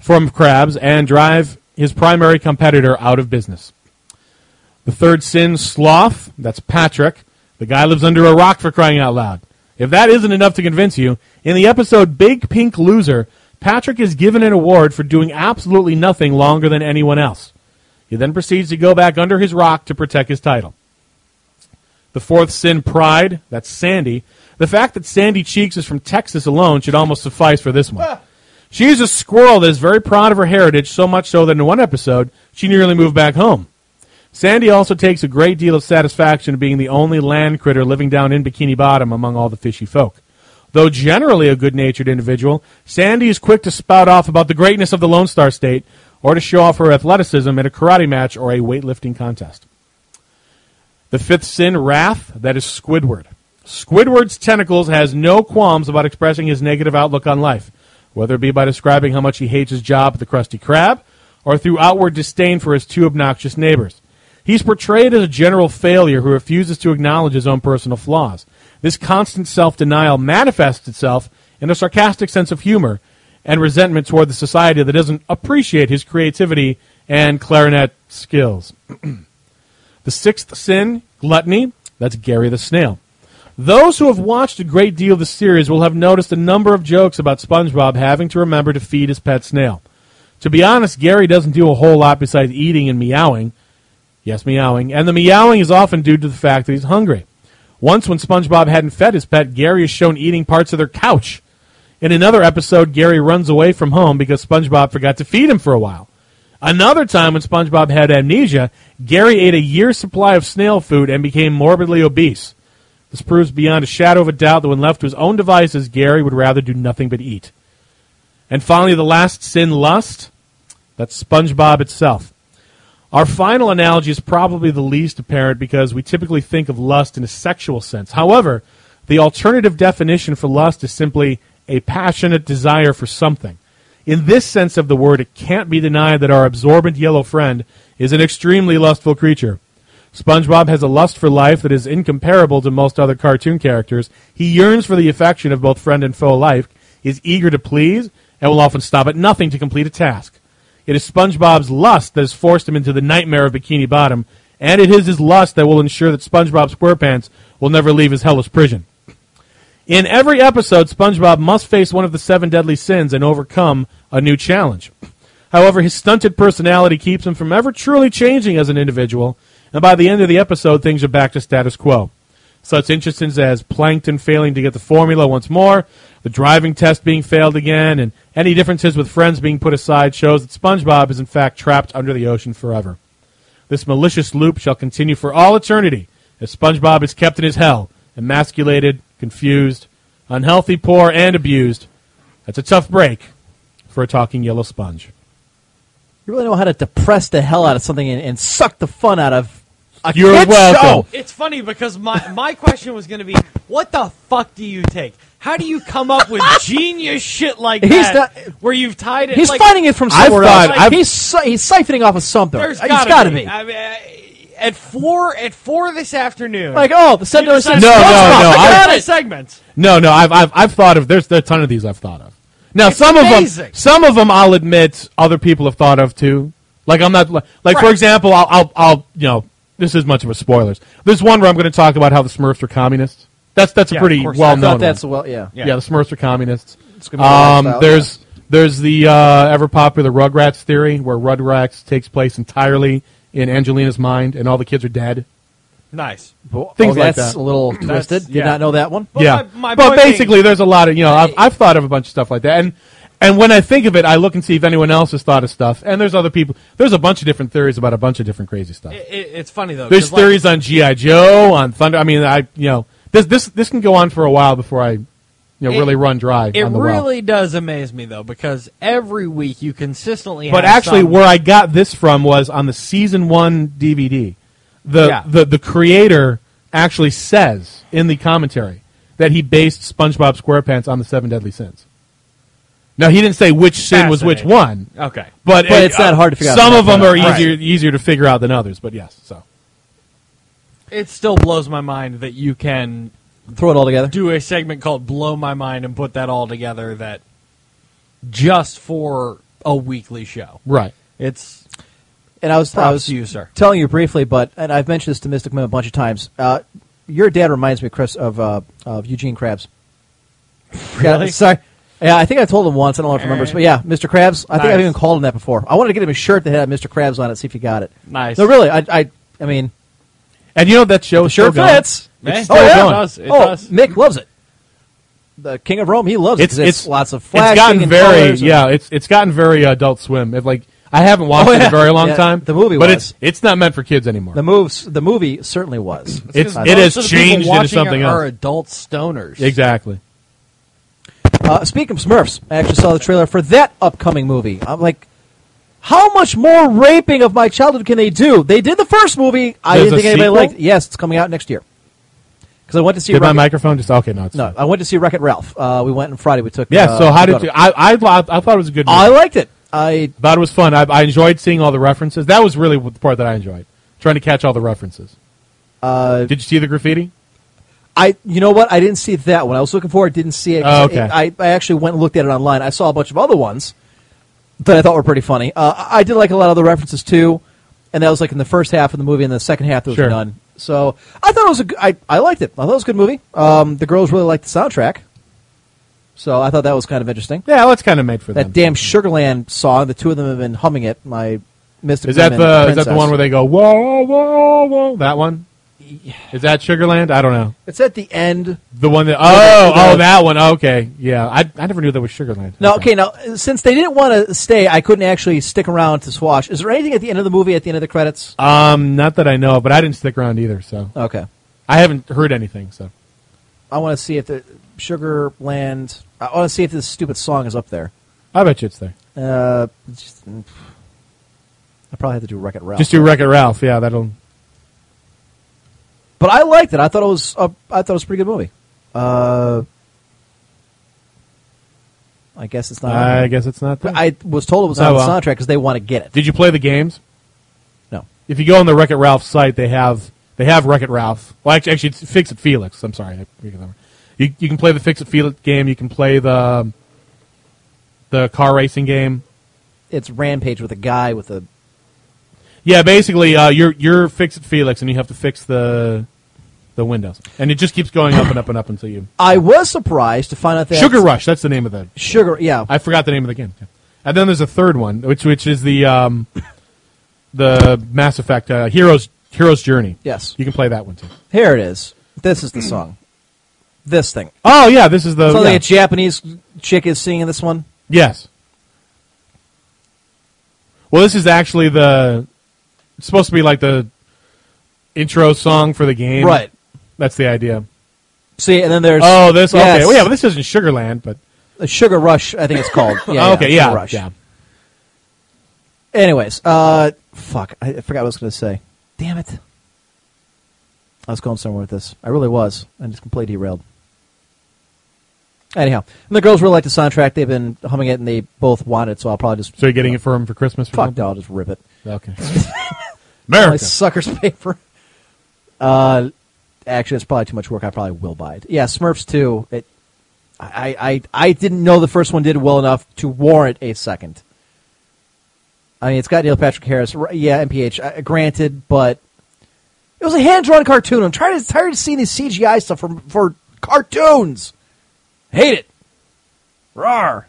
D: from Krabs and drive his primary competitor out of business. The third sin, sloth. That's Patrick. The guy lives under a rock for crying out loud. If that isn't enough to convince you, in the episode Big Pink Loser, Patrick is given an award for doing absolutely nothing longer than anyone else. He then proceeds to go back under his rock to protect his title. The fourth sin, pride. That's Sandy. The fact that Sandy Cheeks is from Texas alone should almost suffice for this one. She's a squirrel that is very proud of her heritage, so much so that in one episode, she nearly moved back home. Sandy also takes a great deal of satisfaction in being the only land critter living down in Bikini Bottom among all the fishy folk. Though generally a good natured individual, Sandy is quick to spout off about the greatness of the Lone Star State or to show off her athleticism in a karate match or a weightlifting contest. The fifth sin, wrath, that is Squidward. Squidward's tentacles has no qualms about expressing his negative outlook on life, whether it be by describing how much he hates his job at the Krusty Krab or through outward disdain for his two obnoxious neighbors. He's portrayed as a general failure who refuses to acknowledge his own personal flaws. This constant self denial manifests itself in a sarcastic sense of humor and resentment toward the society that doesn't appreciate his creativity and clarinet skills. The sixth sin, gluttony, that's Gary the Snail. Those who have watched a great deal of the series will have noticed a number of jokes about SpongeBob having to remember to feed his pet snail. To be honest, Gary doesn't do a whole lot besides eating and meowing. Yes, meowing. And the meowing is often due to the fact that he's hungry. Once, when SpongeBob hadn't fed his pet, Gary is shown eating parts of their couch. In another episode, Gary runs away from home because SpongeBob forgot to feed him for a while. Another time, when SpongeBob had amnesia, Gary ate a year's supply of snail food and became morbidly obese. This proves beyond a shadow of a doubt that when left to his own devices, Gary would rather do nothing but eat. And finally, the last sin, lust. That's SpongeBob itself. Our final analogy is probably the least apparent because we typically think of lust in a sexual sense. However, the alternative definition for lust is simply a passionate desire for something. In this sense of the word, it can't be denied that our absorbent yellow friend is an extremely lustful creature. SpongeBob has a lust for life that is incomparable to most other cartoon characters. He yearns for the affection of both friend and foe alike, is eager to please, and will often stop at nothing to complete a task. It is SpongeBob's lust that has forced him into the nightmare of Bikini Bottom, and it is his lust that will ensure that SpongeBob SquarePants will never leave his hellish prison. In every episode, SpongeBob must face one of the seven deadly sins and overcome a new challenge. However, his stunted personality keeps him from ever truly changing as an individual, and by the end of the episode, things are back to status quo. Such instances as Plankton failing to get the formula once more, the driving test being failed again, and any differences with friends being put aside shows that SpongeBob is in fact trapped under the ocean forever. This malicious loop shall continue for all eternity as SpongeBob is kept in his hell, emasculated, confused, unhealthy, poor, and abused. That's a tough break for a talking yellow sponge.
C: You really know how to depress the hell out of something and, and suck the fun out of a
D: You're
C: kid's
D: welcome.
C: show.
G: It's funny because my my question was going to be, what the fuck do you take? How do you come up
C: [laughs]
G: with genius shit like
C: He's
G: that?
C: not-
G: where you've tied it.
C: He's
G: like,
C: finding it from somewhere
D: thought-
C: else.
D: I've-
C: he's si- he's siphoning off of something.
G: There's
C: He's
G: gotta,
C: gotta
G: be. I mean, I- at four at four this afternoon.
C: Like, oh, the
G: you
C: Sunday
G: decided-
D: No, no, no,
G: I
D: I-
G: got it. Segments.
D: No, no, I've, I've, I've thought of there's, there's a ton of these I've thought of. Now some
G: amazing.
D: of them, some of them I'll admit other people have thought of too. Like I'm not like for
G: Right.
D: example, I'll, I'll I'll you know this is much of a spoilers. There's one where I'm going to talk about how the Smurfs are communists. That's that's a
G: Yeah, of
D: pretty
G: course.
D: well
C: I
D: known.
C: thought
D: one.
C: that's well, yeah.
D: yeah. the Smurfs are communists.
C: gonna be a
D: Um,
C: lifestyle,
D: there's there's the uh, ever popular Rugrats theory where Rugrats takes place entirely in Angelina's mind and all the kids are dead.
G: Nice.
C: Bo-
D: Things
C: oh,
D: like
C: that's
D: that.
C: a little twisted. Did
G: yeah.
C: not know that one.
G: Well,
D: yeah.
G: my- my
D: but
G: point being-
D: basically, there's a lot of you know. I've, I've thought of a bunch of stuff like that, and and when I think of it, I look and see if anyone else has thought of stuff. And there's other people. There's a bunch of different theories about a bunch of different crazy stuff.
G: It, it- it's funny though.
D: there's
G: 'cause, like,
D: theories on GI Joe, on Thunder. I mean, I you know this this this can go on for a while before I you know
G: It-
D: really run dry.
G: It
D: on the well.
G: really does amaze me though because every week you consistently.
D: But
G: have
D: actually,
G: some-
D: where I got this from was on the season one DVD. The
G: Yeah.
D: the the creator actually says in the commentary that he based SpongeBob SquarePants on the Seven Deadly Sins. Now he didn't say which sin was which one,
G: okay.
D: but,
C: But it's not hard to figure out
D: Some
C: how
D: of
C: to
D: them
C: put
D: are
C: it. Right.
D: easier easier to figure out than others. But yes, so
G: It still blows my mind that you can
C: Throw it all together.
G: do a segment called Blow My Mind and put that all together that just for a weekly show.
D: right.
G: It's
C: and I was I
G: Props
C: was
G: to you, sir.
C: telling you briefly, but and I've mentioned this to Mystic Moon a bunch of times. Uh, your dad reminds me, Chris, of uh, of Eugene Krabs. Yeah, sorry. Yeah, I think I told him once. I don't know if he remembers, but yeah, Mr. Krabs. I think I've
G: Nice.
C: even called him that before. I wanted to get him a shirt that had Mr. Krabs on it. See if he got it.
N: Nice.
C: No, really. I I, I mean,
D: And you know that show
C: the
D: is still
C: shirt
D: going.
C: fits.
N: Eh?
C: oh yeah.
N: It does, it
C: oh,
N: does.
C: Mick loves it. The King of Rome, he loves
D: It's
C: it. 'cause
D: it's
C: lots of flashing.
D: It's gotten
C: and
D: very
C: colors and-
D: yeah. It's it's gotten very Adult Swim. It, like I haven't watched
C: Oh,
D: it in
C: yeah.
D: a very long
C: Yeah,
D: time.
C: the movie
D: but
C: was.
D: it's it's not meant for kids anymore.
C: The moves. The movie certainly was.
D: It's-
C: I
D: it
C: thought.
D: has
G: most of the people
D: changed into
G: watching
D: something
G: are
D: else.
G: adult stoners.
D: Exactly.
C: Uh, speaking of Smurfs, I actually saw the trailer for that upcoming movie. I'm like, how much more raping of my childhood can they do? They did the first movie. I
D: There's
C: didn't
D: a
C: think anybody
D: sequel?
C: liked. it. Yes, it's coming out next year. Because I went to see
D: Did my
C: Wreck-It-
D: microphone just okay? No, it's
C: no,
D: fine.
C: I went to see Wreck It Ralph. Uh, we went on Friday. We took
D: Yeah.
C: uh,
D: so how did
C: Dakota.
D: you? I, I I thought it was a good. Movie.
C: I liked it. I
D: thought it was fun. I, I enjoyed seeing all the references. That was really the part that I enjoyed, trying to catch all the references. Uh, did you see the graffiti?
C: I you know what? I didn't see that one. I was looking for it, didn't see it. 'cause
D: Oh, okay.
C: it- I, I actually went and looked at it online. I saw a bunch of other ones that I thought were pretty funny. Uh, I- I did like a lot of the references too, and that was like in the first half of the movie, and the second half there was
D: Sure.
C: none. So I thought it was a g- I, I liked it. I thought it was a good movie. Um, the girls really liked the soundtrack, so I thought that was kind of interesting.
D: Yeah, well, it's kind of made for
C: That
D: them.
C: damn Sugarland song. The two of them have been humming it. My Mystic
D: Is that
C: Women
D: the is that the
C: Princess.
D: one where they go whoa whoa whoa that one? [sighs] Is that Sugarland? I don't know.
C: It's at the end.
D: The one that oh
C: the-
D: oh that one okay yeah I, I never knew that was Sugarland.
C: No, okay. Now, since they didn't want to stay, I couldn't actually stick around to swash. Is there anything at the end of the movie, at the end of the credits?
D: Um, not that I know, of, but I didn't stick around either. So
C: Okay.
D: I haven't heard anything. So
C: I want to see if the Sugar Land. I want to see if this stupid song is up there.
D: I bet you it's there.
C: Uh, just, I probably have to do Wreck It Ralph.
D: Just do Wreck It Ralph. Yeah, that'll.
C: But I liked it. I thought it was. A, I thought it was a pretty good movie. Uh, I guess it's not.
D: I guess it's not. There.
C: I was told it was
D: Oh,
C: on
D: well.
C: the soundtrack because they want to get it.
D: Did you play the games?
C: No.
D: If you go on the Wreck It Ralph site, they have they have Wreck It Ralph. Well, actually, actually, it's Fix It Felix. I'm sorry, I figured that one. you you can play the Fix It Felix game. You can play the the car racing game.
C: It's Rampage with a guy with a.
D: Yeah, basically, uh, you're you're Fix It Felix, and you have to fix the the windows, and it just keeps going up and up and up until you
C: I was surprised to find out that
D: Sugar Rush. That's the name of the
C: Sugar, yeah.
D: I forgot the name of the game. Yeah. And then there's a third one, which which is the um, [coughs] the Mass Effect uh, Heroes Heroes Journey.
C: Yes.
D: you can play that one too.
C: Here it is. This is the song. This thing.
D: Hmm. Oh yeah, this is the
C: Sounds
D: yeah.
C: like a Japanese chick is singing this one.
D: yes. Well, this is actually the it's supposed to be like the intro song for the game,
C: Right.
D: That's the idea.
C: See, and then there's
D: oh, this okay.
C: Yes.
D: Well, yeah, but this isn't Sugarland, but
C: The Sugar Rush, I think it's
D: [laughs]
C: called. Yeah,
D: Oh, okay,
C: Sugar
D: yeah,
C: Rush.
D: yeah.
C: Anyways, uh, fuck, I I forgot what I was going to say. Damn it, I was going somewhere with this. I really was. I just completely derailed. Anyhow, and the girls really like the soundtrack. They've been humming it, and they both want it. So I'll probably just
D: So you're getting it for him for Christmas? For
C: fuck.
D: example?
C: no, I'll just rip it. [laughs]
D: Okay.
C: My
D: America.
C: sucker's [laughs] paper. Uh, actually, it's probably too much work. I probably will buy it. Yeah, Smurfs too. It, I, I, I didn't know the first one did well enough to warrant a second. I mean, it's got Neil Patrick Harris. R- Yeah, MPH. Uh, granted, but it was a hand-drawn cartoon. I'm tired of, tired of seeing these CGI stuff for for cartoons. Hate it. Rar.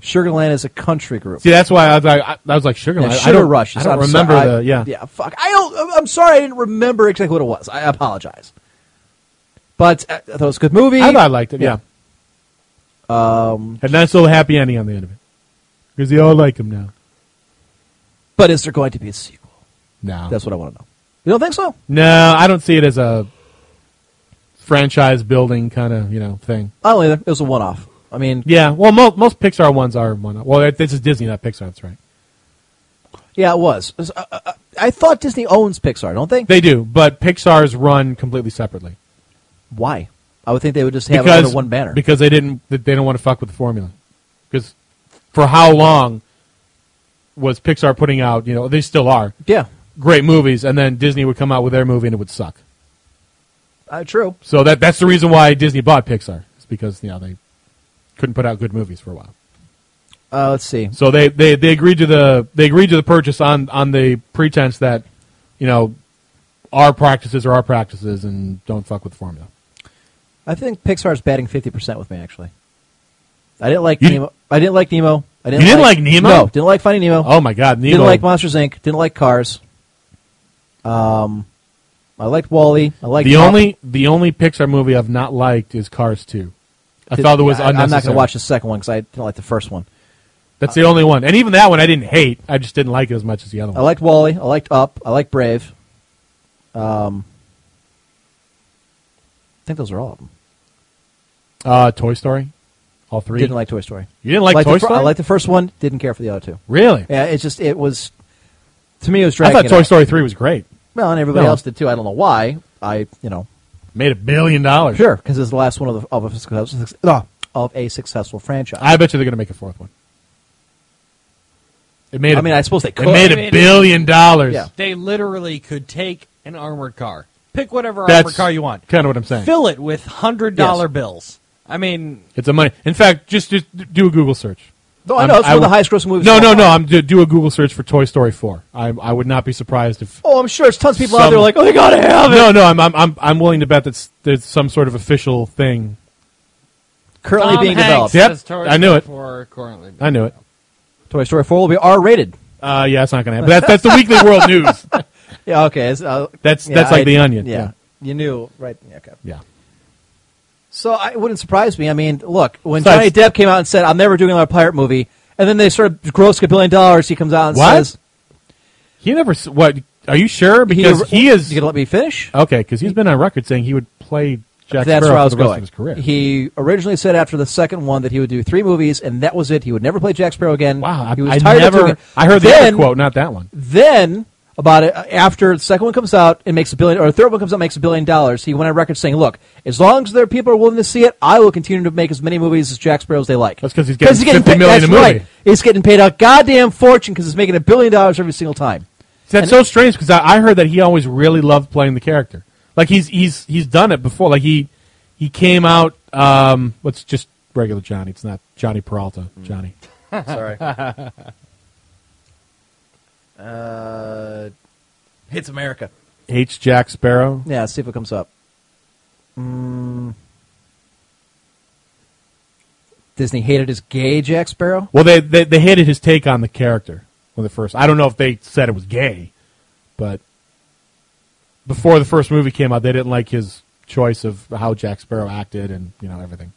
C: Sugarland is a country group.
D: See, that's why I was like, I, I was like Sugar.
C: Yeah,
D: Land. I
C: Sugar
D: don't,
C: Rush.
D: I
C: is-
D: don't
C: I'm
D: remember
C: sorry, I-
D: the yeah.
C: yeah. Fuck. I don't. I'm- I'm sorry. I didn't remember exactly what it was. I apologize. But uh, I thought it was a good movie.
D: I, I liked it. Yeah.
C: Um,
D: Had nice little happy ending on the end of it. Because they all like him now.
C: but is there going to be a sequel?
D: No.
C: That's what I want to know. You don't think so?
D: no, I don't see it as a franchise building kind of, you know, thing.
C: I don't either. It was a one-off. I mean,
D: Yeah. Well, mo- most Pixar ones are one. Well, this is Disney, not Pixar. That's right.
C: yeah, it was. It was- uh, uh, uh, I thought Disney owns Pixar, don't they?
D: They do, but Pixar's run completely separately.
C: Why? I would think they would just have it under one banner.
D: Because they didn't they don't want to fuck with the formula. Because for how long was Pixar putting out, you know, they still are
C: yeah,
D: great movies and then Disney would come out with their movie and it would suck.
C: uh, true.
D: So that that's the reason why Disney bought Pixar. It's because you know they couldn't put out good movies for a while.
C: Uh, let's see.
D: So they, they, they agreed to the they agreed to the purchase on, on the pretense that you know our practices are our practices and don't fuck with the formula.
C: I think Pixar's batting fifty percent with me. Actually, I didn't like
D: You-
C: Nemo. I didn't like Nemo. I didn't.
D: You didn't like Nemo?
C: No, didn't like Finding Nemo.
D: Oh my God, Nemo!
C: Didn't like Monsters Inc. Didn't like Cars. Um, I liked Wally. I liked
D: the
C: Top-
D: only the only Pixar movie I've not liked is Cars Two. I
C: Did-
D: thought it was
C: I,
D: unnecessary.
C: I'm not going to watch the second one because I didn't like the first one.
D: That's the only one, and even that one I didn't hate. I just didn't like it as much as the other
C: I
D: one.
C: liked Wally. I liked Up. I liked Brave. Um, I think those are all of them.
D: uh, Toy Story, all 3
C: Didn't like Toy Story.
D: You didn't like
C: Liked the
D: Toy
C: fir-
D: Story?
C: I liked the first one. Didn't care for the other two.
D: really.
C: Yeah, it's just it was. To me, it was
D: I
C: dragging.
D: thought
C: it
D: Toy
C: out.
D: Story Three was great.
C: Well, and everybody
D: No.
C: else did too. I don't know why. I you know
D: Made a billion dollars. Ah.
C: sure because it's the last one of the, of a successful uh, of a successful franchise.
D: I bet you they're going to make a fourth one. It made.
C: I
D: a-
C: mean, I suppose they
D: it
C: could.
D: made
A: I
D: a
A: mean-
D: billion dollars.
C: Yeah.
G: They literally could take an armored car, pick whatever
D: That's
G: armored car you want,
D: Kind of what I'm saying.
G: fill it with hundred dollar bills. I mean,
D: It's a money. In fact, just just do a Google search. Um,
C: No, I know, it's one of the highest grossing movies
D: No,
C: of
D: no,
C: all
D: no.
C: time.
D: I'm do, do a Google search for Toy Story Four. I I would not be surprised if.
C: Oh, I'm sure it's tons of people out there
D: Some-
C: like, oh, they gotta have it.
D: No, no. I'm I'm I'm, I'm willing to bet that s- there's some sort of official thing.
C: Currently
A: Tom
C: being
A: Hanks
C: developed.
D: Yep,
A: is Toy
D: I knew it.
A: Story four currently.
D: I knew it.
C: Toy Story 4 will be R rated.
D: Uh, yeah, it's not going
C: [laughs]
D: to happen. That's, that's the Weekly World News.
C: Yeah, okay. it's, uh, [laughs]
D: That's-
C: yeah,
D: that's like
C: I-
D: The Onion,
C: Yeah.
D: yeah.
C: You knew, right? Yeah, okay.
D: Yeah.
C: So I, it wouldn't surprise me. I mean, look, when
D: So
C: Johnny
D: it's-
C: Depp came out and said, "I'm never doing another pirate movie," and then they sort of grossed a billion dollars, he comes out and
D: What?
C: says,
D: He never. s- What? Are you sure? Because he, is.
C: You gonna let me finish?
D: Okay, because he's been on record saying he would play Jack
C: That's
D: Sparrow
C: where I
D: for
C: was
D: the rest
C: going.
D: of his career.
C: He originally said after the second one that he would do three movies, and that was it. He would never play Jack Sparrow again. Wow, he was
D: I
C: tired
D: never-
C: of doing it.
D: I heard the
C: then,
D: other quote, not that one.
C: Then about it, after the second one comes out and makes a billion, or the third one comes out and makes a billion dollars, he went on record saying, "Look, as long as there are people who are willing to see it, I will continue to make as many movies as Jack Sparrow as they like." That's because
D: he's getting 50
C: paid-
D: million
C: that's
D: a movie.
C: Right. He's getting paid a goddamn fortune because he's making a billion dollars every single time.
D: See, that's so strange because I, I heard that he always really loved playing the character. Like he's he's he's done it before. Like he he came out. Um, what's just regular Johnny? It's not Johnny Peralta.
C: Mm. [laughs]
D: Johnny.
C: Sorry. uh, it's America.
D: H. Jack Sparrow.
C: Yeah, see if it comes up. Mm. Disney hated his gay Jack Sparrow.
D: Well, they, they they hated his take on the character when the first. I don't know if they said it was gay, but before the first movie came out, they didn't like his choice of how Jack Sparrow acted and you know everything.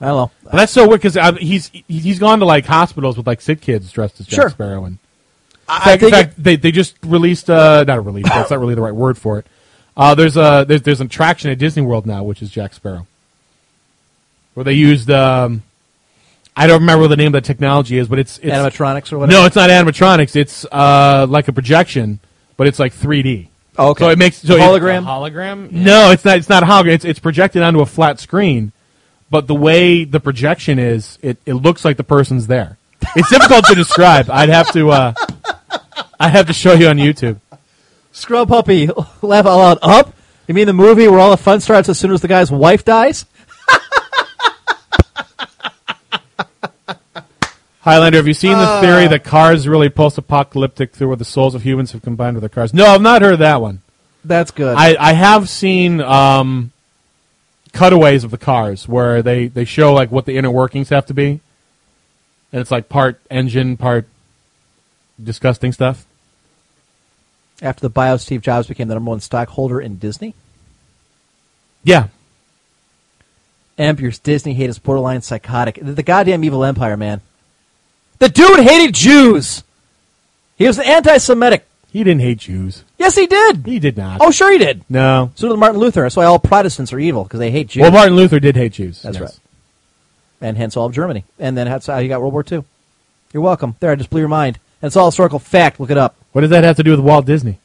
C: I don't know.
D: But that's so weird because he's he's gone to like hospitals with like sick kids dressed as Jack
C: Sure.
D: Sparrow and.
C: I-
D: In
C: I
D: fact, in
C: think
D: fact, they they just released uh not a release that's not really the right word for it. Uh, there's a there's there's an attraction at Disney World now which is Jack Sparrow, where they used um, I don't remember what the name of the technology is, but it's, it's
C: Animatronics or whatever?
D: No, it's not animatronics. It's uh like a projection, but it's like 3D.
C: Oh, okay.
D: So it makes so it-
C: Hologram?
G: hologram?
D: no, it's not. It's not a hologram. It's it's projected onto a flat screen, but the way the projection is, it, it looks like the person's there. It's difficult to describe. [laughs] I'd have to uh, I have to show you on YouTube.
C: Scrub puppy, [laughs] laugh out loud. Up? You mean the movie where all the fun starts as soon as the guy's wife dies?
D: Highlander, have you seen the
C: Uh.
D: theory that cars really post-apocalyptic through where the souls of humans have combined with their cars? No, I've not heard that one.
C: That's good.
D: I, I have seen um, cutaways of the cars where they, they show like what the inner workings have to be, and it's like part engine, part disgusting stuff.
C: After the bio, Steve Jobs became the number one stockholder in Disney.
D: Yeah,
C: Emperor's Disney hate is borderline psychotic. The goddamn evil empire, man. The dude hated Jews. He was anti-Semitic.
D: he didn't hate Jews.
C: Yes, he did.
D: He did not.
C: Oh, sure he did.
D: no.
C: So did Martin Luther. That's why all Protestants are evil because they hate Jews.
D: Well, Martin Luther did hate Jews.
C: That's
D: yes.
C: right. and hence all of Germany. And then that's how you got World War II. You're welcome. There, I just blew your mind. And it's all historical fact. Look it up.
D: What does that have to do with Walt Disney?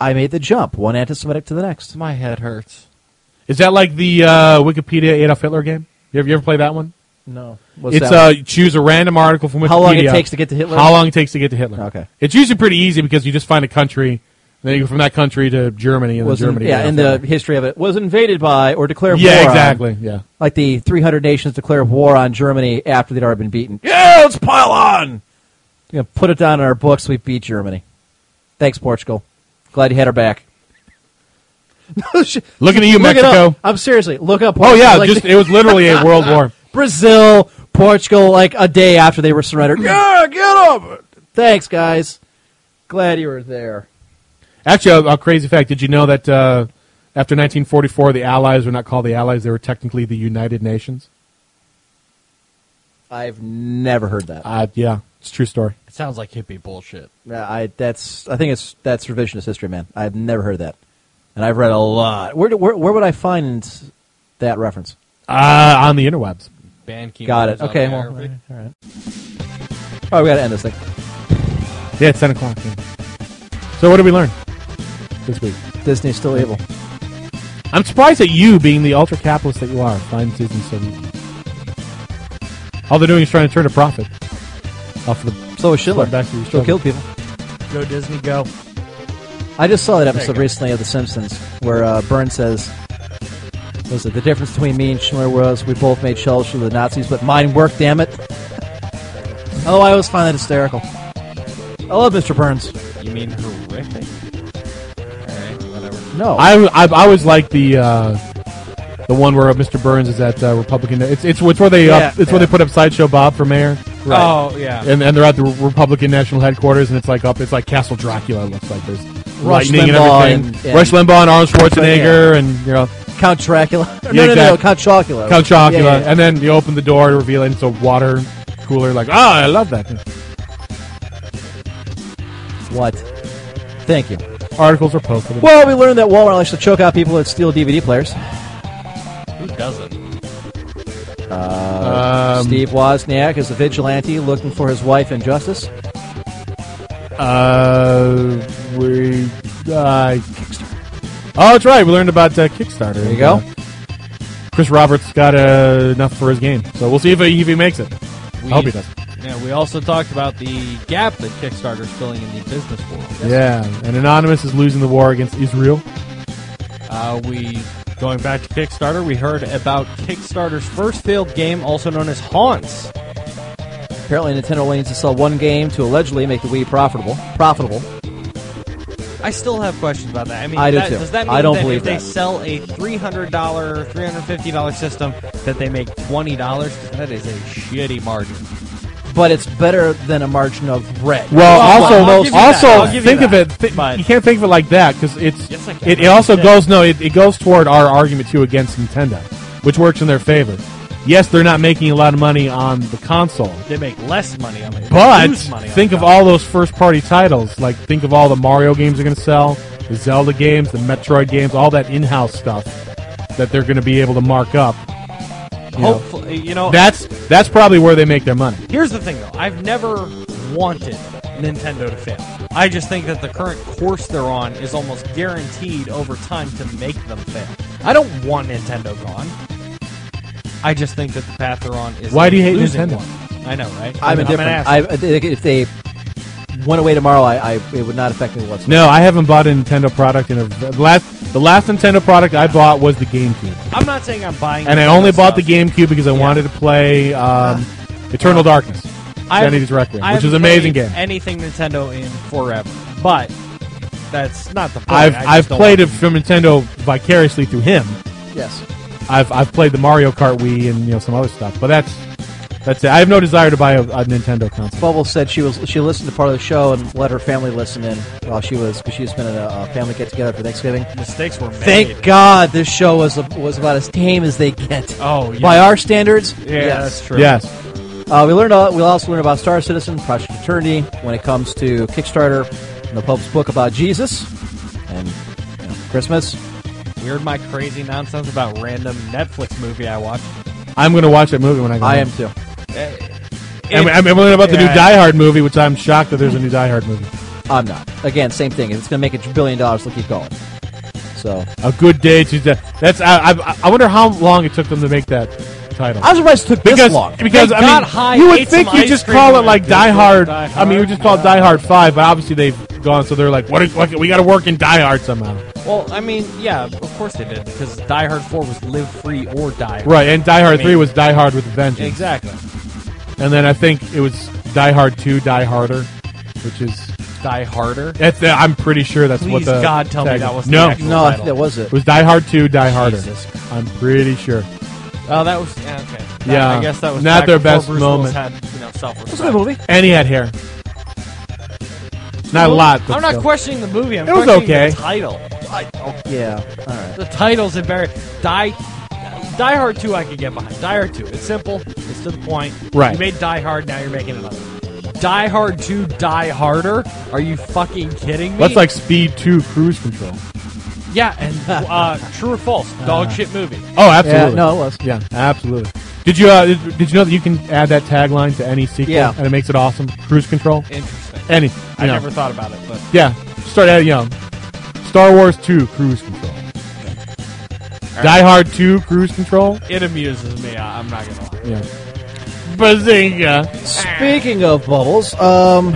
C: I made the jump, one anti-Semitic to the next.
G: My head hurts.
D: Is that like the uh, Wikipedia Adolf Hitler game? You ever, you ever play that one?
C: No,
D: it's uh, you choose a random article from Wikipedia.
C: How long it takes to get to Hitler?
D: How long it takes to get to Hitler?
C: Okay.
D: It's usually pretty easy because you just find a country, and then you go from that country to Germany, and then
C: was in-
D: Germany.
C: yeah,
D: to
C: in
D: Hitler.
C: the history of it, was invaded by or declared
D: Yeah,
C: war. on-
D: exactly, yeah.
C: like the 300 nations declare war on Germany after they'd already been beaten. Yeah, let's pile on. You know, put it down in our books. We beat Germany. Thanks, Portugal. Glad you had our
D: [laughs]
C: back.
D: Looking at you,
C: Look it up.
D: Mexico.
C: I'm seriously look up.
D: Oh yeah,
C: Like-
D: just it was literally a
C: [laughs]
D: world war.
C: Brazil, Portugal, like a day after they were surrendered. yeah, get up. Thanks, guys. Glad you were there.
D: Actually, a, a crazy fact. Did you know that uh, after 1944, the Allies were not called the Allies; they were technically the United Nations.
C: I've never heard that.
D: Uh, yeah, it's a true story.
G: It sounds like hippie bullshit.
C: Yeah, I that's I think it's that's revisionist history, man. I've never heard that, and I've read a lot. Where do, where, where would I find that reference?
D: Uh, on the interwebs.
G: Band key
C: Got
G: moves
C: it.
G: on
C: Okay,
G: the
C: well, all
G: Arabic.
C: right. all right. Oh, we got to end this thing.
D: Yeah, it's 10 o'clock. yeah. So what did we learn this week?
C: Disney's still evil.
D: I'm surprised at you, being the ultra capitalist that you are, finds Disney so weak. All they're doing is trying to turn a profit off the.
C: So was Schindler.
D: Back to your
C: Still
D: struggle.
C: killed people.
O: Go Disney, go.
C: I just saw that episode recently of The Simpsons where uh, Burns says, what "Was it the difference between me and Schindler was we both made shells for the Nazis, but mine worked? Damn it!" Oh, I always find that hysterical. I love Mr. Burns.
G: You mean horrific? Alright, whatever.
C: No,
D: I, I, I always like the uh, the one where Mr. Burns is at uh, Republican. It's it's, it's where they
C: Yeah,
D: up, it's where
C: yeah.
D: they put up sideshow Bob for mayor. Right.
G: Oh, yeah.
D: And, and they're at the Republican National Headquarters, and it's like up, it's like Castle Dracula. It looks like there's
C: Rush
D: lightning
C: Limbaugh
D: and everything.
C: and-
D: Rush
C: and-
D: Limbaugh and Arnold Schwarzenegger,
C: Yeah.
D: and you know
C: Count Dracula. [laughs] No, no,
D: Yeah,
C: no, no,
D: exactly.
C: Count Chocula.
D: Count
C: Oh.
D: Chocula.
C: Yeah, yeah, yeah.
D: And then you open the door to reveal it, it's a water cooler. Like, ah, I love that.
C: What? Thank you.
D: Articles are posted.
C: Well, we learned that Walmart likes to choke out people that steal DVD players.
G: Who doesn't?
C: Uh,
D: Um,
C: Steve Wozniak is a vigilante looking for his wife in justice.
D: Uh, we uh, Kickstarter. Oh, that's right. We learned about uh, Kickstarter. There
C: you go.
D: Chris Roberts got uh, enough for his game, so we'll see if he, if he makes it. I hope he does.
G: Yeah, we also talked about the gap that Kickstarter's filling in the business world.
D: Yeah, and Anonymous is losing the war against Israel.
G: Uh, we going back to Kickstarter. We heard about Kickstarter's first failed game, also known as Haunts.
C: Apparently, Nintendo aims to sell one game to allegedly make the Wii profitable. Profitable.
G: I still have questions about that. I mean,
C: I do
G: that-
C: too.
G: does that mean
C: I don't
G: that
C: believe
G: if they
C: that.
G: sell a three hundred dollar, three hundred fifty dollar system, that they make twenty dollars? That is a shitty margin.
C: But it's better than a margin of red.
D: Well, also,
C: I'll give you that.
D: also
C: I'll give you
D: think
C: that.
D: of it. Th- you can't think of it like that because it's
G: Yes, I can.
D: it, it also goes no, it, it goes toward our argument too against Nintendo, which works in their favor. Yes, they're not making a lot of money on the console,
G: They make less money on it. They
D: but
G: lose money on
D: think
G: it.
D: of all those first party titles. Like think of all the Mario games they're going to sell, the Zelda games, the Metroid games, all that in house stuff that they're going to be able to mark up. You know,
G: Hopefully, you know
D: that's that's probably where they make their money.
G: Here's the thing, though. I've never wanted Nintendo to fail. I just think that the current course they're on is almost guaranteed over time to make them fail. I don't want Nintendo gone. I just think that the path they're on is.
D: Why do you
G: a
D: hate
G: losing
D: Nintendo?
G: one. I know, right?
C: I'm
G: an
C: indifferent.
G: ass.
C: I, I think if they went away tomorrow, I, I it would not affect me whatsoever.
D: No, I haven't bought a Nintendo product in a the last. The last Nintendo product I bought was the GameCube,
G: I'm not saying I'm buying.
D: and I
G: Nintendo
D: only bought the
G: stuff.
D: GameCube because I wanted to play um, Eternal Darkness,
G: I've-
D: Vanity's Requiem,
G: I
D: which is
G: haven't
D: an amazing
G: played
D: game.
G: Anything Nintendo in forever, but that's not the point.
D: I've
G: I just
D: I've
G: don't
D: played it
G: want
D: from Nintendo vicariously through him.
C: Yes.
D: I've I've played the Mario Kart Wii and you know some other stuff, but that's that's it. I have no desire to buy a, a Nintendo console.
C: Bubble said she was she listened to part of the show and let her family listen in while she was because she was spending a, a family get together for Thanksgiving.
G: mistakes were made.
C: Thank God this show was was about as tame as they get.
G: Oh, yeah.
C: By our standards,
G: Yeah,
C: yes.
G: that's true.
D: Yes,
C: Uh, we learned. Uh, we also learned about Star Citizen, Project Eternity, when it comes to Kickstarter, and the Pope's book about Jesus and you know, Christmas.
G: Mm-hmm. Weird, my crazy nonsense about random Netflix movie I watched.
D: I'm going to watch that movie when I go.
C: I
D: home.
C: am too.
D: And I'm, I'm learning about the new
G: Yeah.
D: Die Hard movie, which I'm shocked that there's a new Die Hard movie.
C: I'm not. Again, same thing. If it's going to make a billion dollars, they'll keep going. So
D: A good day to de- that's I, I, I wonder how long it took them to make that title.
C: I was surprised it took
D: because
C: this long.
D: because
G: They
D: I
G: got
D: mean
G: high,
D: you
G: ate
D: would think
G: some
D: you
G: ice
D: just
G: cream,
D: call it
G: and
D: like
G: did
D: Die
G: some
D: Hard.
G: Die
D: I mean, you
G: Hard,
D: would just call it Die Hard Five, but obviously they've gone. So they're like, what? Is, what we got to work in Die Hard somehow,
G: Well, I mean, yeah, of course they did because Die Hard Four was Live Free or Die. Hard.
D: right? And Die Hard
G: I mean-
D: Three was Die Hard with a Vengeance,
G: Exactly.
D: and then I think it was Die Hard Two, Die Harder, which is
G: Die Harder.
D: that's, uh, I'm pretty sure that's what
G: Please
D: the
G: God tell me
D: tag
G: that
D: was.
G: was the
D: no.
G: actual-
C: no, I think that was it.
D: It was Die Hard Two, Die Harder.
G: Jesus.
D: I'm pretty sure.
G: Oh, that was yeah, okay. That-
D: Yeah.
G: I guess that was
D: Not
G: back
D: their
G: before
D: best
G: Bruce
D: moment.
G: Willis Had you know
C: It's a good
G: self-respect.
C: movie.
D: And he had hair. Not a lot. But
G: I'm not
D: still.
G: questioning the movie. I'm
D: It was
G: questioning
D: okay.
G: the title. I, oh,
C: Yeah. All right.
G: the title's embarrassing. Die. Die Hard 2 I could get behind. Die Hard 2. It's simple. It's to the point.
D: Right.
G: You made Die Hard, now you're making another. Die Hard 2 Die Harder? Are you fucking kidding me?
D: That's like Speed Two Cruise Control.
G: Yeah, and
D: [laughs]
G: uh, true or false,
D: Uh-huh.
G: dog shit movie.
D: Oh, absolutely.
C: Yeah, no, it was.
D: Yeah, absolutely. Did you uh, did did you know that you can add that tagline to any sequel?
C: Yeah.
D: and it makes it awesome. Cruise control.
G: Interesting.
D: Any. You
G: I
D: know.
G: never thought about it, but
D: Yeah. Start adding. You know, Star Wars Two Cruise Control. Die Hard Two Cruise Control.
G: it amuses me. I, I'm not gonna lie.
D: Yeah. Bazinga!
C: Speaking of bubbles, um,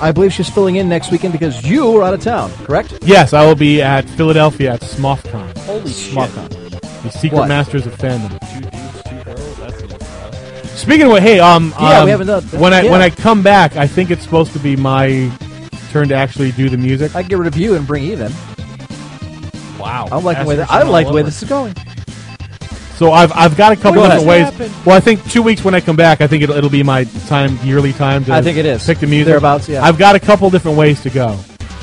C: I believe she's filling in next weekend because you are out of town, correct?
D: Yes, I will be at Philadelphia at SmothCon,
G: Holy
C: Schmuck.
D: the Secret
C: What?
D: Masters of Fandom.
G: Two dudes, two girls. That's good for us.
D: Speaking of, what, hey, um,
C: Yeah,
D: um,
C: we haven't done-
D: when I
C: yeah.
D: when I come back, I think it's supposed to be my turn to actually do the music.
C: I can get rid of you and bring Eve in.
G: Wow.
C: I like the
G: Ask
C: way
G: her
C: that
G: if she
C: I
G: wanna
C: like the way
G: live
C: this is going.
D: So So I've I've got a couple
P: What
D: different ways.
P: just happened?
D: Well, I think two weeks when I come back, I think it'll, it'll be my time yearly time to.
C: I think it is.
D: pick the music
C: Thereabouts, yeah.
D: I've got a couple different ways to go.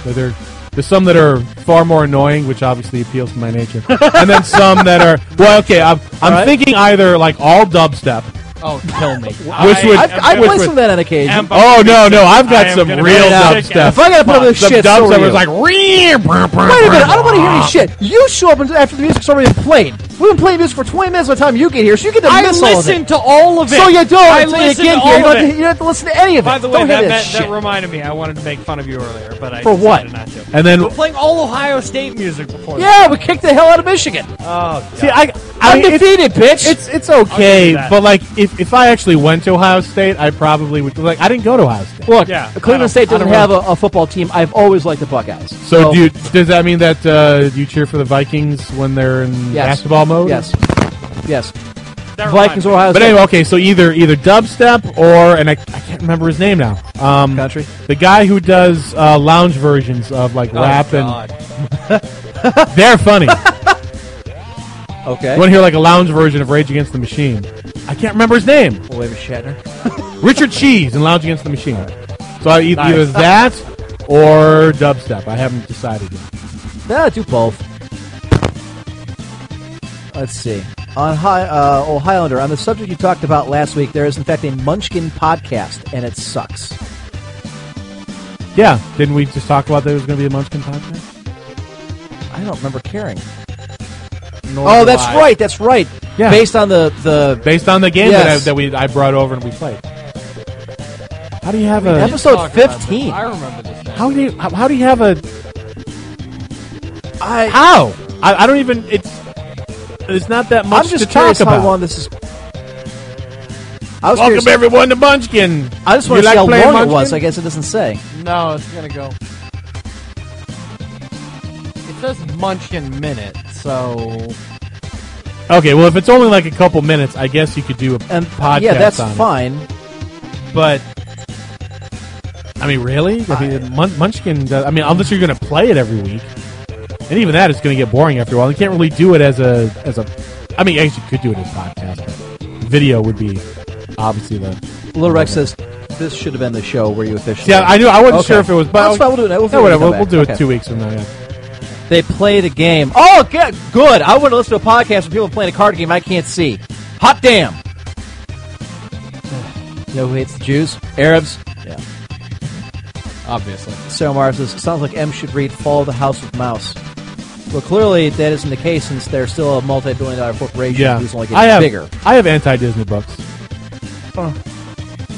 D: So there, there's some that are far more annoying, which obviously appeals to
C: [laughs]
D: my nature, and then some that are well, okay. I'm I'm
C: All right.
D: thinking either like all dubstep.
G: Oh, kill me. Which
D: [laughs] Which would-
C: I've, I
D: which
C: play
D: would-
C: some of that on occasion.
D: Oh no no! I've got
G: I am
D: some
G: gonna
D: real
G: be
D: dubstep.
G: sick as
C: If I gotta put up with
D: the
C: shit, so
D: dubstep
C: are
D: was
C: you.
D: like. Wait a
C: Wait a
D: minute!
C: minute! I don't want to hear any shit. You show up and- after the music's already been played. We've been playing music for 20 minutes by the time you get here, so you get to
G: I
C: miss all of
G: listen
C: it.
G: to all of it.
C: So you don't
G: I
C: until you
G: listen
C: get
G: to
C: here. You don't,
G: all of
C: have to, you
G: it.
C: don't have to listen to any of it.
G: By the way,
C: don't hear
G: that,
C: this
G: that,
C: shit.
G: that reminded me. I wanted to make fun of you earlier, but I
C: For what?
G: decided not to.
D: And then
G: We're playing all Ohio State music before.
C: yeah, we kicked the hell out of Michigan.
G: Oh,
D: see, I, I mean, it's-
C: Undefeated, bitch.
D: It's it's okay,
G: you that.
D: but like if, if I actually went to Ohio State, I probably would like I didn't go to Ohio State.
C: Look,
G: Yeah, I don't-
C: Cleveland State doesn't have a, a football team. I've always liked the Buckeyes.
D: so do you, does that mean that uh, you cheer for the Vikings when they're in
C: Yes.
D: basketball mode?
C: Yes. Yes.
G: Never
C: Vikings,
G: mind.
C: Ohio
D: But
C: State.
D: anyway, okay, so either either dubstep or and I, I can't remember his name now. Um,
C: Country.
D: the guy who does uh, lounge versions of like
G: Oh,
D: rap and they're funny. [laughs] you
C: Okay.
D: want to hear like a lounge version of Rage Against the Machine? I can't remember his name.
C: William Shatner.
D: Richard Cheese in Lounge Against the Machine. So I eat either that or dubstep. I haven't decided yet.
C: Yeah, do both. Let's see. On Hi- uh, Ohioander, on the subject you talked about last week, there is in fact a Munchkin podcast, and it sucks.
D: Yeah, didn't we just talk about there was going to be a Munchkin podcast?
C: I don't remember caring.
D: Nor
C: Oh,
D: do
C: that's
D: I.
C: right. That's right.
D: Yeah.
C: Based on the the
D: Based on the game that, I,
C: Yes.
D: that we I brought over and we played. How do you have a
C: episode
G: Talk
C: fifteen.
G: about this. I remember this. Now.
D: how do you how, how do you have a
C: I,
D: how? I, I don't even it's it's not that much
C: I'm just
D: to talk
C: curious how
D: about.
C: long this is. I was
D: Welcome
C: curious.
D: everyone to Munchkin.
C: I just want to
D: You
C: see
D: like
C: how
D: playing
C: long it
D: Munchkin?
C: was. I guess it doesn't say.
G: No, it's gonna go. It says Munchkin minute, so
D: Okay, well if it's only like a couple minutes, I guess you could do a
C: And
D: podcast.
C: yeah, that's
D: on it.
C: fine.
D: but I mean, really? I mean, Mun- Munchkin. Does, I mean, unless you're going to play it every week, and even that is going to get boring after a while. You can't really do it as a as a. I mean, I guess you could do it as a podcast. But video would be obviously the.
C: Little Rex says this should have been the show where you officially.
D: Yeah, I knew. I wasn't
C: Okay.
D: sure if it was, but
C: That's fine, we'll do it. We'll
D: no, whatever.
C: come
D: We'll,
C: back.
D: we'll do it
C: Okay.
D: two weeks from now. Yeah.
C: They play the game. Oh, good. good. I want to listen to a podcast with people playing a card game I can't see. Hot damn. [sighs] You know who hates the Jews? Arabs. Yeah.
G: obviously.
C: Sarah Mars says, sounds like M should read Follow the House with Mouse. Well, clearly that isn't the case since they're still a multi-billion dollar corporation
D: yeah.
C: who's only getting
D: I have
C: bigger.
D: I have anti Disney books.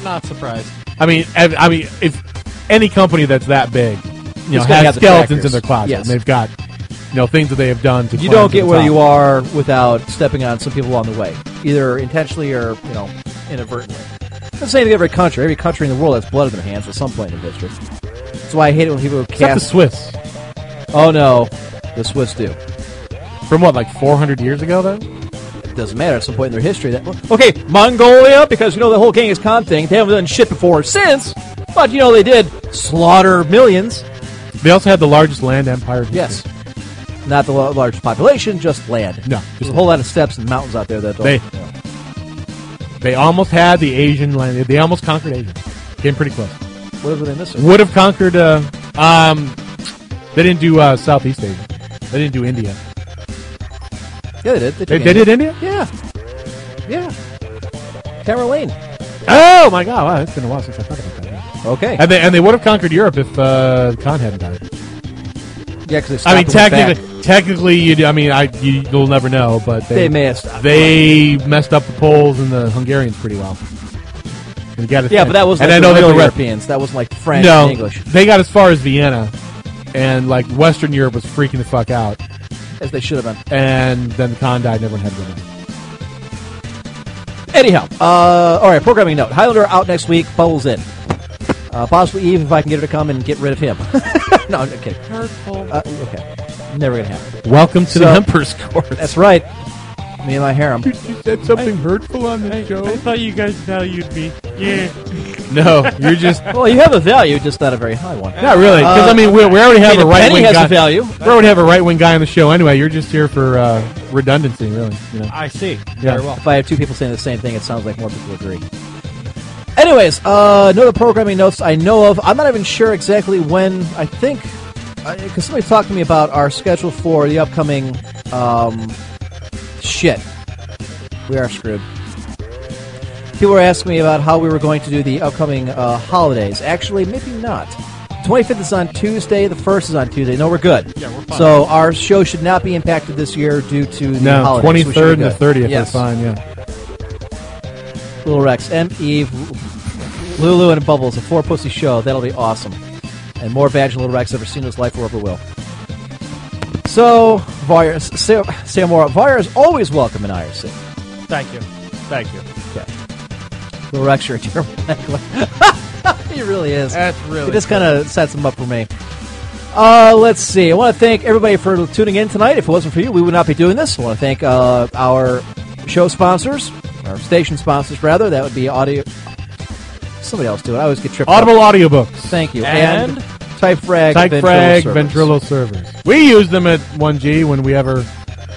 G: Not surprised.
D: I mean, I, I mean, if any company that's that big, you know,
C: gonna
D: has
C: have the
D: skeletons
C: trackers.
D: in their closet,
C: Yes.
D: and they've got you know things that they have done to.
C: You
D: climb
C: don't
D: to
C: get
D: the
C: where
D: top.
C: you are without stepping on some people along the way, either intentionally or, you know, inadvertently. I'm saying to every country. Every country in the world has blood in their hands with some playing in the district. That's why I hate it when people
D: Except the
C: cast.
D: Swiss.
C: oh no, the Swiss do.
D: From what, like 400 years ago, though?
C: It doesn't matter at some point in their history. That okay, Mongolia because you know the whole Genghis Khan thing. They haven't done shit before or since, but you know they did slaughter millions.
D: They also had the largest land empire. in history.
C: Yes, not the la- largest population, just land.
D: No,
C: there's a whole lot of steps and mountains out there that don't.
D: They-
C: you know.
D: They almost had the Asian land. They almost conquered Asia. Came pretty close.
C: What were they missing?
D: Would have conquered, uh, um, they didn't do uh, Southeast Asia. They didn't do India.
C: Yeah, they did.
D: They,
C: took
D: they
C: India.
D: did India?
C: Yeah, yeah. Tamara Lane.
D: Oh, my God. Wow, it's been a while since I thought about that. yeah.
C: Okay.
D: And they, and they would have conquered Europe if uh, Khan hadn't died.
C: yeah, because they stopped
D: I mean,
C: and went
D: technically,
C: back.
D: technically, you, I mean, I, you, you'll never know, but they,
C: They may have stopped.
D: They messed up the Poles and the Hungarians pretty well. You gotta
C: Yeah,
D: think.
C: but that was
D: and
C: like
D: I know
C: the real
D: that the rest-
C: Europeans. That was like French
D: no,
C: and English,
D: They got as far as Vienna, and like Western Europe was freaking the fuck out.
C: as they should have been.
D: And then Khan died, and everyone had to go back.
C: Anyhow, uh, all right, programming note. Highlander out next week, Bubbles in. Uh, possibly Eve if I can get her to come and get rid of him. [laughs] no, I'm kidding. Uh, okay. Never going to happen.
D: Welcome to
C: So-
D: the Emperor's Court. [laughs]
C: That's right. Me and my harem.
D: you said something hurtful on this show.
G: thought you guys valued me. Yeah.
D: No, you're just. [laughs]
C: well, you have a value, just not a very high one.
D: Not really, because
C: Uh,
D: I mean, we, we already have
C: Peter
D: a right wing
C: Penny has
D: guy.
C: a value.
D: We already have a right wing guy on the show anyway. You're just here for uh, redundancy, really. You know.
G: I see.
D: Yeah.
G: Very well.
C: If I have two people saying the same thing, it sounds like more people agree. Anyways, uh, no other programming notes I know of. I'm not even sure exactly when. I think because somebody talked to me about our schedule for the upcoming um, shit. We are screwed. People were asking me about how we were going to do the upcoming uh, holidays. Actually, maybe not. 25th is on Tuesday. The first is on Tuesday. No, we're good. Yeah, we're fine. So our show should not be impacted this year due to the
D: No,
C: holidays.
D: twenty
C: We should
D: third
C: be
D: and the
C: good.
D: thirtieth
C: Yes.
D: is fine. Yeah,
C: Little Rex, M Eve, Lulu, and Bubbles, a four pussy show. That'll be awesome. And more Badge and Little Rex ever seen in his life or ever will. So, Voyer, Sam, Sam Moore, Voyer is always welcome in IRC.
G: Thank you. Thank you.
C: Little Rex, you're a terrible [laughs] heckler. [laughs] he really is.
G: That's really
C: It just kind of sets him up for me. Uh, let's see. I want to thank everybody for tuning in tonight. If it wasn't for you, we would not be doing this. I want to thank uh, our show sponsors, our station sponsors, rather. That would be audio. Somebody else do it. I always get tripped. up.
D: Audible audiobooks.
C: Thank you.
G: And-
C: And, Type Frag.
D: Type
C: Ventrilo
D: frag
C: Servers.
D: Ventrilo servers. We use them at one G when we ever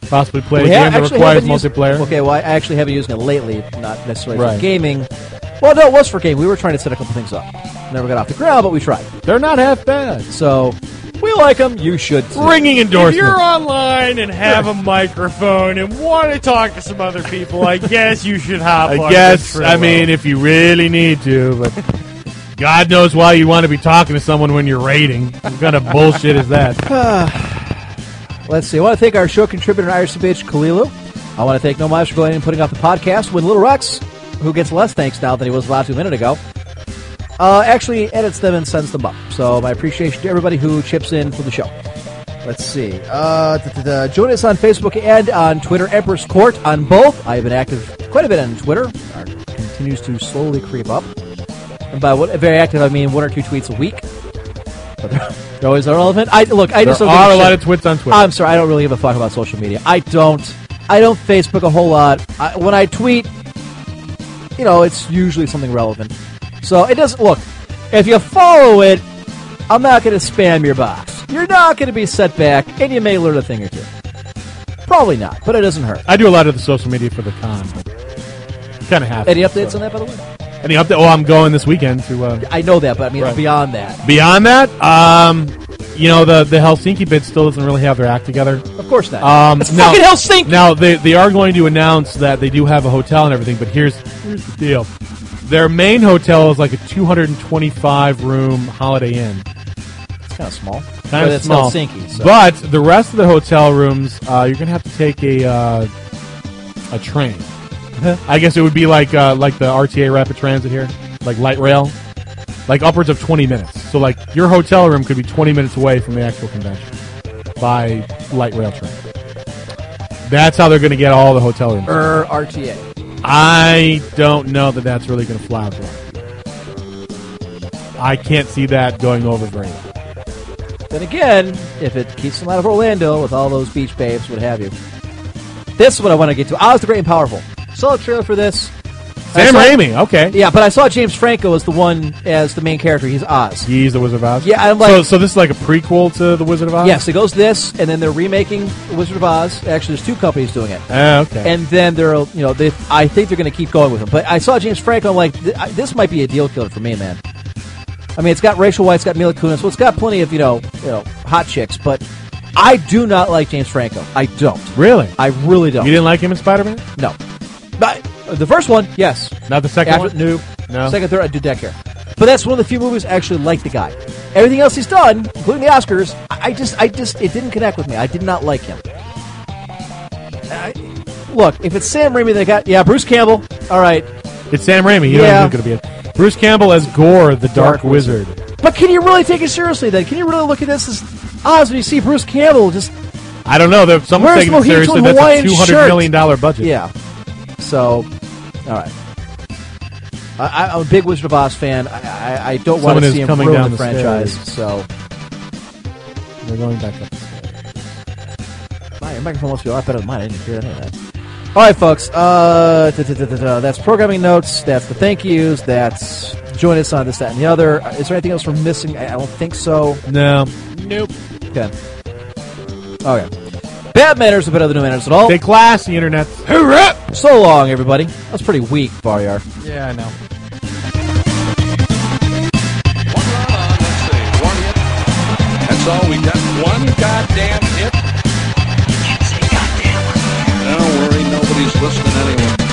D: possibly play
C: We
D: a
C: ha-
D: game that
C: actually
D: requires
C: haven't used-
D: multiplayer.
C: okay, well, I actually haven't used it lately, not necessarily for
D: Right.
C: gaming. Well, no, it was for game. We were trying to set a couple things up. Never got off the ground, but we tried.
D: They're not half bad.
C: So we like them. You should. Too.
D: Ringing
G: If
D: endorsement.
G: you're online and
C: [laughs]
G: have a microphone and want to talk to some other people, I guess you should hop.
D: I
G: on
D: guess.
G: Ventrilo.
D: I mean, if you really need to,
G: [laughs]
D: but God knows why you want to be talking to someone when you're rating. What kind of bullshit
C: [laughs]
D: is that?
C: Let's see. I want to thank our show contributor, Irish Bitch Kalilu. I want to thank No Miles for going in and putting out the podcast. When Little Rex, who gets less thanks now than he was allowed to a minute ago, uh, actually edits them and sends them up. So my appreciation to everybody who chips in for the show. Let's see. Uh, da, da, da. Join us on Facebook and on Twitter, Empress Court on both. I've been active quite a bit on Twitter. Our continues to slowly creep up. And by what, very active, I mean one or two tweets a week. But they're, they're always irrelevant. I look. I
D: There
C: just don't give
D: are a
C: shit.
D: lot of twits on Twitter.
C: I'm sorry, I don't really give a fuck about social media. I don't. I don't Facebook a whole lot. I, when I tweet, you know, it's usually something relevant. So it doesn't look. If you follow it, I'm not going to spam your box. You're not going to be set back, and you may learn a thing or two. Probably not, but it doesn't hurt.
D: I do a lot of the social media for the con. Kind of happy.
C: Any updates on that, by the way?
D: Any update? Oh, I'm going this weekend to. Uh,
C: I know that, but I mean
D: Right.
C: beyond that,
D: Beyond that, um, you know the the Helsinki bid still doesn't really have their act together.
C: of course not.
D: Um,
C: It's
D: now,
C: fucking Helsinki!
D: Now they they are going to announce that they do have a hotel and everything, but here's here's the deal: their main hotel is like a 225 room Holiday Inn,
C: it's kind of small.
D: kind
C: but
D: of
C: it's
D: small.
C: Helsinki, so.
D: But the rest of the hotel rooms, uh, you're gonna have to take a uh, a
C: [laughs]
D: train. I guess it would be like uh, like the RTA Rapid Transit here, like light rail, like upwards of 20 minutes. So like your hotel room could be 20 minutes away from the actual convention by light rail train. That's how they're going to get all the hotel rooms.
C: er, RTA.
D: I don't know that that's really going to fly with them. I can't see that going over very well.
C: Then again, if it keeps them out of Orlando with all those beach babes, what have you. This is what I want to get to. Oz the Great and Powerful. Saw a trailer for this. I
D: Sam
C: saw-
D: Raimi, okay.
C: Yeah, but I saw James Franco as the one as the main character. He's Oz.
D: He's the Wizard of Oz.
C: Yeah, I'm like-
D: so, so this is like a prequel to the Wizard of Oz.
C: Yes, it goes this, and then they're remaking Wizard of Oz. Actually, there's two companies doing it.
D: Ah, okay.
C: And then they're, you know, they, I think they're going to keep going with him. But I saw James Franco. I'm like, th- I- this might be a deal killer for me, man. I mean, it's got Rachel White, it's got Mila Kunis, so it's got plenty of you know, you know, hot chicks. But I do not like James Franco. I don't.
D: really?
C: I really don't.
D: You didn't like him in Spider Man?
C: No. But uh, the first one, yes.
D: Not the second
C: After-
D: one?
C: No.
D: No.
C: Second, third, I do deck care. But that's one of the few movies I actually like the guy. Everything else he's done, including the Oscars, I I just, I just, it didn't connect with me. I did not like him. I- look, if it's Sam Raimi, they got yeah, Bruce Campbell. All right,
D: It's Sam Raimi.
C: Yeah.
D: You don't know who's going to be it. Bruce Campbell as Gore, the Dark,
C: Dark
D: Wizard.
C: but can you really take it seriously? Then can you really look at this as Oz when you see Bruce Campbell? Just
D: I don't know. They're, someone's
C: Where's
D: taking it
C: Mojito
D: seriously.
C: and
D: That's a
C: Hawaiian
D: two hundred
C: shirt?
D: million dollar budget.
C: yeah. So, all right. I, I- I'm a big Wizard of Oz fan. I, I, I don't want
D: Someone
C: to
D: is
C: see him
D: coming
C: ruin
D: down
C: the
D: the
C: franchise.
D: stairs.
C: So.
D: They're going back up. the stairs.
C: My your microphone must be a lot better than mine. I didn't hear any of that. All right, folks. Uh, da- da- da- da- da. that's programming notes. That's the thank yous. That's join us on this, that, and the other. Uh, Is there anything else we're missing? I I don't think so.
D: No.
Q: Nope.
C: Okay. Okay. Bad manners are better than no manners at all.
D: They class the internet.
C: So long, everybody. That's pretty weak, Baryar.
Q: Yeah, I know.
A: That's all we got. One goddamn hit. Can't say goddamn. Don't worry, nobody's listening anyway.